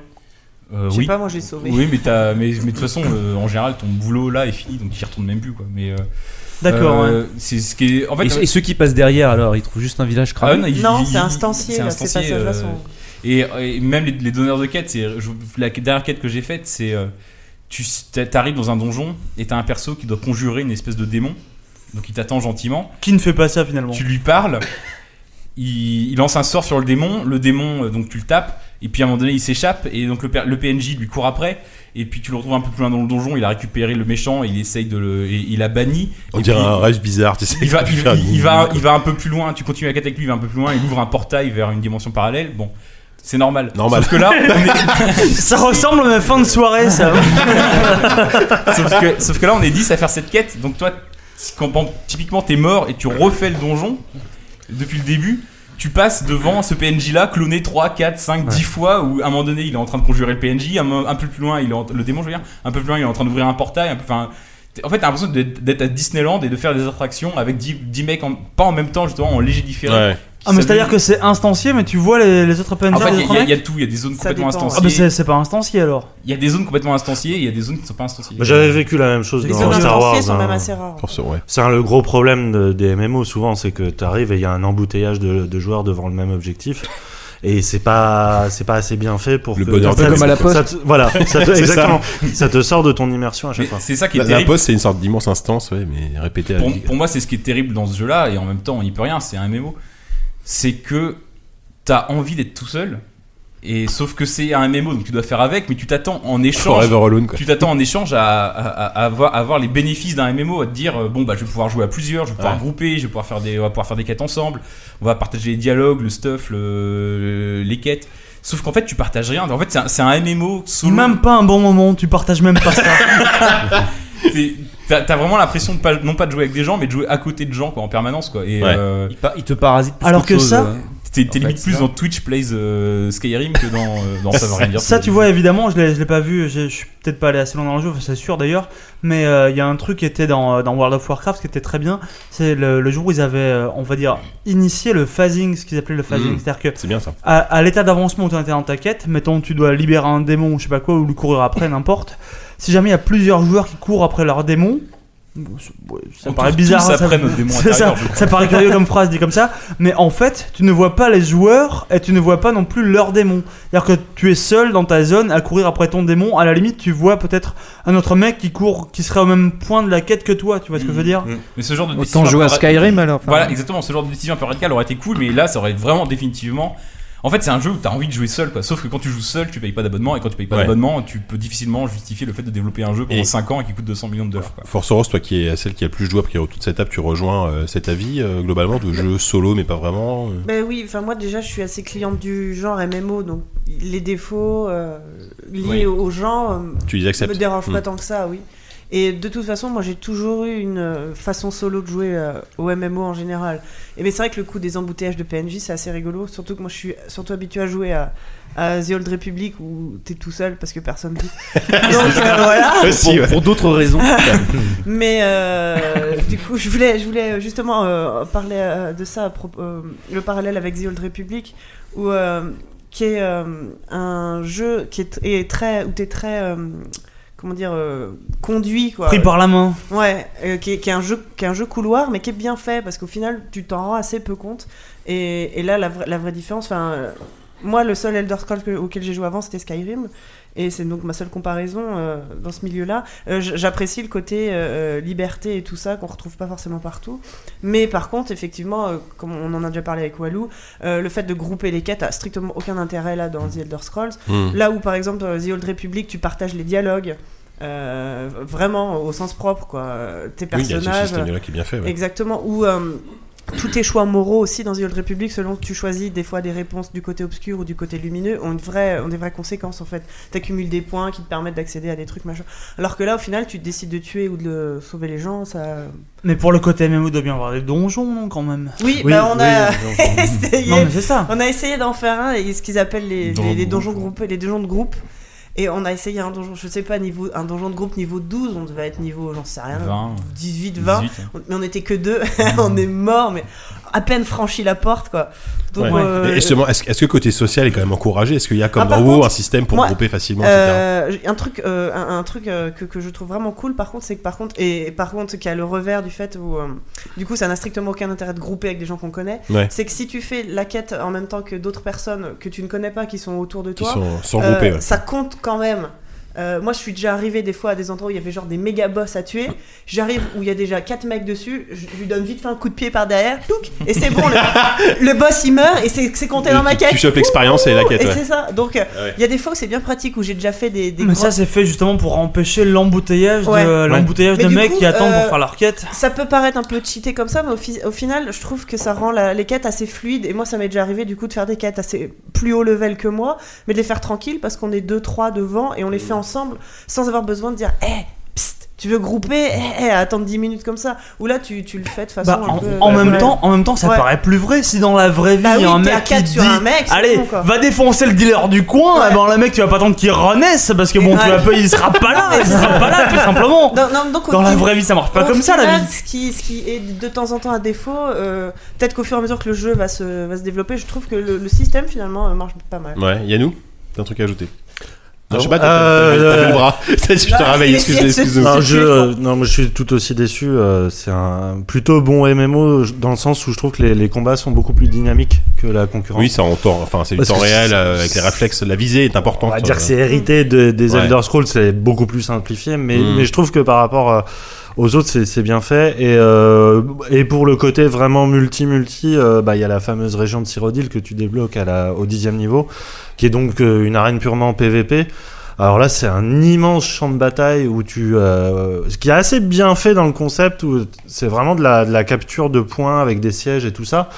Speaker 4: Euh,
Speaker 7: Je sais
Speaker 4: oui.
Speaker 7: pas, moi j'ai sauvé.
Speaker 4: Oui, mais, t'as- mais, mais de toute façon, euh, en général, ton boulot là est fini, donc tu y retournes même plus, quoi. Mais euh,
Speaker 3: D'accord, ouais.
Speaker 4: euh, c'est ce qui est. En fait, euh,
Speaker 11: et, et ceux qui passent derrière, alors, ils trouvent juste un village
Speaker 4: Ah ouais,
Speaker 11: cramé.
Speaker 4: non, il-
Speaker 7: Non,
Speaker 4: il-
Speaker 7: c'est instancié,
Speaker 4: c'est
Speaker 7: là, ces
Speaker 4: instancié,
Speaker 7: passages-là
Speaker 4: euh,
Speaker 7: sont.
Speaker 4: Et, et même les, les donneurs de quêtes, c'est je- la dernière quête que j'ai faite, c'est euh, tu arrives dans un donjon et t'as un perso qui doit conjurer une espèce de démon, donc il t'attend gentiment.
Speaker 3: Qui ne fait pas ça finalement
Speaker 4: Tu lui parles, il, il lance un sort sur le démon, le démon, euh, donc tu le tapes, et puis à un moment donné, il s'échappe, et donc le, P- le PNJ lui court après, et puis tu le retrouves un peu plus loin dans le donjon, il a récupéré le méchant, et il essaye de le. et il a banni.
Speaker 2: On
Speaker 4: et
Speaker 2: dirait
Speaker 4: puis,
Speaker 2: un rêve bizarre, tu sais.
Speaker 4: il va,
Speaker 2: quand tu
Speaker 4: il,
Speaker 2: fais un
Speaker 4: il- il va,
Speaker 2: mini,
Speaker 4: il va un peu plus loin, tu continues la quête avec lui, il va un peu plus loin, il ouvre un portail vers une dimension parallèle. Bon, c'est normal.
Speaker 2: Normal.
Speaker 4: Sauf que là,
Speaker 3: Ça ressemble à ma fin de soirée, ça.
Speaker 4: sauf, que, sauf que là, on est 10 à faire cette quête. Donc toi, si- quand, bon, typiquement, t'es mort et tu refais le donjon depuis le début. Tu passes devant ce PNJ là, cloné 3, 4, 5, 10 fois, où à un moment donné il est en train de conjurer le PNJ, un, mo- un peu plus loin, il est en- le démon, je veux dire, un peu plus loin il est en train d'ouvrir un portail, un peu- enfin. t'es- En fait, t'as l'impression d'être d'être à Disneyland et de faire des attractions avec 10, 10 mecs, en- pas en même temps, justement, en léger
Speaker 2: quoi.
Speaker 4: différé.
Speaker 2: Ouais.
Speaker 3: Ah, mais c'est-à-dire que c'est instancié, mais tu vois les, les autres PNJ
Speaker 4: En fait,
Speaker 3: des
Speaker 4: il y a- il
Speaker 3: autres
Speaker 4: y, a-
Speaker 3: mecs
Speaker 4: il y a tout. Il y a des zones
Speaker 7: Ça
Speaker 4: complètement
Speaker 7: dépend.
Speaker 3: Ah, bah c'est
Speaker 4: instanciées.
Speaker 3: c'est pas instancié alors.
Speaker 4: Il y a des zones complètement instanciées. Il y a des zones qui ne sont pas instanciées.
Speaker 9: Bah, J'avais vécu la même chose
Speaker 7: Les
Speaker 9: dans
Speaker 7: zones
Speaker 9: Star Wars.
Speaker 7: instanciées sont
Speaker 9: hein.
Speaker 7: même assez rares.
Speaker 2: Pour ce- ouais.
Speaker 9: C'est un- le gros problème de- des MMO souvent, c'est que tu arrives et il y a un embouteillage de, de joueurs devant le même objectif. Et c'est pas c'est pas assez bien fait pour
Speaker 2: Le
Speaker 9: que
Speaker 2: bonheur
Speaker 9: ça-
Speaker 2: Un peu
Speaker 6: comme à la
Speaker 9: ça- ça te- voilà ça te,
Speaker 2: C'est ça.
Speaker 9: exactement ça te sort de ton immersion à
Speaker 4: Mais
Speaker 9: chaque fois.
Speaker 4: c'est ça qui est
Speaker 2: La, la
Speaker 4: terrible.
Speaker 2: poste, c'est une sorte d'immense instance, ouais, mais répétée à
Speaker 4: Pour,
Speaker 2: vie.
Speaker 4: pour moi, c'est ce qui est terrible dans ce jeu-là, et en même temps, on n'y peut rien. C'est un MMO. C'est que t'as envie d'être tout seul, et sauf que c'est un MMO, donc tu dois faire avec, mais tu t'attends en échange.
Speaker 2: Forever Alone, quoi.
Speaker 4: Tu t'attends en échange à, à- à- à avoir, à avoir les bénéfices d'un MMO, à te dire euh, bon bah je vais pouvoir jouer à plusieurs, je vais pouvoir
Speaker 2: Ouais.
Speaker 4: grouper, je vais pouvoir faire des, on va pouvoir faire des quêtes ensemble, on va partager les dialogues, le stuff, le- les quêtes. Sauf qu'en fait tu partages rien. En fait c'est un, c'est un MMO solo.
Speaker 3: Même pas un bon moment, tu partages même pas ça.
Speaker 4: C'est- T'as t'as vraiment l'impression de pas, non pas de jouer avec des gens, mais de jouer à côté de gens quoi en permanence quoi. Et
Speaker 2: Ouais.
Speaker 4: euh,
Speaker 11: Ils, pa- ils te parasitent plus
Speaker 3: Alors
Speaker 11: qu'autre
Speaker 3: que
Speaker 11: chose,
Speaker 3: ça,
Speaker 11: euh.
Speaker 4: t'es
Speaker 11: En
Speaker 4: t'es
Speaker 11: fait,
Speaker 4: limite
Speaker 11: c'est
Speaker 4: plus
Speaker 11: ça.
Speaker 4: dans Twitch Plays euh, Skyrim que dans, euh, dans ça veut rien dire.
Speaker 3: Ça, tu vois, évidemment, je l'ai je l'ai pas vu, je je suis peut-être pas allé assez loin dans le jeu, enfin, c'est sûr d'ailleurs, mais euh, il y a un truc qui était dans, euh, dans World of Warcraft qui était très bien, c'est le, le jour où ils avaient, euh, on va dire, initié le phasing, ce qu'ils appelaient le phasing,
Speaker 4: Hmm.
Speaker 2: Mhm.
Speaker 3: c'est-à-dire que
Speaker 2: C'est bien ça.
Speaker 3: à, à l'état d'avancement où tu étais dans ta quête, mettons tu dois libérer un démon ou je sais pas quoi, ou lui courir après, n'importe, si jamais il y a plusieurs joueurs qui courent après leur démon, bon, c'est- ouais, ça
Speaker 4: On
Speaker 3: paraît
Speaker 4: court
Speaker 3: bizarre,
Speaker 4: tous
Speaker 3: hein,
Speaker 4: après notre démon
Speaker 3: c'est ça,
Speaker 4: intérieur, je crois.
Speaker 3: ça paraît curieux comme phrase dit comme ça, mais en fait tu ne vois pas les joueurs et tu ne vois pas non plus leur démon. C'est-à-dire que tu es seul dans ta zone à courir après ton démon, à la limite tu vois peut-être un autre mec qui court, qui serait au même point de la quête que toi, tu vois ce que je veux dire
Speaker 4: Mmh. Mm. Mais ce genre de décision
Speaker 6: Autant jouer à
Speaker 4: apparaît-
Speaker 6: Skyrim alors. enfin.
Speaker 4: Voilà, exactement. Ce genre de décision un peu radicale aurait été cool, mais là, ça aurait vraiment définitivement. En fait, c'est un jeu où t'as envie de jouer seul, quoi. Sauf que quand tu joues seul, tu payes pas d'abonnement, et quand tu payes pas
Speaker 2: Ouais.
Speaker 4: d'abonnement, tu peux difficilement justifier le fait de développer un jeu pendant
Speaker 2: Et-
Speaker 4: 5 ans et qui coûte 200 millions de dollars, quoi.
Speaker 2: Force Rose, toi qui es celle qui a le plus joué après toute cette étape, tu rejoins euh, cet avis euh, globalement de jeu solo, mais pas vraiment. euh.
Speaker 7: Ben oui, enfin moi déjà je suis assez cliente du genre MMO, donc les défauts euh, liés
Speaker 4: Oui.
Speaker 7: au genre euh,
Speaker 2: Tu les
Speaker 7: me
Speaker 2: acceptes.
Speaker 7: dérangent pas
Speaker 2: Mm.
Speaker 7: tant que ça, oui. Et de toute façon, moi j'ai toujours eu une euh, façon solo de jouer euh, au MMO en général. Et mais c'est vrai que le coup des embouteillages de PNJ, c'est assez rigolo. Surtout que moi je suis surtout habitué à jouer à, à The Old Republic où t'es tout seul parce que personne dit. Donc euh, voilà.
Speaker 2: Aussi, ouais.
Speaker 11: Pour d'autres raisons.
Speaker 7: Mais euh, du coup, je voulais, je voulais justement euh, parler euh, de ça, à propos- euh, le parallèle avec The Old Republic, où, euh, qui est euh, un jeu qui est, est très, où tu es très, euh, comment dire, euh, conduit. Quoi.
Speaker 3: Pris par la main.
Speaker 7: Ouais, euh, qui, est, qui est un jeu, qui est un jeu couloir, mais qui est bien fait, parce qu'au final, tu t'en rends assez peu compte. Et, et là, la, vraie- la vraie différence, enfin, euh, moi, le seul Elder Scrolls que- auquel j'ai joué avant, c'était Skyrim. Et c'est donc ma seule comparaison euh, dans ce milieu-là. Euh, j- J'apprécie le côté euh, liberté et tout ça qu'on retrouve pas forcément partout. Mais par contre, effectivement, euh, comme on en a déjà parlé avec Walou, euh, le fait de grouper les quêtes a strictement aucun intérêt là dans The Elder Scrolls.
Speaker 2: Mm.
Speaker 7: Là où par exemple dans The Old Republic, tu partages les dialogues. euh, vraiment au sens propre quoi Euh, tes
Speaker 2: Oui, il y a ce
Speaker 7: personnages
Speaker 2: système-là qui est bien fait, ouais.
Speaker 7: exactement où euh, tous tes choix moraux aussi dans The Old Republic selon que tu choisis des fois des réponses du côté obscur ou du côté lumineux ont une vraie ont des vraies conséquences en fait t'accumules des points qui te permettent d'accéder à des trucs machin alors que là au final tu décides de tuer ou de le- sauver les gens ça
Speaker 3: Mais pour le côté MMO, il doit bien avoir des donjons, non, quand même.
Speaker 7: Oui, bah, on a essayé.
Speaker 3: Non, mais c'est ça.
Speaker 7: On a essayé d'en faire un, et ce qu'ils appellent les,
Speaker 3: Donjons
Speaker 7: les-
Speaker 3: de
Speaker 7: les
Speaker 3: groupe,
Speaker 7: donjons groupés, les donjons de groupe. Et on a essayé un donjon, je sais pas, niveau, un donjon de groupe niveau 12, on devait être niveau, j'en sais rien,
Speaker 4: 20,
Speaker 7: 18, 20,
Speaker 4: 18,
Speaker 3: hein.
Speaker 7: On- mais on était que deux, on est mort, mais à peine franchi la porte quoi. Donc,
Speaker 2: Ouais.
Speaker 7: euh,
Speaker 2: Et justement, est-ce est-ce que côté social est quand même encouragé Est-ce qu'il y a comme
Speaker 7: Ah,
Speaker 2: dans
Speaker 7: par
Speaker 2: WoW
Speaker 7: contre,
Speaker 2: un système pour
Speaker 7: moi,
Speaker 2: grouper facilement, etc.
Speaker 7: euh, j'ai- un truc, euh, un, un truc euh, que, que je trouve vraiment cool, par contre, c'est que par contre, et, et par contre, qui a le revers du fait où, euh, du coup, ça n'a strictement aucun intérêt de grouper avec des gens qu'on connaît.
Speaker 2: Ouais.
Speaker 7: C'est que si tu fais la quête en même temps que d'autres personnes que tu ne connais pas, qui sont autour de
Speaker 2: Qui
Speaker 7: toi, euh,
Speaker 2: sont- sont groupées, ouais.
Speaker 7: ça compte quand même. Euh, moi, je suis déjà arrivé des fois à des endroits où il y avait genre des méga boss à tuer. J'arrive où il y a déjà quatre mecs dessus. Je je lui donne vite fait un coup de pied par derrière. touc, et c'est bon, le, le boss il meurt et c'est c'est compté
Speaker 2: Et
Speaker 7: dans ma
Speaker 2: tu-
Speaker 7: quête.
Speaker 2: tu chopes l'expérience et la quête,
Speaker 7: Et
Speaker 2: ouais.
Speaker 7: c'est ça. Donc, euh, il
Speaker 2: Ouais.
Speaker 7: y a des fois où c'est bien pratique où j'ai déjà fait des. des
Speaker 3: Mais ça,
Speaker 7: grosses-
Speaker 3: c'est fait justement pour empêcher l'embouteillage
Speaker 7: Ouais.
Speaker 3: de, l'embouteillage
Speaker 7: Mais
Speaker 3: de
Speaker 7: du
Speaker 3: mecs
Speaker 7: coup,
Speaker 3: qui attendent
Speaker 7: euh,
Speaker 3: pour faire leur quête.
Speaker 7: Ça peut paraître un peu cheaté comme ça, mais au, fi- au final, je trouve que ça rend la- les quêtes assez fluides. Et moi, ça m'est déjà arrivé du coup de faire des quêtes assez plus haut level que moi, mais de les faire tranquille parce qu'on est deux, trois devant et on les fait ensemble sans avoir besoin de dire Hé, psst, tu veux grouper Eh, eh, attendre 10 minutes comme ça. Ou là, tu, tu le fais de façon.
Speaker 3: Bah,
Speaker 7: un
Speaker 3: en,
Speaker 7: peu, euh,
Speaker 3: en
Speaker 7: Ouais.
Speaker 3: même temps, en même temps, ça
Speaker 7: Ouais.
Speaker 3: paraît plus vrai si dans la vraie vie,
Speaker 7: Bah
Speaker 3: il y a
Speaker 7: oui,
Speaker 3: un
Speaker 7: t'es à
Speaker 3: mec qui
Speaker 7: quatre
Speaker 3: dit
Speaker 7: sur un mec, c'est
Speaker 3: "Allez,
Speaker 7: bon, quoi."
Speaker 3: va défoncer le dealer du coin."
Speaker 7: Ouais.
Speaker 3: Eh ben le mec, tu vas pas attendre qu'il renaisse parce que bon, tu
Speaker 7: Ouais.
Speaker 3: vas pas, il sera pas là, il sera pas là tout simplement.
Speaker 7: Non, non, donc, au
Speaker 3: Dans la
Speaker 7: final-
Speaker 3: vraie vie, ça marche pas
Speaker 7: Au
Speaker 3: comme ça la
Speaker 7: final,
Speaker 3: vie.
Speaker 7: Ce qui, ce qui est de temps en temps un défaut, euh, peut-être qu'au fur et à mesure que le jeu va se, va se développer, je trouve que le, le système finalement euh, marche pas mal.
Speaker 2: Ouais, Yannou, t'as un truc à ajouter non, je sais pas, t'as
Speaker 9: Ah, Euh,
Speaker 2: t'as- t'as- t'as
Speaker 9: euh,
Speaker 2: le bras. je te
Speaker 7: Non,
Speaker 2: réveille,
Speaker 7: il
Speaker 2: excuse-
Speaker 7: essaie de se-
Speaker 2: excuse-moi.
Speaker 9: Non,
Speaker 7: C'est
Speaker 9: je,
Speaker 7: tué, je crois.
Speaker 9: euh, non, moi, je suis tout aussi déçu. euh, c'est un plutôt bon MMO je- dans le sens où je trouve que les, les combats sont beaucoup plus dynamiques que la concurrence.
Speaker 2: Oui, c'est en temps, enfin, c'est du
Speaker 9: Parce
Speaker 2: temps
Speaker 9: que
Speaker 2: réel,
Speaker 9: c'est-
Speaker 2: euh, avec les réflexes, la visée est importante.
Speaker 9: On va dire que
Speaker 2: euh.
Speaker 9: c'est hérité de- des
Speaker 2: Ouais.
Speaker 9: Elder Scrolls, c'est beaucoup plus simplifié, mais,
Speaker 2: Mm.
Speaker 9: mais je trouve que par rapport euh, aux autres, c'est c'est bien fait. Et, euh, et pour le côté vraiment multi-multi, euh, bah, il y a la fameuse région de Cyrodiil que tu débloques à la, au dixième niveau, qui est donc euh, une arène purement PVP. Alors là, c'est un immense champ de bataille où tu, euh, ce qui est assez bien fait dans le concept où c'est vraiment de la, de la capture de points avec des sièges et tout ça.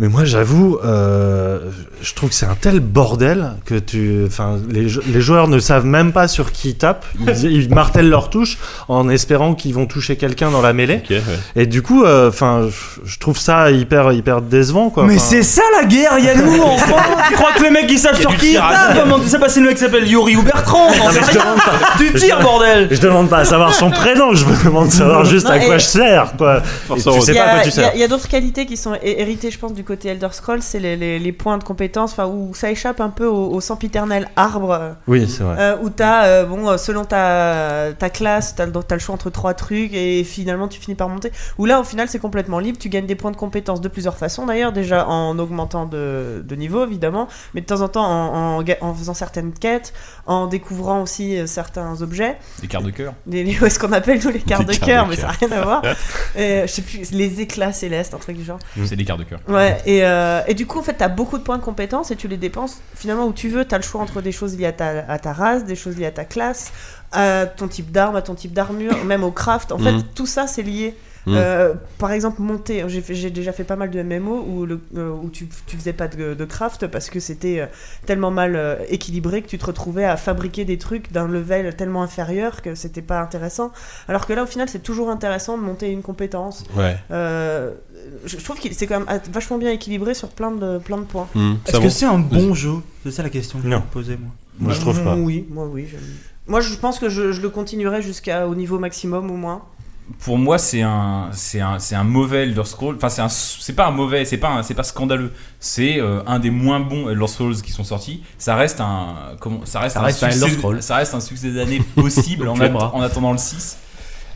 Speaker 9: Mais moi, j'avoue, euh, je trouve que c'est un tel bordel que tu, enfin, les, jou- les joueurs ne savent même pas sur qui ils tapent. Ils, ils martèlent leurs touches en espérant qu'ils vont toucher quelqu'un dans la mêlée.
Speaker 2: Ok, ouais.
Speaker 9: Et du coup, euh, enfin, je- je trouve ça hyper, hyper décevant, quoi.
Speaker 3: Mais
Speaker 9: Enfin,
Speaker 3: c'est ça la guerre, Yannou, enfin Tu crois que les mecs ils savent sur qui ils tapent Comment tu sais pas si le mec s'appelle Yuri ou Bertrand j'en sais
Speaker 9: Ah, mais je
Speaker 3: rien.
Speaker 9: demande pas-
Speaker 3: Tu tires, bordel
Speaker 9: Je demande pas à savoir son prénom, je me demande de savoir juste
Speaker 7: Non,
Speaker 9: à quoi
Speaker 7: et-
Speaker 9: je sers, quoi. Et tu sais
Speaker 7: Il y
Speaker 9: pas à quoi
Speaker 7: a,
Speaker 9: tu
Speaker 7: il y
Speaker 9: sers.
Speaker 7: a- il y a d'autres qualités qui sont hé- héritées, je pense, du côté Elder Scrolls, c'est les, les- les points de compétence, enfin, où ça échappe un peu au, au sempiternel arbre,
Speaker 9: Oui, c'est vrai.
Speaker 7: euh, où t'as, euh, bon, euh, selon ta, ta classe, t'as le, t'as le choix entre trois trucs, et finalement tu finis par monter. Où là, au final, c'est complètement libre, tu gagnes des points de compétence de plusieurs façons, d'ailleurs, déjà en augmentant de, de niveau, évidemment, mais de temps en temps en, en ga- en faisant certaines quêtes, en découvrant aussi euh, certains objets.
Speaker 4: des quarts de cœur.
Speaker 7: Les, les- ouais, ce qu'on appelle nous les quarts de
Speaker 2: quarts de
Speaker 7: cœur, mais ça
Speaker 2: cœur.
Speaker 7: n'a rien à voir. Euh, je sais plus, les éclats célestes, un truc du genre.
Speaker 4: C'est des quarts de cœur.
Speaker 7: Ouais, et, euh, et du coup, en fait, t'as beaucoup de points de compétence et tu les dépenses finalement où tu veux. T'as le choix entre des choses liées à ta, à ta race, des choses liées à ta classe, à ton type d'arme, à ton type d'armure, même au craft. En fait,
Speaker 2: Mhm.
Speaker 7: tout ça, c'est lié.
Speaker 2: Mm.
Speaker 7: Euh, par exemple, monter, j'ai fait- j'ai déjà fait pas mal de MMO où, le, euh, où tu, tu faisais pas de, de craft parce que c'était euh, tellement mal euh, équilibré que tu te retrouvais à fabriquer des trucs d'un level tellement inférieur que c'était pas intéressant. Alors que là, au final, c'est toujours intéressant de monter une compétence.
Speaker 2: Ouais.
Speaker 7: Euh, je, je trouve que c'est quand même at- vachement bien équilibré sur plein de, plein de points.
Speaker 9: Hmm,
Speaker 2: Mm.
Speaker 3: Est-ce
Speaker 2: Ça
Speaker 3: que
Speaker 2: va.
Speaker 3: c'est un bon
Speaker 2: Vas-y.
Speaker 3: jeu C'est ça la question que je
Speaker 9: Non.
Speaker 3: me posais, moi.
Speaker 9: Moi, je trouve pas.
Speaker 7: Mm, Oui, moi, oui. j'aime. Moi, je pense que je, je le continuerai jusqu'au niveau maximum au moins.
Speaker 4: pour moi, c'est un, c'est un, c'est un mauvais Elder Scrolls. Enfin, c'est un, c'est pas un mauvais, c'est pas, un- c'est pas scandaleux. C'est euh, un des moins bons Elder Scrolls qui sont sortis. Ça reste un, comment, ça reste
Speaker 11: Ça
Speaker 4: un
Speaker 11: reste un
Speaker 4: succès-
Speaker 11: Elder Scrolls.
Speaker 4: ça reste un succès d'année possible en,
Speaker 11: Tu
Speaker 4: at-
Speaker 11: aimeras.
Speaker 4: en attendant le 6.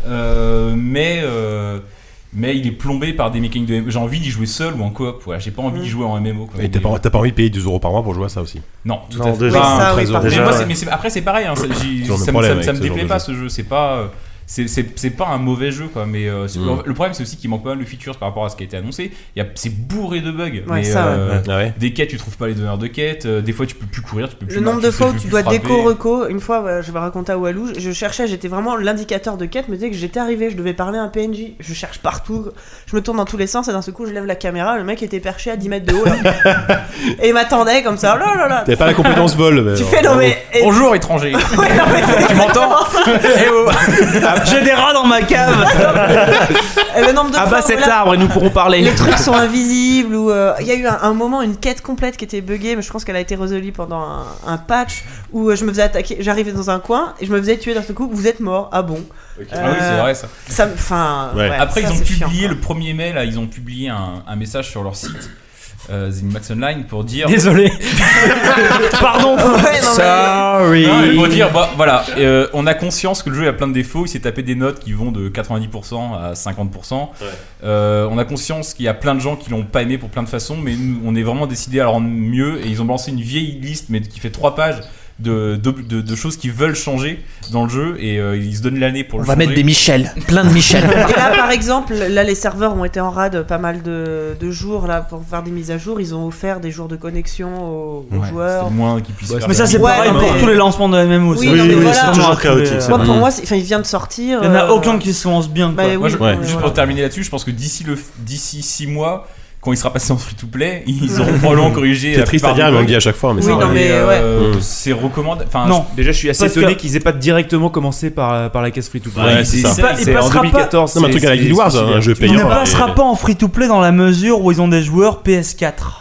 Speaker 4: Euh, mais, euh, mais il est plombé par des mécaniques de. J'ai envie d'y jouer seul ou en coop. Voilà, j'ai pas
Speaker 11: Mm.
Speaker 4: envie d'y jouer en MMO. quoi.
Speaker 2: Et t'as pas, t'as pas envie de payer 12 euros par mois pour jouer à ça aussi
Speaker 4: Non, tout
Speaker 9: Non,
Speaker 4: à fait.
Speaker 9: déjà,
Speaker 4: Bah,
Speaker 7: ça, oui,
Speaker 4: mais
Speaker 7: par
Speaker 4: moi,
Speaker 9: contre.
Speaker 4: c'est- mais c'est- après, c'est pareil. hein, ça, j'y-
Speaker 2: Toujours le
Speaker 4: ça me-
Speaker 2: problème
Speaker 4: ça me- ça
Speaker 2: avec
Speaker 4: me
Speaker 2: ce genre
Speaker 4: déplaît
Speaker 2: de
Speaker 4: pas
Speaker 2: jeu.
Speaker 4: ce jeu. C'est pas, euh, c'est- c'est c'est pas un mauvais jeu, quoi. Mais euh, c'est-
Speaker 2: Mm.
Speaker 4: le problème, c'est aussi qu'il manque pas mal de features par rapport à ce qui a été annoncé. Il y a- C'est bourré de bugs. mais,
Speaker 7: ça, ouais.
Speaker 4: euh,
Speaker 2: Ah ouais
Speaker 4: Des quêtes, tu trouves pas les donneurs de quêtes. euh, des fois, tu peux plus courir, tu peux plus.
Speaker 7: Le nombre
Speaker 4: marcher,
Speaker 7: de fois où
Speaker 4: peux
Speaker 7: tu
Speaker 4: plus
Speaker 7: dois
Speaker 4: frapper.
Speaker 7: déco reco, une fois voilà, je vais raconter à Walou, je- je cherchais, j'étais vraiment l'indicateur de quête, me disait que j'étais arrivé, je devais parler à un PNJ, je cherche partout, je me tourne dans tous les sens et d'un seul coup je lève la caméra, le mec était perché à 10 mètres de haut là. et il m'attendait comme ça, là là là.
Speaker 2: T'avais pas la compétence vol. mais
Speaker 7: Tu
Speaker 2: alors,
Speaker 7: fais non
Speaker 2: bravo.
Speaker 7: mais et-
Speaker 4: Bonjour, étranger.
Speaker 7: Ouais, non, mais c'est
Speaker 4: tu m'entends Eh oh.
Speaker 3: J'ai des rats dans ma cave
Speaker 7: Et Eh, le nombre de
Speaker 11: Ah
Speaker 7: fois
Speaker 11: bah
Speaker 7: où
Speaker 11: cet
Speaker 7: là,
Speaker 11: arbre et nous pourrons parler.
Speaker 7: les trucs sont invisibles ou euh, il y a eu un, un moment une quête complète qui était buggée mais je pense qu'elle a été résolue pendant un, un patch où euh, je me faisais attaquer j'arrivais dans un coin et je me faisais tuer d'un seul coup vous êtes mort ah bon Euh,
Speaker 4: Ah oui, c'est vrai ça.
Speaker 7: ça me- enfin
Speaker 2: Ouais.
Speaker 7: ouais,
Speaker 4: Après,
Speaker 7: ça,
Speaker 4: ils ont
Speaker 7: c'est chiant,
Speaker 4: publié
Speaker 7: quoi.
Speaker 4: le 1er mai, là, ils ont publié un, un message sur leur site, euh, Zenimax Online, pour dire.
Speaker 8: Désolé.
Speaker 3: Pardon
Speaker 7: Ouais, non, mais-
Speaker 11: Sorry.
Speaker 4: Non, mais pour dire, bah, voilà, euh, on a conscience que le jeu a plein de défauts, il s'est tapé des notes qui vont de 90% à 50%. Euh, on a conscience qu'il y a plein de gens qui l'ont pas aimé pour plein de façons, mais nous, on est vraiment décidé à le rendre mieux et ils ont lancé une vieille liste, mais qui fait trois pages. De, de, de- de choses qu'ils veulent changer dans le jeu et euh, ils se donnent l'année pour
Speaker 12: On
Speaker 4: le
Speaker 12: va
Speaker 4: changer.
Speaker 12: mettre des Michel, plein de Michel.
Speaker 7: Et là, par exemple, là, les serveurs ont été en rade pas mal de, de jours là pour faire des mises à jour. Ils ont offert des jours de connexion aux, aux
Speaker 4: Ouais,
Speaker 7: joueurs.
Speaker 4: c'est le moins qu'ils puissent faire.
Speaker 3: Mais ça, c'est
Speaker 7: Ouais,
Speaker 3: pareil
Speaker 7: non,
Speaker 3: pour
Speaker 7: mais-
Speaker 3: tous les lancements de MMO.
Speaker 7: Oui,
Speaker 3: ça.
Speaker 7: non, mais voilà.
Speaker 9: c'est toujours chaotique, c'est
Speaker 7: Moi,
Speaker 2: vrai.
Speaker 7: pour moi, c'est- enfin, il vient de sortir.
Speaker 3: Il y en a
Speaker 7: euh,
Speaker 3: aucun qui se lance bien.
Speaker 7: bah
Speaker 3: quoi.
Speaker 7: oui,
Speaker 4: Moi, je-
Speaker 7: non, mais
Speaker 4: Juste
Speaker 7: voilà.
Speaker 4: pour terminer là-dessus, je pense que d'ici le d'ici 6 mois, quand il sera passé en free-to-play, ils auront probablement corrigé.
Speaker 2: C'est
Speaker 4: la
Speaker 2: triste à
Speaker 4: plupart
Speaker 2: dire,
Speaker 4: des
Speaker 2: mais on le
Speaker 4: bugs.
Speaker 2: dit à chaque fois. Mais
Speaker 7: Oui,
Speaker 2: c'est
Speaker 7: non,
Speaker 2: vrai. Mm.
Speaker 7: mais,
Speaker 4: euh,
Speaker 2: ouais.
Speaker 4: c'est recommandé. Enfin,
Speaker 3: Non.
Speaker 11: Déjà, je suis assez
Speaker 3: Parce
Speaker 11: étonné
Speaker 3: que-
Speaker 11: qu'ils aient pas directement commencé par, par la caisse free to play.
Speaker 2: Ouais, c'est ça.
Speaker 3: pas- il
Speaker 11: en
Speaker 3: passera pas-
Speaker 11: 2014.
Speaker 2: Non, mais un
Speaker 11: c'est-
Speaker 2: truc à la
Speaker 11: c'est-
Speaker 2: Guild Wars, hein,
Speaker 11: c'est-
Speaker 2: un jeu
Speaker 3: Il
Speaker 2: payant.
Speaker 3: ne
Speaker 4: euh,
Speaker 3: passera pas en free-to-play dans la mesure où ils ont des joueurs PS4.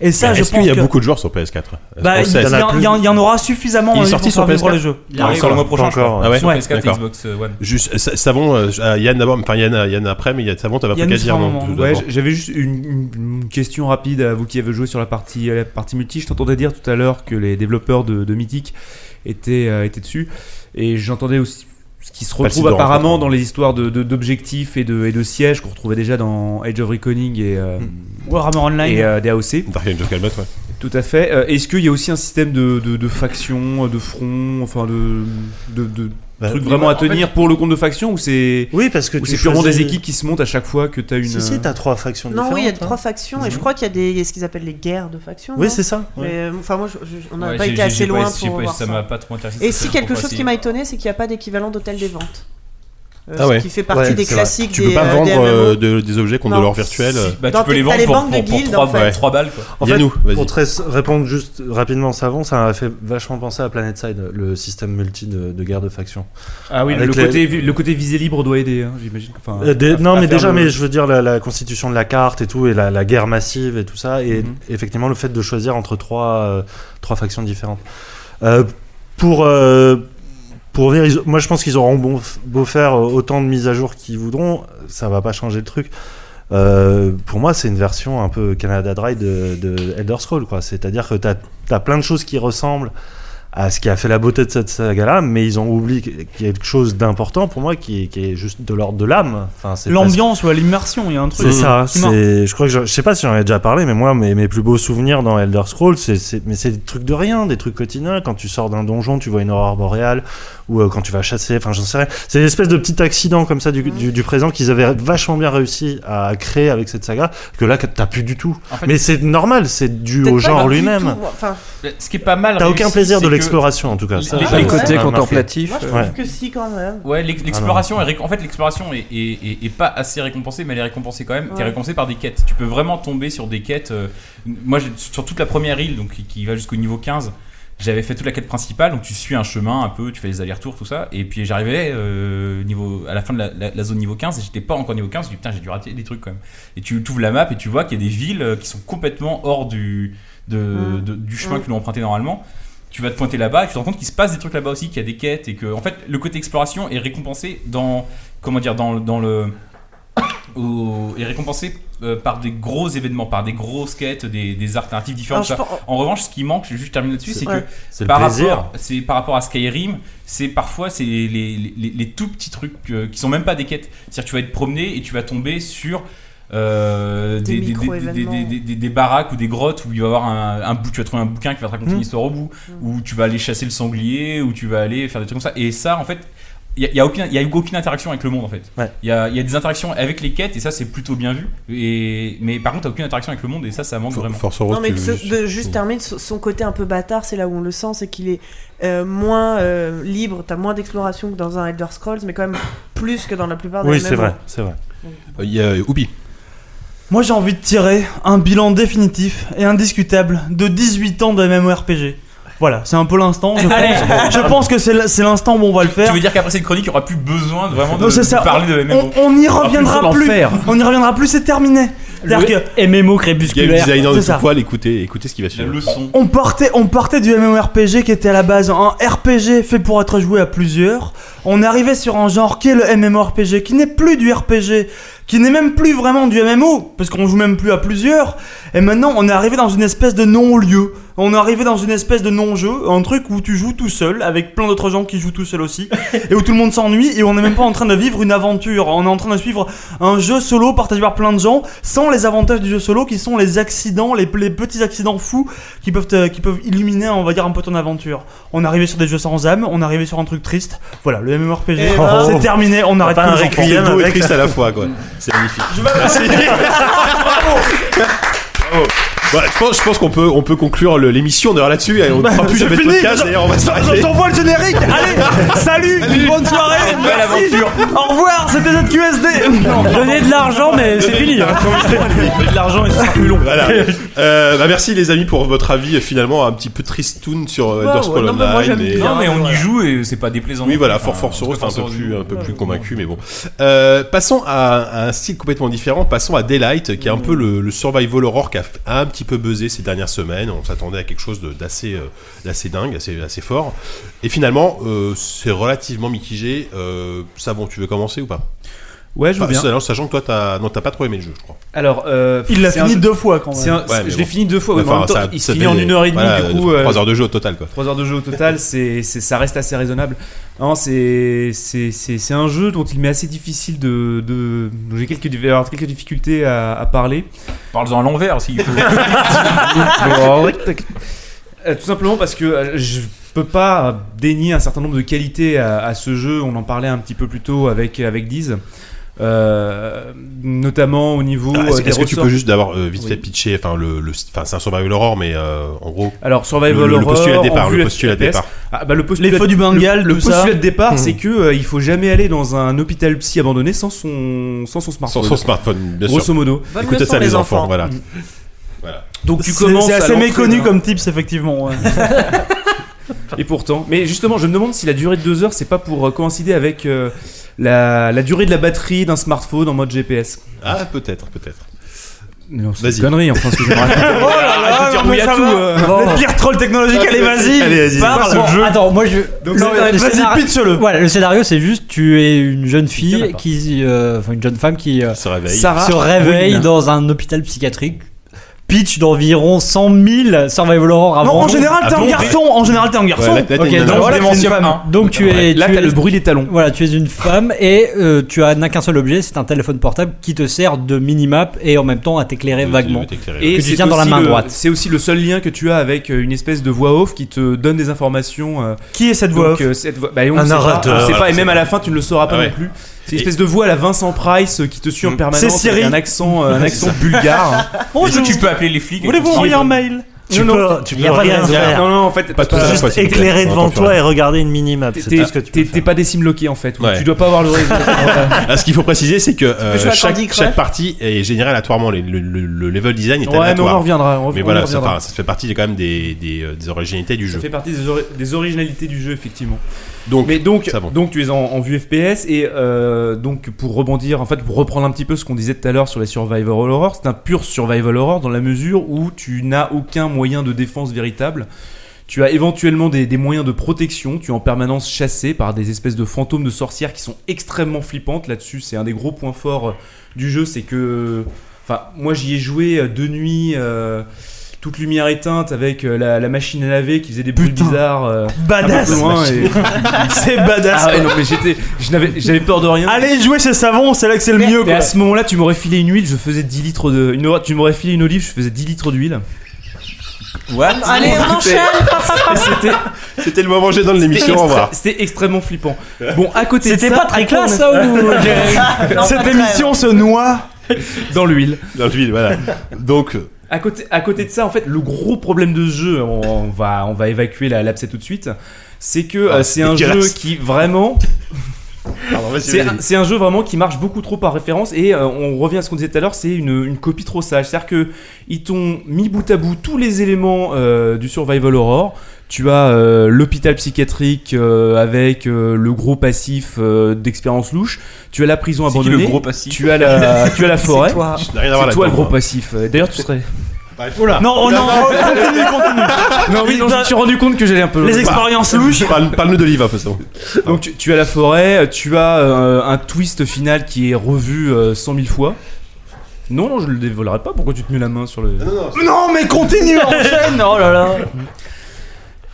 Speaker 3: Et ça, je
Speaker 2: Est-ce
Speaker 3: pense
Speaker 2: qu'il y a
Speaker 3: que-
Speaker 2: beaucoup de joueurs sur PS4 Est-ce
Speaker 3: Bah,
Speaker 2: qu'on
Speaker 3: il
Speaker 2: sait
Speaker 3: il y, en- il y en- il y en aura suffisamment
Speaker 2: Il
Speaker 3: euh,
Speaker 2: est sorti
Speaker 3: pour
Speaker 2: sur
Speaker 3: faire vivre
Speaker 2: PS4?
Speaker 3: le jeu.
Speaker 8: Il arrive.
Speaker 4: sur le mois prochain, je crois.
Speaker 9: encore.
Speaker 2: Ah ouais
Speaker 4: sur PS4 et
Speaker 2: D'accord.
Speaker 4: Xbox One.
Speaker 2: Juste, sa- savon, euh, à Yann d'abord, enfin Yann, euh, Yann après, mais il y a- savon, t'avais un
Speaker 3: Yann,
Speaker 2: truc à dire,
Speaker 3: c'est
Speaker 2: non
Speaker 3: vraiment-
Speaker 2: tout
Speaker 3: Ouais,
Speaker 2: d'abord.
Speaker 5: Bon. J'avais juste une, une- une question rapide à vous qui avez joué sur la partie, la partie multi. Je t'entendais dire tout à l'heure que les développeurs de, de Mythic étaient, euh, étaient dessus. Et j'entendais aussi ce qui se
Speaker 2: le
Speaker 5: retrouve
Speaker 2: Sidor, en
Speaker 5: apparemment
Speaker 2: fait.
Speaker 5: dans les histoires de- de- d'objectifs et de, et de sièges qu'on retrouvait déjà dans Age of Reckoning et, euh,
Speaker 2: Hmm.
Speaker 3: Warhammer Online.
Speaker 5: et euh, DAOC.
Speaker 2: Dark Angel Calmet, ouais.
Speaker 5: Tout à fait. Euh, Est-ce qu'il y a aussi un système de, de, de factions, de fronts, enfin de, de, de
Speaker 9: Bah,
Speaker 5: trucs vraiment à
Speaker 4: en fait-
Speaker 5: tenir pour le compte de factions ou c'est
Speaker 9: Oui, parce que
Speaker 5: ou
Speaker 9: tu
Speaker 5: c'est purement
Speaker 9: choisis-
Speaker 5: des équipes qui se montent à chaque fois que tu as une.
Speaker 9: Si, si, t'as trois factions
Speaker 7: Non, oui, il y a
Speaker 9: différentes,
Speaker 7: trois
Speaker 9: hein.
Speaker 7: factions et je crois qu'il y a des il y a ce qu'ils appellent les guerres de factions.
Speaker 9: Oui,
Speaker 7: non
Speaker 9: c'est ça. ouais.
Speaker 7: Mais, euh, enfin, moi, je- je- on n'a
Speaker 4: Ouais,
Speaker 7: pas
Speaker 4: j'ai-
Speaker 7: été
Speaker 4: j'ai-
Speaker 7: assez
Speaker 4: j'ai pas-
Speaker 7: loin
Speaker 4: j'ai
Speaker 7: pour
Speaker 4: pas-
Speaker 7: voir
Speaker 4: Ça
Speaker 7: ça.
Speaker 4: m'a pas trop intéressé.
Speaker 7: Et
Speaker 4: ça,
Speaker 7: si
Speaker 4: je
Speaker 7: quelque
Speaker 4: comprends
Speaker 7: chose
Speaker 4: pas,
Speaker 7: qui m'a étonné, c'est qu'il n'y a pas d'équivalent d'hôtel des ventes. Euh,
Speaker 2: Ah ouais.
Speaker 7: Ce qui fait partie
Speaker 9: Ouais,
Speaker 7: des
Speaker 9: c'est vrai.
Speaker 7: classiques
Speaker 2: Tu
Speaker 7: des,
Speaker 2: peux pas
Speaker 7: euh,
Speaker 2: vendre
Speaker 7: des
Speaker 2: euh,
Speaker 7: MMO.
Speaker 2: de- des objets
Speaker 7: Non.
Speaker 2: contre de l'or virtuel.
Speaker 4: Si, bah,
Speaker 7: Dans
Speaker 4: tu peux
Speaker 7: tes-
Speaker 4: les
Speaker 7: t'as les
Speaker 4: vendre pour,
Speaker 7: banques de
Speaker 4: pour- pour
Speaker 7: guildes,
Speaker 4: trois-
Speaker 7: en fait.
Speaker 4: pour trois balles. Quoi.
Speaker 9: En fait,
Speaker 2: Yannou, vas-y.
Speaker 9: Pour te res- répondre juste rapidement, Savon, ça m'a fait vachement penser à Planet Side, le système multi de, de guerre de factions.
Speaker 5: Ah oui, le,
Speaker 9: Avec les-
Speaker 5: côté, le côté visé libre doit aider, hein, j'imagine. Enfin,
Speaker 9: Euh, des-
Speaker 5: à-
Speaker 9: non,
Speaker 5: à
Speaker 9: mais
Speaker 5: faire
Speaker 9: déjà,
Speaker 5: le-
Speaker 9: mais je veux dire la, la constitution de la carte et tout, et la, la guerre massive et tout ça, et
Speaker 5: Mhm.
Speaker 9: effectivement le fait de choisir entre trois, euh, trois factions différentes. Euh, pour euh, pour revenir, ils- moi je pense qu'ils auront bon, f- beau faire euh, autant de mises à jour qu'ils voudront, ça va pas changer le truc. Euh, pour moi, c'est une version un peu Canada Dry de, de Elder Scrolls, quoi. C'est-à-dire que t'as as plein de choses qui ressemblent à ce qui a fait la beauté de cette saga-là, mais ils ont oublié qu- quelque chose d'important pour moi, qui est, qui est juste de l'ordre de l'âme. Enfin, c'est parce que-
Speaker 3: L'ambiance ou l'immersion, il y a un truc.
Speaker 9: c'est ça.
Speaker 3: qui marche.
Speaker 9: C'est, je crois que je, je sais pas si j'en ai déjà parlé, mais moi, mes, mes plus beaux souvenirs dans Elder Scrolls, c'est, c'est- mais c'est des trucs de rien, des trucs quotidiens. Quand tu sors d'un donjon, tu vois une aurore boréale, ou euh, quand tu vas chasser, enfin, j'en sais rien. C'est une espèce de petit accident comme ça du, du- du présent qu'ils avaient vachement bien réussi à créer avec cette saga, que là, que t'as plus du tout.
Speaker 4: En fait,
Speaker 9: mais c'est normal, c'est dû
Speaker 7: Peut-être
Speaker 9: au
Speaker 7: pas
Speaker 9: genre
Speaker 7: du
Speaker 9: lui-même.
Speaker 7: tout, Enfin,
Speaker 4: Ce qui est pas mal.
Speaker 9: T'as
Speaker 4: réussi,
Speaker 9: aucun plaisir
Speaker 4: c'est
Speaker 9: de
Speaker 4: que
Speaker 9: l'exploration, en tout cas. Ça,
Speaker 4: les-
Speaker 9: ça,
Speaker 4: les
Speaker 9: ça
Speaker 4: côtés
Speaker 9: m'a marqué.
Speaker 7: contemplatifs, Moi, je trouve
Speaker 9: Ouais.
Speaker 7: que si, quand même.
Speaker 4: Ouais,
Speaker 9: Ah
Speaker 4: l'ex-
Speaker 9: non.
Speaker 4: l'exploration, est ré- en fait, l'exploration est, est- est- est pas assez récompensée, mais elle est récompensée quand même. T'es
Speaker 7: Ouais.
Speaker 4: récompensé par des quêtes. Tu peux vraiment tomber sur des quêtes. euh, moi, j'ai- sur toute la première île, donc qui, qui va jusqu'au niveau 15, j'avais fait toute la quête principale. Donc, tu suis un chemin un peu, tu fais les allers-retours, tout ça. Et puis, j'arrivais euh, niveau, à la fin de la, la- la zone niveau 15, et j'étais pas encore niveau 15. Je dis, putain, j'ai dû rater des trucs quand même. Et tu ouvres la map et tu vois qu'il y a des villes euh, qui sont complètement hors du, de, de- du chemin
Speaker 7: Mm.
Speaker 4: que l'on emprunté normalement tu vas te pointer là-bas et tu te rends compte qu'il se passe des trucs là-bas aussi, qu'il y a des quêtes et que en fait le côté exploration est récompensé dans comment dire dans, le- dans le au- est récompensé euh, par des gros évévénements, par des grosses quêtes, des, des alternatives différentes.
Speaker 7: Alors, je
Speaker 4: ça. En revanche, ce qui manque, je juste termine là-dessus,
Speaker 7: C'est-
Speaker 4: c'est
Speaker 7: ouais.
Speaker 4: que
Speaker 9: C'est le
Speaker 4: par
Speaker 9: plaisir.
Speaker 4: rapport, c'est par rapport à Skyrim, c'est parfois c'est les, les- les- les tout petits trucs euh, qui sont même pas des quêtes. C'est-à-dire que tu vas être promené et tu vas tomber sur euh,
Speaker 7: Des
Speaker 4: des, des-
Speaker 7: micro-événements.
Speaker 4: des- des- des- des- des baraques ou des grottes où il va y avoir un, un bout, tu vas trouver un bouquin qui va te raconter
Speaker 7: Mm.
Speaker 4: une histoire au bout, où tu vas aller chasser le sanglier, où tu vas aller faire des trucs comme ça. Et ça, en fait, il n'y a, aucune- y a eu aucune interaction avec le monde en fait. Il
Speaker 9: Ouais.
Speaker 4: y, a, y a des interactions avec les quêtes et ça c'est plutôt bien vu. Et, mais par contre, t'as aucune interaction avec le monde et ça, ça manque vraiment.
Speaker 2: Force
Speaker 7: Non, mais ce- de- juste termine, son son côté un peu bâtard, c'est là où on le sent, c'est qu'il est euh, moins euh, libre, t'as moins d'exploration que dans un Elder Scrolls, mais quand même plus que dans la plupart des
Speaker 9: Oui, c'est
Speaker 7: MMO.
Speaker 9: vrai, c'est vrai.
Speaker 2: Euh, Il y a Oubi.
Speaker 3: Moi j'ai envie de tirer un bilan définitif et indiscutable de 18 ans de MMORPG. Voilà, c'est un peu l'instant. Je
Speaker 4: Allez.
Speaker 3: pense, je pense que c'est l- c'est l'instant où on va le faire.
Speaker 4: Tu veux dire qu'après cette chronique, il n'y aura plus besoin de, vraiment de,
Speaker 3: Non, c'est
Speaker 4: de
Speaker 3: ça.
Speaker 4: parler de MMO
Speaker 3: On, on y
Speaker 4: aura
Speaker 3: reviendra
Speaker 4: besoin d'en
Speaker 3: plus.
Speaker 4: faire.
Speaker 3: On y reviendra plus, c'est terminé. C'est-à-dire que-
Speaker 8: MMO
Speaker 2: Game
Speaker 8: crépusculaire.
Speaker 2: designer de
Speaker 3: C'est
Speaker 2: tout
Speaker 3: ça.
Speaker 2: poil, écoutez, écoutez ce qui va suivre.
Speaker 4: leçon.
Speaker 3: On partait, on partait du MMORPG qui était à la base un RPG fait pour être joué à plusieurs. On arrivait sur un genre qui est le MMORPG, qui n'est plus du RPG, qui n'est même plus vraiment du MMO, parce qu'on joue même plus à plusieurs. Et maintenant, on est arrivé dans une espèce de non-lieu. On est arrivé dans une espèce de non-jeu, un truc où tu joues tout seul, avec plein d'autres gens qui jouent tout seuls aussi, et où tout le monde s'ennuie, et où on n'est même pas en train de vivre une aventure. On est en train de suivre un jeu solo partagé par plein de gens, sans les avantages du jeu solo qui sont les accidents, les, les petits accidents fous qui peuvent, te- qui peuvent illuminer, on va dire, un peu ton aventure. On est arrivé sur des jeux sans âme, on est arrivé sur un truc triste. Voilà, le MMORPG,
Speaker 2: Oh.
Speaker 9: Eh ben,
Speaker 3: c'est terminé, on arrête
Speaker 9: pas
Speaker 3: tous
Speaker 9: un
Speaker 3: les enfants.
Speaker 9: requiem
Speaker 2: C'est beau et
Speaker 9: avec-
Speaker 2: triste à la fois, quoi. C'est magnifique.
Speaker 3: Merci.
Speaker 2: Bravo. Voilà, je pense, je pense qu'on peut, on peut conclure le- l'émission d'ailleurs là-dessus. et On ne fera
Speaker 3: Bah,
Speaker 2: plus
Speaker 3: C'est
Speaker 2: jamais de
Speaker 3: fini,
Speaker 2: podcast
Speaker 3: j'en-
Speaker 2: d'ailleurs, on va s'arrêter.
Speaker 3: J'envoie le générique Allez, salut, bonne soirée
Speaker 4: Belle
Speaker 3: merci.
Speaker 4: aventure.
Speaker 3: Au revoir, c'était ZQSD
Speaker 8: Donnez de l'argent, mais c'est fini. hein.
Speaker 3: de l'argent et ce sera plus long.
Speaker 2: Voilà. Euh, bah, merci les amis pour votre avis euh, finalement un petit peu tristoun sur euh, Elder
Speaker 7: ouais,
Speaker 2: Scrolls
Speaker 7: non, mais moi,
Speaker 2: Online.
Speaker 7: j'aime
Speaker 2: et-
Speaker 7: bien.
Speaker 4: Non, mais on y joue et c'est pas déplaisant.
Speaker 2: Oui, voilà,
Speaker 4: Enfin,
Speaker 2: Fort Force Rose,
Speaker 4: Fort
Speaker 2: un peu
Speaker 4: Force
Speaker 2: plus,
Speaker 4: Rose.
Speaker 2: un peu plus convaincu, mais bon. Euh, passons à un style complètement différent. Passons à Daylight, qui est un peu le, le survival horror qui a f- a un petit peu buzzé ces dernières semaines. On s'attendait à quelque chose de- d'assez, euh, d'assez dingue, assez, assez fort. Et finalement, euh, c'est relativement mitigé. Euh, Savon, tu veux commencer ou pas
Speaker 5: Ouais, je veux
Speaker 2: Enfin,
Speaker 5: bien.
Speaker 2: sachant- Sachant que toi, t'as, non, t'as pas trop aimé le jeu, je crois.
Speaker 5: Alors, euh,
Speaker 3: Il l'a
Speaker 5: c'est un
Speaker 3: fini
Speaker 5: jeu-
Speaker 3: deux fois quand
Speaker 5: c'est
Speaker 3: même.
Speaker 5: un-
Speaker 2: Ouais, mais
Speaker 5: je l'ai
Speaker 2: bon.
Speaker 5: fini deux fois. ouais, mais en
Speaker 2: Enfin,
Speaker 5: même temps,
Speaker 2: ça-
Speaker 5: il se
Speaker 2: ça
Speaker 5: finit
Speaker 2: fait
Speaker 5: en
Speaker 2: des-
Speaker 5: une heure et demie,
Speaker 2: voilà,
Speaker 5: du coup. euh,
Speaker 2: Trois heures de jeu au total, quoi.
Speaker 5: 3 heures de jeu au total, c'est, c'est- ça reste assez raisonnable. Non, c'est, c'est, c'est, c'est un jeu dont il m'est assez difficile de. de- dont j'ai quelques, il va y avoir quelques difficultés à, à parler.
Speaker 4: Parle-en à l'envers aussi.
Speaker 5: Euh, Tout simplement parce que euh, je peux pas dénier un certain nombre de qualités à, à ce jeu. On en parlait un petit peu plus tôt avec, avec Diz. Euh, notamment au niveau.
Speaker 2: Ah, est-ce
Speaker 5: euh, des
Speaker 2: est-ce que tu
Speaker 5: ressorts.
Speaker 2: peux juste d'avoir euh, vite
Speaker 5: Oui.
Speaker 2: fait pitcher Enfin, le, le- enfin, c'est un survival horror, mais euh, en gros,
Speaker 5: Alors,
Speaker 2: le,
Speaker 5: Survival
Speaker 2: le- le
Speaker 5: Horror.
Speaker 2: postulat
Speaker 5: en
Speaker 2: de départ,
Speaker 5: vue
Speaker 2: le postulat de
Speaker 5: FPS.
Speaker 2: départ.
Speaker 5: Ah, bah, le postulat,
Speaker 3: Les feux du Bengale,
Speaker 5: le, le
Speaker 3: tout ça. Hmm.
Speaker 5: postulat de départ,
Speaker 2: Mhm.
Speaker 5: c'est que euh, il faut jamais aller dans un hôpital psy abandonné sans son, sans son
Speaker 2: Sans
Speaker 5: smartphone.
Speaker 2: son smartphone, bien sûr.
Speaker 5: Grosso modo. Hmm.
Speaker 7: Bonne
Speaker 2: Écoutez
Speaker 7: leçon,
Speaker 2: ça, les enfants, voilà.
Speaker 5: Donc
Speaker 3: C'est- C'est assez
Speaker 5: euh,
Speaker 3: méconnu comme tips, effectivement. ouais.
Speaker 5: Et pourtant, mais justement, je me demande si la durée de deux heures, c'est pas pour euh, coïncider avec euh, la, la durée de la batterie d'un smartphone en mode GPS.
Speaker 2: Ah, peut-être, peut-être.
Speaker 5: Non,
Speaker 2: c'est Vas-y. Ah, une
Speaker 5: connerie, enfin, ce que je
Speaker 3: Oh là là, non, mais ça va. Le pire troll technologique, allez, vas-y.
Speaker 2: Allez, vas-y.
Speaker 3: Parle.
Speaker 8: Bon, attends, moi je.
Speaker 3: Non, mais Vas-y, pitch-le.
Speaker 8: Voilà, le scénario, c'est juste tu es une jeune
Speaker 5: Il y en a
Speaker 8: fille
Speaker 5: pas.
Speaker 8: qui, euh, enfin une jeune femme qui euh,
Speaker 2: Il se réveille.
Speaker 5: Sarah
Speaker 8: se réveille
Speaker 5: Wynne.
Speaker 8: dans un hôpital psychiatrique. Pitch d'environ 100 000 survival horror avant.
Speaker 3: Non, en
Speaker 8: nous.
Speaker 3: général, t'es
Speaker 2: Ah
Speaker 3: un
Speaker 2: bon
Speaker 3: garçon. En général, t'es un
Speaker 2: Ouais,
Speaker 3: garçon.
Speaker 2: là, là, t'as
Speaker 8: Ok,
Speaker 2: une
Speaker 8: donc
Speaker 2: nana.
Speaker 8: voilà, tu es
Speaker 4: Voilà,
Speaker 8: une
Speaker 4: Clémentium
Speaker 8: femme.
Speaker 4: un.
Speaker 8: Donc tu es,
Speaker 5: Là,
Speaker 8: tu
Speaker 5: t'as
Speaker 8: es-
Speaker 5: le bruit des talons.
Speaker 8: Voilà, tu es une femme et euh, tu as n'as qu'un seul objet, c'est un téléphone portable qui te sert de minimap et en même temps à t'éclairer vaguement.
Speaker 2: Et
Speaker 8: que tu
Speaker 5: c'est
Speaker 8: tiens dans la
Speaker 5: aussi
Speaker 8: main
Speaker 5: le-
Speaker 8: droite.
Speaker 5: C'est aussi le seul lien que tu as avec euh, une espèce de voix off qui te donne des informations. euh,
Speaker 3: Qui est cette voix
Speaker 5: donc,
Speaker 3: off
Speaker 5: euh, cette voix- bah, on
Speaker 9: Un
Speaker 5: le sait pas,
Speaker 9: narrateur,
Speaker 5: on le sait pas,
Speaker 2: voilà,
Speaker 5: et même à la fin, tu ne le sauras pas
Speaker 2: Ah ouais.
Speaker 5: non plus. C'est
Speaker 2: Et- Mm.
Speaker 5: une espèce de voix à la Vincent Price euh, qui te suit en permanence.
Speaker 3: C'est Siri.
Speaker 5: avec Un accent, euh, un accent bulgare.
Speaker 4: Est-ce que tu peux appeler les flics et
Speaker 3: Voulez-vous
Speaker 4: continuer
Speaker 3: envoyer un mail
Speaker 9: Tu
Speaker 5: Non, non,
Speaker 9: peux, tu
Speaker 5: il y
Speaker 9: peux
Speaker 5: a pas de
Speaker 9: rien
Speaker 5: raison.
Speaker 9: faire.
Speaker 5: Non, non, en fait,
Speaker 9: pas
Speaker 5: t'as pas-
Speaker 9: juste
Speaker 5: pas-
Speaker 9: éclairer
Speaker 5: pas-
Speaker 9: devant
Speaker 5: pas-
Speaker 9: toi
Speaker 5: pas-
Speaker 9: et regarder une minimap.
Speaker 5: T'es-
Speaker 9: C'est tout ce que tu peux
Speaker 5: T'es t'es pas des simloqués en fait. Tu dois pas avoir le résultat.
Speaker 2: Ah, ce qu'il faut préciser, c'est que euh,
Speaker 5: peux jouer à
Speaker 2: chaque,
Speaker 5: Candy Crush.
Speaker 2: chaque partie est générée aléatoirement. Les- Le, le- le level design est
Speaker 5: Ouais, mais on en
Speaker 2: aléatoire.
Speaker 5: reviendra, on-
Speaker 2: mais
Speaker 5: on
Speaker 2: voilà,
Speaker 5: y
Speaker 2: ça,
Speaker 5: reviendra.
Speaker 2: enfin, ça fait partie quand même des, des, euh, des originalités du
Speaker 5: Ça
Speaker 2: jeu.
Speaker 5: fait partie des, ori- des originalités du jeu, effectivement.
Speaker 2: Donc,
Speaker 5: mais donc,
Speaker 2: ça va.
Speaker 5: donc tu es en, en vue FPS et euh, donc pour rebondir, en fait, pour reprendre un petit peu ce qu'on disait tout à l'heure sur les survival horror, c'est un pur survival horror dans la mesure où tu n'as aucun moyen de défense véritable. Tu as éventuellement des, des moyens de protection, tu es en permanence chassé par des espèces de fantômes de sorcières qui sont extrêmement flippantes. Là-dessus, c'est un des gros points forts euh, du jeu, c'est que, enfin, moi j'y ai joué euh, de nuit. euh, toute lumière éteinte avec euh, la, la machine à laver qui faisait des bruits bizarres. euh,
Speaker 3: Badass.
Speaker 5: un peu loin et-
Speaker 3: C'est badass.
Speaker 5: Ah ouais, non, mais j'étais, je n'avais- j'avais peur de rien.
Speaker 3: Allez jouer ces savons, c'est là que c'est le mieux.
Speaker 5: Mais
Speaker 3: Quoi.
Speaker 5: à ce moment-là, tu m'aurais filé une huile, je faisais 10 litres de. Une, o- tu m'aurais filé une olive, je faisais 10 litres d'huile.
Speaker 4: What
Speaker 13: Allez, on
Speaker 5: C'était-
Speaker 13: enchaîne
Speaker 5: C'était
Speaker 2: C'était le moment gênant de
Speaker 5: c'était
Speaker 2: l'émission, au
Speaker 5: extra-
Speaker 2: revoir.
Speaker 5: C'était extrêmement flippant. Bon, à côté de
Speaker 3: C'était
Speaker 5: ça,
Speaker 3: pas très
Speaker 5: on
Speaker 3: classe,
Speaker 5: a-
Speaker 3: ça, ou-
Speaker 13: Non, pas
Speaker 3: Cette
Speaker 13: très.
Speaker 3: émission se noie.
Speaker 5: Dans l'huile.
Speaker 2: Dans l'huile, voilà. Donc,
Speaker 5: À côté, à côté de ça, en fait, le gros problème de ce jeu, on, on va, on va évacuer la l'abcès tout de suite, c'est que euh, c'est un jeu
Speaker 2: dégueulasse.
Speaker 5: qui vraiment.
Speaker 2: Ah, pardon, vas-y,
Speaker 5: C'est
Speaker 2: vas-y.
Speaker 5: un, c'est un jeu vraiment qui marche beaucoup trop par référence et euh, on revient à ce qu'on disait tout à l'heure, c'est une, une copie trop sage. C'est-à-dire que ils t'ont mis bout à bout tous les éléments euh, du survival horror. Tu as euh, l'hôpital psychiatrique euh, avec euh, le gros passif euh, d'expérience louche. Tu as la prison
Speaker 4: C'est qui
Speaker 5: abandonnée.
Speaker 4: le gros passif
Speaker 5: Tu as la, tu as la forêt.
Speaker 13: C'est toi.
Speaker 2: n'a rien à voir
Speaker 5: C'est toi le
Speaker 2: là-dedans, hein.
Speaker 5: gros passif. Euh, D'ailleurs, tu serais.
Speaker 2: Bah, Oula.
Speaker 3: Non, oh, non, continue, continue.
Speaker 5: Non, oui, non, je me suis rendu compte que j'allais un peu. Bah.
Speaker 3: Les expériences louches.
Speaker 2: Parle- Parle-nous hein, d'olive, un peu, c'est bon.
Speaker 5: Donc tu, tu as la forêt, tu as euh, un twist final qui est revu euh, 100 000 fois. Non, non, je le dévoilerai pas. Pourquoi tu te mets la main sur le.
Speaker 3: Non, mais continue, enchaîne. Oh là là.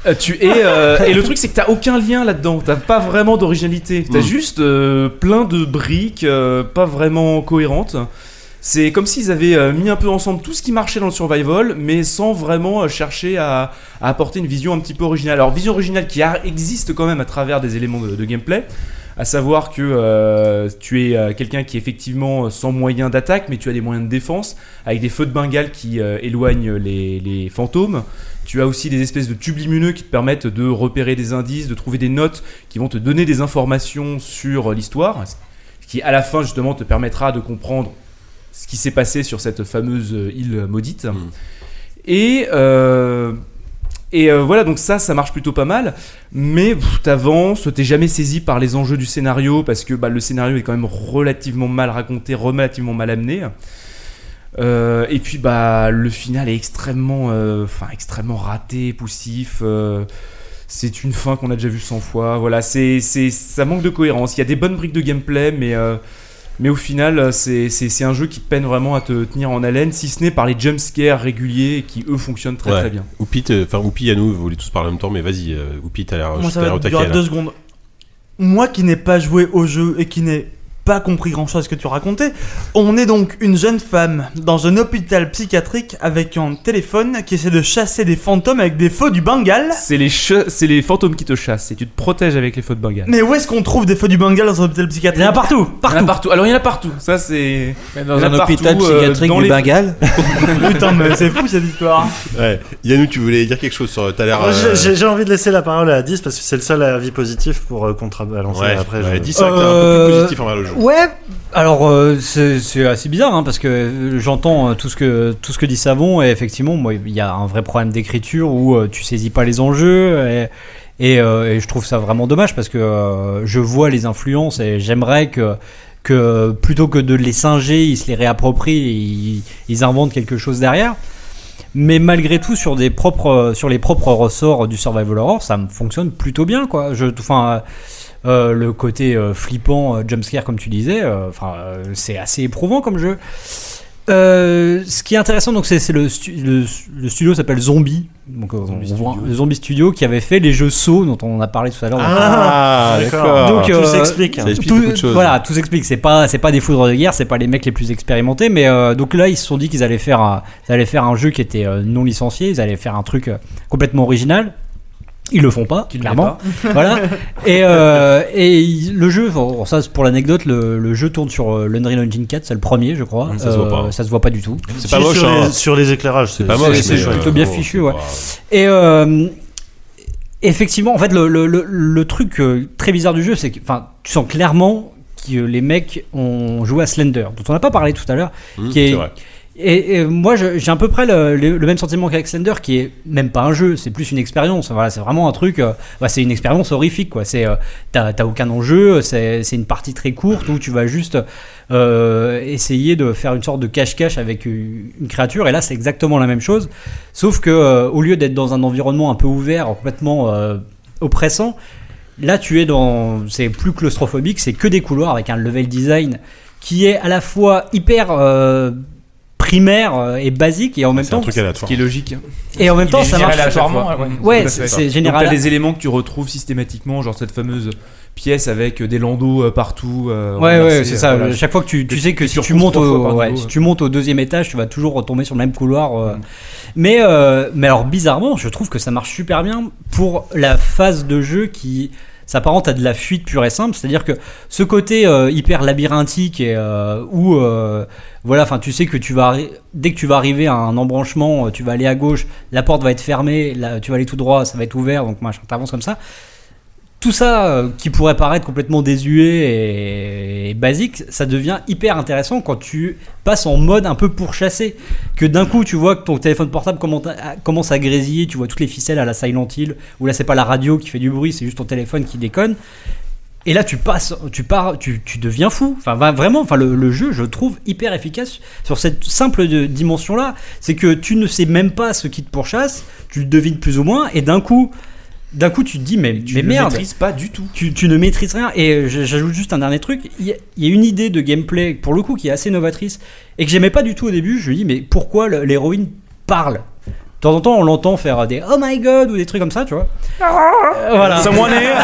Speaker 5: Euh, tu et, euh, et le truc c'est que t'as aucun lien là-dedans, t'as pas vraiment d'originalité, t'as
Speaker 2: Mm.
Speaker 5: juste euh, plein de briques euh, pas vraiment cohérentes. C'est comme s'ils avaient euh, mis un peu ensemble tout ce qui marchait dans le survival, mais sans vraiment euh, chercher à, à apporter une vision un petit peu originale. Alors vision originale qui a- existe quand même à travers des éléments de, de gameplay, à savoir que euh, tu es euh, quelqu'un qui est effectivement euh, sans moyens d'attaque, mais tu as des moyens de défense, avec des feux de Bengale qui euh, éloignent les- les fantômes. Tu as aussi des espèces de tubes lumineux qui te permettent de repérer des indices, de trouver des notes qui vont te donner des informations sur l'histoire, ce qui à la fin justement te permettra de comprendre ce qui s'est passé sur cette fameuse euh, île maudite. Et, euh, et euh, voilà, donc ça, ça marche plutôt pas mal, mais pff, t'avances, t'es jamais saisi par les enjeux du scénario, parce que bah, le scénario est quand même relativement mal raconté, relativement mal amené. Euh, et puis bah le final est extrêmement, euh, enfin extrêmement raté, poussif. euh, c'est une fin qu'on a déjà vue 100 fois. Voilà, c'est, c'est, ça manque de cohérence. Il y a des bonnes briques de gameplay, mais euh, mais au final c'est, c'est, c'est un jeu qui peine vraiment à te tenir en haleine, si ce n'est par les jump scares réguliers qui eux fonctionnent très
Speaker 2: Ouais.
Speaker 5: très bien.
Speaker 2: Oupi, t'es- enfin, Oupi et nous, vous voulez tous parler en même temps, mais vas-y, euh, Oupi, t'as l'air
Speaker 3: Moi,
Speaker 2: t'as
Speaker 3: ça va
Speaker 2: l'air au
Speaker 3: durer
Speaker 2: taquet. là.
Speaker 3: deux secondes. Moi qui n'ai pas joué au jeu et qui n'ai pas compris grand chose à ce que tu racontais, on est donc une jeune femme dans un hôpital psychiatrique avec un téléphone qui essaie de chasser des fantômes avec des feux du Bengale.
Speaker 5: C'est les, che- c'est les fantômes qui te chassent et tu te protèges avec les feux de Bengale.
Speaker 3: Mais où est-ce qu'on trouve des feux du Bengale dans un hôpital
Speaker 8: Il y
Speaker 3: psychiatrique
Speaker 8: en a partout,
Speaker 5: Il y en a
Speaker 8: partout.
Speaker 5: partout. Alors il y en a partout. Ça c'est
Speaker 8: Dans
Speaker 5: Il y en
Speaker 8: un
Speaker 5: a
Speaker 8: hôpital
Speaker 5: partout, euh,
Speaker 8: psychiatrique
Speaker 5: dans
Speaker 8: du
Speaker 5: les-
Speaker 8: Bengale.
Speaker 3: Putain, mais c'est fou cette histoire.
Speaker 2: Ouais. Yannou, tu voulais dire quelque chose sur. T'as l'air.
Speaker 9: Moi,
Speaker 2: euh,
Speaker 9: j'ai- J'ai j'ai envie de laisser la parole à 10 parce que c'est le seul avis positif pour euh, contrebalancer
Speaker 2: Ouais,
Speaker 9: après.
Speaker 2: ouais,
Speaker 9: je-
Speaker 2: dis ça, que t'es un peu plus
Speaker 8: Euh,
Speaker 2: positif envers le jeu.
Speaker 8: Ouais, alors euh, c'est c'est assez bizarre hein, parce que euh, j'entends euh, tout ce que tout ce que dit Savon et effectivement moi il y a un vrai problème d'écriture où euh, tu saisis pas les enjeux et, et, euh, et je trouve ça vraiment dommage parce que euh, je vois les influences et j'aimerais que que plutôt que de les singer ils se les réapproprient et ils, ils inventent quelque chose derrière. Mais malgré tout, sur, des propres, sur les propres ressorts du Survival Horror, ça me fonctionne plutôt bien. Quoi. Je, enfin, euh, euh, le côté euh, flippant euh, jumpscare comme tu disais euh, enfin euh, c'est assez éprouvant comme jeu Euh, ce qui est intéressant donc c'est c'est le, stu- le, le studio s'appelle Zombie donc euh, on voit le Zombie Studio qui avait fait les jeux Saw dont on a parlé tout à l'heure dans le
Speaker 2: Ah, d'accord.
Speaker 8: donc,
Speaker 9: Tout
Speaker 8: euh,
Speaker 9: s'explique. hein.
Speaker 2: Ça explique
Speaker 8: tout-
Speaker 2: beaucoup de choses.
Speaker 8: Voilà, tout s'explique. C'est pas, c'est pas des foudres de guerre, c'est pas les mecs les plus expérimentés, mais euh, donc là ils se sont dit qu'ils allaient faire, un, ils allaient faire un jeu qui était euh, non licencié, ils allaient faire un truc euh, complètement original. Ils le font pas,
Speaker 12: Qui ne
Speaker 8: clairement.
Speaker 12: l'est pas.
Speaker 8: voilà. Et, euh, et il- le jeu, bon, ça c'est pour l'anecdote, le, le jeu tourne sur euh, l'Unreal Engine 4, c'est le premier, je crois.
Speaker 9: Mmh,
Speaker 8: Euh,
Speaker 9: Ça se voit pas.
Speaker 8: Ça se voit pas du tout.
Speaker 9: C'est pas Si, moche, sur hein. les- sur les éclairages, c'est- C'est-
Speaker 8: C'est
Speaker 9: c'est
Speaker 8: plutôt bien
Speaker 9: bon,
Speaker 8: fichu,
Speaker 9: c'est
Speaker 8: ouais.
Speaker 9: pas-
Speaker 8: Et euh, effectivement, en fait, le, le- le- le truc euh, très bizarre du jeu, c'est que, enfin, tu sens clairement que les mecs ont joué à Slender, dont on n'a pas parlé tout à l'heure,
Speaker 2: Mmh,
Speaker 8: qui est
Speaker 2: c'est vrai.
Speaker 8: et, et moi, je- j'ai à peu près le, le- le même sentiment qu'avec Slender, qui est même pas un jeu, c'est plus une expérience. Voilà, c'est vraiment un truc. euh, bah, c'est une expérience horrifique, quoi. C'est, euh, t'as t'as aucun enjeu. C'est c'est une partie très courte où tu vas juste euh, essayer de faire une sorte de cache-cache avec une, une créature. Et là, c'est exactement la même chose, sauf que euh, au lieu d'être dans un environnement un peu ouvert, complètement euh, oppressant, Là, tu es dans. C'est plus claustrophobique, c'est que des couloirs avec un level design qui est à la fois hyper euh, primaire euh, et basique et en même temps.
Speaker 11: Ce qui est logique.
Speaker 8: Et en même
Speaker 11: Il
Speaker 8: temps,
Speaker 11: est
Speaker 8: ça
Speaker 11: généré
Speaker 8: marche.
Speaker 11: aléatoirement. Ah, ouais.
Speaker 8: Ouais,
Speaker 11: Tout à
Speaker 8: c'est-
Speaker 11: fait.
Speaker 8: c'est
Speaker 11: Donc,
Speaker 8: général.
Speaker 11: T'as des éléments que tu retrouves systématiquement, genre cette fameuse pièce avec des landaux euh, partout. euh,
Speaker 8: Ouais, ouais,
Speaker 11: renversés,
Speaker 8: c'est
Speaker 11: euh,
Speaker 8: ça.
Speaker 11: voilà.
Speaker 8: Chaque fois que tu, tu sais que si tu
Speaker 11: retrouves
Speaker 8: montes
Speaker 11: trois
Speaker 8: au,
Speaker 11: fois par
Speaker 8: ouais,
Speaker 11: niveau,
Speaker 8: si tu montes au deuxième étage, tu vas toujours retomber sur le même couloir. euh.
Speaker 11: Mm.
Speaker 8: Mais, euh, mais alors bizarrement, je trouve que ça marche super bien pour la phase de jeu qui s'apparente à de la fuite pure et simple. C'est-à-dire que ce côté euh, hyper labyrinthique et euh, où euh, voilà, enfin tu sais que tu vas arri- dès que tu vas arriver à un embranchement, euh, tu vas aller à gauche, la porte va être fermée, là, tu vas aller tout droit, ça va être ouvert, donc machin, t'avances comme ça tout ça euh, qui pourrait paraître complètement désuet et, et basique, ça devient hyper intéressant quand tu passes en mode un peu pourchassé. Que d'un coup, tu vois que ton téléphone portable commente- à- commence à grésiller, tu vois toutes les ficelles à la Silent Hill, où là, c'est pas la radio qui fait du bruit, c'est juste ton téléphone qui déconne. Et là, tu passes, tu pars, tu, tu deviens fou. Enfin, va- vraiment, enfin, le, le jeu, je trouve hyper efficace sur cette simple de- dimension-là. C'est que tu ne sais même pas ce qui te pourchasse, tu le devines plus ou moins, et d'un coup, d'un coup, tu te dis, mais, mais
Speaker 11: le
Speaker 8: merde.
Speaker 11: maîtrises pas du tout.
Speaker 8: Tu, tu ne maîtrises rien. Et je- j'ajoute juste un dernier truc. Il y, a- il y a une idée de gameplay, pour le coup, qui est assez novatrice et que j'aimais pas du tout au début. Je me dis, mais pourquoi le- l'héroïne parle De temps en temps, on l'entend faire des Oh my god ou des trucs comme ça, tu vois. Euh, Voilà.
Speaker 11: Someone here.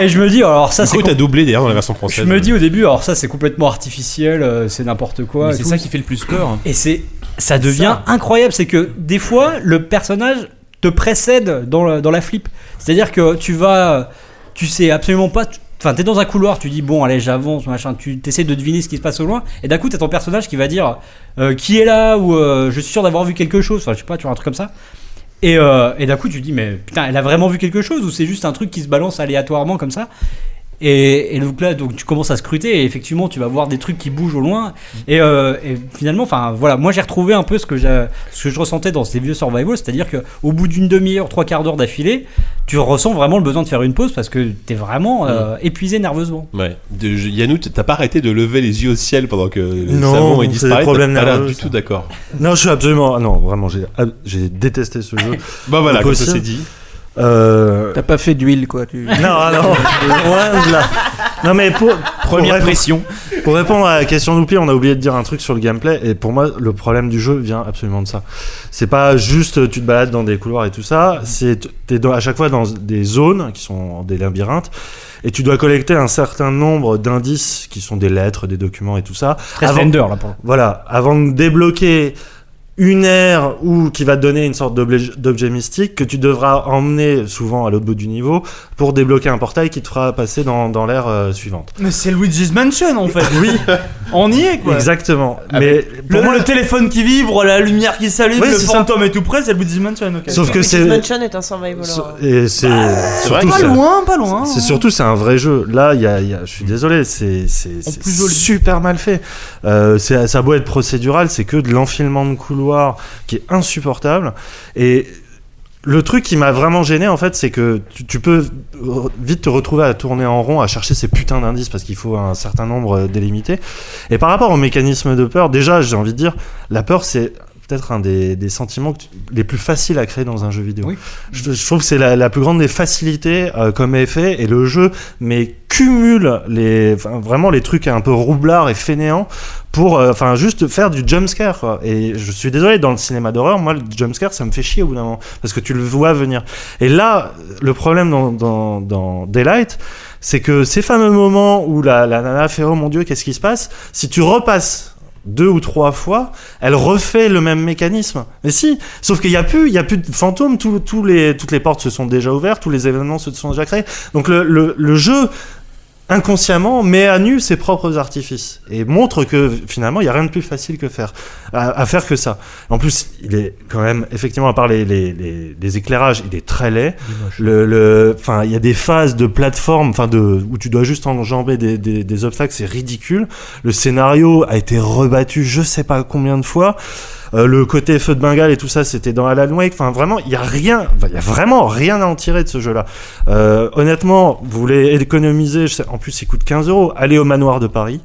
Speaker 8: Et je me dis, alors ça,
Speaker 2: Du
Speaker 8: c'est.
Speaker 2: coup,
Speaker 8: com-
Speaker 2: t'as doublé d'ailleurs dans la version
Speaker 8: Je
Speaker 2: française.
Speaker 8: me dis au début, alors ça, c'est complètement artificiel, euh, c'est n'importe quoi.
Speaker 11: Mais
Speaker 8: et
Speaker 11: C'est
Speaker 8: tout.
Speaker 11: ça qui fait le plus peur.
Speaker 8: Et c'est ça devient incroyable, c'est que des fois le personnage te précède dans, le- dans la flip. C'est-à-dire que tu vas, tu sais absolument pas. tu- Enfin, t'es dans un couloir, tu dis bon, allez, j'avance, machin. Tu t'essaies de deviner ce qui se passe au loin, et d'un coup, t'as ton personnage qui va dire euh, qui est là ou euh, je suis sûr d'avoir vu quelque chose. Enfin, je sais pas, tu vois un truc comme ça. Et, euh, et d'un coup, tu te dis mais putain, elle a vraiment vu quelque chose ou c'est juste un truc qui se balance aléatoirement comme ça. Et, et donc là, donc tu commences à scruter et effectivement, tu vas voir des trucs qui bougent au loin. Et, euh, et finalement, enfin voilà, moi j'ai retrouvé un peu ce que, j'a- ce que je ressentais dans ces vieux survival, c'est-à-dire que au bout d'une demi-heure, trois quarts d'heure d'affilée, tu ressens vraiment le besoin de faire une pause parce que t'es vraiment euh, épuisé nerveusement.
Speaker 2: Ouais. De, je- Yannou, t'as pas arrêté de lever les yeux au ciel pendant que le
Speaker 9: Non,
Speaker 2: savon
Speaker 9: c'est
Speaker 2: est
Speaker 9: des
Speaker 2: disparu.
Speaker 9: problèmes
Speaker 2: T'as pas l'air
Speaker 9: nerveux,
Speaker 2: du
Speaker 9: ça.
Speaker 2: tout d'accord.
Speaker 9: Non, je suis absolument. Non, vraiment, j'ai, ab- j'ai détesté ce jeu.
Speaker 2: Bah voilà,
Speaker 9: Au
Speaker 2: comme ça,
Speaker 9: possible.
Speaker 2: c'est dit.
Speaker 9: Euh,
Speaker 6: T'as pas fait d'huile, quoi. Tu...
Speaker 9: Non, ah non, loin de là. Non, mais pour.
Speaker 11: Première
Speaker 9: pour répondre-
Speaker 11: pression.
Speaker 9: Pour répondre à la question d'Oupi, on a oublié de dire un truc sur le gameplay. Et pour moi, le problème du jeu vient absolument de ça. C'est pas juste euh, tu te balades dans des couloirs et tout ça. C'est t'es dans- à chaque fois dans des zones qui sont des labyrinthes. Et tu dois collecter un certain nombre d'indices qui sont des lettres, des documents et tout ça.
Speaker 8: Très Slender, là, pour le coup.
Speaker 9: Voilà, avant de débloquer une aire ou qui va te donner une sorte d'objet d'objet mystique que tu devras emmener souvent à l'autre bout du niveau pour débloquer un portail qui te fera passer dans, dans l'aire euh, suivante.
Speaker 3: Mais c'est Luigi's Mansion en fait.
Speaker 9: Oui.
Speaker 3: On y est quoi.
Speaker 9: Exactement. Mais
Speaker 3: Ah Le, le téléphone qui vibre, la lumière qui s'allume,
Speaker 9: Oui,
Speaker 3: le
Speaker 9: c'est ça.
Speaker 3: fantôme est tout près, c'est Luigi's Mansion. ok.
Speaker 9: Sauf que
Speaker 7: Luigi's
Speaker 9: c'est-
Speaker 7: Mansion est un survival horror.
Speaker 9: Et Bah, c'est surtout
Speaker 3: pas
Speaker 9: ça.
Speaker 3: loin, pas loin.
Speaker 9: C'est surtout c'est un vrai jeu. Là, il y a, il y a- je
Speaker 3: Mm.
Speaker 9: suis désolé, c'est c'est c'est super mal fait. Euh, c'est ça a beau être procédural, c'est que de l'enfilement de couloirs qui est insupportable. Et le truc qui m'a vraiment gêné en fait, c'est que tu, tu peux re- vite te retrouver à tourner en rond, à chercher ces putains d'indices parce qu'il faut un certain nombre euh, délimité. Et par rapport au mécanisme de peur, déjà, j'ai envie de dire, la peur c'est peut-être un des, des sentiments que tu- les plus faciles à créer dans un jeu vidéo. Je, je trouve que c'est la, la plus grande des facilités euh, comme effet et le jeu mais cumule les enfin, vraiment les trucs un peu roublards et fainéants pour euh, enfin juste faire du jump scare quoi. et je suis désolé dans le cinéma d'horreur moi le jump scare ça me fait chier au bout d'un moment parce que tu le vois venir et là le problème dans, dans, dans Daylight c'est que ces fameux moments où la, la nana fait oh mon dieu qu'est-ce qui se passe si tu repasses deux ou trois fois, elle refait le même mécanisme. Mais si, sauf qu'il n'y a plus, il y a plus de fantômes, tous tous les, toutes les portes se sont déjà ouvertes, tous les événements se sont déjà créés. Donc le, le, le jeu inconsciemment met à nu ses propres artifices et montre que finalement il y a rien de plus facile que faire à, à faire que ça. En plus, il est quand même effectivement à part les, les, les- les éclairages, il est très laid. Le, le- enfin, il y a des phases de plateforme, enfin de où tu dois juste enjamber des, des- des obstacles, c'est ridicule. Le scénario a été rebattu, je sais pas combien de fois. Euh, le côté feu de Bengale et tout ça, c'était dans Alan Wake. Enfin, vraiment, il y a rien, enfin, il y a vraiment rien à en tirer de ce jeu-là. Euh, honnêtement, vous voulez économiser, je sais- en plus, il coûte 15 euros. Allez au manoir de Paris.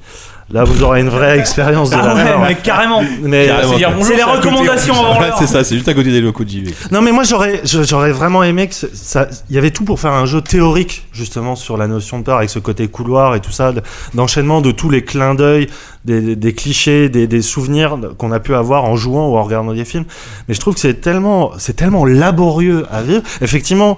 Speaker 9: Là, vous aurez une vraie expérience de
Speaker 3: Ah
Speaker 9: la
Speaker 3: ouais,
Speaker 9: mort.
Speaker 3: mais carrément.
Speaker 9: Mais-
Speaker 2: Carrément.
Speaker 9: C'est-à-dire, bonjour,
Speaker 3: C'est les
Speaker 9: c'est à côté,
Speaker 3: recommandations avant
Speaker 2: Ouais,
Speaker 3: l'heure.
Speaker 2: c'est ça, c'est juste à côté des locaux de JV.
Speaker 9: Non mais moi j'aurais je- j'aurais vraiment aimé que ce- ça il y avait tout pour faire un jeu théorique justement sur la notion de peur avec ce côté couloir et tout ça de- d'enchaînement de tous les clins d'œil des, des- des clichés des, des souvenirs qu'on a pu avoir en jouant ou en regardant des films mais je trouve que c'est tellement c'est tellement laborieux à vivre effectivement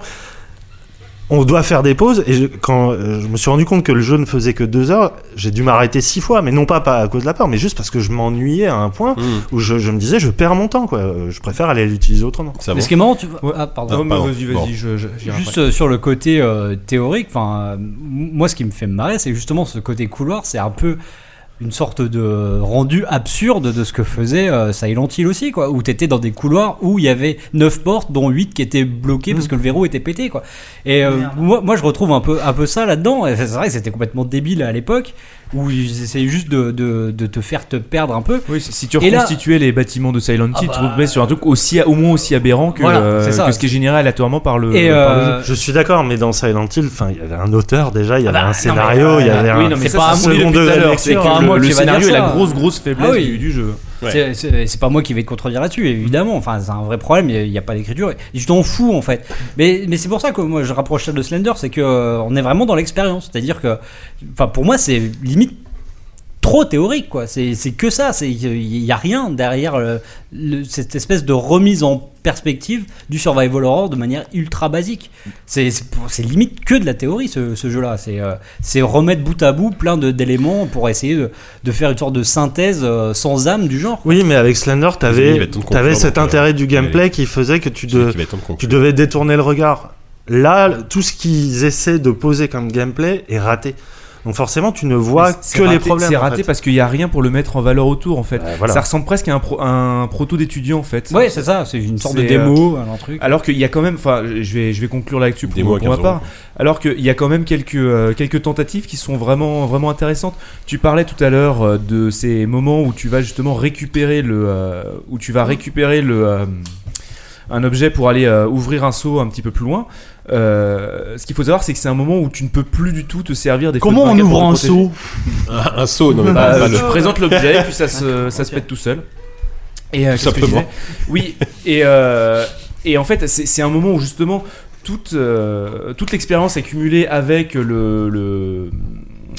Speaker 9: on doit faire des pauses et je- quand euh, je me suis rendu compte que le jeu ne faisait que deux heures, j'ai dû m'arrêter six fois, mais non pas, pas à cause de la peur, mais juste parce que je m'ennuyais à un point
Speaker 5: Hmm.
Speaker 9: où je, je me disais je perds mon temps quoi, Euh, je préfère aller l'utiliser autrement.
Speaker 2: Ça
Speaker 8: Mais ce qui est marrant, tu vois. Ah, pardon.
Speaker 5: Non, mais Pardon. vas-y, vas-y, Bon. je- je- j'irai
Speaker 8: Juste
Speaker 5: après.
Speaker 8: euh, sur le côté euh, théorique, enfin, euh, m- moi, ce qui me fait marrer, c'est justement ce côté couloir, c'est un peu une sorte de rendu absurde de ce que faisait euh, Silent Hill aussi, quoi, où t'étais dans des couloirs où il y avait 9 portes, dont 8 qui étaient bloquées
Speaker 5: Mm.
Speaker 8: parce que le verrou était pété, quoi. Et euh, moi, moi, je retrouve un peu, un peu ça là-dedans. Et C'est vrai que c'était complètement débile à l'époque, où ils essayaient juste de, de- de te faire te perdre un peu.
Speaker 5: si tu
Speaker 8: Et là-
Speaker 5: reconstituais les bâtiments de Silent
Speaker 8: Ah
Speaker 5: Hill, tu
Speaker 8: bah.
Speaker 5: tombais sur un truc aussi, au moins aussi aberrant que,
Speaker 8: Voilà,
Speaker 5: euh,
Speaker 8: c'est ça.
Speaker 5: que ce qui est généré aléatoirement par le,
Speaker 8: Et,
Speaker 5: par le
Speaker 8: euh,
Speaker 9: Je
Speaker 5: jeu.
Speaker 9: suis d'accord, mais dans Silent Hill, enfin, il y avait un auteur déjà, il y
Speaker 5: Ah bah,
Speaker 9: avait un scénario, il y avait
Speaker 5: euh, Oui,
Speaker 9: un
Speaker 5: non, mais
Speaker 9: c'est
Speaker 5: ça, ça, c'est
Speaker 9: second
Speaker 5: depuis tout à
Speaker 9: degré de
Speaker 5: l'heure,
Speaker 9: lecture.
Speaker 5: c'est que
Speaker 8: pas
Speaker 5: le-
Speaker 8: moi
Speaker 5: le
Speaker 8: qui va
Speaker 5: scénario
Speaker 8: dire
Speaker 5: est la
Speaker 8: ça.
Speaker 5: grosse, grosse faiblesse
Speaker 8: Ah oui.
Speaker 5: du- du jeu. Ouais.
Speaker 8: C'est- C'est c'est pas moi qui vais te contredire là-dessus, évidemment. Enfin, c'est un vrai problème. Il n'y a, pas d'écriture. Et Je t'en fous en fait. Mais, mais c'est pour ça que moi je rapproche ça de Slender, c'est que euh, on est vraiment dans l'expérience. C'est-à-dire que, enfin, pour moi, c'est limite trop théorique, quoi. C'est c'est que ça. C'est il n'y a rien derrière le- le- cette espèce de remise en perspective du survival horror de manière ultra basique. C'est c'est pour- c'est limite que de la théorie ce, ce jeu-là. C'est euh, c'est remettre bout à bout plein de- d'éléments pour essayer de, de faire une sorte de synthèse euh, sans âme du genre.
Speaker 9: Oui, mais avec Slender,
Speaker 8: Il va
Speaker 9: t'avais
Speaker 8: être temps de
Speaker 9: avais
Speaker 8: conclure,
Speaker 9: cet
Speaker 8: donc,
Speaker 9: intérêt
Speaker 8: euh,
Speaker 9: du gameplay qui faisait que tu, de- tu devais détourner le regard. Là, tout ce qu'ils essaient de poser comme gameplay est raté. Donc forcément, tu ne vois
Speaker 5: Mais c'est
Speaker 9: que les
Speaker 5: raté-
Speaker 9: problèmes.
Speaker 5: C'est
Speaker 9: en
Speaker 5: raté
Speaker 9: fait.
Speaker 5: parce qu'il n'y a rien pour le mettre en valeur autour en fait.
Speaker 2: Bah,
Speaker 9: voilà.
Speaker 5: Ça ressemble presque à un, pro- un proto d'étudiant en fait.
Speaker 8: Ouais, c'est ça, c'est une sorte de
Speaker 5: C'est, euh,
Speaker 8: démo, un truc.
Speaker 5: Alors qu'il y a quand même, enfin, je vais, je vais conclure là-dessus pour,
Speaker 2: Démo à
Speaker 5: pour ma
Speaker 2: 15 euros,
Speaker 5: part. Alors qu'il y a quand même quelques, euh, quelques tentatives qui sont vraiment, vraiment intéressantes. Tu parlais tout à l'heure euh, de ces moments où tu vas justement récupérer le, euh, où tu vas récupérer le. euh, un objet pour aller euh, ouvrir un seau un petit peu plus loin. Euh, ce qu'il faut savoir, c'est que c'est un moment où tu ne peux plus du tout te servir des. feux de
Speaker 3: Comment on
Speaker 5: 24 pour
Speaker 3: ouvre
Speaker 5: te
Speaker 3: un
Speaker 5: protéger.
Speaker 3: seau
Speaker 2: Un- un seau, non, mais
Speaker 5: Bah,
Speaker 2: pas- pas
Speaker 5: euh,
Speaker 2: le-
Speaker 5: Tu présentes l'objet, puis ça se, ça se pète tout seul. Et euh,
Speaker 2: Tout
Speaker 5: qu'est-ce que je
Speaker 2: simplement.
Speaker 5: disais Oui, et, euh, et en fait, c'est c'est un moment où justement toute, euh, toute l'expérience accumulée avec le. le-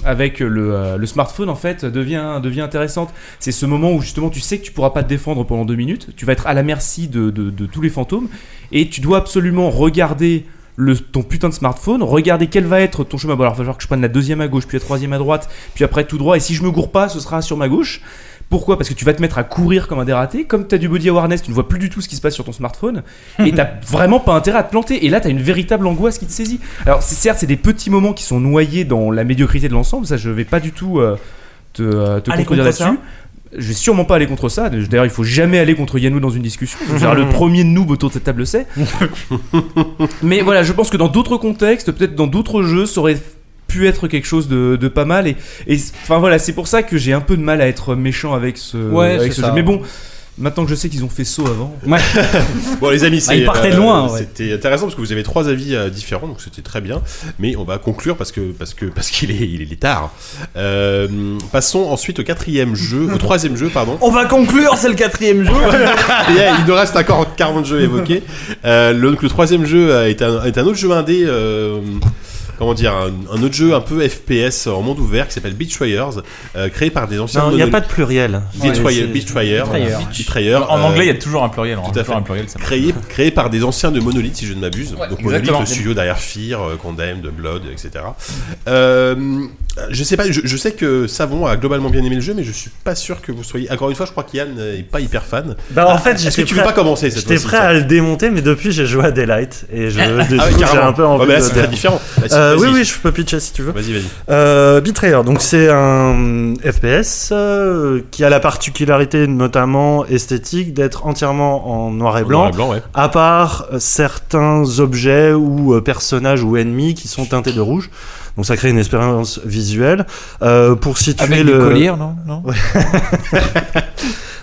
Speaker 5: avec le, euh, le smartphone en fait devient, devient intéressante. C'est ce moment où justement tu sais que tu pourras pas te défendre pendant deux minutes, tu vas être à la merci de, de- de tous les fantômes et tu dois absolument regarder le, ton putain de smartphone, regarder quel va être ton chemin. Bon, alors il va falloir que je prenne la deuxième à gauche, puis la troisième à droite, puis après tout droit. Et si je me gourre pas, ce sera sur ma gauche. Pourquoi Parce que tu vas te mettre à courir comme un dératé. Comme tu as du body awareness, tu ne vois plus du tout ce qui se passe sur ton smartphone. Et t'as vraiment pas intérêt à te planter. Et là, t'as une véritable angoisse qui te saisit. Alors, c'est- certes, c'est des petits moments qui sont noyés dans la médiocrité de l'ensemble. Ça, je vais pas du tout euh, te, euh, te
Speaker 3: Aller
Speaker 5: contredire
Speaker 3: contre ça.
Speaker 5: là-dessus. Je vais sûrement pas aller contre ça. D'ailleurs, il faut jamais aller contre Yannou dans une discussion. Je veux dire, le premier noob autour de cette table sait. Mais voilà, je pense que dans d'autres contextes, peut-être dans d'autres jeux, ça aurait pu être quelque chose de, de pas mal. Et, et enfin voilà, c'est pour ça que j'ai un peu de mal à être méchant avec ce,
Speaker 8: Ouais, c'est
Speaker 5: avec ce
Speaker 8: ça.
Speaker 5: jeu. Mais bon, maintenant que je sais qu'ils ont fait saut avant.
Speaker 2: bon les
Speaker 8: Ah,
Speaker 2: amis, c'est,
Speaker 5: il partait
Speaker 2: euh,
Speaker 5: loin. ouais.
Speaker 2: C'était intéressant parce que vous avez trois avis euh, différents, donc c'était très bien. Mais on va conclure parce que parce que parce qu'il est il est tard. Euh, passons ensuite au quatrième jeu, au troisième jeu pardon.
Speaker 3: On va conclure, c'est le quatrième jeu.
Speaker 2: Et, euh, il nous reste encore 40 jeux évoqués. Euh, le, donc, le troisième jeu euh, est un, est un autre jeu indé. euh, Comment dire, un, un autre jeu un peu FPS en monde ouvert qui s'appelle Beachwayers, euh, créé par des anciens.
Speaker 9: Non, il n'y a
Speaker 2: monolithes.
Speaker 9: pas de pluriel.
Speaker 2: Beachwire,
Speaker 9: Ouais, c'est-
Speaker 2: Beachwire,
Speaker 9: Beachwire.
Speaker 2: Beachwire,
Speaker 4: En
Speaker 2: euh,
Speaker 4: anglais, il y a toujours un pluriel. hein.
Speaker 2: tout à
Speaker 4: Toujours
Speaker 2: fait.
Speaker 4: un pluriel, ça marche.
Speaker 2: créé, créé par des anciens de Monolith, si je ne m'abuse. Donc Monolith,
Speaker 4: exactement.
Speaker 2: le studio derrière Fear, euh, Condemned, Blood, etc. Euh, Euh, Je sais pas, je, je sais que Savon a globalement bien aimé le jeu, mais je suis pas sûr que vous soyez. Encore une fois, je crois qu'Yann est pas hyper fan.
Speaker 9: Bah en
Speaker 2: Ah,
Speaker 9: fait,
Speaker 2: est-ce que
Speaker 9: j'étais
Speaker 2: tu
Speaker 9: prêt-
Speaker 2: veux pas commencer cette
Speaker 9: J'étais
Speaker 2: fois-ci,
Speaker 9: prêt
Speaker 2: ça
Speaker 9: à le démonter, mais depuis j'ai joué à Daylight et je
Speaker 2: Ah ouais,
Speaker 9: du coup, j'ai
Speaker 2: carrément.
Speaker 9: un peu
Speaker 2: Ouais,
Speaker 9: envie.
Speaker 2: mais là,
Speaker 9: de-
Speaker 2: c'est très différent. Là, c'est-
Speaker 9: Euh,
Speaker 2: vas-y.
Speaker 9: oui, oui, je peux pitcher si tu veux.
Speaker 2: Vas-y, vas-y.
Speaker 9: Euh, Betrayer, donc c'est un FPS euh, qui a la particularité, notamment esthétique, d'être entièrement en noir et
Speaker 2: En
Speaker 9: blanc,
Speaker 2: noir et blanc, ouais.
Speaker 9: à part euh, certains objets ou euh, personnages ou ennemis qui sont teintés de rouge. Donc ça crée une expérience visuelle. Euh, pour situer
Speaker 6: Avec
Speaker 9: le
Speaker 6: des colliers, non Non
Speaker 9: Ouais.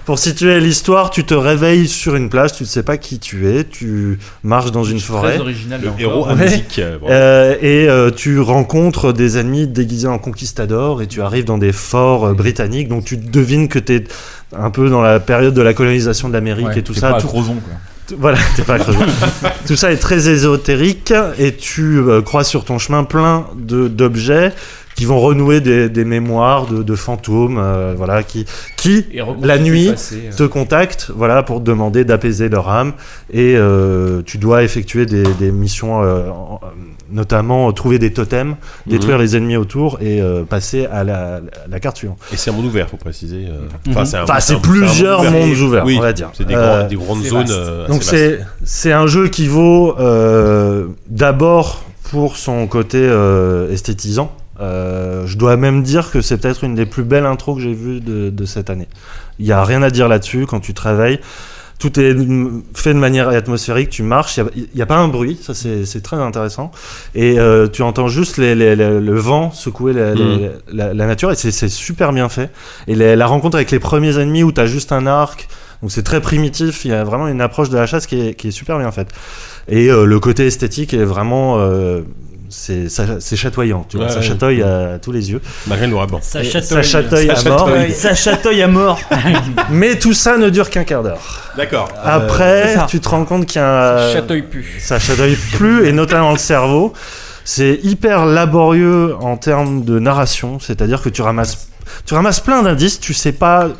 Speaker 9: Pour situer l'histoire, tu te réveilles sur une plage, tu ne sais pas qui tu es, tu marches dans une forêt.
Speaker 4: original,
Speaker 2: Le là héros encore. à musique, euh, bravo.
Speaker 9: Euh, et euh, tu rencontres des ennemis déguisés en conquistadors et tu arrives dans des forts euh, britanniques, donc tu devines que tu es un peu dans la période de la colonisation de l'Amérique
Speaker 4: Ouais,
Speaker 9: et tout
Speaker 4: t'es
Speaker 9: ça.
Speaker 4: pas à
Speaker 9: Tout-
Speaker 4: Crozon, quoi.
Speaker 9: tout- Voilà, t'es pas à Crozon. tout ça est très ésotérique et tu euh, croises sur ton chemin plein de- d'objets qui vont renouer des, des mémoires de, de fantômes, euh, voilà, qui, qui
Speaker 11: Et reconstituer
Speaker 9: la
Speaker 11: le
Speaker 9: nuit
Speaker 11: passé, euh.
Speaker 9: te contactent, voilà, pour te demander d'apaiser leur âme et euh, tu dois effectuer des, des missions, euh, en- notamment euh, trouver des
Speaker 11: Mhm.
Speaker 9: totems, détruire les ennemis autour et euh, passer à la, la carte suivante.
Speaker 2: Et c'est un monde ouvert, faut préciser. euh. Enfin, c'est un-
Speaker 9: Enfin,
Speaker 2: c'est un-
Speaker 9: c'est
Speaker 2: c'est un monde
Speaker 9: plusieurs
Speaker 2: ouvert.
Speaker 9: mondes ouverts,
Speaker 2: Oui,
Speaker 9: on va dire.
Speaker 2: c'est des
Speaker 9: Euh,
Speaker 2: grands- des grandes C'est zones, vaste. euh, assez
Speaker 9: Donc c'est
Speaker 2: vastes.
Speaker 9: c'est un jeu qui vaut euh, d'abord pour son côté euh, esthétisant. Euh, je dois même dire que c'est peut-être une des plus belles intros que j'ai vues de, de cette année. Il y a rien à dire là-dessus quand tu travailles. Tout est mm, fait de manière atmosphérique. Tu marches, il n'y a, pas un bruit, ça c'est c'est très intéressant. Et euh, tu entends juste les- les- les- le vent secouer les-
Speaker 2: Mhm.
Speaker 9: les- la, la nature et c'est c'est super bien fait. Et la, la rencontre avec les premiers ennemis où t'as juste un arc, donc c'est très primitif, il y a vraiment une approche de la chasse qui est, qui est super bien faite. Et euh, le côté esthétique est vraiment... euh, c'est ça- c'est chatoyant, tu vois,
Speaker 2: Ouais,
Speaker 9: ça
Speaker 2: ouais.
Speaker 9: chatoille à tous les yeux.
Speaker 2: Malgré le noir et blanc.
Speaker 9: Et Ça
Speaker 2: Ça chatoille.
Speaker 9: chatoille
Speaker 2: Ça
Speaker 9: à mort.
Speaker 2: chatoille.
Speaker 3: Ça chatouille à mort.
Speaker 9: Mais tout ça ne dure qu'un quart d'heure.
Speaker 2: D'accord.
Speaker 3: c'est
Speaker 9: Après,
Speaker 3: ça.
Speaker 9: tu te rends compte qu'il y a un...
Speaker 2: Euh,
Speaker 9: euh,
Speaker 2: Ça chatouille plus.
Speaker 9: Ça chatouille plus, et notamment le cerveau. C'est hyper laborieux en termes de narration, c'est-à-dire que tu ramasses, tu ramasses plein d'indices, tu sais pas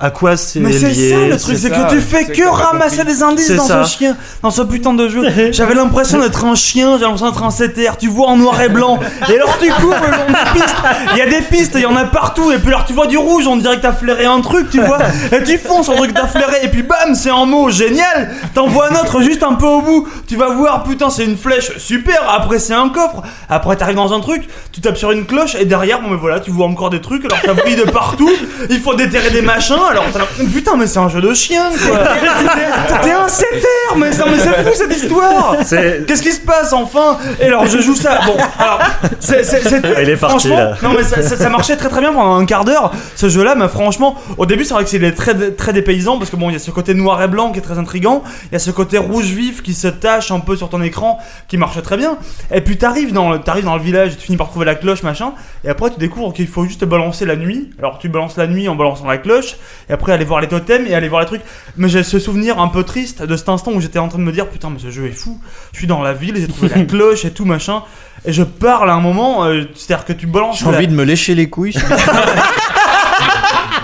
Speaker 9: à quoi c'est
Speaker 3: Mais
Speaker 9: lié.
Speaker 3: c'est ça le truc, c'est que tu fais que ramasser des indices
Speaker 9: C'est
Speaker 3: dans
Speaker 9: ça.
Speaker 3: ce chien, dans ce putain de jeu. J'avais l'impression d'être un chien, j'avais l'impression d'être un CTR, tu vois en noir et blanc. Et alors tu cours le long des pistes, il y a des pistes, il y en a partout. Et puis alors tu vois du rouge, on dirait que t'as flairé un truc, tu vois. Et tu fonces un truc que t'as flairé, et puis bam, c'est en mot, génial. T'en vois un autre juste un peu au bout. Tu vas voir, putain, c'est une flèche, super. Après c'est un coffre. Après t'arrives dans un truc, tu tapes sur une cloche, et derrière, bon mais voilà, tu vois encore des trucs. Alors t'as pris de partout, il faut déterrer des machins. Alors t'as l'impression, putain, mais c'est un jeu de chien, quoi. T'es un CTR, mais, ça- mais c'est fou cette histoire.
Speaker 9: C'est-
Speaker 3: Qu'est-ce qui se passe enfin Et alors je joue ça. Bon, alors c'est- c'est- c'est-
Speaker 9: Ah, il est parti,
Speaker 3: franchement,
Speaker 9: là.
Speaker 3: non mais ça, ça- ça marchait très très bien pendant un quart d'heure. Ce jeu-là, mais franchement, au début c'est vrai que c'est très très dépaysant parce que bon, il y a ce côté noir et blanc qui est très intrigant. Il y a ce côté rouge vif qui se tache un peu sur ton écran, qui marche très bien. Et puis t'arrives dans le t'arrives dans le village, tu finis par trouver la cloche machin. Et après tu découvres qu'il faut juste balancer la nuit. Alors tu balances la nuit en balançant la cloche. Et après aller voir les totems et aller voir les trucs. Mais j'ai ce souvenir un peu triste de cet instant où j'étais en train de me dire putain mais ce jeu est fou. Je suis dans la ville, j'ai trouvé la cloche et tout machin. Et je parle à un moment, euh, c'est-à-dire que tu balances.
Speaker 6: J'ai envie de me lécher les couilles.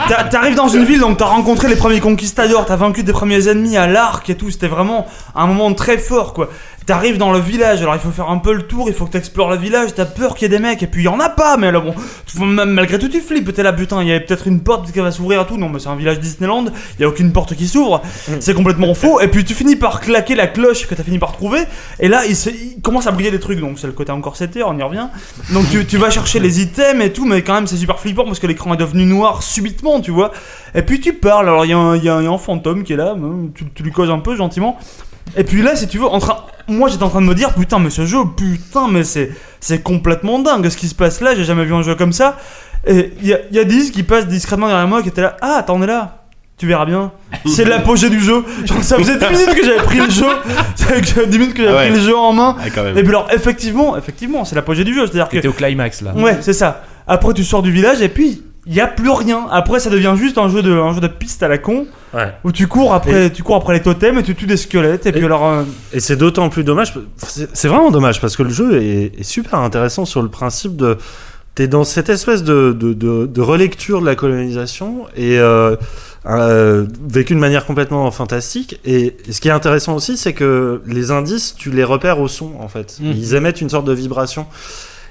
Speaker 3: T'a- T'arrives dans une ville, donc t'as rencontré les premiers conquistadors, t'as vaincu des premiers ennemis à l'arc et tout. C'était vraiment un moment très fort, quoi. T'arrives dans le village, alors il faut faire un peu le tour, il faut que t'explores le village, t'as peur qu'il y ait des mecs, et puis il y en a pas, mais alors bon, tu- même malgré tout tu flippes, t'es là, putain, il y avait peut-être une porte peut-être qu'elle va s'ouvrir et tout, non mais c'est un village Disneyland, il y a aucune porte qui s'ouvre, c'est complètement faux, et puis tu finis par claquer la cloche que t'as fini par trouver, et là il, se- il commence à briller des trucs, donc c'est le côté encore CT, on y revient, donc tu, tu vas chercher les items et tout, mais quand même c'est super flippant parce que l'écran est devenu noir subitement, tu vois, et puis tu parles, alors il y, a un- il y a un il y a un fantôme qui est là, hein, tu, tu lui causes un peu gentiment, et puis là, si tu veux, en train... moi j'étais en train de me dire, putain, mais ce jeu, putain, mais c'est, c'est complètement dingue ce qui se passe là, j'ai jamais vu un jeu comme ça. Et il y, a- il y a Diz qui passe discrètement derrière moi qui était là, ah, t'en es là tu verras bien. C'est l'apogée du jeu. Genre, ça faisait 10 minutes que j'avais pris le jeu. Ça faisait 10 minutes que j'avais
Speaker 2: Ah ouais.
Speaker 3: pris le jeu en main.
Speaker 2: Ah, quand même.
Speaker 3: Et puis alors, effectivement, effectivement, c'est l'apogée du jeu. C'est-à-dire que.
Speaker 11: T'es au climax là.
Speaker 3: Ouais, c'est ça. Après, tu sors du village et puis il y a plus rien. Après, ça devient juste un jeu de, un jeu de piste à la con. Où tu cours après, tu cours après les totems et tu tues des squelettes. Et, puis alors. euh,
Speaker 9: Et c'est d'autant plus dommage, c'est c'est vraiment dommage parce que le jeu est, est super intéressant sur le principe de. T'es dans cette espèce de, de, de- de relecture de la colonisation et euh, euh, vécu de manière complètement fantastique. Et, et ce qui est intéressant aussi, c'est que les indices, tu les repères au son en fait.
Speaker 5: Mmh.
Speaker 11: Mhm.
Speaker 9: Ils émettent une sorte de vibration.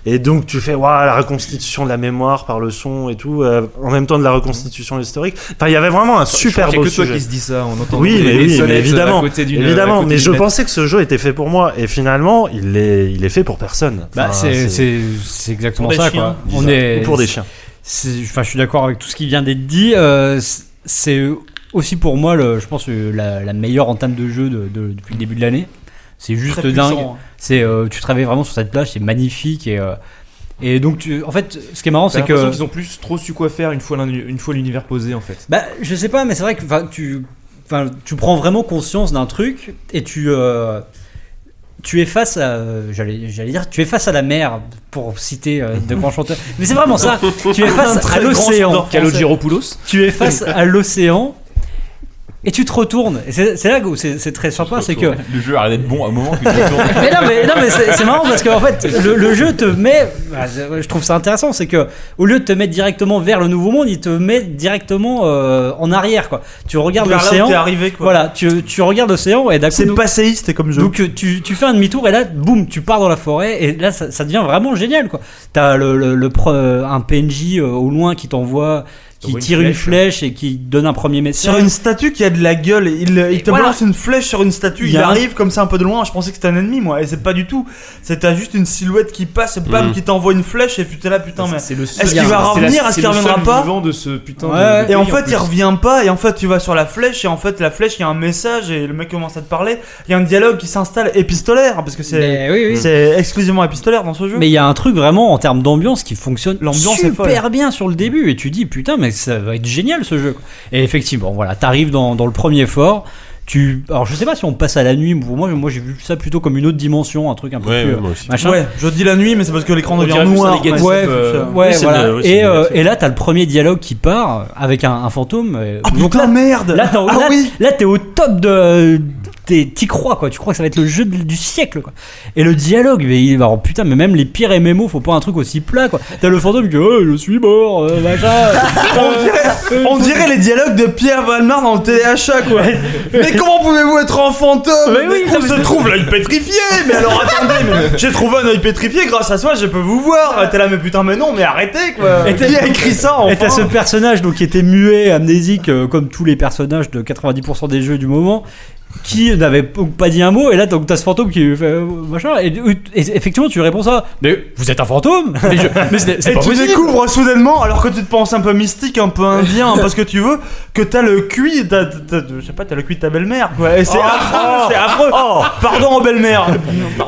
Speaker 9: Et donc tu fais waouh la reconstitution de la mémoire par le son et tout, euh, en même temps de la reconstitution historique. Enfin, il y avait vraiment un super
Speaker 5: qu'il y a
Speaker 9: beau
Speaker 5: que toi
Speaker 9: sujet.
Speaker 5: qui se dis ça, on entend
Speaker 9: Oui,
Speaker 5: les-
Speaker 9: mais,
Speaker 5: les
Speaker 9: oui, mais
Speaker 5: sonnettes à
Speaker 9: évidemment,
Speaker 5: côté d'une- à
Speaker 9: évidemment.
Speaker 5: côté
Speaker 9: Mais
Speaker 5: d'une
Speaker 9: je
Speaker 5: lettre.
Speaker 9: pensais que ce jeu était fait pour moi, et finalement, il est, il est fait pour personne.
Speaker 8: Bah,
Speaker 9: Enfin,
Speaker 8: c'est- c'est c'est exactement
Speaker 9: Pour des
Speaker 8: ça.
Speaker 9: chiens,
Speaker 8: quoi.
Speaker 9: disons.
Speaker 8: On est
Speaker 9: Ou pour des chiens.
Speaker 8: c'est- Enfin, je suis d'accord avec tout ce qui vient d'être dit. euh, c'est- c'est aussi pour moi, le, je pense, euh, la, la meilleure entame de jeu de- de- depuis le début de l'année. C'est juste
Speaker 14: Très
Speaker 8: dingue.
Speaker 14: puissant, hein.
Speaker 8: C'est euh, tu travailles vraiment sur cette plage, c'est magnifique et euh, et donc tu, en fait, ce qui est marrant,
Speaker 5: T'as
Speaker 8: c'est que
Speaker 5: l'impression qu'ils ont plus trop su quoi faire une fois l'un- une fois l'univers posé en fait.
Speaker 8: Bah, je sais pas, mais c'est vrai que enfin, tu, enfin, tu prends vraiment conscience d'un truc et tu, euh, tu es face à, euh, j'allais j'allais dire, tu es face à la mer, pour citer euh, de grands chanteurs. Mais c'est vraiment ça. Tu es
Speaker 5: Un
Speaker 8: face à
Speaker 5: très grand
Speaker 8: l'océan.
Speaker 5: chanteur Calogéropoulos.
Speaker 8: Tu es face à l'océan. Et tu te retournes. Et c'est c'est là où c'est c'est très sympa, c'est que
Speaker 4: Le jeu arrête d'être bon à un moment que tu retournes.
Speaker 8: mais non, mais, non, mais c'est c'est marrant parce qu'en fait, le, le jeu te met. bah, Je trouve ça intéressant, c'est que au lieu de te mettre directement vers le nouveau monde, il te met directement euh, en arrière, quoi. Tu regardes
Speaker 3: Vers là où
Speaker 8: l'océan.
Speaker 3: t'es arrivé, quoi.
Speaker 8: Voilà, tu, tu regardes l'océan et d'un coup.
Speaker 3: C'est passéiste comme jeu.
Speaker 8: Donc euh, tu, tu fais un demi-tour et là, boum, tu pars dans la forêt et là, ça, ça devient vraiment génial, quoi. T'as le, le, le pre- un PNJ euh, au loin qui t'envoie, qui
Speaker 3: T'envoie une
Speaker 8: tire une flèche et qui donne un premier message.
Speaker 3: Sur une statue qui a de la gueule, il, euh, il te
Speaker 8: voilà.
Speaker 3: balance une flèche sur une statue,
Speaker 8: Il
Speaker 3: il,
Speaker 8: y a un-
Speaker 3: arrive comme ça un peu de loin, je pensais que c'était un ennemi moi, et c'est pas du tout. C'était juste une silhouette qui passe, et bam,
Speaker 5: Mm.
Speaker 3: qui t'envoie une flèche, et putain là, putain, mais
Speaker 5: C'est le seul-
Speaker 3: est-ce qu'il
Speaker 5: c'est
Speaker 3: va
Speaker 5: la-
Speaker 3: revenir, est-ce
Speaker 5: c'est
Speaker 3: qu'il
Speaker 5: le
Speaker 3: reviendra
Speaker 5: seul
Speaker 3: pas
Speaker 5: vivant de ce putain de-
Speaker 3: Ouais.
Speaker 5: de pays,
Speaker 3: Et en
Speaker 5: en
Speaker 3: fait,
Speaker 5: plus.
Speaker 3: il revient pas, et en fait, tu vas sur la flèche, et en fait, la flèche, il y a un message, et le mec commence à te parler, il y a un dialogue qui s'installe épistolaire, parce que c'est
Speaker 8: Mais oui, oui.
Speaker 3: c'est exclusivement épistolaire dans ce jeu.
Speaker 8: Mais il y a un truc vraiment en termes d'ambiance qui fonctionne
Speaker 3: L'ambiance est folle.
Speaker 8: super bien sur le début et tu dis putain mais ça va être génial ce jeu. quoi. Et effectivement voilà t'arrives dans, dans le premier fort. Tu... Alors je sais pas si on passe à la nuit, mais pour moi, moi j'ai vu ça plutôt comme une autre dimension, un truc un peu
Speaker 3: Ouais,
Speaker 8: plus
Speaker 3: ouais,
Speaker 8: euh,
Speaker 3: moi aussi.
Speaker 8: machin.
Speaker 3: Ouais, je dis la nuit, mais c'est parce que l'écran
Speaker 8: On
Speaker 3: devient
Speaker 8: dirait plus
Speaker 3: noir,
Speaker 8: un Legacy,
Speaker 3: ouais,
Speaker 8: euh,
Speaker 3: euh,
Speaker 8: ouais,
Speaker 3: oui, c'est
Speaker 8: voilà.
Speaker 3: le- oui, c'est
Speaker 8: et,
Speaker 3: le
Speaker 8: euh,
Speaker 3: Legacy.
Speaker 8: et là t'as le premier dialogue qui part avec un, un fantôme. euh, donc
Speaker 3: putain,
Speaker 8: là,
Speaker 3: merde
Speaker 8: Là t'es au-
Speaker 3: Ah
Speaker 8: là-
Speaker 3: oui
Speaker 8: là, t'es au top de t'es- t'y crois quoi tu crois que ça va être le jeu de- du siècle quoi et le dialogue mais il alors, putain mais même les pires MMO faut pas un truc aussi plat quoi t'as le fantôme qui oh, je suis mort euh, machin Euh,
Speaker 3: on, dirait, on dirait les dialogues de Pierre Valmar dans le téléachat, quoi. Mais comment pouvez-vous être en fantôme
Speaker 5: Mais oui,
Speaker 3: on
Speaker 5: non, mais
Speaker 3: se
Speaker 5: c'est-
Speaker 3: trouve l'œil pétrifié. Mais alors attendez, mais j'ai trouvé un œil pétrifié grâce à soi, je peux vous voir. Ah, T'es là, mais putain, mais non, mais arrêtez, quoi.
Speaker 8: Et t'as-
Speaker 3: Qui a écrit ça enfin
Speaker 8: Et t'as ce personnage donc qui était muet, amnésique, euh, comme tous les personnages de 90% des jeux du moment, qui n'avait p- pas dit un mot. Et là, donc t'as ce fantôme qui fait euh, machin. Et, et effectivement, tu réponds ça. Mais vous êtes un fantôme. Mais, je- mais c'est c'est
Speaker 3: Et
Speaker 8: pas
Speaker 3: tu
Speaker 8: possible.
Speaker 3: découvres soudainement, alors que tu te penses un peu mystique, un peu indien, parce que tu veux, que t'as le cuit, t'as- t'as- je sais pas, t'as le cuit de ta belle-mère, quoi. Et c'est
Speaker 8: Oh,
Speaker 3: affreux, c'est affreux. Pardon, belle-mère.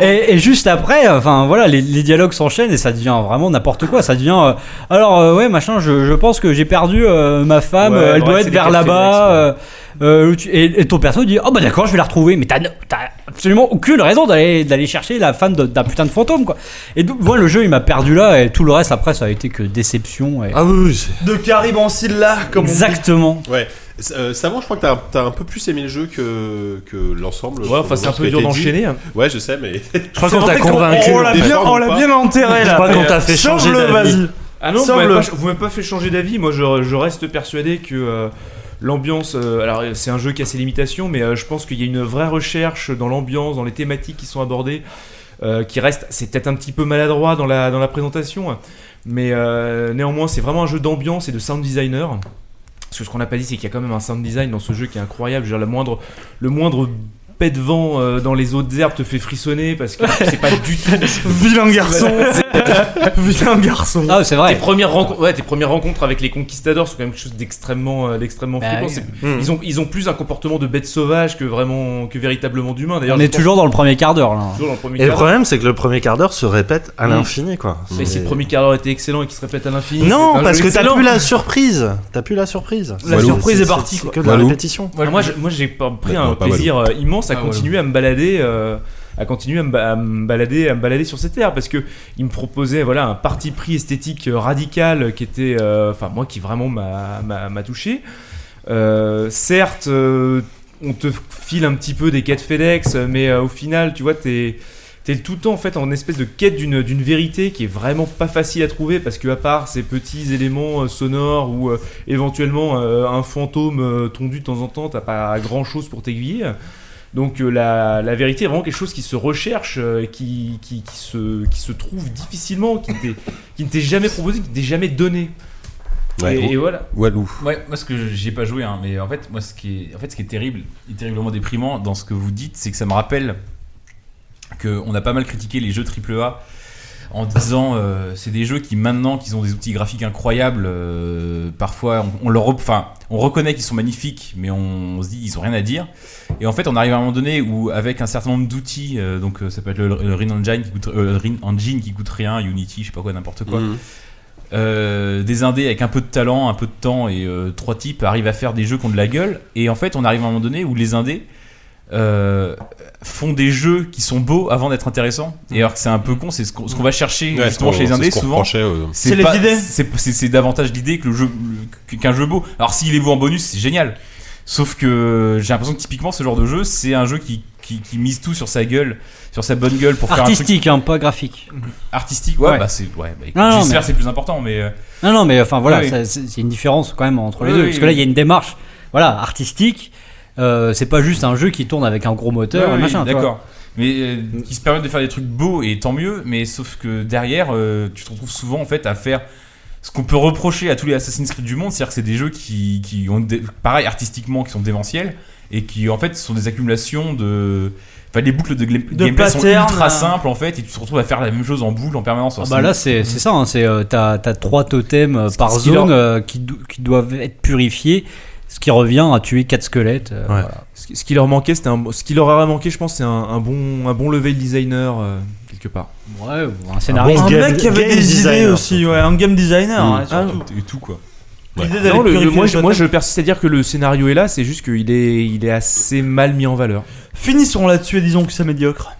Speaker 8: Et, et juste après, enfin voilà, les, les dialogues s'enchaînent et ça devient vraiment n'importe quoi. Ça devient euh, alors euh, ouais machin. Je, je pense que j'ai perdu euh, ma femme.
Speaker 14: Ouais,
Speaker 8: euh, elle
Speaker 14: ouais,
Speaker 8: doit
Speaker 14: c'est
Speaker 8: être
Speaker 14: des
Speaker 8: vers
Speaker 14: cas de
Speaker 8: là-bas. euh, euh, tu- et, et ton perso dit oh bah d'accord, je vais la retrouver. Mais t'as t'as absolument aucune raison d'aller d'aller chercher la femme de- d'un putain de fantôme quoi. Et donc voilà, le jeu il m'a perdu là et tout le reste après ça a été que déception. Et...
Speaker 9: Ah oui.
Speaker 3: De Caribancil là, comme on dit.
Speaker 8: Exactement.
Speaker 2: Ouais. C'est- euh, Savant, je crois que t'as, t'as un peu plus aimé le jeu que, que l'ensemble.
Speaker 5: Ouais, enfin, c'est un
Speaker 2: Ce
Speaker 5: peu
Speaker 2: qui a
Speaker 5: dur
Speaker 2: été dit.
Speaker 5: d'enchaîner, hein.
Speaker 2: Ouais, je sais, mais. Je
Speaker 5: crois qu'on t'a convaincu.
Speaker 2: On,
Speaker 5: On l'a
Speaker 2: l'a
Speaker 5: bien-
Speaker 2: bien,
Speaker 5: on l'a bien
Speaker 3: enterré, là. Je crois qu'on t'a fait changer Sauve-le, d'avis. vas-y.
Speaker 5: Ah non, vous
Speaker 3: Sauve-le.
Speaker 5: m'avez pas, vous m'avez pas fait changer d'avis. Moi, je, je reste persuadé que euh, l'ambiance. euh, alors, euh, c'est un jeu qui a ses limitations, mais euh, je pense qu'il y a une vraie recherche dans l'ambiance, dans les thématiques qui sont abordées, euh, qui reste. C'est peut-être un petit peu maladroit dans la, dans la présentation, mais euh, néanmoins, c'est vraiment un jeu d'ambiance et de sound designer. Parce que ce qu'on n'a pas dit, c'est qu'il y a quand même un sound design dans ce jeu qui est incroyable. Je veux dire, la moindre, le moindre paix de vent euh, dans les hautes herbes te fait frissonner parce que c'est pas du tout.
Speaker 3: Vilain garçon.
Speaker 5: C'est-
Speaker 3: Vilain garçon
Speaker 8: Ah, c'est vrai.
Speaker 5: Tes premières, rencontres, ouais, tes premières rencontres avec les conquistadors sont quand même quelque chose d'extrêmement euh, d'extrêmement
Speaker 8: Bah
Speaker 5: flippant.
Speaker 8: oui.
Speaker 5: C'est-
Speaker 8: Mm.
Speaker 5: Ils, ont, ils ont plus un comportement de bête sauvage que, vraiment, que véritablement d'humain. D'ailleurs,
Speaker 8: On
Speaker 5: je
Speaker 8: est
Speaker 5: pense-
Speaker 8: toujours dans le premier quart d'heure là.
Speaker 5: Toujours dans le
Speaker 9: Et
Speaker 5: premier
Speaker 9: le
Speaker 5: quart d'heure.
Speaker 9: problème, c'est que le premier quart d'heure se répète à
Speaker 5: Mm.
Speaker 9: l'infini, quoi.
Speaker 5: Mais si le premier quart d'heure était excellent et qu'il se répète à l'infini. c'est
Speaker 9: Non,
Speaker 5: un
Speaker 9: parce
Speaker 5: jeu
Speaker 9: que t'as
Speaker 5: excellent.
Speaker 9: plus la surprise. T'as plus la surprise.
Speaker 5: La
Speaker 9: C'est-
Speaker 5: surprise
Speaker 9: c'est-
Speaker 5: est partie,
Speaker 9: c'est
Speaker 5: quoi.
Speaker 9: que
Speaker 8: Bah,
Speaker 9: de la
Speaker 5: Walou.
Speaker 9: répétition.
Speaker 5: Voilà, moi, je- moi, j'ai pas- pris
Speaker 9: Maintenant,
Speaker 5: un
Speaker 9: pas
Speaker 5: plaisir
Speaker 9: Walou.
Speaker 5: euh, immense à
Speaker 9: Ah,
Speaker 5: continuer à me balader, euh, à continuer à me, ba- à me balader, à me balader sur cette terre parce que il me proposait voilà un parti pris esthétique euh, radical qui était, euh, enfin moi qui vraiment m'a- m'a m'a touché. Euh, certes, euh, on te file un petit peu des quêtes FedEx, mais euh, au final, tu vois, t'es T'es tout le temps en fait en espèce de quête d'une d'une vérité qui est vraiment pas facile à trouver parce que à part ces petits éléments euh, sonores ou euh, éventuellement euh, un fantôme euh, tondu de temps en temps, t'as pas grand chose pour t'aiguiller.
Speaker 11: Donc euh, la, la vérité est vraiment quelque chose qui se recherche, euh, qui, qui, qui se, qui se trouve difficilement, qui, t'est- qui ne t'est jamais proposé, qui ne t'est jamais donné.
Speaker 2: Ouais,
Speaker 11: et, et
Speaker 2: ou-
Speaker 11: voilà.
Speaker 2: Walou.
Speaker 4: Ouais, moi ce que j'ai pas joué, hein, mais en fait, moi ce qui est, en fait, ce qui est terrible et terriblement déprimant dans ce que vous dites, c'est que ça me rappelle qu'on a pas mal critiqué les jeux AAA en disant euh, c'est des jeux qui maintenant qu'ils ont des outils graphiques incroyables euh, parfois on, on leur rep- enfin on reconnaît qu'ils sont magnifiques mais on, on se dit ils ont rien à dire et en fait on arrive à un moment donné où avec un certain nombre d'outils euh, donc euh, ça peut être le, le Rin Engine qui coûte euh, Rin Engine qui coûte rien Unity je sais pas quoi n'importe quoi
Speaker 2: Mhm.
Speaker 4: Euh, des indés avec un peu de talent, un peu de temps et euh, trois types arrivent à faire des jeux qui ont de la gueule. Et en fait, on arrive à un moment donné où les indés euh, font des jeux qui sont beaux avant d'être intéressants. Et alors que c'est un peu con, c'est ce qu'on ce qu'on va chercher
Speaker 2: Ouais,
Speaker 4: justement
Speaker 2: c'est
Speaker 4: chez les
Speaker 2: ce
Speaker 4: indés
Speaker 2: qu'on
Speaker 4: souvent.
Speaker 2: reprochait, euh.
Speaker 3: C'est les
Speaker 4: pas-
Speaker 3: idées.
Speaker 4: C'est c'est- c'est davantage l'idée que le jeu le- qu'un jeu beau. Alors s'il est beau en bonus, c'est génial. Sauf que j'ai l'impression que typiquement ce genre de jeu, c'est un jeu qui, qui, qui mise tout sur sa gueule, sur sa bonne gueule pour faire un
Speaker 8: Artistique,
Speaker 4: truc
Speaker 8: hein, pas graphique.
Speaker 4: artistique. Ouais,
Speaker 8: Ouais.
Speaker 4: bah c'est ouais, bah, écoute,
Speaker 8: Non, non,
Speaker 4: j'espère
Speaker 8: mais-
Speaker 4: c'est plus important, mais euh,
Speaker 8: Non, non, mais enfin voilà,
Speaker 4: Oui, oui.
Speaker 8: ça- c'est c'est une différence quand même entre les
Speaker 4: Oui,
Speaker 8: deux.
Speaker 4: oui,
Speaker 8: parce que là,
Speaker 4: oui.
Speaker 8: il y a une démarche voilà, artistique. Euh, c'est pas juste un jeu qui tourne avec un gros moteur,
Speaker 4: Ouais,
Speaker 8: un
Speaker 4: oui,
Speaker 8: machin. tu vois. Mm.
Speaker 4: D'accord. Mais euh, qui se permettent de faire des trucs beaux et tant mieux, mais sauf que derrière, euh, tu te retrouves souvent en fait à faire ce qu'on peut reprocher à tous les Assassin's Creed du monde, c'est-à-dire que c'est des jeux qui, qui ont des- pareil artistiquement qui sont démentiels et qui en fait sont des accumulations de Enfin, les boucles de, gla-
Speaker 3: De
Speaker 4: gameplay sont
Speaker 3: patterns,
Speaker 4: ultra
Speaker 3: hein.
Speaker 4: simples en fait, et tu te retrouves à faire la même chose en boule en permanence. Mm.
Speaker 8: Ah bah là, c'est c'est ça. hein, c'est euh, t'as t'as trois totems euh, par
Speaker 4: ce qui
Speaker 8: zone
Speaker 4: leur-
Speaker 8: euh, qui, do- qui doivent être purifiés, ce qui revient à tuer quatre squelettes. euh, voilà.
Speaker 11: Ce, qui- ce qui leur manquait, c'était un, ce qui leur aurait manqué, je pense, c'est un, un bon, un bon level designer euh, quelque part.
Speaker 8: Ouais, ou un scénariste.
Speaker 11: bon
Speaker 3: un
Speaker 11: game-
Speaker 3: mec qui avait
Speaker 11: game
Speaker 3: des idées
Speaker 11: designer,
Speaker 3: aussi, ouais, un game designer.
Speaker 11: Mm.
Speaker 3: ouais,
Speaker 5: Ah,
Speaker 3: surtout.
Speaker 4: Ah, et tout quoi.
Speaker 3: L'idée d'aller
Speaker 11: Non, le- le-
Speaker 3: purifier
Speaker 11: moi,
Speaker 3: le
Speaker 11: je, moi, je persiste à dire que le scénario est là, c'est juste qu'il est, il est assez mal mis en valeur.
Speaker 3: Finissons là-dessus et disons que c'est médiocre.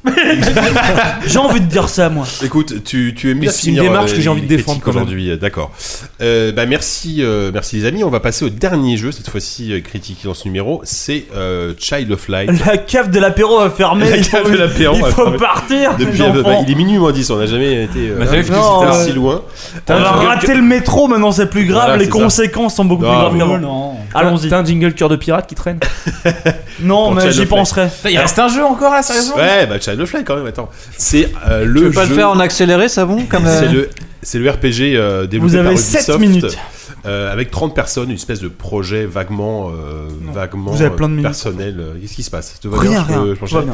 Speaker 3: J'ai envie de dire ça, moi.
Speaker 2: Écoute, tu, tu aimes euh,
Speaker 11: Là, c'est une démarche que j'ai envie de défendre, quand même.
Speaker 2: aujourd'hui. D'accord. Euh, bah merci, euh, merci les amis. On va passer au dernier jeu cette fois-ci euh, critiqué dans ce numéro. C'est euh, Child of Light.
Speaker 3: La cave de l'apéro va fermer.
Speaker 2: La
Speaker 3: Oh, il faut-
Speaker 2: cave de l'apéro
Speaker 3: Il
Speaker 2: va
Speaker 3: faut
Speaker 2: fermer.
Speaker 3: partir.
Speaker 2: Depuis,
Speaker 3: les
Speaker 2: euh, bah,
Speaker 3: enfants.
Speaker 2: il est minuit moins 10, on n'a jamais été euh,
Speaker 4: Bah, j'avais cru que
Speaker 2: aussi
Speaker 4: c'était
Speaker 2: si
Speaker 4: un-
Speaker 2: loin.
Speaker 3: On va rater le métro maintenant, c'est plus grave.
Speaker 2: Voilà,
Speaker 3: les
Speaker 2: c'est ça.
Speaker 3: conséquences sont beaucoup
Speaker 2: Ah,
Speaker 3: plus
Speaker 2: oui.
Speaker 3: graves. qu'avant.
Speaker 8: Non.
Speaker 3: Allons-y.
Speaker 11: T'as un jingle cœur de pirate qui traîne
Speaker 3: Non,
Speaker 2: Pour
Speaker 3: Oh, mais
Speaker 2: Child
Speaker 3: j'y
Speaker 2: of Light.
Speaker 3: penserai.
Speaker 4: Putain, Bah, Il reste un jeu encore là, sérieusement
Speaker 2: Ouais, bah Child of Light quand même, attends. C'est euh, le
Speaker 6: Tu veux pas
Speaker 2: jeu-
Speaker 6: le faire en accéléré, ça bon comme euh la-
Speaker 2: C'est
Speaker 4: euh,
Speaker 2: le, c'est le RPG euh, développé
Speaker 3: Vous avez
Speaker 2: par
Speaker 3: sept
Speaker 2: Ubisoft,
Speaker 3: minutes.
Speaker 2: euh, avec 30 personnes, une espèce de projet vaguement, euh, vaguement
Speaker 3: vous avez plein de
Speaker 2: euh,
Speaker 3: minutes.
Speaker 2: personnel. euh, Qu'est-ce qui se passe Tout va
Speaker 3: Rien,
Speaker 2: bien, je peux-
Speaker 3: rien.
Speaker 2: je peux enchaîner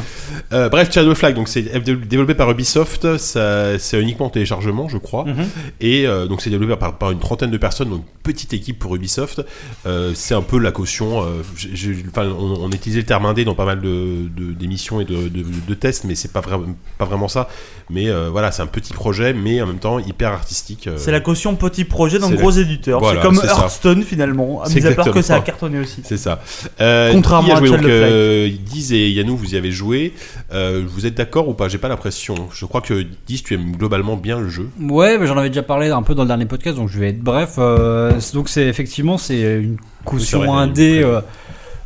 Speaker 2: Euh, bref, Child of Light, donc c'est développé par Ubisoft, ça- c'est uniquement en téléchargement, je crois,
Speaker 3: Mhm.
Speaker 2: et euh, donc c'est développé par, par une trentaine de personnes, donc petite équipe pour Ubisoft. Euh, c'est un peu la caution. euh, j'ai- j'ai- enfin, on, on utilisait le terme indé dans pas mal de de- d'émissions et de, de- de tests, mais c'est pas vraiment pas vraiment ça. Mais euh, voilà, c'est un petit projet, mais en même temps hyper artistique. euh,
Speaker 3: C'est la caution petit projet d'un
Speaker 2: c'est
Speaker 3: gros
Speaker 2: la-
Speaker 3: éditeur.
Speaker 2: Voilà,
Speaker 3: c'est comme
Speaker 2: c'est ça.
Speaker 3: Hearthstone finalement, à
Speaker 2: C'est
Speaker 3: mis à part
Speaker 2: exactement
Speaker 3: que ça a
Speaker 2: ça.
Speaker 3: cartonné aussi.
Speaker 2: C'est ça. Euh,
Speaker 3: Contrairement
Speaker 2: qui y a
Speaker 3: à
Speaker 2: joué,
Speaker 3: Child
Speaker 2: donc,
Speaker 3: of Light.
Speaker 2: euh, Diz et Yannou, vous y avez joué. Euh, vous êtes d'accord ou pas J'ai pas l'impression. Je crois que Diz, tu aimes globalement bien le jeu.
Speaker 8: Ouais, mais j'en avais déjà parlé un peu dans le dernier podcast, donc je vais être bref. Euh, c'est- donc c'est effectivement c'est une caution
Speaker 2: Oui, c'est vrai,
Speaker 8: indé
Speaker 2: il
Speaker 8: euh,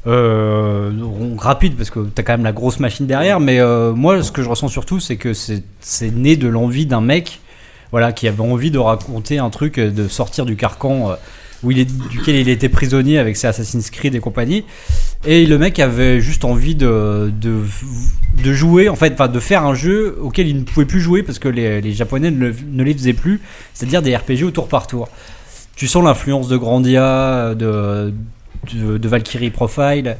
Speaker 8: euh, ron- rapide parce que t'as quand même la grosse machine derrière. Mais euh, moi, ce que je ressens surtout, c'est que c'est c'est né de l'envie d'un mec, voilà, qui avait envie de raconter un truc, euh, de sortir du carcan. euh, où il est, duquel il était prisonnier avec ses Assassin's Creed et compagnie. Et le mec avait juste envie de, de, de jouer, en fait, enfin de faire un jeu auquel il ne pouvait plus jouer parce que les, les Japonais ne, le- ne les faisaient plus, c'est-à-dire des RPG au tour par tour. Tu sens l'influence de Grandia, de, de, de Valkyrie Profile.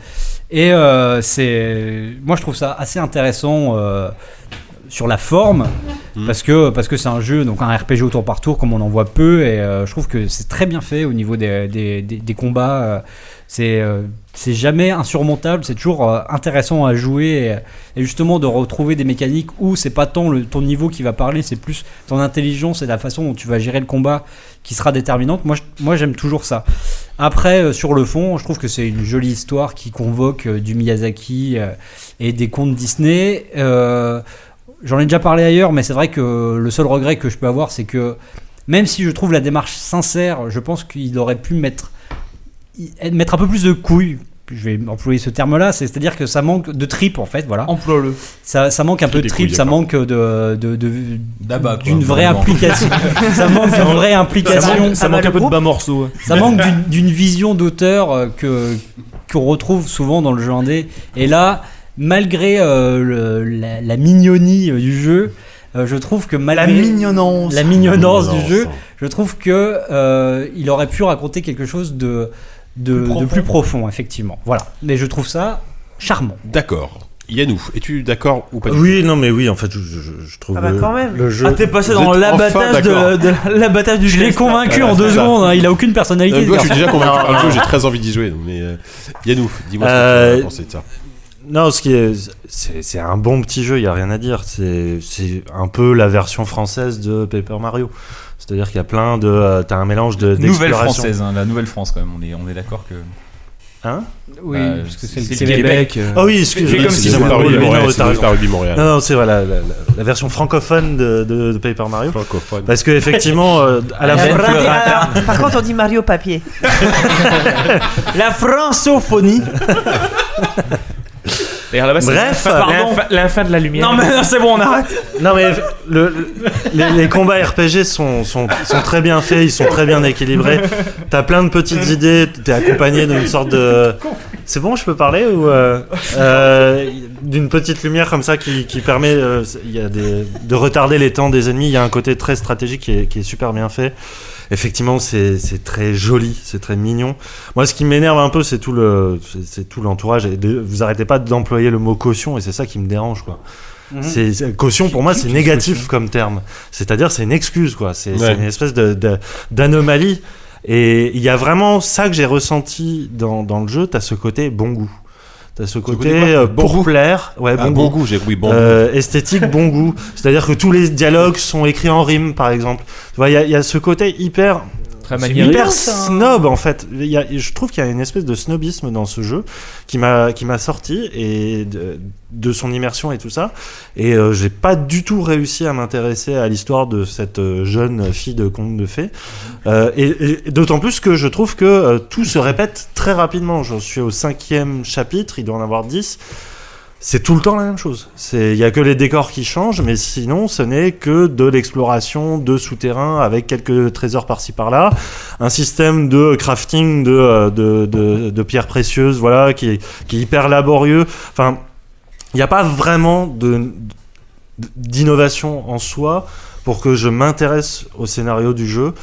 Speaker 8: Et euh, c'est. Moi, je trouve ça assez intéressant euh, sur la forme.
Speaker 2: Mhm.
Speaker 8: Parce que parce que c'est un jeu, donc un RPG au tour par tour, comme on en voit peu, et euh, je trouve que c'est très bien fait au niveau des, des, des- des combats. euh, c'est euh, c'est jamais insurmontable, c'est toujours euh, intéressant à jouer, et, et justement de retrouver des mécaniques où c'est pas tant le, ton niveau qui va parler, c'est plus ton intelligence et la façon dont tu vas gérer le combat qui sera déterminante. Moi, je- moi j'aime toujours ça. Après, euh, sur le fond, je trouve que c'est une jolie histoire qui convoque euh, du Miyazaki euh, et des contes Disney. Euh, J'en ai déjà parlé ailleurs, mais c'est vrai que le seul regret que je peux avoir, c'est que même si je trouve la démarche sincère, je pense qu'il aurait pu mettre, y- mettre un peu plus de couilles. Je vais employer ce terme-là, c'est- c'est-à-dire que ça manque de tripes en fait, voilà.
Speaker 3: Emploie-le.
Speaker 8: Ça, ça manque un peu de
Speaker 2: des
Speaker 8: tripes,
Speaker 2: couilles,
Speaker 8: ça
Speaker 2: d'accord.
Speaker 8: manque de, de- de-
Speaker 4: D'abat, quoi,
Speaker 8: d'une vraie
Speaker 4: vraiment.
Speaker 8: application. ça manque d'une vraie
Speaker 11: Ça
Speaker 8: implication.
Speaker 11: manque, ça manque un peu de bas morceau.
Speaker 8: Ça manque d'une- d'une vision d'auteur euh, que qu'on retrouve souvent dans le jeu indé. Et là, malgré euh, le- la, la mignonie euh, du jeu, euh, je trouve que malgré
Speaker 3: mignonnance.
Speaker 8: la mignonnance du
Speaker 3: Mignonnance.
Speaker 8: jeu, je trouve que euh, il aurait pu raconter quelque chose de de de plus profond, effectivement. Voilà. Mais je trouve ça charmant.
Speaker 2: D'accord. Yannou, es-tu d'accord ou pas du
Speaker 9: Oui, non, mais oui, en fait, je, je- je trouve
Speaker 8: Ah bah
Speaker 9: le,
Speaker 8: quand même.
Speaker 9: le jeu.
Speaker 3: Ah, t'es passé
Speaker 9: Vous
Speaker 3: dans
Speaker 9: êtes
Speaker 3: l'abattage
Speaker 9: enfin
Speaker 3: de,
Speaker 9: d'accord.
Speaker 3: de- l'abattage du
Speaker 8: Je l'ai
Speaker 3: gangster.
Speaker 8: convaincu en deux
Speaker 2: c'est ça.
Speaker 8: secondes. hein. Il a aucune personnalité.
Speaker 2: Euh,
Speaker 8: ce
Speaker 2: moi, je suis
Speaker 8: garçon.
Speaker 2: déjà convaincu par le jeu, j'ai très envie d'y jouer. Mais euh, Yannou, dis-moi ce que tu as
Speaker 9: Euh,
Speaker 2: pensé de ça.
Speaker 9: Non, ce qui est, c'est c'est un bon petit jeu, il y a rien à dire. C'est c'est un peu la version française de Paper Mario. C'est-à-dire qu'il y a plein de, euh, t'as un mélange de
Speaker 4: Nouvelle
Speaker 9: d'exploration.
Speaker 4: française, hein, la nouvelle France quand même. On est, on est d'accord que.
Speaker 9: Hein
Speaker 8: Oui,
Speaker 4: Euh,
Speaker 8: parce que c'est le
Speaker 9: Québec. Ah oui, excusez-moi.
Speaker 4: Fais euh. comme si c'était
Speaker 9: Excusez-moi.
Speaker 4: Paris,
Speaker 9: Oui, mais
Speaker 4: Montréal,
Speaker 9: non,
Speaker 4: c'est
Speaker 9: t'as
Speaker 4: le
Speaker 9: raison.
Speaker 4: Paris, Montréal.
Speaker 9: Non, non, c'est voilà, la, la- la version francophone de, de- de Paper Mario. Parce que effectivement, euh, à la
Speaker 7: Et
Speaker 9: fois.
Speaker 7: après, alors, Par contre, on dit Mario Papier.
Speaker 8: La francophonie.
Speaker 11: D'ailleurs, là-bas, c'est
Speaker 9: Bref,
Speaker 11: l'infin-
Speaker 9: pardon.
Speaker 11: l'infin- l'infin de la lumière.
Speaker 3: Non, mais non, c'est bon, on arrête.
Speaker 9: Non mais le- le- les, les combats RPG sont, sont, sont très bien faits, ils sont très bien équilibrés. T'as plein de petites idées, t'es accompagné d'une sorte de... C'est bon, je peux parler ou euh, euh, d'une petite lumière comme ça qui, qui permet euh, il y a des- de retarder les temps des ennemis. Il y a un côté très stratégique qui est, qui est super bien fait. Effectivement, c'est c'est très joli, c'est très mignon. Moi, ce qui m'énerve un peu, c'est tout le c'est- c'est tout l'entourage. Et de- vous arrêtez pas d'employer le mot caution, et c'est ça qui me dérange, quoi.
Speaker 11: Mhm.
Speaker 9: C'est- c'est- caution pour moi c'est négatif comme terme. C'est-à-dire c'est une excuse quoi. C'est c'est
Speaker 2: Ouais.
Speaker 9: une espèce de- de- d'anomalie. Et il y a vraiment ça que j'ai ressenti dans, dans le jeu. T'as ce côté bon goût. T'as ce côté
Speaker 2: côté quoi
Speaker 9: euh,
Speaker 2: Bon
Speaker 9: pour
Speaker 2: goût
Speaker 9: plaire. Ouais,
Speaker 2: Ah, bon goût, j'ai- oui, bon
Speaker 9: Euh, Esthétique, bon goût. C'est-à-dire que tous les dialogues sont écrits en rime, par exemple. Tu vois, il y, a- il y a ce côté hyper.
Speaker 11: Très maniéré.
Speaker 9: Hyper
Speaker 11: C'est un-
Speaker 9: snob en fait. Il y a- je trouve qu'il y a une espèce de snobisme dans ce jeu qui m'a qui m'a sorti et de, de son immersion et tout ça. Et euh, j'ai pas du tout réussi à m'intéresser à l'histoire de cette euh, jeune fille de conte de fées. Euh, et et d'autant plus que je trouve que euh, tout se répète très rapidement. J'en suis au cinquième chapitre, il doit en avoir dix. C'est tout le temps la même chose. C'est- Il y a que les décors qui changent, mais sinon, ce n'est que de l'exploration de souterrains avec quelques trésors par-ci par-là, un système de crafting de, euh, de, de- de pierres précieuses, voilà, qui, est- qui est hyper laborieux. Enfin, il n'y a pas vraiment de- d'innovation en soi pour que je m'intéresse au scénario du jeu.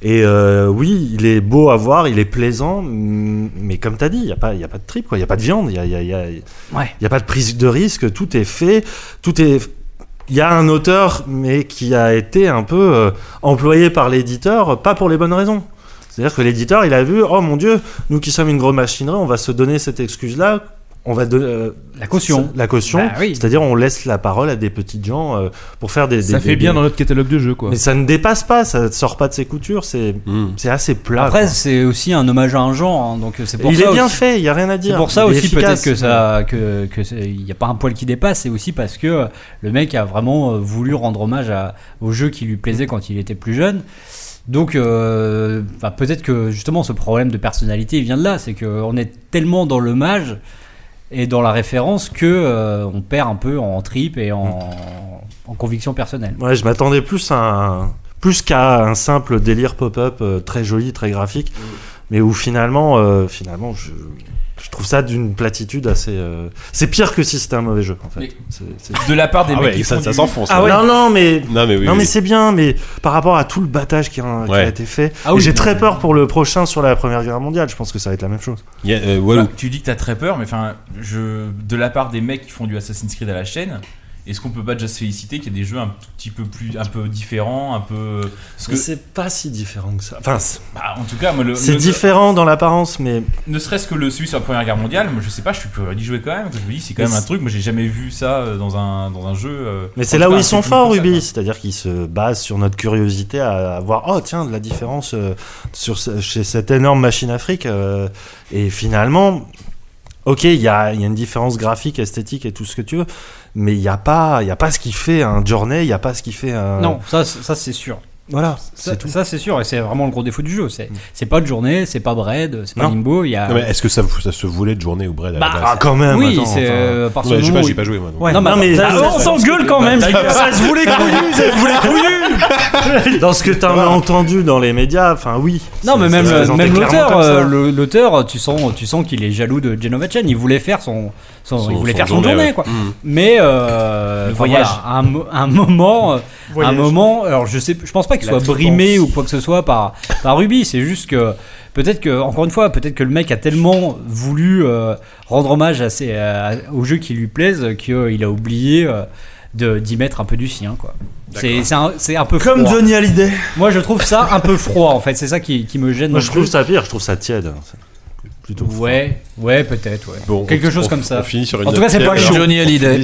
Speaker 9: Et euh, oui, il est beau à voir, il est plaisant, mm, mais comme t'as dit, il n'y a, pas- il y a pas de trip, quoi. il n'y a pas de viande, il n'y a, il y a- il y a- il y a pas de prise de risque, tout est fait, tout est... Il y a un auteur, mais qui a été un peu euh, employé par l'éditeur, pas pour les bonnes raisons. C'est-à-dire que l'éditeur, il a vu, oh mon dieu, nous qui sommes une grosse machinerie, on va se donner cette excuse-là, on va donner... euh,
Speaker 8: La caution.
Speaker 9: La caution,
Speaker 8: Bah oui.
Speaker 9: c'est-à-dire on laisse la parole à des petites gens euh, pour faire des...
Speaker 11: Ça
Speaker 9: des-
Speaker 11: fait
Speaker 9: des-
Speaker 11: bien
Speaker 9: des-
Speaker 11: dans notre catalogue de jeux, quoi.
Speaker 9: mais ça ne dépasse pas, ça ne sort pas de ses coutures, c'est c'est assez plat.
Speaker 8: Après,
Speaker 9: quoi.
Speaker 8: c'est aussi un hommage à un genre, hein, donc c'est pour
Speaker 9: Il
Speaker 8: ça
Speaker 9: est bien
Speaker 8: aussi-
Speaker 9: fait, il y a rien à dire.
Speaker 8: C'est pour ça
Speaker 9: Il est
Speaker 8: aussi
Speaker 9: efficace.
Speaker 8: peut-être que ça, que, que c'est- il n'y a pas un poil qui dépasse. C'est aussi parce que euh, le mec a vraiment euh, voulu rendre hommage à, au jeu qui lui plaisait quand il était plus jeune. Donc, euh, bah, peut-être que justement ce problème de personnalité il vient de là, c'est qu'on est tellement dans l'hommage et dans la référence que euh, on perd un peu en trip et en, en conviction personnelle.
Speaker 9: Ouais, je m'attendais plus à un- plus qu'à un simple délire pop-up euh, très joli, très graphique,
Speaker 4: Mm.
Speaker 9: mais où finalement, euh, finalement, je, je trouve ça d'une platitude assez. euh, C'est pire que si c'était un mauvais jeu, en fait. C'est- c'est-
Speaker 4: De la part des
Speaker 9: Ah
Speaker 4: mecs
Speaker 9: ouais,
Speaker 4: qui
Speaker 9: ça-
Speaker 4: font
Speaker 9: ça
Speaker 4: du-
Speaker 9: s'enfonce, Ah ouais. ouais. Non, non, mais
Speaker 2: hein. Non, mais oui.
Speaker 9: non
Speaker 2: oui.
Speaker 9: mais c'est bien, mais par rapport à tout le battage qui a, qui a
Speaker 2: Ouais.
Speaker 9: été fait,
Speaker 2: Ah
Speaker 9: et
Speaker 2: oui,
Speaker 9: j'ai
Speaker 2: mais-
Speaker 9: très peur pour le prochain sur la Première Guerre mondiale. Je pense que ça va être la même chose.
Speaker 2: Il y a, euh,
Speaker 4: Bah,
Speaker 2: Walou.
Speaker 4: tu dis que t'as très peur, mais enfin, je, de la part des mecs qui font du Assassin's Creed à la chaîne, est-ce qu'on peut pas déjà se féliciter qu'il y a des jeux un tout petit peu plus, un peu différents, un peu. Parce
Speaker 9: Mais c'est pas si différent que ça. Enfin, c'est-
Speaker 4: Bah, en tout cas, moi, le-
Speaker 9: c'est
Speaker 4: le-
Speaker 9: différent dans l'apparence, mais
Speaker 4: Ne serait-ce que le celui sur la Première Guerre mondiale, moi je sais pas, je suis curieux d'y jouer quand même. parce que Je me dis, c'est quand
Speaker 9: Mais
Speaker 4: même un
Speaker 9: c'est-
Speaker 4: truc, moi j'ai jamais vu ça euh, dans un, dans un jeu. euh,
Speaker 9: Mais
Speaker 4: en
Speaker 9: c'est
Speaker 4: tout
Speaker 9: là
Speaker 4: cas,
Speaker 9: où
Speaker 4: un
Speaker 9: ils sont
Speaker 4: truc
Speaker 9: forts,
Speaker 4: comme ça,
Speaker 9: Ubi, c'est-à-dire qu'ils se basent sur notre curiosité à, à voir, oh tiens, de la différence euh, sur, ce- chez cette énorme machine afrique. euh, et finalement, ok, il y a, il y a une différence graphique, esthétique et tout ce que tu veux, mais il n'y a, pas- il y a pas ce qui fait un Journey, il n'y a pas ce qui fait un...
Speaker 8: Non, ça, c'est- ça c'est sûr.
Speaker 9: Voilà,
Speaker 8: ça, ça, c'est sûr, et c'est vraiment le gros défaut du jeu. C'est c'est pas de journée, c'est pas Bread, c'est pas Limbo. Il y a...
Speaker 2: Non, mais est-ce que ça, ça se voulait de journée ou bread à la
Speaker 8: Bah,
Speaker 2: base
Speaker 8: ah, quand même, oui,
Speaker 2: Attends,
Speaker 8: c'est,
Speaker 2: enfin,
Speaker 8: euh, par ce
Speaker 2: ouais, j'ai
Speaker 8: moment
Speaker 2: pas,
Speaker 8: où-
Speaker 2: j'ai pas joué moi. donc.
Speaker 8: Ouais. Non, mais Ah, on s'engueule quand même,
Speaker 9: Ça se voulait couillu, ça se voulait
Speaker 8: couillu
Speaker 9: Dans ce que t'en as entendu dans les médias, enfin oui.
Speaker 8: Non,
Speaker 9: Ça-
Speaker 8: mais même,
Speaker 9: ça se
Speaker 8: le-
Speaker 9: présentait
Speaker 8: même
Speaker 9: clairement
Speaker 8: l'auteur,
Speaker 9: comme ça.
Speaker 8: euh, le- l'auteur, tu sens, tu sens qu'il est jaloux de Genova Chen. Il voulait faire son, son-
Speaker 9: Son-
Speaker 8: il voulait
Speaker 9: son
Speaker 8: faire son
Speaker 9: journée,
Speaker 8: journée,
Speaker 9: ouais.
Speaker 8: quoi.
Speaker 9: Mm.
Speaker 8: Mais euh,
Speaker 9: Le
Speaker 8: enfin,
Speaker 9: voyage.
Speaker 8: voilà, un, mo- un moment, euh, un
Speaker 12: Voyage.
Speaker 8: moment. Alors je sais, je pense pas qu'il
Speaker 12: La
Speaker 8: soit brimé ou quoi que ce soit par par Ruby. C'est juste que peut-être que encore une fois, peut-être que le mec a tellement voulu euh, rendre hommage à ses, à- aux jeux qui lui plaisent qu'il a oublié. euh, de- d'y mettre un peu du sien quoi. C'est c'est un, c'est un peu
Speaker 3: Comme
Speaker 8: froid.
Speaker 3: Johnny Hallyday.
Speaker 8: Moi je trouve ça un peu froid en fait, c'est ça qui, qui me gêne.
Speaker 9: Moi,
Speaker 8: dans
Speaker 9: je
Speaker 8: le
Speaker 9: trouve
Speaker 8: jeu.
Speaker 9: ça pire, je trouve ça tiède. C'est Plutôt froid.
Speaker 8: Ouais, ouais, peut-être, ouais.
Speaker 2: Bon,
Speaker 8: Quelque
Speaker 2: on-
Speaker 8: chose
Speaker 2: on-
Speaker 8: comme ça.
Speaker 2: On finit sur une
Speaker 8: en tout cas, c'est pas chaud.
Speaker 2: Hallyday.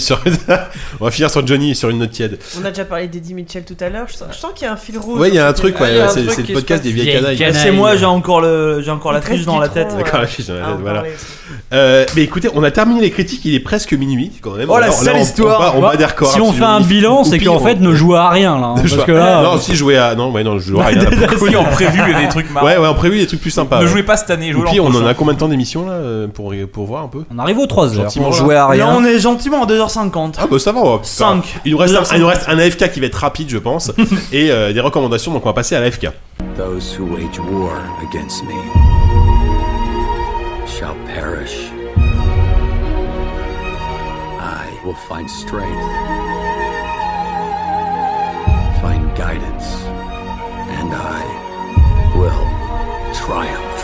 Speaker 2: on va finir sur Johnny sur une note tiède.
Speaker 7: On a déjà parlé d'Eddie Mitchell tout à l'heure. Je sens, je sens qu'il y a un fil rouge.
Speaker 2: Ouais, il y a
Speaker 7: dans
Speaker 2: un
Speaker 7: ce
Speaker 2: truc,
Speaker 7: débat.
Speaker 2: ouais,
Speaker 7: Il y a un
Speaker 2: c'est-
Speaker 7: truc
Speaker 2: c'est le
Speaker 7: qui se
Speaker 2: podcast des vieilles
Speaker 7: passe.
Speaker 2: canailles.
Speaker 3: C'est moi, j'ai encore le, j'ai encore la
Speaker 7: Il te reste
Speaker 3: fiche dans
Speaker 7: du
Speaker 3: la
Speaker 7: tronc,
Speaker 3: tête.
Speaker 7: ouais.
Speaker 2: D'accord, la fiche,
Speaker 7: Ah, on
Speaker 2: voilà.
Speaker 7: parlait.
Speaker 2: Euh, mais écoutez, on a terminé les critiques, il est presque minuit quand même.
Speaker 8: Oh, la
Speaker 2: Alors là,
Speaker 8: sale
Speaker 2: on-
Speaker 8: histoire. Bah,
Speaker 2: On bat, on bat des records
Speaker 8: Si on fait un
Speaker 2: absolument.
Speaker 8: bilan,
Speaker 2: Ou
Speaker 8: c'est
Speaker 2: pire,
Speaker 8: qu'en
Speaker 2: on-
Speaker 8: fait, ne joue à rien, là. hein,
Speaker 2: Je
Speaker 8: parce
Speaker 2: vois-
Speaker 8: que là.
Speaker 2: non,
Speaker 8: euh,
Speaker 2: si jouer à non, ouais, non, je joue à rien.
Speaker 4: Si,
Speaker 2: là, pour le coup.
Speaker 4: on prévu des trucs marrants.
Speaker 2: Ouais, ouais, on prévu des trucs plus sympas.
Speaker 4: Ne
Speaker 2: ouais.
Speaker 4: jouez pas cette année, jouez
Speaker 2: Ou pire,
Speaker 4: l'an
Speaker 2: on en
Speaker 4: prochain.
Speaker 2: a combien de temps d'émission là euh, pour pour voir un peu
Speaker 8: On arrive aux 3 heures.
Speaker 2: Gentiment
Speaker 8: On
Speaker 2: joué.
Speaker 8: jouait à rien.
Speaker 3: Là, on est gentiment à 2h50.
Speaker 2: Ah bah ça va. on va faire-
Speaker 3: Cinq.
Speaker 2: Il nous reste un,
Speaker 3: Deux
Speaker 2: il nous reste un AFK qui va être rapide, je pense, et euh, des recommandations. Donc on va passer à l'AFK.
Speaker 10: Those who wage war against me shall perish. I will find strength, find guidance, and I will triumph.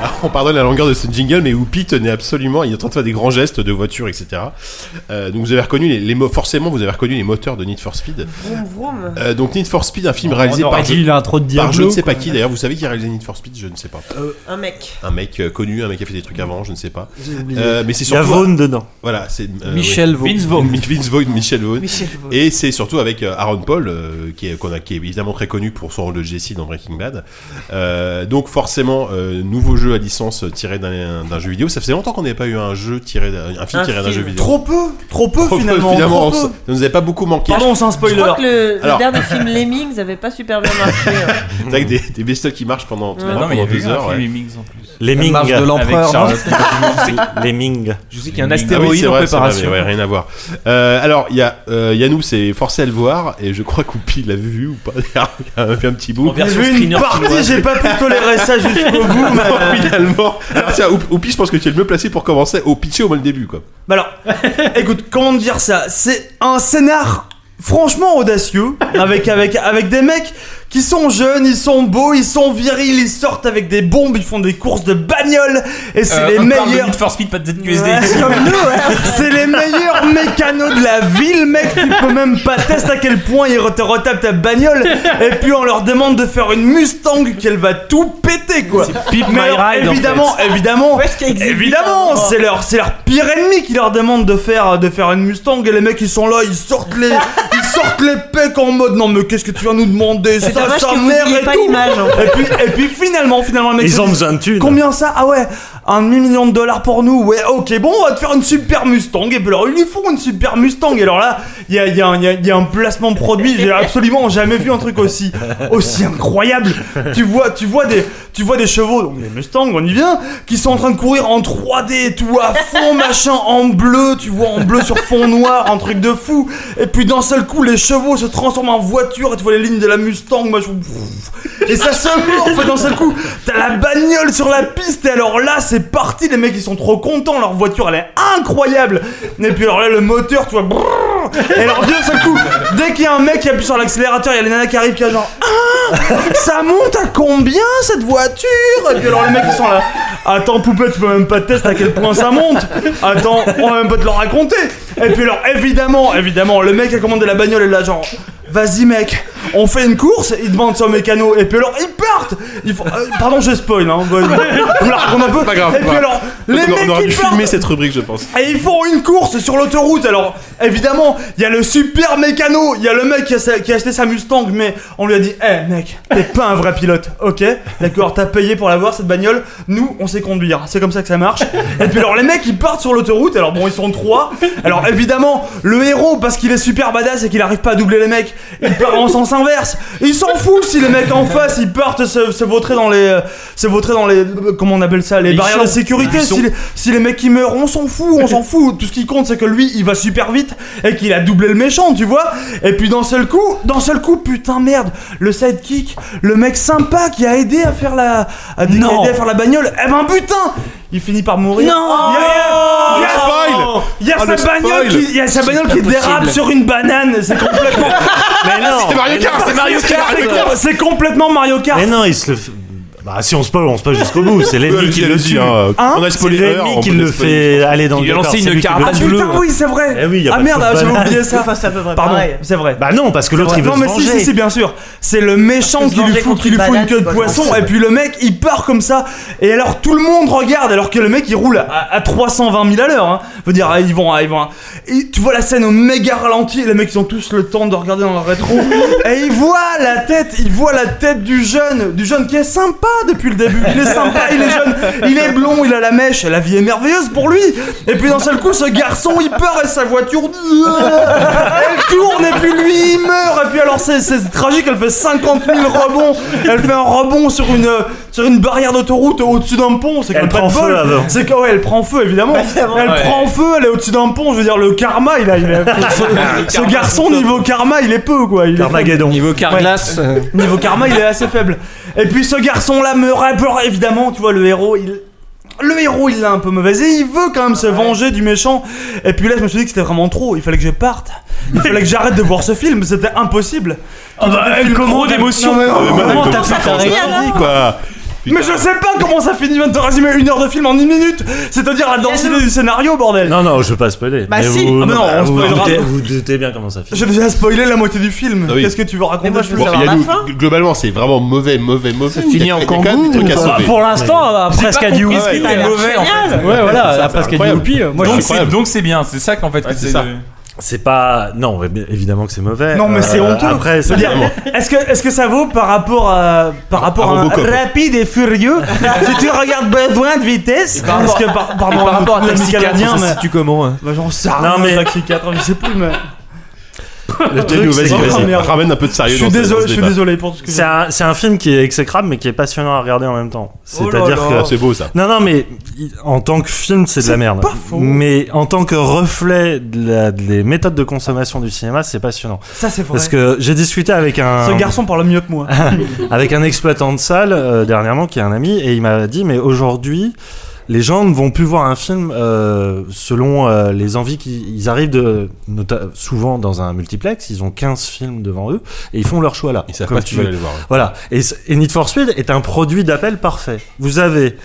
Speaker 2: Ah, on pardonne la longueur de ce jingle, mais Whoopi tenait absolument. Il est en train de faire des grands gestes de voiture, etc. Euh, donc vous avez reconnu les, les mo- forcément vous avez reconnu les moteurs de Need for Speed.
Speaker 7: Vroom, vroom.
Speaker 2: Euh, donc Need for Speed, un film
Speaker 8: On
Speaker 2: réalisé
Speaker 8: aurait
Speaker 2: par,
Speaker 8: dit l'intro de
Speaker 2: par
Speaker 8: Diablo,
Speaker 2: je ne sais pas
Speaker 8: quoi.
Speaker 2: qui d'ailleurs. Vous savez qui a réalisé Need for Speed Je ne sais pas.
Speaker 7: Euh, Un mec.
Speaker 2: Un mec euh, connu, un mec qui a fait des trucs avant, je ne sais pas.
Speaker 7: J'ai oublié.
Speaker 2: Euh, mais c'est
Speaker 9: Il y a
Speaker 2: surtout
Speaker 9: Vaughn dedans.
Speaker 2: Voilà, c'est euh,
Speaker 9: Michel Vaughn.
Speaker 2: oui.
Speaker 9: Vince Vaughn.
Speaker 2: Mi- Vince Vaughn, Michel Vaughn.
Speaker 9: Michel Vaughn.
Speaker 2: Et c'est surtout avec euh, Aaron Paul, euh, qui, est, qu'on a- qui est évidemment très connu pour son rôle de Jesse dans Breaking Bad. Euh, donc forcément, euh, nouveau jeu à licence tiré d'un, d'un jeu vidéo. Ça faisait longtemps qu'on n'avait pas eu un jeu tiré, d'un- un film
Speaker 7: Un
Speaker 2: tiré d'un jeu
Speaker 7: film.
Speaker 2: vidéo.
Speaker 3: Trop peu, trop peu
Speaker 2: Trop
Speaker 3: finalement.
Speaker 2: finalement,
Speaker 3: trop
Speaker 2: on
Speaker 3: peu.
Speaker 2: s- ça nous avait pas beaucoup manqué.
Speaker 3: Pardon, c'est un spoiler.
Speaker 7: Je crois que le, le
Speaker 2: Alors-
Speaker 7: dernier film Lemmings avait pas super bien marché. hein.
Speaker 2: C'est vrai que des, des bestioles qui marchent pendant,
Speaker 7: Ouais.
Speaker 2: pendant,
Speaker 4: Non, mais il y a
Speaker 2: deux
Speaker 4: eu un
Speaker 2: heures.
Speaker 4: film
Speaker 2: ouais.
Speaker 4: Lemmings, en plus.
Speaker 9: Les
Speaker 4: La
Speaker 9: Ming.
Speaker 4: marche de l'empereur, non
Speaker 9: Les Ming.
Speaker 11: Je sais qu'il y a un
Speaker 2: Ah oui,
Speaker 11: astéroïde
Speaker 2: c'est
Speaker 11: en
Speaker 2: vrai, c'est vrai,
Speaker 11: préparation.
Speaker 2: mais ouais, rien à voir. Euh, alors, il y a euh, Yannou s'est forcé à le voir et je crois qu'Oupi l'a vu ou pas. Il a fait un petit bout.
Speaker 11: En version
Speaker 2: J'ai vu
Speaker 11: screener chinoise.
Speaker 2: Non, finalement. Alors, tiens, Oup- Oupi, je pense que tu es le mieux placé pour commencer au pitcher au moins le début, quoi.
Speaker 3: Bah alors, écoute, comment te dire ça C'est un scénar franchement audacieux, avec, avec, avec des mecs qui sont jeunes, ils sont beaux, ils sont virils, ils sortent avec des bombes, ils font des courses de bagnole, et c'est
Speaker 4: Euh,
Speaker 3: les
Speaker 4: on parle de
Speaker 3: meilleurs...
Speaker 4: Need for Speed, pas de ZQSD.
Speaker 3: Ouais, c'est comme nous, hein. c'est les meilleurs mécanos de la ville, mec. Tu peux même pas tester à quel point ils te retapent ta bagnole. Et puis on leur demande de faire une Mustang qu'elle va tout péter, quoi.
Speaker 11: Pimp My
Speaker 3: Mais alors,
Speaker 11: Ride, en
Speaker 3: évidemment,
Speaker 11: fait.
Speaker 3: évidemment,
Speaker 7: existe
Speaker 3: évidemment,
Speaker 7: un endroit
Speaker 3: c'est leur, c'est leur pire ennemi qui leur demande de faire, de faire une Mustang. Et les mecs, ils sont là, ils sortent les, ils sortent les pecs en mode non mais qu'est-ce que tu viens nous demander,
Speaker 7: C'est
Speaker 3: ça,
Speaker 7: dommage
Speaker 3: ça
Speaker 7: que vous
Speaker 3: merde
Speaker 7: ayez
Speaker 3: et
Speaker 7: pas
Speaker 3: tout.
Speaker 7: l'image, en fait.
Speaker 3: Et puis, et puis finalement, finalement, le mec,
Speaker 9: Ils
Speaker 3: se
Speaker 9: ont
Speaker 3: dit,
Speaker 9: besoin de thunes.
Speaker 3: Combien ça Ah ouais, un demi-million de dollars pour nous. Ouais, ok, bon, on va te faire une super Mustang. Et puis alors, ils lui font une super Mustang. Et alors là, il y a, il y a un- il y a- il y a un placement produit. J'ai absolument jamais vu un truc aussi, aussi incroyable. Tu vois, tu vois des, tu vois des chevaux, donc des Mustangs, on y vient, qui sont en train de courir en 3D et tout à fond, machin, en bleu. Tu vois, en bleu sur fond noir, un truc de fou. Et puis d'un seul coup, les chevaux se transforment en voiture. Et tu vois les lignes de la Mustang. Moi, je... Et ça se morphe d'un seul coup. T'as la bagnole sur la piste et alors là c'est parti, les mecs ils sont trop contents, leur voiture elle est incroyable. Et puis alors là le moteur tu vois brrr. et alors d'un seul coup, dès qu'il y a un mec qui appuie sur l'accélérateur, il y a les nanas qui arrivent qui a genre ah ça monte à combien cette voiture Et puis alors les mecs ils sont là Attends poupée tu peux même pas tester à quel point ça monte Attends on va même pas te le raconter Et puis alors évidemment évidemment le mec qui a commandé la bagnole est là genre Vas-y mec on fait une course, ils demandent son mécano, et puis alors ils partent Ils font- euh, Pardon, je spoil, hein, bon, on me la raconte un peu.
Speaker 2: Pas grave,
Speaker 3: et puis
Speaker 2: pas.
Speaker 3: alors, les
Speaker 2: On aurait-
Speaker 3: mecs
Speaker 2: on aurait
Speaker 3: ils
Speaker 2: dû
Speaker 3: partent.
Speaker 2: filmer cette rubrique, je pense.
Speaker 3: Et ils font une course sur l'autoroute. Alors, évidemment, il y a le super mécano. Il y a le mec qui a, sa- qui a acheté sa Mustang, mais on lui a dit Eh mec, t'es pas un vrai pilote. Ok, d'accord, t'as payé pour l'avoir cette bagnole. Nous, on sait conduire. C'est comme ça que ça marche. Et puis, alors, les mecs, ils partent sur l'autoroute. Alors, bon, ils sont trois. Alors, évidemment, le héros, parce qu'il est super badass et qu'il arrive pas à doubler les mecs, il part en sens inverse. Il s'en fout si les mecs en face, ils partent se, se vautrer dans les. euh, se vautrer dans les. euh, Comment on appelle ça Les
Speaker 11: Ils
Speaker 3: barrières
Speaker 11: sont-
Speaker 3: de sécurité.
Speaker 11: ils sont-
Speaker 3: si les- si les mecs qui meurent, on s'en fout, on s'en fout. Tout ce qui compte, c'est que lui, il va super vite et qu'il a doublé le méchant, tu vois. Et puis d'un seul coup, d'un seul coup, putain merde, le sidekick, le mec sympa qui a aidé à faire la, à, qui a
Speaker 11: Non.
Speaker 3: aidé à faire la bagnole, eh ben putain, il finit par mourir.
Speaker 11: Non.
Speaker 3: Il y a-
Speaker 11: Oh,
Speaker 3: il
Speaker 11: le
Speaker 3: y a- il y a sa
Speaker 11: spoil.
Speaker 3: bagnole qui, il y a sa
Speaker 11: C'est
Speaker 3: bagnole qui
Speaker 11: pas
Speaker 3: dérape
Speaker 11: possible.
Speaker 3: sur une banane, c'est complètement. Mais non.
Speaker 11: Ah, C'était Mario Kart, c'est Mario Kart.
Speaker 3: C'est complètement Mario Kart.
Speaker 9: Mais non, il se le. f- Bah, si on se spoil, on se spoil jusqu'au bout. C'est l'ennemi qui le
Speaker 2: dit,
Speaker 9: tue.
Speaker 2: hein.
Speaker 3: Hein
Speaker 2: On a
Speaker 9: C'est
Speaker 2: spoilé l'heure,
Speaker 9: l'ennemi
Speaker 2: on
Speaker 9: qui
Speaker 2: peut
Speaker 9: le
Speaker 2: le spoiler.
Speaker 9: fait aller dans
Speaker 2: Il
Speaker 9: le
Speaker 2: a lancé
Speaker 9: placard,
Speaker 2: une
Speaker 9: c'est lui qui
Speaker 2: carapace
Speaker 9: le
Speaker 3: Ah
Speaker 9: tue.
Speaker 3: putain, oui, c'est vrai.
Speaker 9: Eh oui, y a
Speaker 3: ah
Speaker 9: pas de
Speaker 3: merde, ah,
Speaker 9: problème.
Speaker 3: j'avais oublié ça.
Speaker 7: Enfin, c'est à peu près
Speaker 3: Pardon,
Speaker 7: pareil.
Speaker 3: c'est vrai.
Speaker 9: Bah non, parce que l'autre il veut
Speaker 3: non
Speaker 9: se
Speaker 3: mais si, si,
Speaker 9: venger.
Speaker 3: si, bien sûr. C'est le méchant
Speaker 7: Parce que
Speaker 3: qui
Speaker 7: se
Speaker 3: lui
Speaker 7: venger
Speaker 3: fout,
Speaker 7: contre
Speaker 3: qui lui
Speaker 7: une
Speaker 3: fout une
Speaker 7: banane,
Speaker 3: queue de
Speaker 7: c'est pas
Speaker 3: poisson
Speaker 7: gentil.
Speaker 3: et puis le mec il part comme ça et alors tout le monde regarde alors que le mec il roule à, à 320 000 à l'heure. Hein. Faut dire ah, ils vont, ah, ils vont. hein. Et tu vois la scène au méga ralenti et les mecs ils ont tous le temps de regarder dans leur rétro et ils voient la tête, ils voient la tête du jeune, du jeune qui est sympa depuis le début. Il est sympa, il est jeune, il est blond, il a la mèche, la vie est merveilleuse pour lui. Et puis d'un seul coup ce garçon il part et sa voiture elle tourne et puis lui il meurt et puis alors c'est, c'est tragique elle fait 50 000 rebonds elle fait un rebond sur une euh, sur une barrière d'autoroute au-dessus d'un pont c'est
Speaker 9: Elle
Speaker 3: qu'elle
Speaker 9: prend
Speaker 3: pas de
Speaker 9: feu,
Speaker 3: bol.
Speaker 9: la veuve.
Speaker 3: c'est que ouais elle prend feu évidemment elle
Speaker 4: ouais.
Speaker 3: prend feu elle est au-dessus d'un pont je veux dire le karma il a, il a- ce, ce
Speaker 4: karma,
Speaker 3: garçon niveau karma il est peu quoi il est
Speaker 9: Armageddon.
Speaker 11: Niveau Carglass. euh,
Speaker 3: faible. niveau karma il est assez faible et puis ce garçon là meurt alors, évidemment tu vois le héros il le héros il l'a un peu mauvaise et il veut quand même se venger du méchant. Et puis là je me suis dit que c'était vraiment trop, il fallait que je parte. Il fallait que j'arrête de voir ce film, c'était impossible.
Speaker 9: Ah bah,
Speaker 2: Trop d'émotions.
Speaker 3: Non, mais-
Speaker 2: Ah, mais moi,
Speaker 3: Comment
Speaker 2: avec
Speaker 3: t'as
Speaker 2: le
Speaker 3: fait
Speaker 2: film,
Speaker 3: ta
Speaker 2: ça
Speaker 3: réaction
Speaker 2: finit, quoi.
Speaker 3: Mais je sais pas comment ça finit, je viens de te résumer une heure de film en une minute C'est-à-dire la densité du scénario, bordel
Speaker 9: Non, non, je veux pas spoiler.
Speaker 3: Bah
Speaker 9: Mais
Speaker 3: si.
Speaker 9: vous,
Speaker 3: Ah bah non, on
Speaker 9: vous,
Speaker 3: spoilera.
Speaker 9: doutez, vous doutez bien comment ça finit.
Speaker 3: J'ai déjà spoilé la moitié du film,
Speaker 2: Ah oui.
Speaker 3: qu'est-ce que tu veux raconter
Speaker 7: Mais moi, je veux
Speaker 2: Bon,
Speaker 7: savoir
Speaker 2: il y a
Speaker 7: la
Speaker 2: nous-
Speaker 7: fin.
Speaker 2: globalement, c'est vraiment mauvais, mauvais, mauvais.
Speaker 4: finit
Speaker 2: Il y a-
Speaker 4: en
Speaker 2: il y a quand même
Speaker 4: kangourou
Speaker 2: des trucs à
Speaker 4: ou
Speaker 2: sauver.
Speaker 8: Pour l'instant, après ce qu'a dit
Speaker 4: compris ce
Speaker 8: Whoopi,
Speaker 4: qui était
Speaker 8: euh,
Speaker 4: mauvais, en fait.
Speaker 8: ouais, voilà,
Speaker 2: c'est
Speaker 8: après ce qu'a dit
Speaker 2: incroyable.
Speaker 8: Whoopi, euh, moi
Speaker 4: Donc
Speaker 8: je
Speaker 4: c'est-
Speaker 2: incroyable.
Speaker 4: donc c'est bien, c'est ça qu'en fait. que
Speaker 2: c'est
Speaker 4: c'est
Speaker 2: ça.
Speaker 4: de-
Speaker 9: C'est pas. Non, mais bien- évidemment que c'est mauvais.
Speaker 3: Non mais c'est
Speaker 9: Euh,
Speaker 3: honteux
Speaker 9: Après,
Speaker 3: Je veux
Speaker 9: ça
Speaker 3: dire, est-ce que, est-ce que ça vaut par rapport à, par rapport à, un
Speaker 2: Robocop.
Speaker 3: rapide et furieux Si tu regardes besoin de vitesse
Speaker 4: par
Speaker 3: Parce que par, pardon,
Speaker 11: Par rapport à
Speaker 3: le
Speaker 11: Taxi 4,
Speaker 3: Canadien,
Speaker 11: ça se
Speaker 3: mais-
Speaker 11: situe comment hein
Speaker 3: Bah j'en sais
Speaker 9: Non,
Speaker 3: rien,
Speaker 9: mais-
Speaker 3: Taxi 4, je sais plus, mais...
Speaker 9: le
Speaker 2: Vas-y,
Speaker 9: truc, c'est
Speaker 2: vas-y,
Speaker 3: Oh,
Speaker 2: vas-y.
Speaker 3: merde.
Speaker 2: Ramène un peu de
Speaker 3: Je
Speaker 2: sérieux.
Speaker 3: suis
Speaker 2: dans ce-
Speaker 3: désolé,
Speaker 2: dans ce
Speaker 3: je suis
Speaker 2: débat.
Speaker 3: désolé pour tout ce que
Speaker 9: c'est
Speaker 3: j'ai
Speaker 9: un, c'est un film qui est exécrable, mais qui est passionnant à regarder en même temps.
Speaker 3: Oh là
Speaker 9: C'est-à-dire
Speaker 3: là.
Speaker 9: que.
Speaker 2: Ah, C'est beau ça.
Speaker 9: Non, non, mais il- en tant que film, c'est de la merde. Mais en tant que reflet de la- des méthodes de consommation du cinéma, c'est passionnant.
Speaker 3: Ça c'est vrai.
Speaker 9: Parce que j'ai discuté avec un,
Speaker 3: Ce garçon parle mieux que moi.
Speaker 9: avec un exploitant de salle euh, dernièrement, qui est un ami, et il m'a dit Mais aujourd'hui, les gens ne vont plus voir un film euh, selon euh, les envies qu'ils ils arrivent de. nota- souvent dans un multiplex, ils ont 15 films devant eux, et ils font leur choix là.
Speaker 2: Ils savent
Speaker 9: Comme
Speaker 2: pas si tu vas aller le voir.
Speaker 9: voilà. Et, c- et Need for Speed est un produit d'appel parfait. Vous avez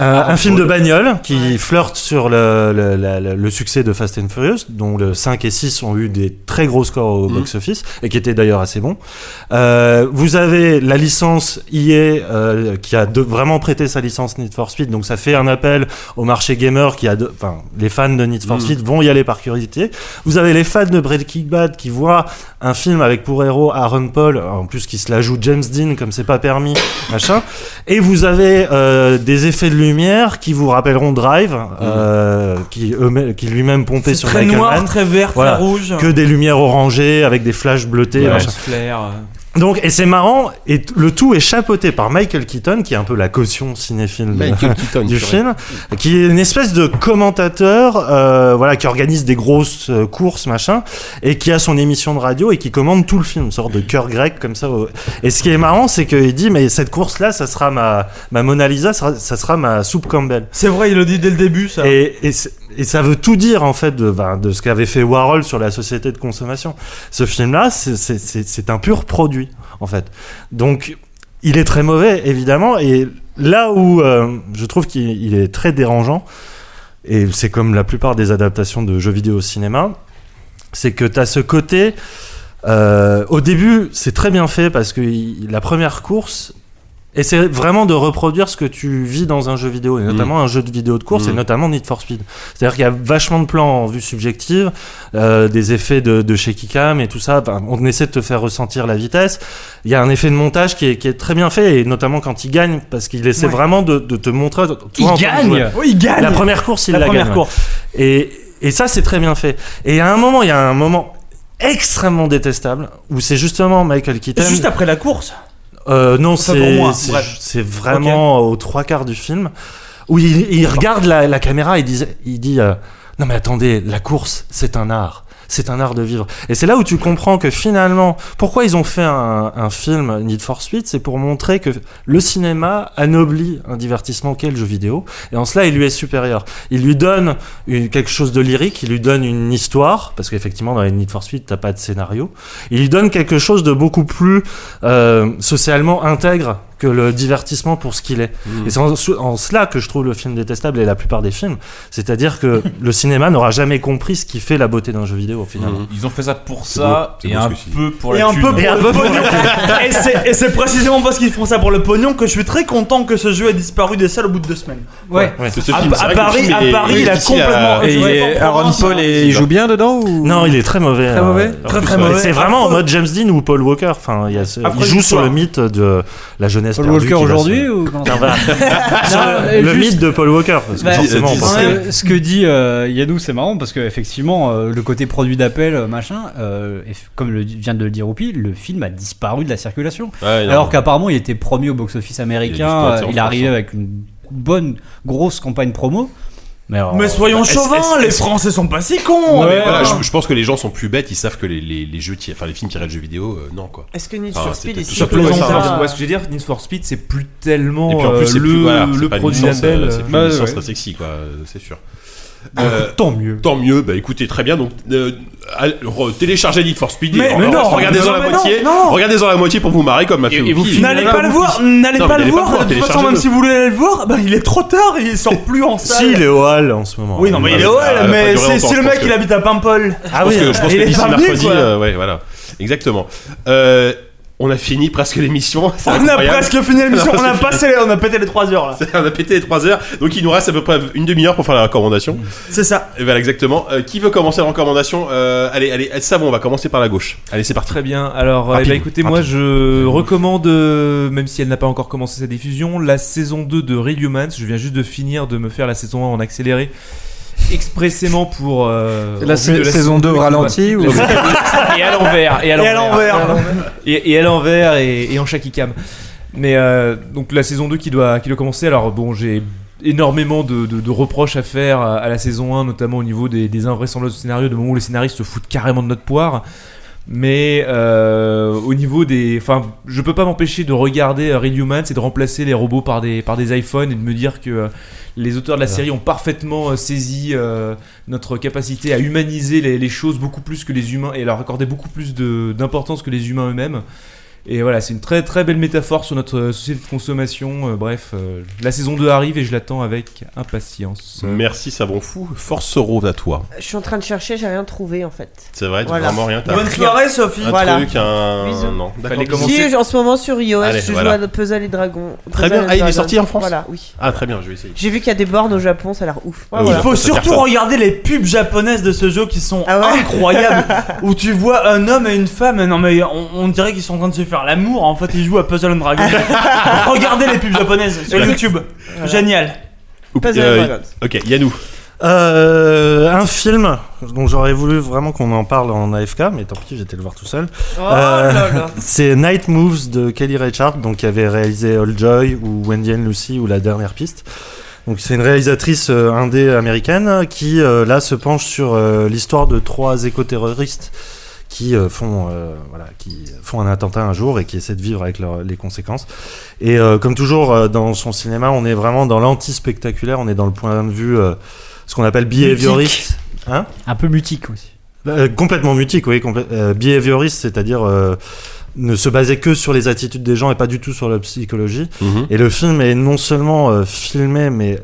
Speaker 9: euh,
Speaker 2: Ah,
Speaker 9: un film de bagnole qui flirte sur le, le- la- le- le succès de Fast and Furious, dont le 5 et 6 ont eu des très gros scores au
Speaker 2: Mhm.
Speaker 9: box-office, et qui étaient d'ailleurs assez bons. Euh, vous avez la licence EA euh, qui a de- vraiment prêté sa licence Need for Speed, donc ça fait un appel au marché gamer qui a... de- Enfin, les fans de Need for
Speaker 2: Mhm.
Speaker 9: Speed vont y aller par curiosité. Vous avez les fans de Breaking Bad qui voient un film avec pour héros Aaron Paul, en plus qui se la joue James Dean comme c'est pas permis, machin. Et vous avez euh, des effets de lumière qui vous rappelleront Drive, euh, qui, eux- qui lui-même pompait
Speaker 3: Mm. C'est
Speaker 9: sur
Speaker 3: très
Speaker 9: Michael
Speaker 3: noir,
Speaker 9: Mann.
Speaker 3: très vert,
Speaker 9: Voilà.
Speaker 3: très rouge.
Speaker 9: Que des lumières orangées avec des flashs bleutés.
Speaker 2: Ouais.
Speaker 9: machin.
Speaker 11: Flair. euh.
Speaker 9: Donc, et c'est marrant, et t- le tout est chapeauté par Michael Keaton, qui est un peu la caution cinéphile de-
Speaker 2: Michael Keaton.
Speaker 9: du
Speaker 2: purée.
Speaker 9: film, qui est une espèce de commentateur, euh, voilà, qui organise des grosses euh, courses, machin, et qui a son émission de radio et qui commande tout le film, une sorte de cœur grec comme ça. au- Et ce qui est marrant, c'est qu'il dit, mais cette course-là, ça sera ma, ma Mona Lisa, ça sera, ça sera ma soupe Campbell.
Speaker 3: C'est vrai, il le dit dès le début ça.
Speaker 9: Et, et, c'est- et ça veut tout dire en fait de, ben, de ce qu'avait fait Warhol sur la société de consommation. Ce film-là, c'est- c'est c'est- c'est un pur produit en fait. Donc il est très mauvais évidemment et là où euh, je trouve qu'il il est très dérangeant et c'est comme la plupart des adaptations de jeux vidéo au cinéma, c'est que tu as ce côté Euh, au début, c'est très bien fait parce que il- la première course essaie vraiment de reproduire ce que tu vis dans un jeu vidéo, et
Speaker 5: Mmh.
Speaker 9: notamment un jeu de vidéo de course,
Speaker 2: Mm.
Speaker 9: et notamment Need for Speed. C'est-à-dire qu'il y a vachement de plans en vue subjective, euh, des effets de, de shaky cam et tout ça. Enfin, on essaie de te faire ressentir la vitesse. Il y a un effet de montage qui est, qui est très bien fait, et notamment quand il gagne, parce qu'il essaie
Speaker 5: Ouais.
Speaker 9: vraiment de, de te montrer. toi,
Speaker 5: Il
Speaker 9: en tant que
Speaker 5: gagne
Speaker 9: joueur.
Speaker 5: Oui, il gagne
Speaker 9: La première course, il
Speaker 5: La
Speaker 9: la,
Speaker 5: première
Speaker 9: gagne.
Speaker 5: course.
Speaker 9: Et, et ça, c'est très bien fait. Et à un moment, il y a un moment extrêmement détestable où c'est justement Michael Keaton.
Speaker 3: Juste après la course.
Speaker 9: Euh, non,
Speaker 3: Enfin, pour
Speaker 9: c'est
Speaker 3: moi,
Speaker 9: c'est-
Speaker 3: bref.
Speaker 9: c'est vraiment aux trois quarts du film où il, il regarde la, la caméra et dit, il dit euh, non mais attendez, la course, c'est un art. C'est un art de vivre. Et c'est là où tu comprends que finalement, pourquoi ils ont fait un, un film Need for Speed, c'est pour montrer que le cinéma anoblit un divertissement qu'est le jeu vidéo. Et en cela, il lui est supérieur. Il lui donne une- quelque chose de lyrique, il lui donne une histoire, parce qu'effectivement, dans les Need for Speed, t'as pas de scénario. Il lui donne quelque chose de beaucoup plus euh, socialement intègre que le divertissement pour ce qu'il est.
Speaker 2: Mm.
Speaker 9: Et c'est en, sou- en cela que je trouve le film détestable et la plupart des films. C'est-à-dire que le cinéma n'aura jamais compris ce qui fait la beauté d'un jeu vidéo, finalement.
Speaker 4: Ils ont fait ça pour ça
Speaker 9: C'est
Speaker 4: et
Speaker 9: beau ce
Speaker 4: un
Speaker 9: que tu dis.
Speaker 4: peu pour
Speaker 3: Et
Speaker 4: la
Speaker 3: un peu
Speaker 4: thune.
Speaker 3: pour le pognon. Et c'est- et c'est précisément parce qu'ils font ça pour le pognon que je suis très content que ce jeu ait disparu des salles au bout de deux semaines.
Speaker 9: Ouais. Ouais. Ce
Speaker 3: À,
Speaker 9: film,
Speaker 3: à
Speaker 9: c'est vrai que le
Speaker 3: Paris,
Speaker 9: film
Speaker 3: à
Speaker 9: est-
Speaker 3: Paris, il a
Speaker 9: difficile à-
Speaker 3: complètement.
Speaker 9: Et
Speaker 3: joué
Speaker 9: il est-
Speaker 3: en
Speaker 9: Aaron
Speaker 3: France.
Speaker 9: Paul est-
Speaker 6: Il joue bien dedans ou
Speaker 9: Non, il est très mauvais.
Speaker 6: Très
Speaker 9: euh,
Speaker 6: mauvais
Speaker 9: en
Speaker 6: Très,
Speaker 9: plus,
Speaker 6: très
Speaker 9: ouais.
Speaker 6: mauvais.
Speaker 9: C'est vraiment en mode James Dean ou Paul Walker. Enfin, il, y a ce-
Speaker 6: Après
Speaker 9: il joue
Speaker 6: une
Speaker 9: sur le
Speaker 6: histoire.
Speaker 9: mythe de la jeunesse
Speaker 8: Paul
Speaker 9: perdue
Speaker 8: Walker
Speaker 9: qui va se-
Speaker 8: aujourd'hui ou comment ça
Speaker 9: Non, voilà. Sur
Speaker 8: Non,
Speaker 9: le-
Speaker 8: mais
Speaker 9: le
Speaker 8: juste-
Speaker 9: mythe de Paul Walker. Parce que
Speaker 8: Bah,
Speaker 9: forcément, on
Speaker 8: ce,
Speaker 9: pensait-
Speaker 8: que, ce que dit euh, Yannou, c'est marrant parce que effectivement, euh, le côté produit d'appel, euh, machin, euh, eff- comme le, dit- vient de le dire Oupi, le film a disparu de la circulation.
Speaker 2: Ouais, non.
Speaker 8: Alors qu'apparemment, il était premier au box-office
Speaker 2: Il est juste
Speaker 8: américain, euh,
Speaker 2: sorti en
Speaker 8: il, est
Speaker 2: France,
Speaker 8: arrivé
Speaker 2: hein.
Speaker 8: avec une bonne grosse campagne promo. Mais, alors- euh,
Speaker 3: Mais soyons chauvins, les Français sont pas si cons.
Speaker 2: Ouais, mais
Speaker 3: hein.
Speaker 2: voilà, je, je pense que les gens sont plus bêtes, ils savent que les, les, les jeux, tirent- enfin les films tirés de jeux vidéo, euh, non quoi.
Speaker 7: Est-ce que Need
Speaker 2: Enfin,
Speaker 7: for
Speaker 2: c'est
Speaker 7: Speed
Speaker 2: peut-être
Speaker 7: est
Speaker 2: tout simplement
Speaker 5: Need
Speaker 2: ça.
Speaker 5: for Speed, ouais, ce que j'ai dire, Need for Speed, c'est plus tellement
Speaker 2: Et puis en plus,
Speaker 5: euh,
Speaker 2: c'est
Speaker 5: le,
Speaker 2: plus, voilà, c'est
Speaker 5: le
Speaker 2: pas une
Speaker 5: produit
Speaker 2: licence,
Speaker 5: d'appel.
Speaker 2: euh, c'est plus
Speaker 5: Bah,
Speaker 2: une licence
Speaker 5: ouais.
Speaker 2: très sexy, quoi, euh, c'est sûr. Euh,
Speaker 8: tant mieux.
Speaker 2: Tant mieux. Bah écoutez, très bien. Donc euh, allez, re- téléchargez Need for Speed.
Speaker 3: Mais-
Speaker 2: et-
Speaker 3: mais
Speaker 2: re-
Speaker 3: non,
Speaker 2: regardez-en
Speaker 3: mais
Speaker 2: la
Speaker 3: non,
Speaker 2: moitié.
Speaker 3: non.
Speaker 2: Regardez-en la moitié pour vous marrer comme m'a fait. Oki.
Speaker 3: N'allez pas le voir, n'allez
Speaker 2: Non,
Speaker 3: pas
Speaker 2: mais
Speaker 3: le voir. De toute façon,
Speaker 2: téléchargez-le.
Speaker 3: même si vous voulez aller le voir, bah, il est trop tard, il sort plus en salle.
Speaker 9: Si, il est au hall en ce moment.
Speaker 3: Oui, non, mais il est
Speaker 2: Ah,
Speaker 3: au
Speaker 2: ça va
Speaker 3: hall,
Speaker 2: pas
Speaker 3: mais
Speaker 2: durer
Speaker 3: c'est
Speaker 2: longtemps,
Speaker 3: c'est le
Speaker 2: je pense
Speaker 3: mec,
Speaker 2: que-
Speaker 3: il habite à Paimpol.
Speaker 2: Ah oui, je pense que, je pense
Speaker 3: euh, il
Speaker 2: que
Speaker 3: est
Speaker 2: d'ici
Speaker 3: pas venu,
Speaker 2: mercredi,
Speaker 3: quoi.
Speaker 2: euh, ouais, voilà, exactement. Euh, on a fini presque l'émission. c'est
Speaker 3: On a
Speaker 2: incroyable.
Speaker 3: presque fini l'émission,
Speaker 2: On a
Speaker 3: on a
Speaker 2: presque
Speaker 3: passé, on a pété les 3 heures là.
Speaker 2: On a pété les 3 heures, donc il nous reste à peu près une demi-heure pour faire la recommandation.
Speaker 3: C'est ça.
Speaker 2: Et voilà, exactement. Euh, qui veut commencer la recommandation Euh, Allez, allez, savon, on va commencer par la gauche. Allez, c'est parti.
Speaker 5: Très bien. Alors, euh, eh ben,
Speaker 2: Rapide,
Speaker 5: écoutez, moi, je recommande, euh, même si elle n'a pas encore commencé sa diffusion, la saison 2 de Real Humans. Je viens juste de finir de me faire la saison 1 en accéléré. Expressément pour. euh,
Speaker 6: C'est la
Speaker 5: en vue de
Speaker 6: sa- saison 2 au
Speaker 5: de Real Humans.
Speaker 6: ralenti ou-
Speaker 5: Et à l'envers. Et à l'envers. Et, et à l'envers et, et en shaky-cam. Mais euh, donc la saison 2 qui doit, qui doit commencer. Alors bon, j'ai énormément de, de- de reproches à faire à, à la saison 1, notamment au niveau des, des invraisemblables scénarios, de moments où les scénaristes se foutent carrément de notre poire. Mais euh, au niveau des. Enfin, je peux pas m'empêcher de regarder euh, Real Humans et de remplacer les robots par des, par des iPhones et de me dire que euh, les auteurs de la
Speaker 15: Voilà.
Speaker 5: série ont parfaitement euh, saisi euh, notre capacité à humaniser les, les choses beaucoup plus que les humains et leur accorder beaucoup plus de- d'importance que les humains eux-mêmes. Et voilà, c'est une très très belle métaphore sur notre euh, société de consommation. Euh, bref, euh, la saison 2 arrive et je l'attends avec impatience.
Speaker 2: Merci, savon fou. Force rose à toi.
Speaker 7: Je suis en train de chercher, j'ai rien trouvé en fait.
Speaker 2: C'est vrai, t'as
Speaker 7: Voilà.
Speaker 2: vraiment rien. t'as
Speaker 7: Bonne
Speaker 2: rien.
Speaker 7: soirée, Sophie.
Speaker 2: Un
Speaker 7: Voilà.
Speaker 2: truc, un.
Speaker 7: Bisous.
Speaker 2: Non, d'accord.
Speaker 5: Fallait
Speaker 2: bisous.
Speaker 7: Si, en ce moment sur iOS,
Speaker 2: Allez,
Speaker 7: je
Speaker 2: voilà.
Speaker 7: joue à Puzzle et Dragon.
Speaker 2: Très
Speaker 7: Puzzle
Speaker 2: bien.
Speaker 7: and
Speaker 2: Ah, il est
Speaker 7: Dragon.
Speaker 2: sorti en France
Speaker 7: Voilà, oui.
Speaker 2: Ah, très bien, je vais essayer.
Speaker 7: J'ai vu qu'il y a des bornes au Japon, ça a l'air ouf.
Speaker 2: Ah, voilà.
Speaker 3: Il faut
Speaker 2: Ça
Speaker 3: surtout
Speaker 2: cartonne.
Speaker 3: regarder les pubs japonaises de ce jeu qui sont
Speaker 7: Ah
Speaker 3: incroyables. où tu vois un homme et une femme. Non mais on, on dirait qu'ils sont en train de se faire l'amour. En fait, ils jouent à Puzzle and Dragon. regardez les pubs japonaises sur
Speaker 2: Voilà.
Speaker 3: YouTube.
Speaker 7: Voilà.
Speaker 3: Génial.
Speaker 7: Puzzle
Speaker 2: Euh,
Speaker 7: and Dragons.
Speaker 2: Ok, Yannou.
Speaker 9: Euh, un film dont j'aurais voulu vraiment qu'on en parle en AFK, mais tant pis, j'étais le voir tout seul. Euh,
Speaker 7: Oh là là.
Speaker 9: C'est Night Moves de Kelly Reichardt, donc qui avait réalisé All Joy ou Wendy and Lucy ou La Dernière Piste. Donc c'est une réalisatrice euh, indé américaine qui euh, là se penche sur euh, l'histoire de trois éco-terroristes qui euh, font euh, voilà qui font un attentat un jour et qui essaient de vivre avec leur- les conséquences. Et euh, comme toujours euh, dans son cinéma, on est vraiment dans l'anti-spectaculaire, on est dans le point de vue euh, ce qu'on appelle behavioriste, hein
Speaker 8: Un peu mutique aussi.
Speaker 9: euh, complètement mutique, oui. complè- euh, behavioriste, c'est-à-dire euh, ne se baser que sur les attitudes des gens et pas du tout sur la psychologie.
Speaker 2: Mhm.
Speaker 9: Et le film est non seulement euh, filmé, mais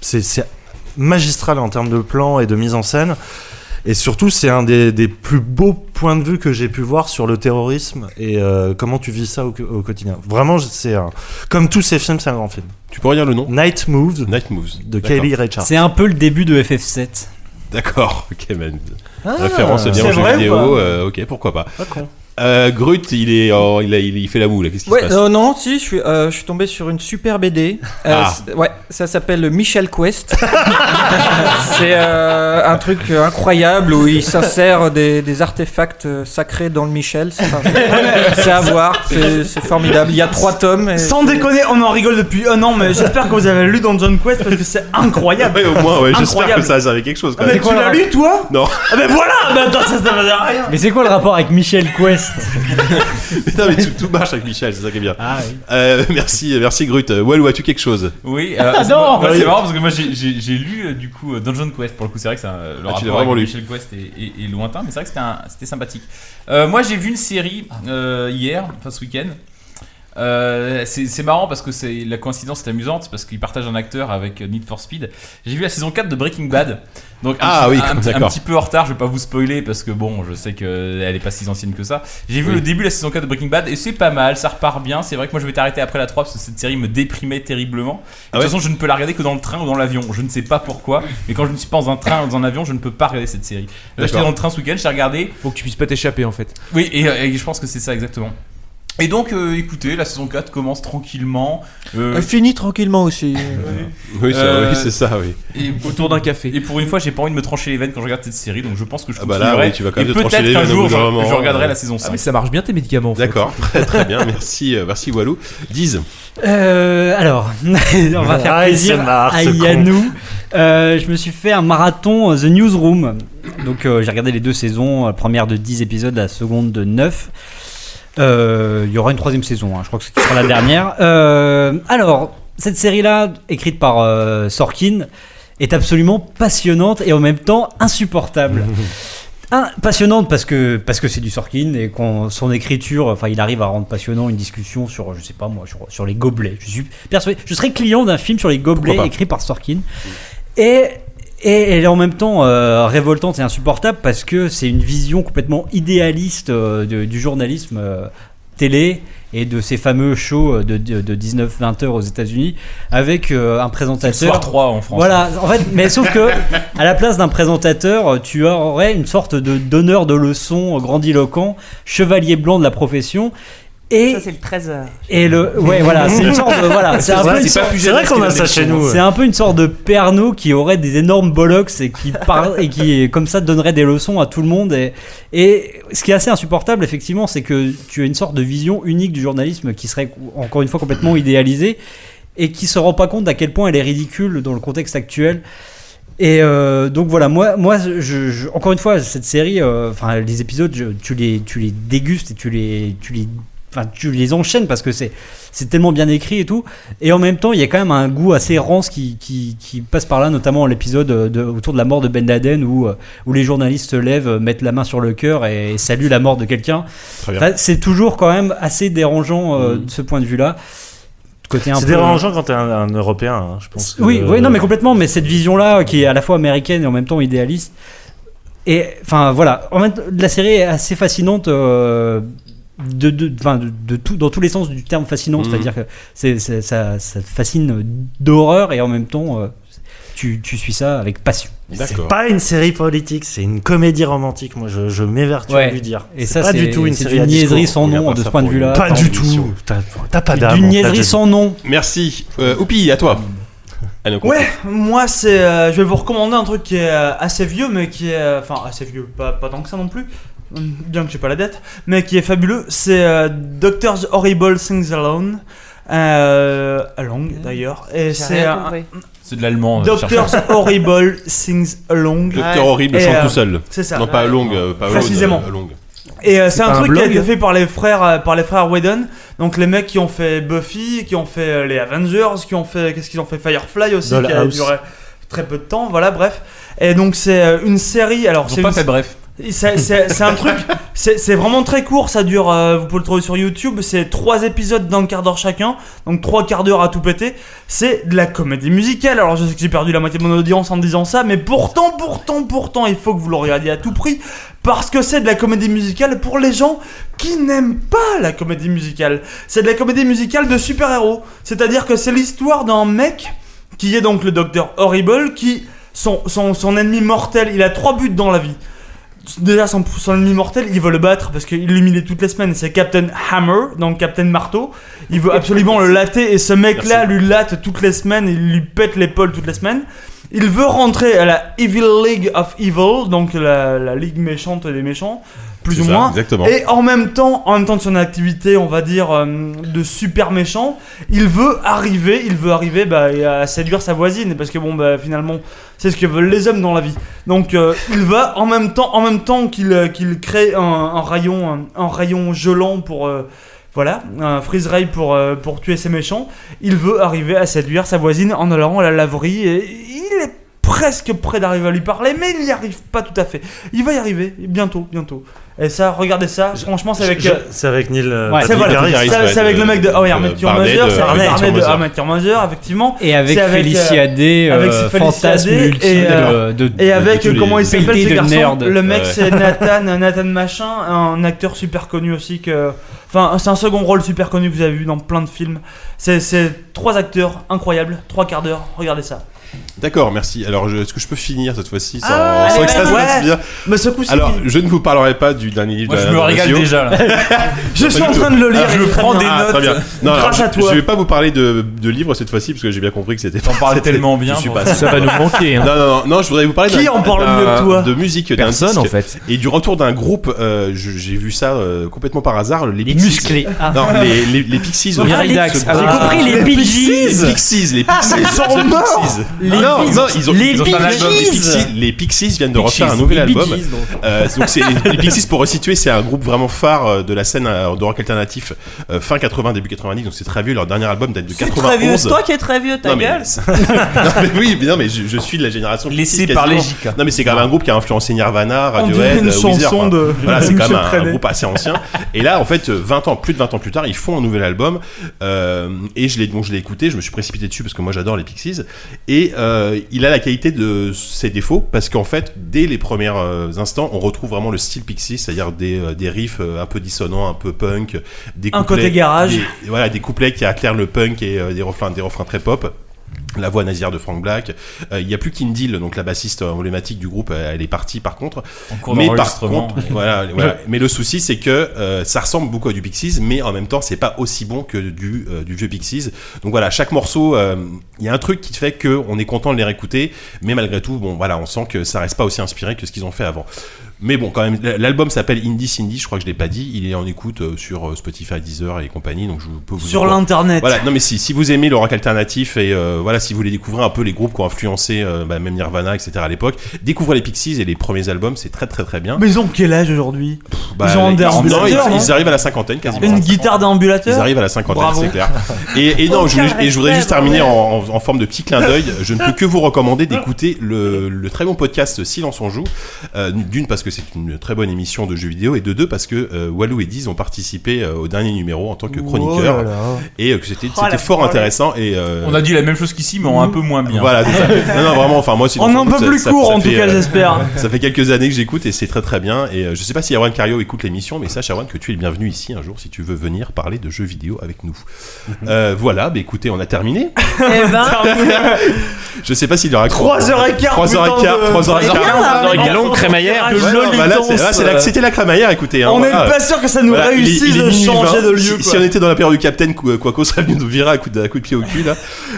Speaker 9: c'est c'est magistral en termes de plan et de mise en scène. Et surtout, c'est un des, des plus beaux points de vue que j'ai pu voir sur le terrorisme et euh, comment tu vis ça au, au quotidien. Vraiment, c'est un- comme tous ces films, c'est un grand film.
Speaker 2: Tu peux redire le nom
Speaker 9: Night Moves.
Speaker 2: Night Moves.
Speaker 9: De Kelly Richards.
Speaker 8: C'est un peu le début de FF7.
Speaker 2: D'accord, ok, man.
Speaker 8: Ah,
Speaker 2: Référence bien
Speaker 8: c'est
Speaker 2: aux jeux
Speaker 8: vrai ou
Speaker 2: vidéo,
Speaker 8: pas
Speaker 2: euh, ok, pourquoi pas.
Speaker 6: Pas con.
Speaker 2: Euh, Grut, il, est en- il, a- il- il fait la moule, qu'est-ce qui se
Speaker 6: Ouais,
Speaker 2: passe
Speaker 6: non, non, si, je suis, euh, je suis tombé sur une super BD. Euh,
Speaker 2: Ah.
Speaker 6: c'est- Ouais, ça s'appelle Michel Quest. c'est euh, un truc incroyable où il s'insère des, des artefacts euh, sacrés dans le Michel. C'est enfin, c'est à voir, c'est c'est formidable. Il y a trois tomes. et
Speaker 3: Sans
Speaker 6: c'est-
Speaker 3: déconner, on en rigole depuis un an, mais j'espère que vous avez lu dans John Quest parce que c'est incroyable.
Speaker 2: Ouais, au moins, ouais, j'espère que
Speaker 3: Incroyable.
Speaker 2: ça servait quelque chose.
Speaker 3: Ah,
Speaker 2: Quand
Speaker 3: mais
Speaker 2: même.
Speaker 3: tu l'as lu, toi
Speaker 2: Non.
Speaker 3: Ah, mais voilà Mais attends, ça, ça veut dire rien
Speaker 8: Mais c'est quoi le rapport avec Michel Quest
Speaker 2: Mais non, mais tout, tout marche avec Michel, c'est ça qui est bien.
Speaker 8: oui.
Speaker 2: Euh, merci, merci Grut. Euh, Walou, as-tu quelque chose
Speaker 4: Oui, euh,
Speaker 8: Ah
Speaker 4: c'est-
Speaker 8: non,
Speaker 4: moi,
Speaker 8: oui.
Speaker 4: c'est marrant parce que moi j'ai- j'ai j'ai lu euh, du coup euh, Dungeon Quest pour le coup c'est vrai que c'est un- euh, le
Speaker 2: Ah, tu l'as
Speaker 4: rapport
Speaker 2: vraiment
Speaker 4: avec
Speaker 2: lu.
Speaker 4: Michel Quest est, est- est lointain mais c'est vrai que c'était un- c'était sympathique. Euh, moi j'ai vu une série euh, hier, enfin ce week-end. Euh, c'est c'est marrant parce que c'est la coïncidence est amusante parce qu'il partage un acteur avec euh, Need for Speed. J'ai vu la saison 4 de Breaking Bad. Donc un,
Speaker 2: Ah
Speaker 4: petit-
Speaker 2: oui,
Speaker 4: un,
Speaker 2: comme-
Speaker 4: petit- un
Speaker 2: d'accord.
Speaker 4: petit peu en retard, je vais pas vous spoiler parce que bon, je sais qu'elle est pas si ancienne que ça. J'ai vu
Speaker 2: Oui.
Speaker 4: le début de la saison 4 de Breaking Bad et c'est pas mal, ça repart bien. C'est vrai que moi je vais t'arrêter après la 3 parce que cette série me déprimait terriblement.
Speaker 2: Ah
Speaker 4: de
Speaker 2: ouais
Speaker 4: toute façon, je ne peux la regarder que dans le train ou dans l'avion. Je ne sais pas pourquoi, mais quand je ne suis pas dans un train ou dans un avion, je ne peux pas regarder cette série. Là, j'étais
Speaker 11: D'accord.
Speaker 4: dans le train ce week-end, j'ai regardé.
Speaker 11: Faut que tu puisses pas t'échapper en fait.
Speaker 4: Oui, et, euh, et je pense que c'est ça exactement. Et donc, euh, écoutez, la saison 4 commence tranquillement. euh,
Speaker 6: Euh, Fini tranquillement aussi.
Speaker 2: Oui, ça-
Speaker 4: Euh,
Speaker 2: oui, c'est ça, oui.
Speaker 4: et
Speaker 11: Autour d'un café.
Speaker 4: Et pour une fois, j'ai pas envie de me trancher les veines quand je regarde cette série, donc je pense que je
Speaker 2: Ah bah là,
Speaker 4: continuerai.
Speaker 2: oui, tu vas quand même
Speaker 4: et
Speaker 2: te trancher
Speaker 4: peut-être
Speaker 2: les
Speaker 4: qu'un
Speaker 2: veines au
Speaker 4: jour,
Speaker 2: bout
Speaker 4: je,
Speaker 2: d'un moment, euh.
Speaker 4: je regarderai
Speaker 2: ouais.
Speaker 4: la saison 5.
Speaker 11: Ah, mais ça marche bien tes médicaments en fait.
Speaker 2: D'accord, très très bien, merci, euh, merci Walou. Diz,
Speaker 8: Euh, alors, on va faire
Speaker 9: Ah, il
Speaker 8: plaisir
Speaker 9: se marre,
Speaker 8: à
Speaker 9: ce con.
Speaker 8: Yannou. Euh, je me suis fait un marathon euh, The Newsroom. Donc euh, j'ai regardé les deux saisons, la première de 10 épisodes, la seconde de 9. Euh, Il y aura une troisième saison, hein, je crois que ce sera la dernière. Euh, alors, cette série-là, écrite par euh, Sorkin, est absolument passionnante et en même temps insupportable. Un, passionnante parce que parce que c'est du Sorkin et qu'on son écriture, enfin il arrive à rendre passionnant une discussion sur je sais pas moi sur, sur les gobelets. Je suis persuadé, je serais client d'un film sur les gobelets
Speaker 2: Pourquoi pas.
Speaker 8: écrit par Sorkin. Et et elle est en même temps euh, révoltante et insupportable parce que c'est une vision complètement idéaliste euh, de- du journalisme euh, télé et de ces fameux shows de, de, 19-20 heures aux États-Unis avec euh, un
Speaker 4: C'est le soir
Speaker 8: présentateur
Speaker 4: 3 en France.
Speaker 8: voilà, en fait, mais sauf que à la place d'un présentateur, tu aurais une sorte de donneur de leçons grandiloquent, chevalier blanc de la profession. Et,
Speaker 7: Ça, c'est le 13h.
Speaker 8: et le ouais voilà c'est une sorte de- voilà c'est un peu
Speaker 9: vrai,
Speaker 8: une
Speaker 9: c'est pas
Speaker 8: sorte-
Speaker 9: plus C'est vrai qu'on a ça chez nous, ouais.
Speaker 8: c'est un peu une sorte de perno qui aurait des énormes bollocks et qui parle et qui comme ça donnerait des leçons à tout le monde et et ce qui est assez insupportable effectivement c'est que tu as une sorte de vision unique du journalisme qui serait encore une fois complètement idéalisée et qui se rend pas compte à quel point elle est ridicule dans le contexte actuel et euh, donc voilà, moi, moi je, je- encore une fois, cette série, euh, enfin les épisodes, je- tu, les, tu les dégustes et tu les, tu les, enfin, tu les enchaînes parce que c'est, c'est tellement bien écrit et tout. Et en même temps, il y a quand même un goût assez rance qui, qui, qui passe par là, notamment l'épisode euh, de, autour de la mort de Ben Laden où, euh, où les journalistes se lèvent, euh, mettent la main sur le cœur et, saluent la mort de quelqu'un.
Speaker 2: Très bien.
Speaker 8: Enfin, c'est toujours quand même assez dérangeant euh, de ce point de vue-là. Côté un
Speaker 9: C'est
Speaker 8: peu-
Speaker 9: dérangeant quand t'es un, un Européen, hein, je pense. que-
Speaker 8: oui, oui, non, mais complètement. Mais cette vision-là, qui est à la fois américaine et en même temps idéaliste. Et enfin, voilà. En même temps, la série est assez fascinante. euh, de, de, enfin, de- de tout, dans tous les sens du terme fascinante,
Speaker 2: Mhm.
Speaker 8: c'est-à-dire que c'est, c'est- ça, ça te fascine d'horreur et en même temps euh, tu, tu suis ça avec passion.
Speaker 2: d'accord.
Speaker 9: Pas une série politique, c'est une comédie romantique. Moi, je, je m'évertue à
Speaker 8: Ouais.
Speaker 9: lui dire.
Speaker 8: Et ça,
Speaker 9: pas
Speaker 8: c'est,
Speaker 9: du tout une
Speaker 8: c'est
Speaker 9: série
Speaker 8: une
Speaker 9: à discours.
Speaker 8: niaiserie sans
Speaker 2: On a
Speaker 8: nom
Speaker 2: pas
Speaker 8: de ce
Speaker 2: ça
Speaker 8: point de
Speaker 2: pour
Speaker 8: vue-là.
Speaker 9: Pas du
Speaker 2: Ambition.
Speaker 9: tout. T'as t'as pas d'âme.
Speaker 2: hein.
Speaker 8: D'une
Speaker 9: en fait,
Speaker 8: niaiserie
Speaker 9: là-dessus.
Speaker 8: sans nom.
Speaker 2: merci. Euh, Oupi, à toi. Allez, on continue.
Speaker 3: Ouais, moi c'est, euh, je vais vous recommander un truc qui est euh, assez vieux, mais qui est, euh, enfin assez vieux, pas, pas tant que ça non plus, hum, bien que j'ai pas la date, mais qui est fabuleux, c'est euh, Doctor's Horrible Things Alone, euh, Along d'ailleurs, et
Speaker 7: J'ai
Speaker 3: c'est
Speaker 7: rien
Speaker 3: un-
Speaker 7: compris.
Speaker 4: C'est de l'allemand. euh, chercheur.
Speaker 3: Doctor's Horrible Things Along,
Speaker 2: Docteur
Speaker 7: Ouais.
Speaker 2: Horrible
Speaker 3: Et,
Speaker 2: chante
Speaker 3: euh,
Speaker 2: tout seul.
Speaker 3: c'est ça.
Speaker 2: non, pas longue, euh, pas Alone,
Speaker 3: Précisément.
Speaker 2: euh, longue.
Speaker 3: Et euh,
Speaker 11: C'est
Speaker 3: c'est un
Speaker 11: pas un
Speaker 3: truc qui a
Speaker 11: blog
Speaker 3: été fait par les frères, euh, par les frères Whedon. Donc les mecs qui ont fait Buffy, qui ont fait euh, les Avengers, qui ont fait, qu'est-ce qu'ils ont fait Firefly aussi, qui a
Speaker 9: Dollhouse.
Speaker 3: duré très peu de temps. Voilà, bref. Et donc c'est euh, une série. Alors
Speaker 4: Ils
Speaker 3: c'est
Speaker 4: ont pas
Speaker 3: une-
Speaker 4: fait bref.
Speaker 3: C'est c'est- c'est un truc, c'est c'est vraiment très court, ça dure, euh, vous pouvez le trouver sur YouTube, c'est trois épisodes d'un quart d'heure chacun, donc trois quarts d'heure à tout péter. C'est de la comédie musicale, alors je sais que j'ai perdu la moitié de mon audience en disant ça, mais pourtant, pourtant, pourtant, il faut que vous le regardiez à tout prix, parce que c'est de la comédie musicale pour les gens qui n'aiment pas la comédie musicale. C'est de la comédie musicale de super-héros, c'est-à-dire que c'est l'histoire d'un mec qui est donc le docteur Horrible, qui, son, son, son ennemi mortel, il a trois buts dans la vie. Déjà, son, son ennemi mortel, il veut le battre parce qu'il l'humilie toutes les semaines. C'est Captain Hammer, donc Captain Marteau. Il veut absolument le latter et ce mec-là lui latte toutes les semaines, il lui pète l'épaule toutes les semaines. Il veut rentrer à la Evil League of Evil, donc la, la ligue méchante des méchants, plus
Speaker 2: C'est
Speaker 3: ou
Speaker 2: ça,
Speaker 3: moins.
Speaker 2: exactement.
Speaker 3: Et en même temps, en même temps de son activité, on va dire euh, de super méchant, il veut arriver, il veut arriver bah, à séduire sa voisine parce que bon bah finalement, c'est ce que veulent les hommes dans la vie. Donc euh, il va en même temps, en même temps qu'il euh, qu'il crée un, un rayon, un, un rayon gelant pour euh, voilà, un freeze ray pour euh, pour tuer ses méchants. Il veut arriver à séduire sa voisine en allant à la laverie et il est presque près d'arriver à lui parler, mais il n'y arrive pas tout à fait. Il va y arriver bientôt, bientôt. Et ça, regardez ça. Franchement, c'est avec.
Speaker 9: Je-
Speaker 3: euh,
Speaker 9: c'est avec Neil. euh,
Speaker 3: Ouais, c'est
Speaker 9: Patrick
Speaker 3: voilà,
Speaker 9: Harris,
Speaker 3: c'est-
Speaker 9: ouais,
Speaker 3: c'est avec
Speaker 9: de-
Speaker 3: le mec de Oh,
Speaker 9: de
Speaker 3: Armand
Speaker 9: Barnett,
Speaker 3: Turmazer, c'est
Speaker 9: euh,
Speaker 3: Armand
Speaker 9: Armand
Speaker 3: de
Speaker 9: Turmazer.
Speaker 3: Armand Turmazer, effectivement.
Speaker 8: Et avec
Speaker 3: C'est euh,
Speaker 8: Félicia Day,
Speaker 3: avec
Speaker 8: euh,
Speaker 3: Félicia
Speaker 8: fantasme
Speaker 3: Day,
Speaker 8: ultime
Speaker 3: et,
Speaker 9: euh,
Speaker 3: euh,
Speaker 8: de- de-
Speaker 3: et
Speaker 8: de
Speaker 3: avec,
Speaker 8: tous les
Speaker 3: comment il s'appelle
Speaker 8: pelletés
Speaker 3: ce
Speaker 8: de
Speaker 3: garçon
Speaker 8: nerds.
Speaker 3: Le mec,
Speaker 8: Ouais.
Speaker 3: c'est Nathan, euh, Nathan Machin, un acteur super connu aussi que. Enfin, c'est un second rôle super connu que vous avez vu dans plein de films. C'est- C'est trois acteurs incroyables, trois quarts d'heure, regardez ça.
Speaker 2: D'accord, merci. Alors, je- est-ce que je peux finir cette fois-ci sans,
Speaker 3: Ah,
Speaker 2: sans
Speaker 3: allez,
Speaker 2: que ça se
Speaker 3: ouais.
Speaker 2: passe bien
Speaker 3: Mais ce coup-ci-
Speaker 2: Alors, je ne vous parlerai pas du dernier livre
Speaker 4: Moi,
Speaker 2: de
Speaker 4: je
Speaker 2: la-
Speaker 4: me
Speaker 2: de
Speaker 4: régale
Speaker 2: Lazio.
Speaker 4: déjà, là.
Speaker 3: Je
Speaker 2: Non,
Speaker 3: suis
Speaker 2: pas
Speaker 3: en
Speaker 2: du
Speaker 3: train
Speaker 2: tout.
Speaker 3: de le lire,
Speaker 2: Ah,
Speaker 3: il est
Speaker 2: je
Speaker 3: très
Speaker 2: prends
Speaker 3: bien.
Speaker 2: des
Speaker 3: Ah,
Speaker 2: notes.
Speaker 3: très bien.
Speaker 2: Non, alors,
Speaker 3: Grâce
Speaker 2: je-
Speaker 3: à toi.
Speaker 2: Je vais pas vous parler de, de livres cette fois-ci parce que j'ai bien compris que c'était. T'en
Speaker 4: parlais tellement bien,
Speaker 2: Je suis
Speaker 4: bon.
Speaker 2: pas
Speaker 4: Ça va nous manquer, hein.
Speaker 2: Non, non, non, non, je voudrais vous parler.
Speaker 4: Qui
Speaker 2: d'un-
Speaker 4: en parle
Speaker 2: d'un-
Speaker 4: mieux que toi
Speaker 2: De musique, d'un
Speaker 4: Personne,
Speaker 2: disque
Speaker 4: en fait.
Speaker 2: Et du retour d'un groupe, euh, je- j'ai vu ça euh, complètement par hasard. Les, Pixies.
Speaker 8: musclés. Ah.
Speaker 2: Non, les, les, les Pixies.
Speaker 8: Ah,
Speaker 2: original.
Speaker 8: les-
Speaker 2: Ce
Speaker 8: ah, j'ai
Speaker 2: groupe.
Speaker 8: compris, les Pixies.
Speaker 2: Les Pixies, les Pixies.
Speaker 8: Ils sont
Speaker 2: The Pixies.
Speaker 8: morts. Les
Speaker 2: Ah, non,
Speaker 8: Pixies.
Speaker 2: non, ils ont,
Speaker 8: Les
Speaker 2: ils ont fait un album. Les
Speaker 8: Pixies.
Speaker 2: Pixies, les Pixies viennent de
Speaker 8: Pixies.
Speaker 2: refaire un nouvel
Speaker 8: Les Bee
Speaker 2: album.
Speaker 8: Gees, donc.
Speaker 2: Euh, donc c'est- les Pixies, pour resituer, c'est un groupe vraiment phare euh, de la scène euh, de rock alternatif euh, fin 80, début 90. Donc c'est très vieux. Leur dernier album date de
Speaker 7: C'est très
Speaker 2: 91.
Speaker 7: vieux, c'est toi qui es très vieux, ta
Speaker 2: Non, mais-
Speaker 7: gueule.
Speaker 2: non, mais oui, mais non, mais je, je suis de la génération. Laissé
Speaker 4: par les
Speaker 2: JK. Non, mais c'est quand même un groupe qui a influencé Nirvana,
Speaker 4: On dirait
Speaker 2: Radiohead,
Speaker 4: une
Speaker 2: euh, Weezer,
Speaker 4: chanson
Speaker 2: enfin,
Speaker 4: de-
Speaker 2: Voilà,
Speaker 4: de
Speaker 2: c'est quand
Speaker 4: Michel
Speaker 2: même un, un
Speaker 4: Prenet.
Speaker 2: groupe assez ancien. Et là, en fait, euh, 20 ans, plus de 20 ans plus tard, ils font un nouvel album. euh, et je l'ai donc je l'ai écouté, je me suis précipité dessus parce que moi j'adore les Pixies. Et euh, il a la qualité de ses défauts parce qu'en fait, dès les premiers euh, instants, on retrouve vraiment le style Pixies, c'est-à-dire des, euh, des riffs euh, un peu dissonants, un peu punk, des
Speaker 3: Un
Speaker 2: couplets-
Speaker 3: côté garage.
Speaker 2: des- et voilà des couplets qui éclairent le punk et euh, des refrains des refrains très pop la voix nasillarde de Frank Black. Euh, Il n'y a plus Kindle, donc la bassiste emblématique du groupe, euh, elle est partie par contre.
Speaker 4: En cours
Speaker 2: mais par
Speaker 4: d'enregistrement,
Speaker 2: contre,
Speaker 4: ouais.
Speaker 2: voilà, voilà. Mais le souci, c'est que euh, ça ressemble beaucoup à du Pixies, mais en même temps, c'est pas aussi bon que du, euh, du vieux Pixies. Donc voilà, chaque morceau, euh, il y a un truc qui fait que on est content de les réécouter, mais malgré tout, bon, voilà, on sent que ça reste pas aussi inspiré que ce qu'ils ont fait avant. Mais bon, quand même, l'album s'appelle Indie Cindy, je crois que je l'ai pas dit. Il est en écoute euh, sur euh, Spotify, Deezer et compagnie, donc je vous- peux vous
Speaker 3: Sur
Speaker 2: dire quoi.
Speaker 3: l'Internet.
Speaker 2: Voilà, non mais si, si vous aimez le rock alternatif et euh, voilà, si vous voulez découvrir un peu les groupes qui ont influencé euh, bah, même Nirvana, etc. à l'époque, découvrez les Pixies et les premiers albums, c'est très très très bien.
Speaker 3: Mais ils ont quel âge aujourd'hui
Speaker 2: Bah,
Speaker 3: Ils ont un
Speaker 2: les- non, ils,
Speaker 3: déambulateur,
Speaker 4: hein.
Speaker 3: non
Speaker 2: ils arrivent à la cinquantaine quasiment.
Speaker 3: Une guitare déambulateur
Speaker 2: Ils arrivent à la cinquantaine,
Speaker 3: Bravo.
Speaker 2: c'est clair. Et, et non, je voulais, et je voudrais juste terminer en, en- en forme de petit clin d'œil. Je ne peux que vous recommander d'écouter le, le très bon podcast Silence on joue. Euh, D'une parce que c'est une très bonne émission de jeux vidéo et de deux parce que euh, Walou et Diz ont participé euh, au dernier numéro en tant que chroniqueurs
Speaker 4: Oh là là.
Speaker 2: et euh, que c'était
Speaker 4: Oh la
Speaker 2: c'était fort
Speaker 4: parole.
Speaker 2: intéressant et euh,
Speaker 4: On a dit la même chose qu'ici, mais en un peu moins bien.
Speaker 2: voilà, c'est ça. non, non, vraiment, enfin moi,
Speaker 4: On en
Speaker 2: peut
Speaker 4: peut plus court, en tout cas, j'espère.
Speaker 2: euh, Ça fait quelques années que j'écoute et c'est très très bien. Et euh, je sais pas si Erwan Cario écoute l'émission, mais sache Erwan que tu es le bienvenu ici un jour si tu veux venir parler de jeux vidéo avec nous. Euh, voilà, bah écoutez, on a terminé.
Speaker 7: Eh ben,
Speaker 2: Je sais pas s'il y aura
Speaker 7: 3h15,
Speaker 2: 3h15,
Speaker 7: putain de-
Speaker 2: 3h15,
Speaker 7: Eh bien, on a une longue
Speaker 3: crémaillère.
Speaker 2: Ouais, non, bah là, c'est- là, c'est la- C'était la crémaillère, écoutez. hein,
Speaker 3: On n'est
Speaker 2: voilà.
Speaker 3: pas sûr que ça nous
Speaker 2: il est-
Speaker 3: réussisse
Speaker 2: il est
Speaker 3: de
Speaker 2: minuit
Speaker 3: changer
Speaker 2: 20.
Speaker 3: de lieu,
Speaker 2: Si,
Speaker 3: quoi.
Speaker 2: si on était dans la période du Captain, Qu- Quaco serait venu nous virer à coup de, à coup de pied au cul. Là.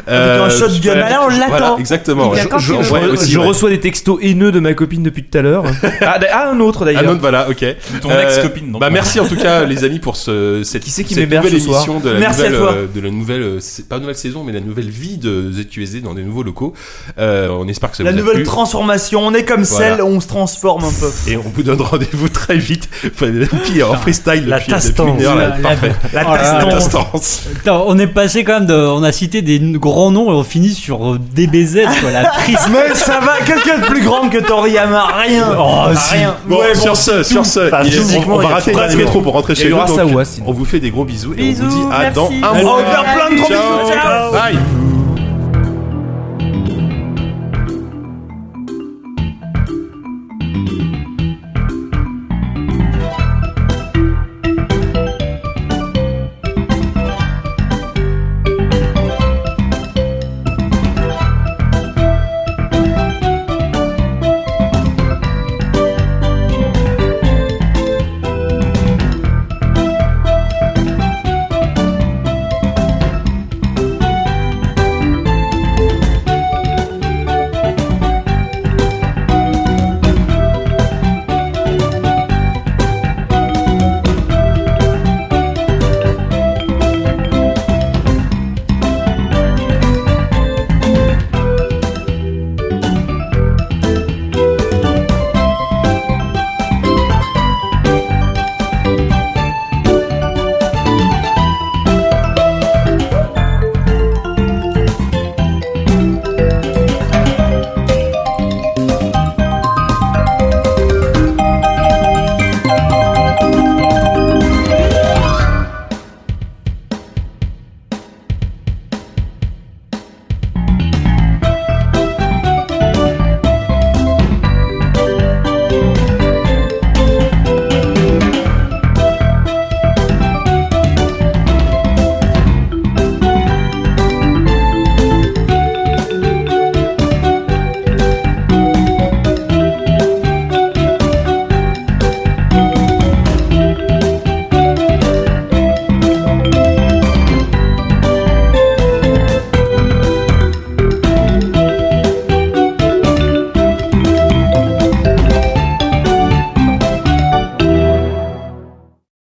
Speaker 11: un shotgun.
Speaker 2: Euh, voilà,
Speaker 11: Bah là, on l'attend.
Speaker 2: voilà, exactement. ouais.
Speaker 11: Je, je- je- je reçois des textos haineux de ma copine depuis tout à l'heure. ah, d- ah, un autre d'ailleurs.
Speaker 2: Un autre, voilà, ok.
Speaker 11: ton
Speaker 4: Ton ex-copine, non.
Speaker 2: Bah merci en tout cas les amis pour ce cette,
Speaker 11: Qui c'est qui
Speaker 2: cette
Speaker 11: m'héberge
Speaker 2: nouvelle
Speaker 11: ce soir
Speaker 2: émission de la
Speaker 11: Merci à
Speaker 2: nouvelle
Speaker 11: toi.
Speaker 2: euh, de la nouvelle euh, c'est pas nouvelle saison mais la nouvelle vie de ZQSD dans des nouveaux locaux. Euh, on espère que ça
Speaker 3: La
Speaker 2: vous a
Speaker 3: nouvelle
Speaker 2: plu.
Speaker 3: transformation, on est comme
Speaker 2: Voilà.
Speaker 3: celle où on se transforme un peu.
Speaker 2: et on vous donne rendez-vous très vite. Enfin, puis en freestyle
Speaker 8: La
Speaker 2: depuis, depuis
Speaker 8: tastance.
Speaker 2: une heure, là,
Speaker 8: La- la-
Speaker 2: parfait. Oh,
Speaker 8: la
Speaker 2: Ah,
Speaker 8: tastance.
Speaker 2: tastance.
Speaker 8: Putain, on est passé quand même de. On a cité des n- grands noms et on finit sur euh, DBZ, quoi, la triste.
Speaker 3: Mais ça va, quelqu'un de plus grand que Toriyama, rien.
Speaker 8: Oh, si.
Speaker 3: rien.
Speaker 2: Ah, Bon, sur ce, sur ce,
Speaker 9: Enfin,
Speaker 2: il est- on-
Speaker 9: physiquement,
Speaker 2: on va
Speaker 9: il y a
Speaker 2: rater
Speaker 9: tout
Speaker 2: le rétro pour rentrer
Speaker 11: Il y a
Speaker 2: chez
Speaker 11: eu
Speaker 2: nous.
Speaker 11: Urasawa,
Speaker 2: donc
Speaker 11: sinon.
Speaker 2: On vous fait des gros bisous et on vous
Speaker 7: Bisous,
Speaker 2: dit à dans
Speaker 7: merci.
Speaker 2: un
Speaker 3: On
Speaker 2: mois.
Speaker 3: va faire plein de gros bisous,
Speaker 2: Ciao.
Speaker 3: ciao.
Speaker 2: Bye.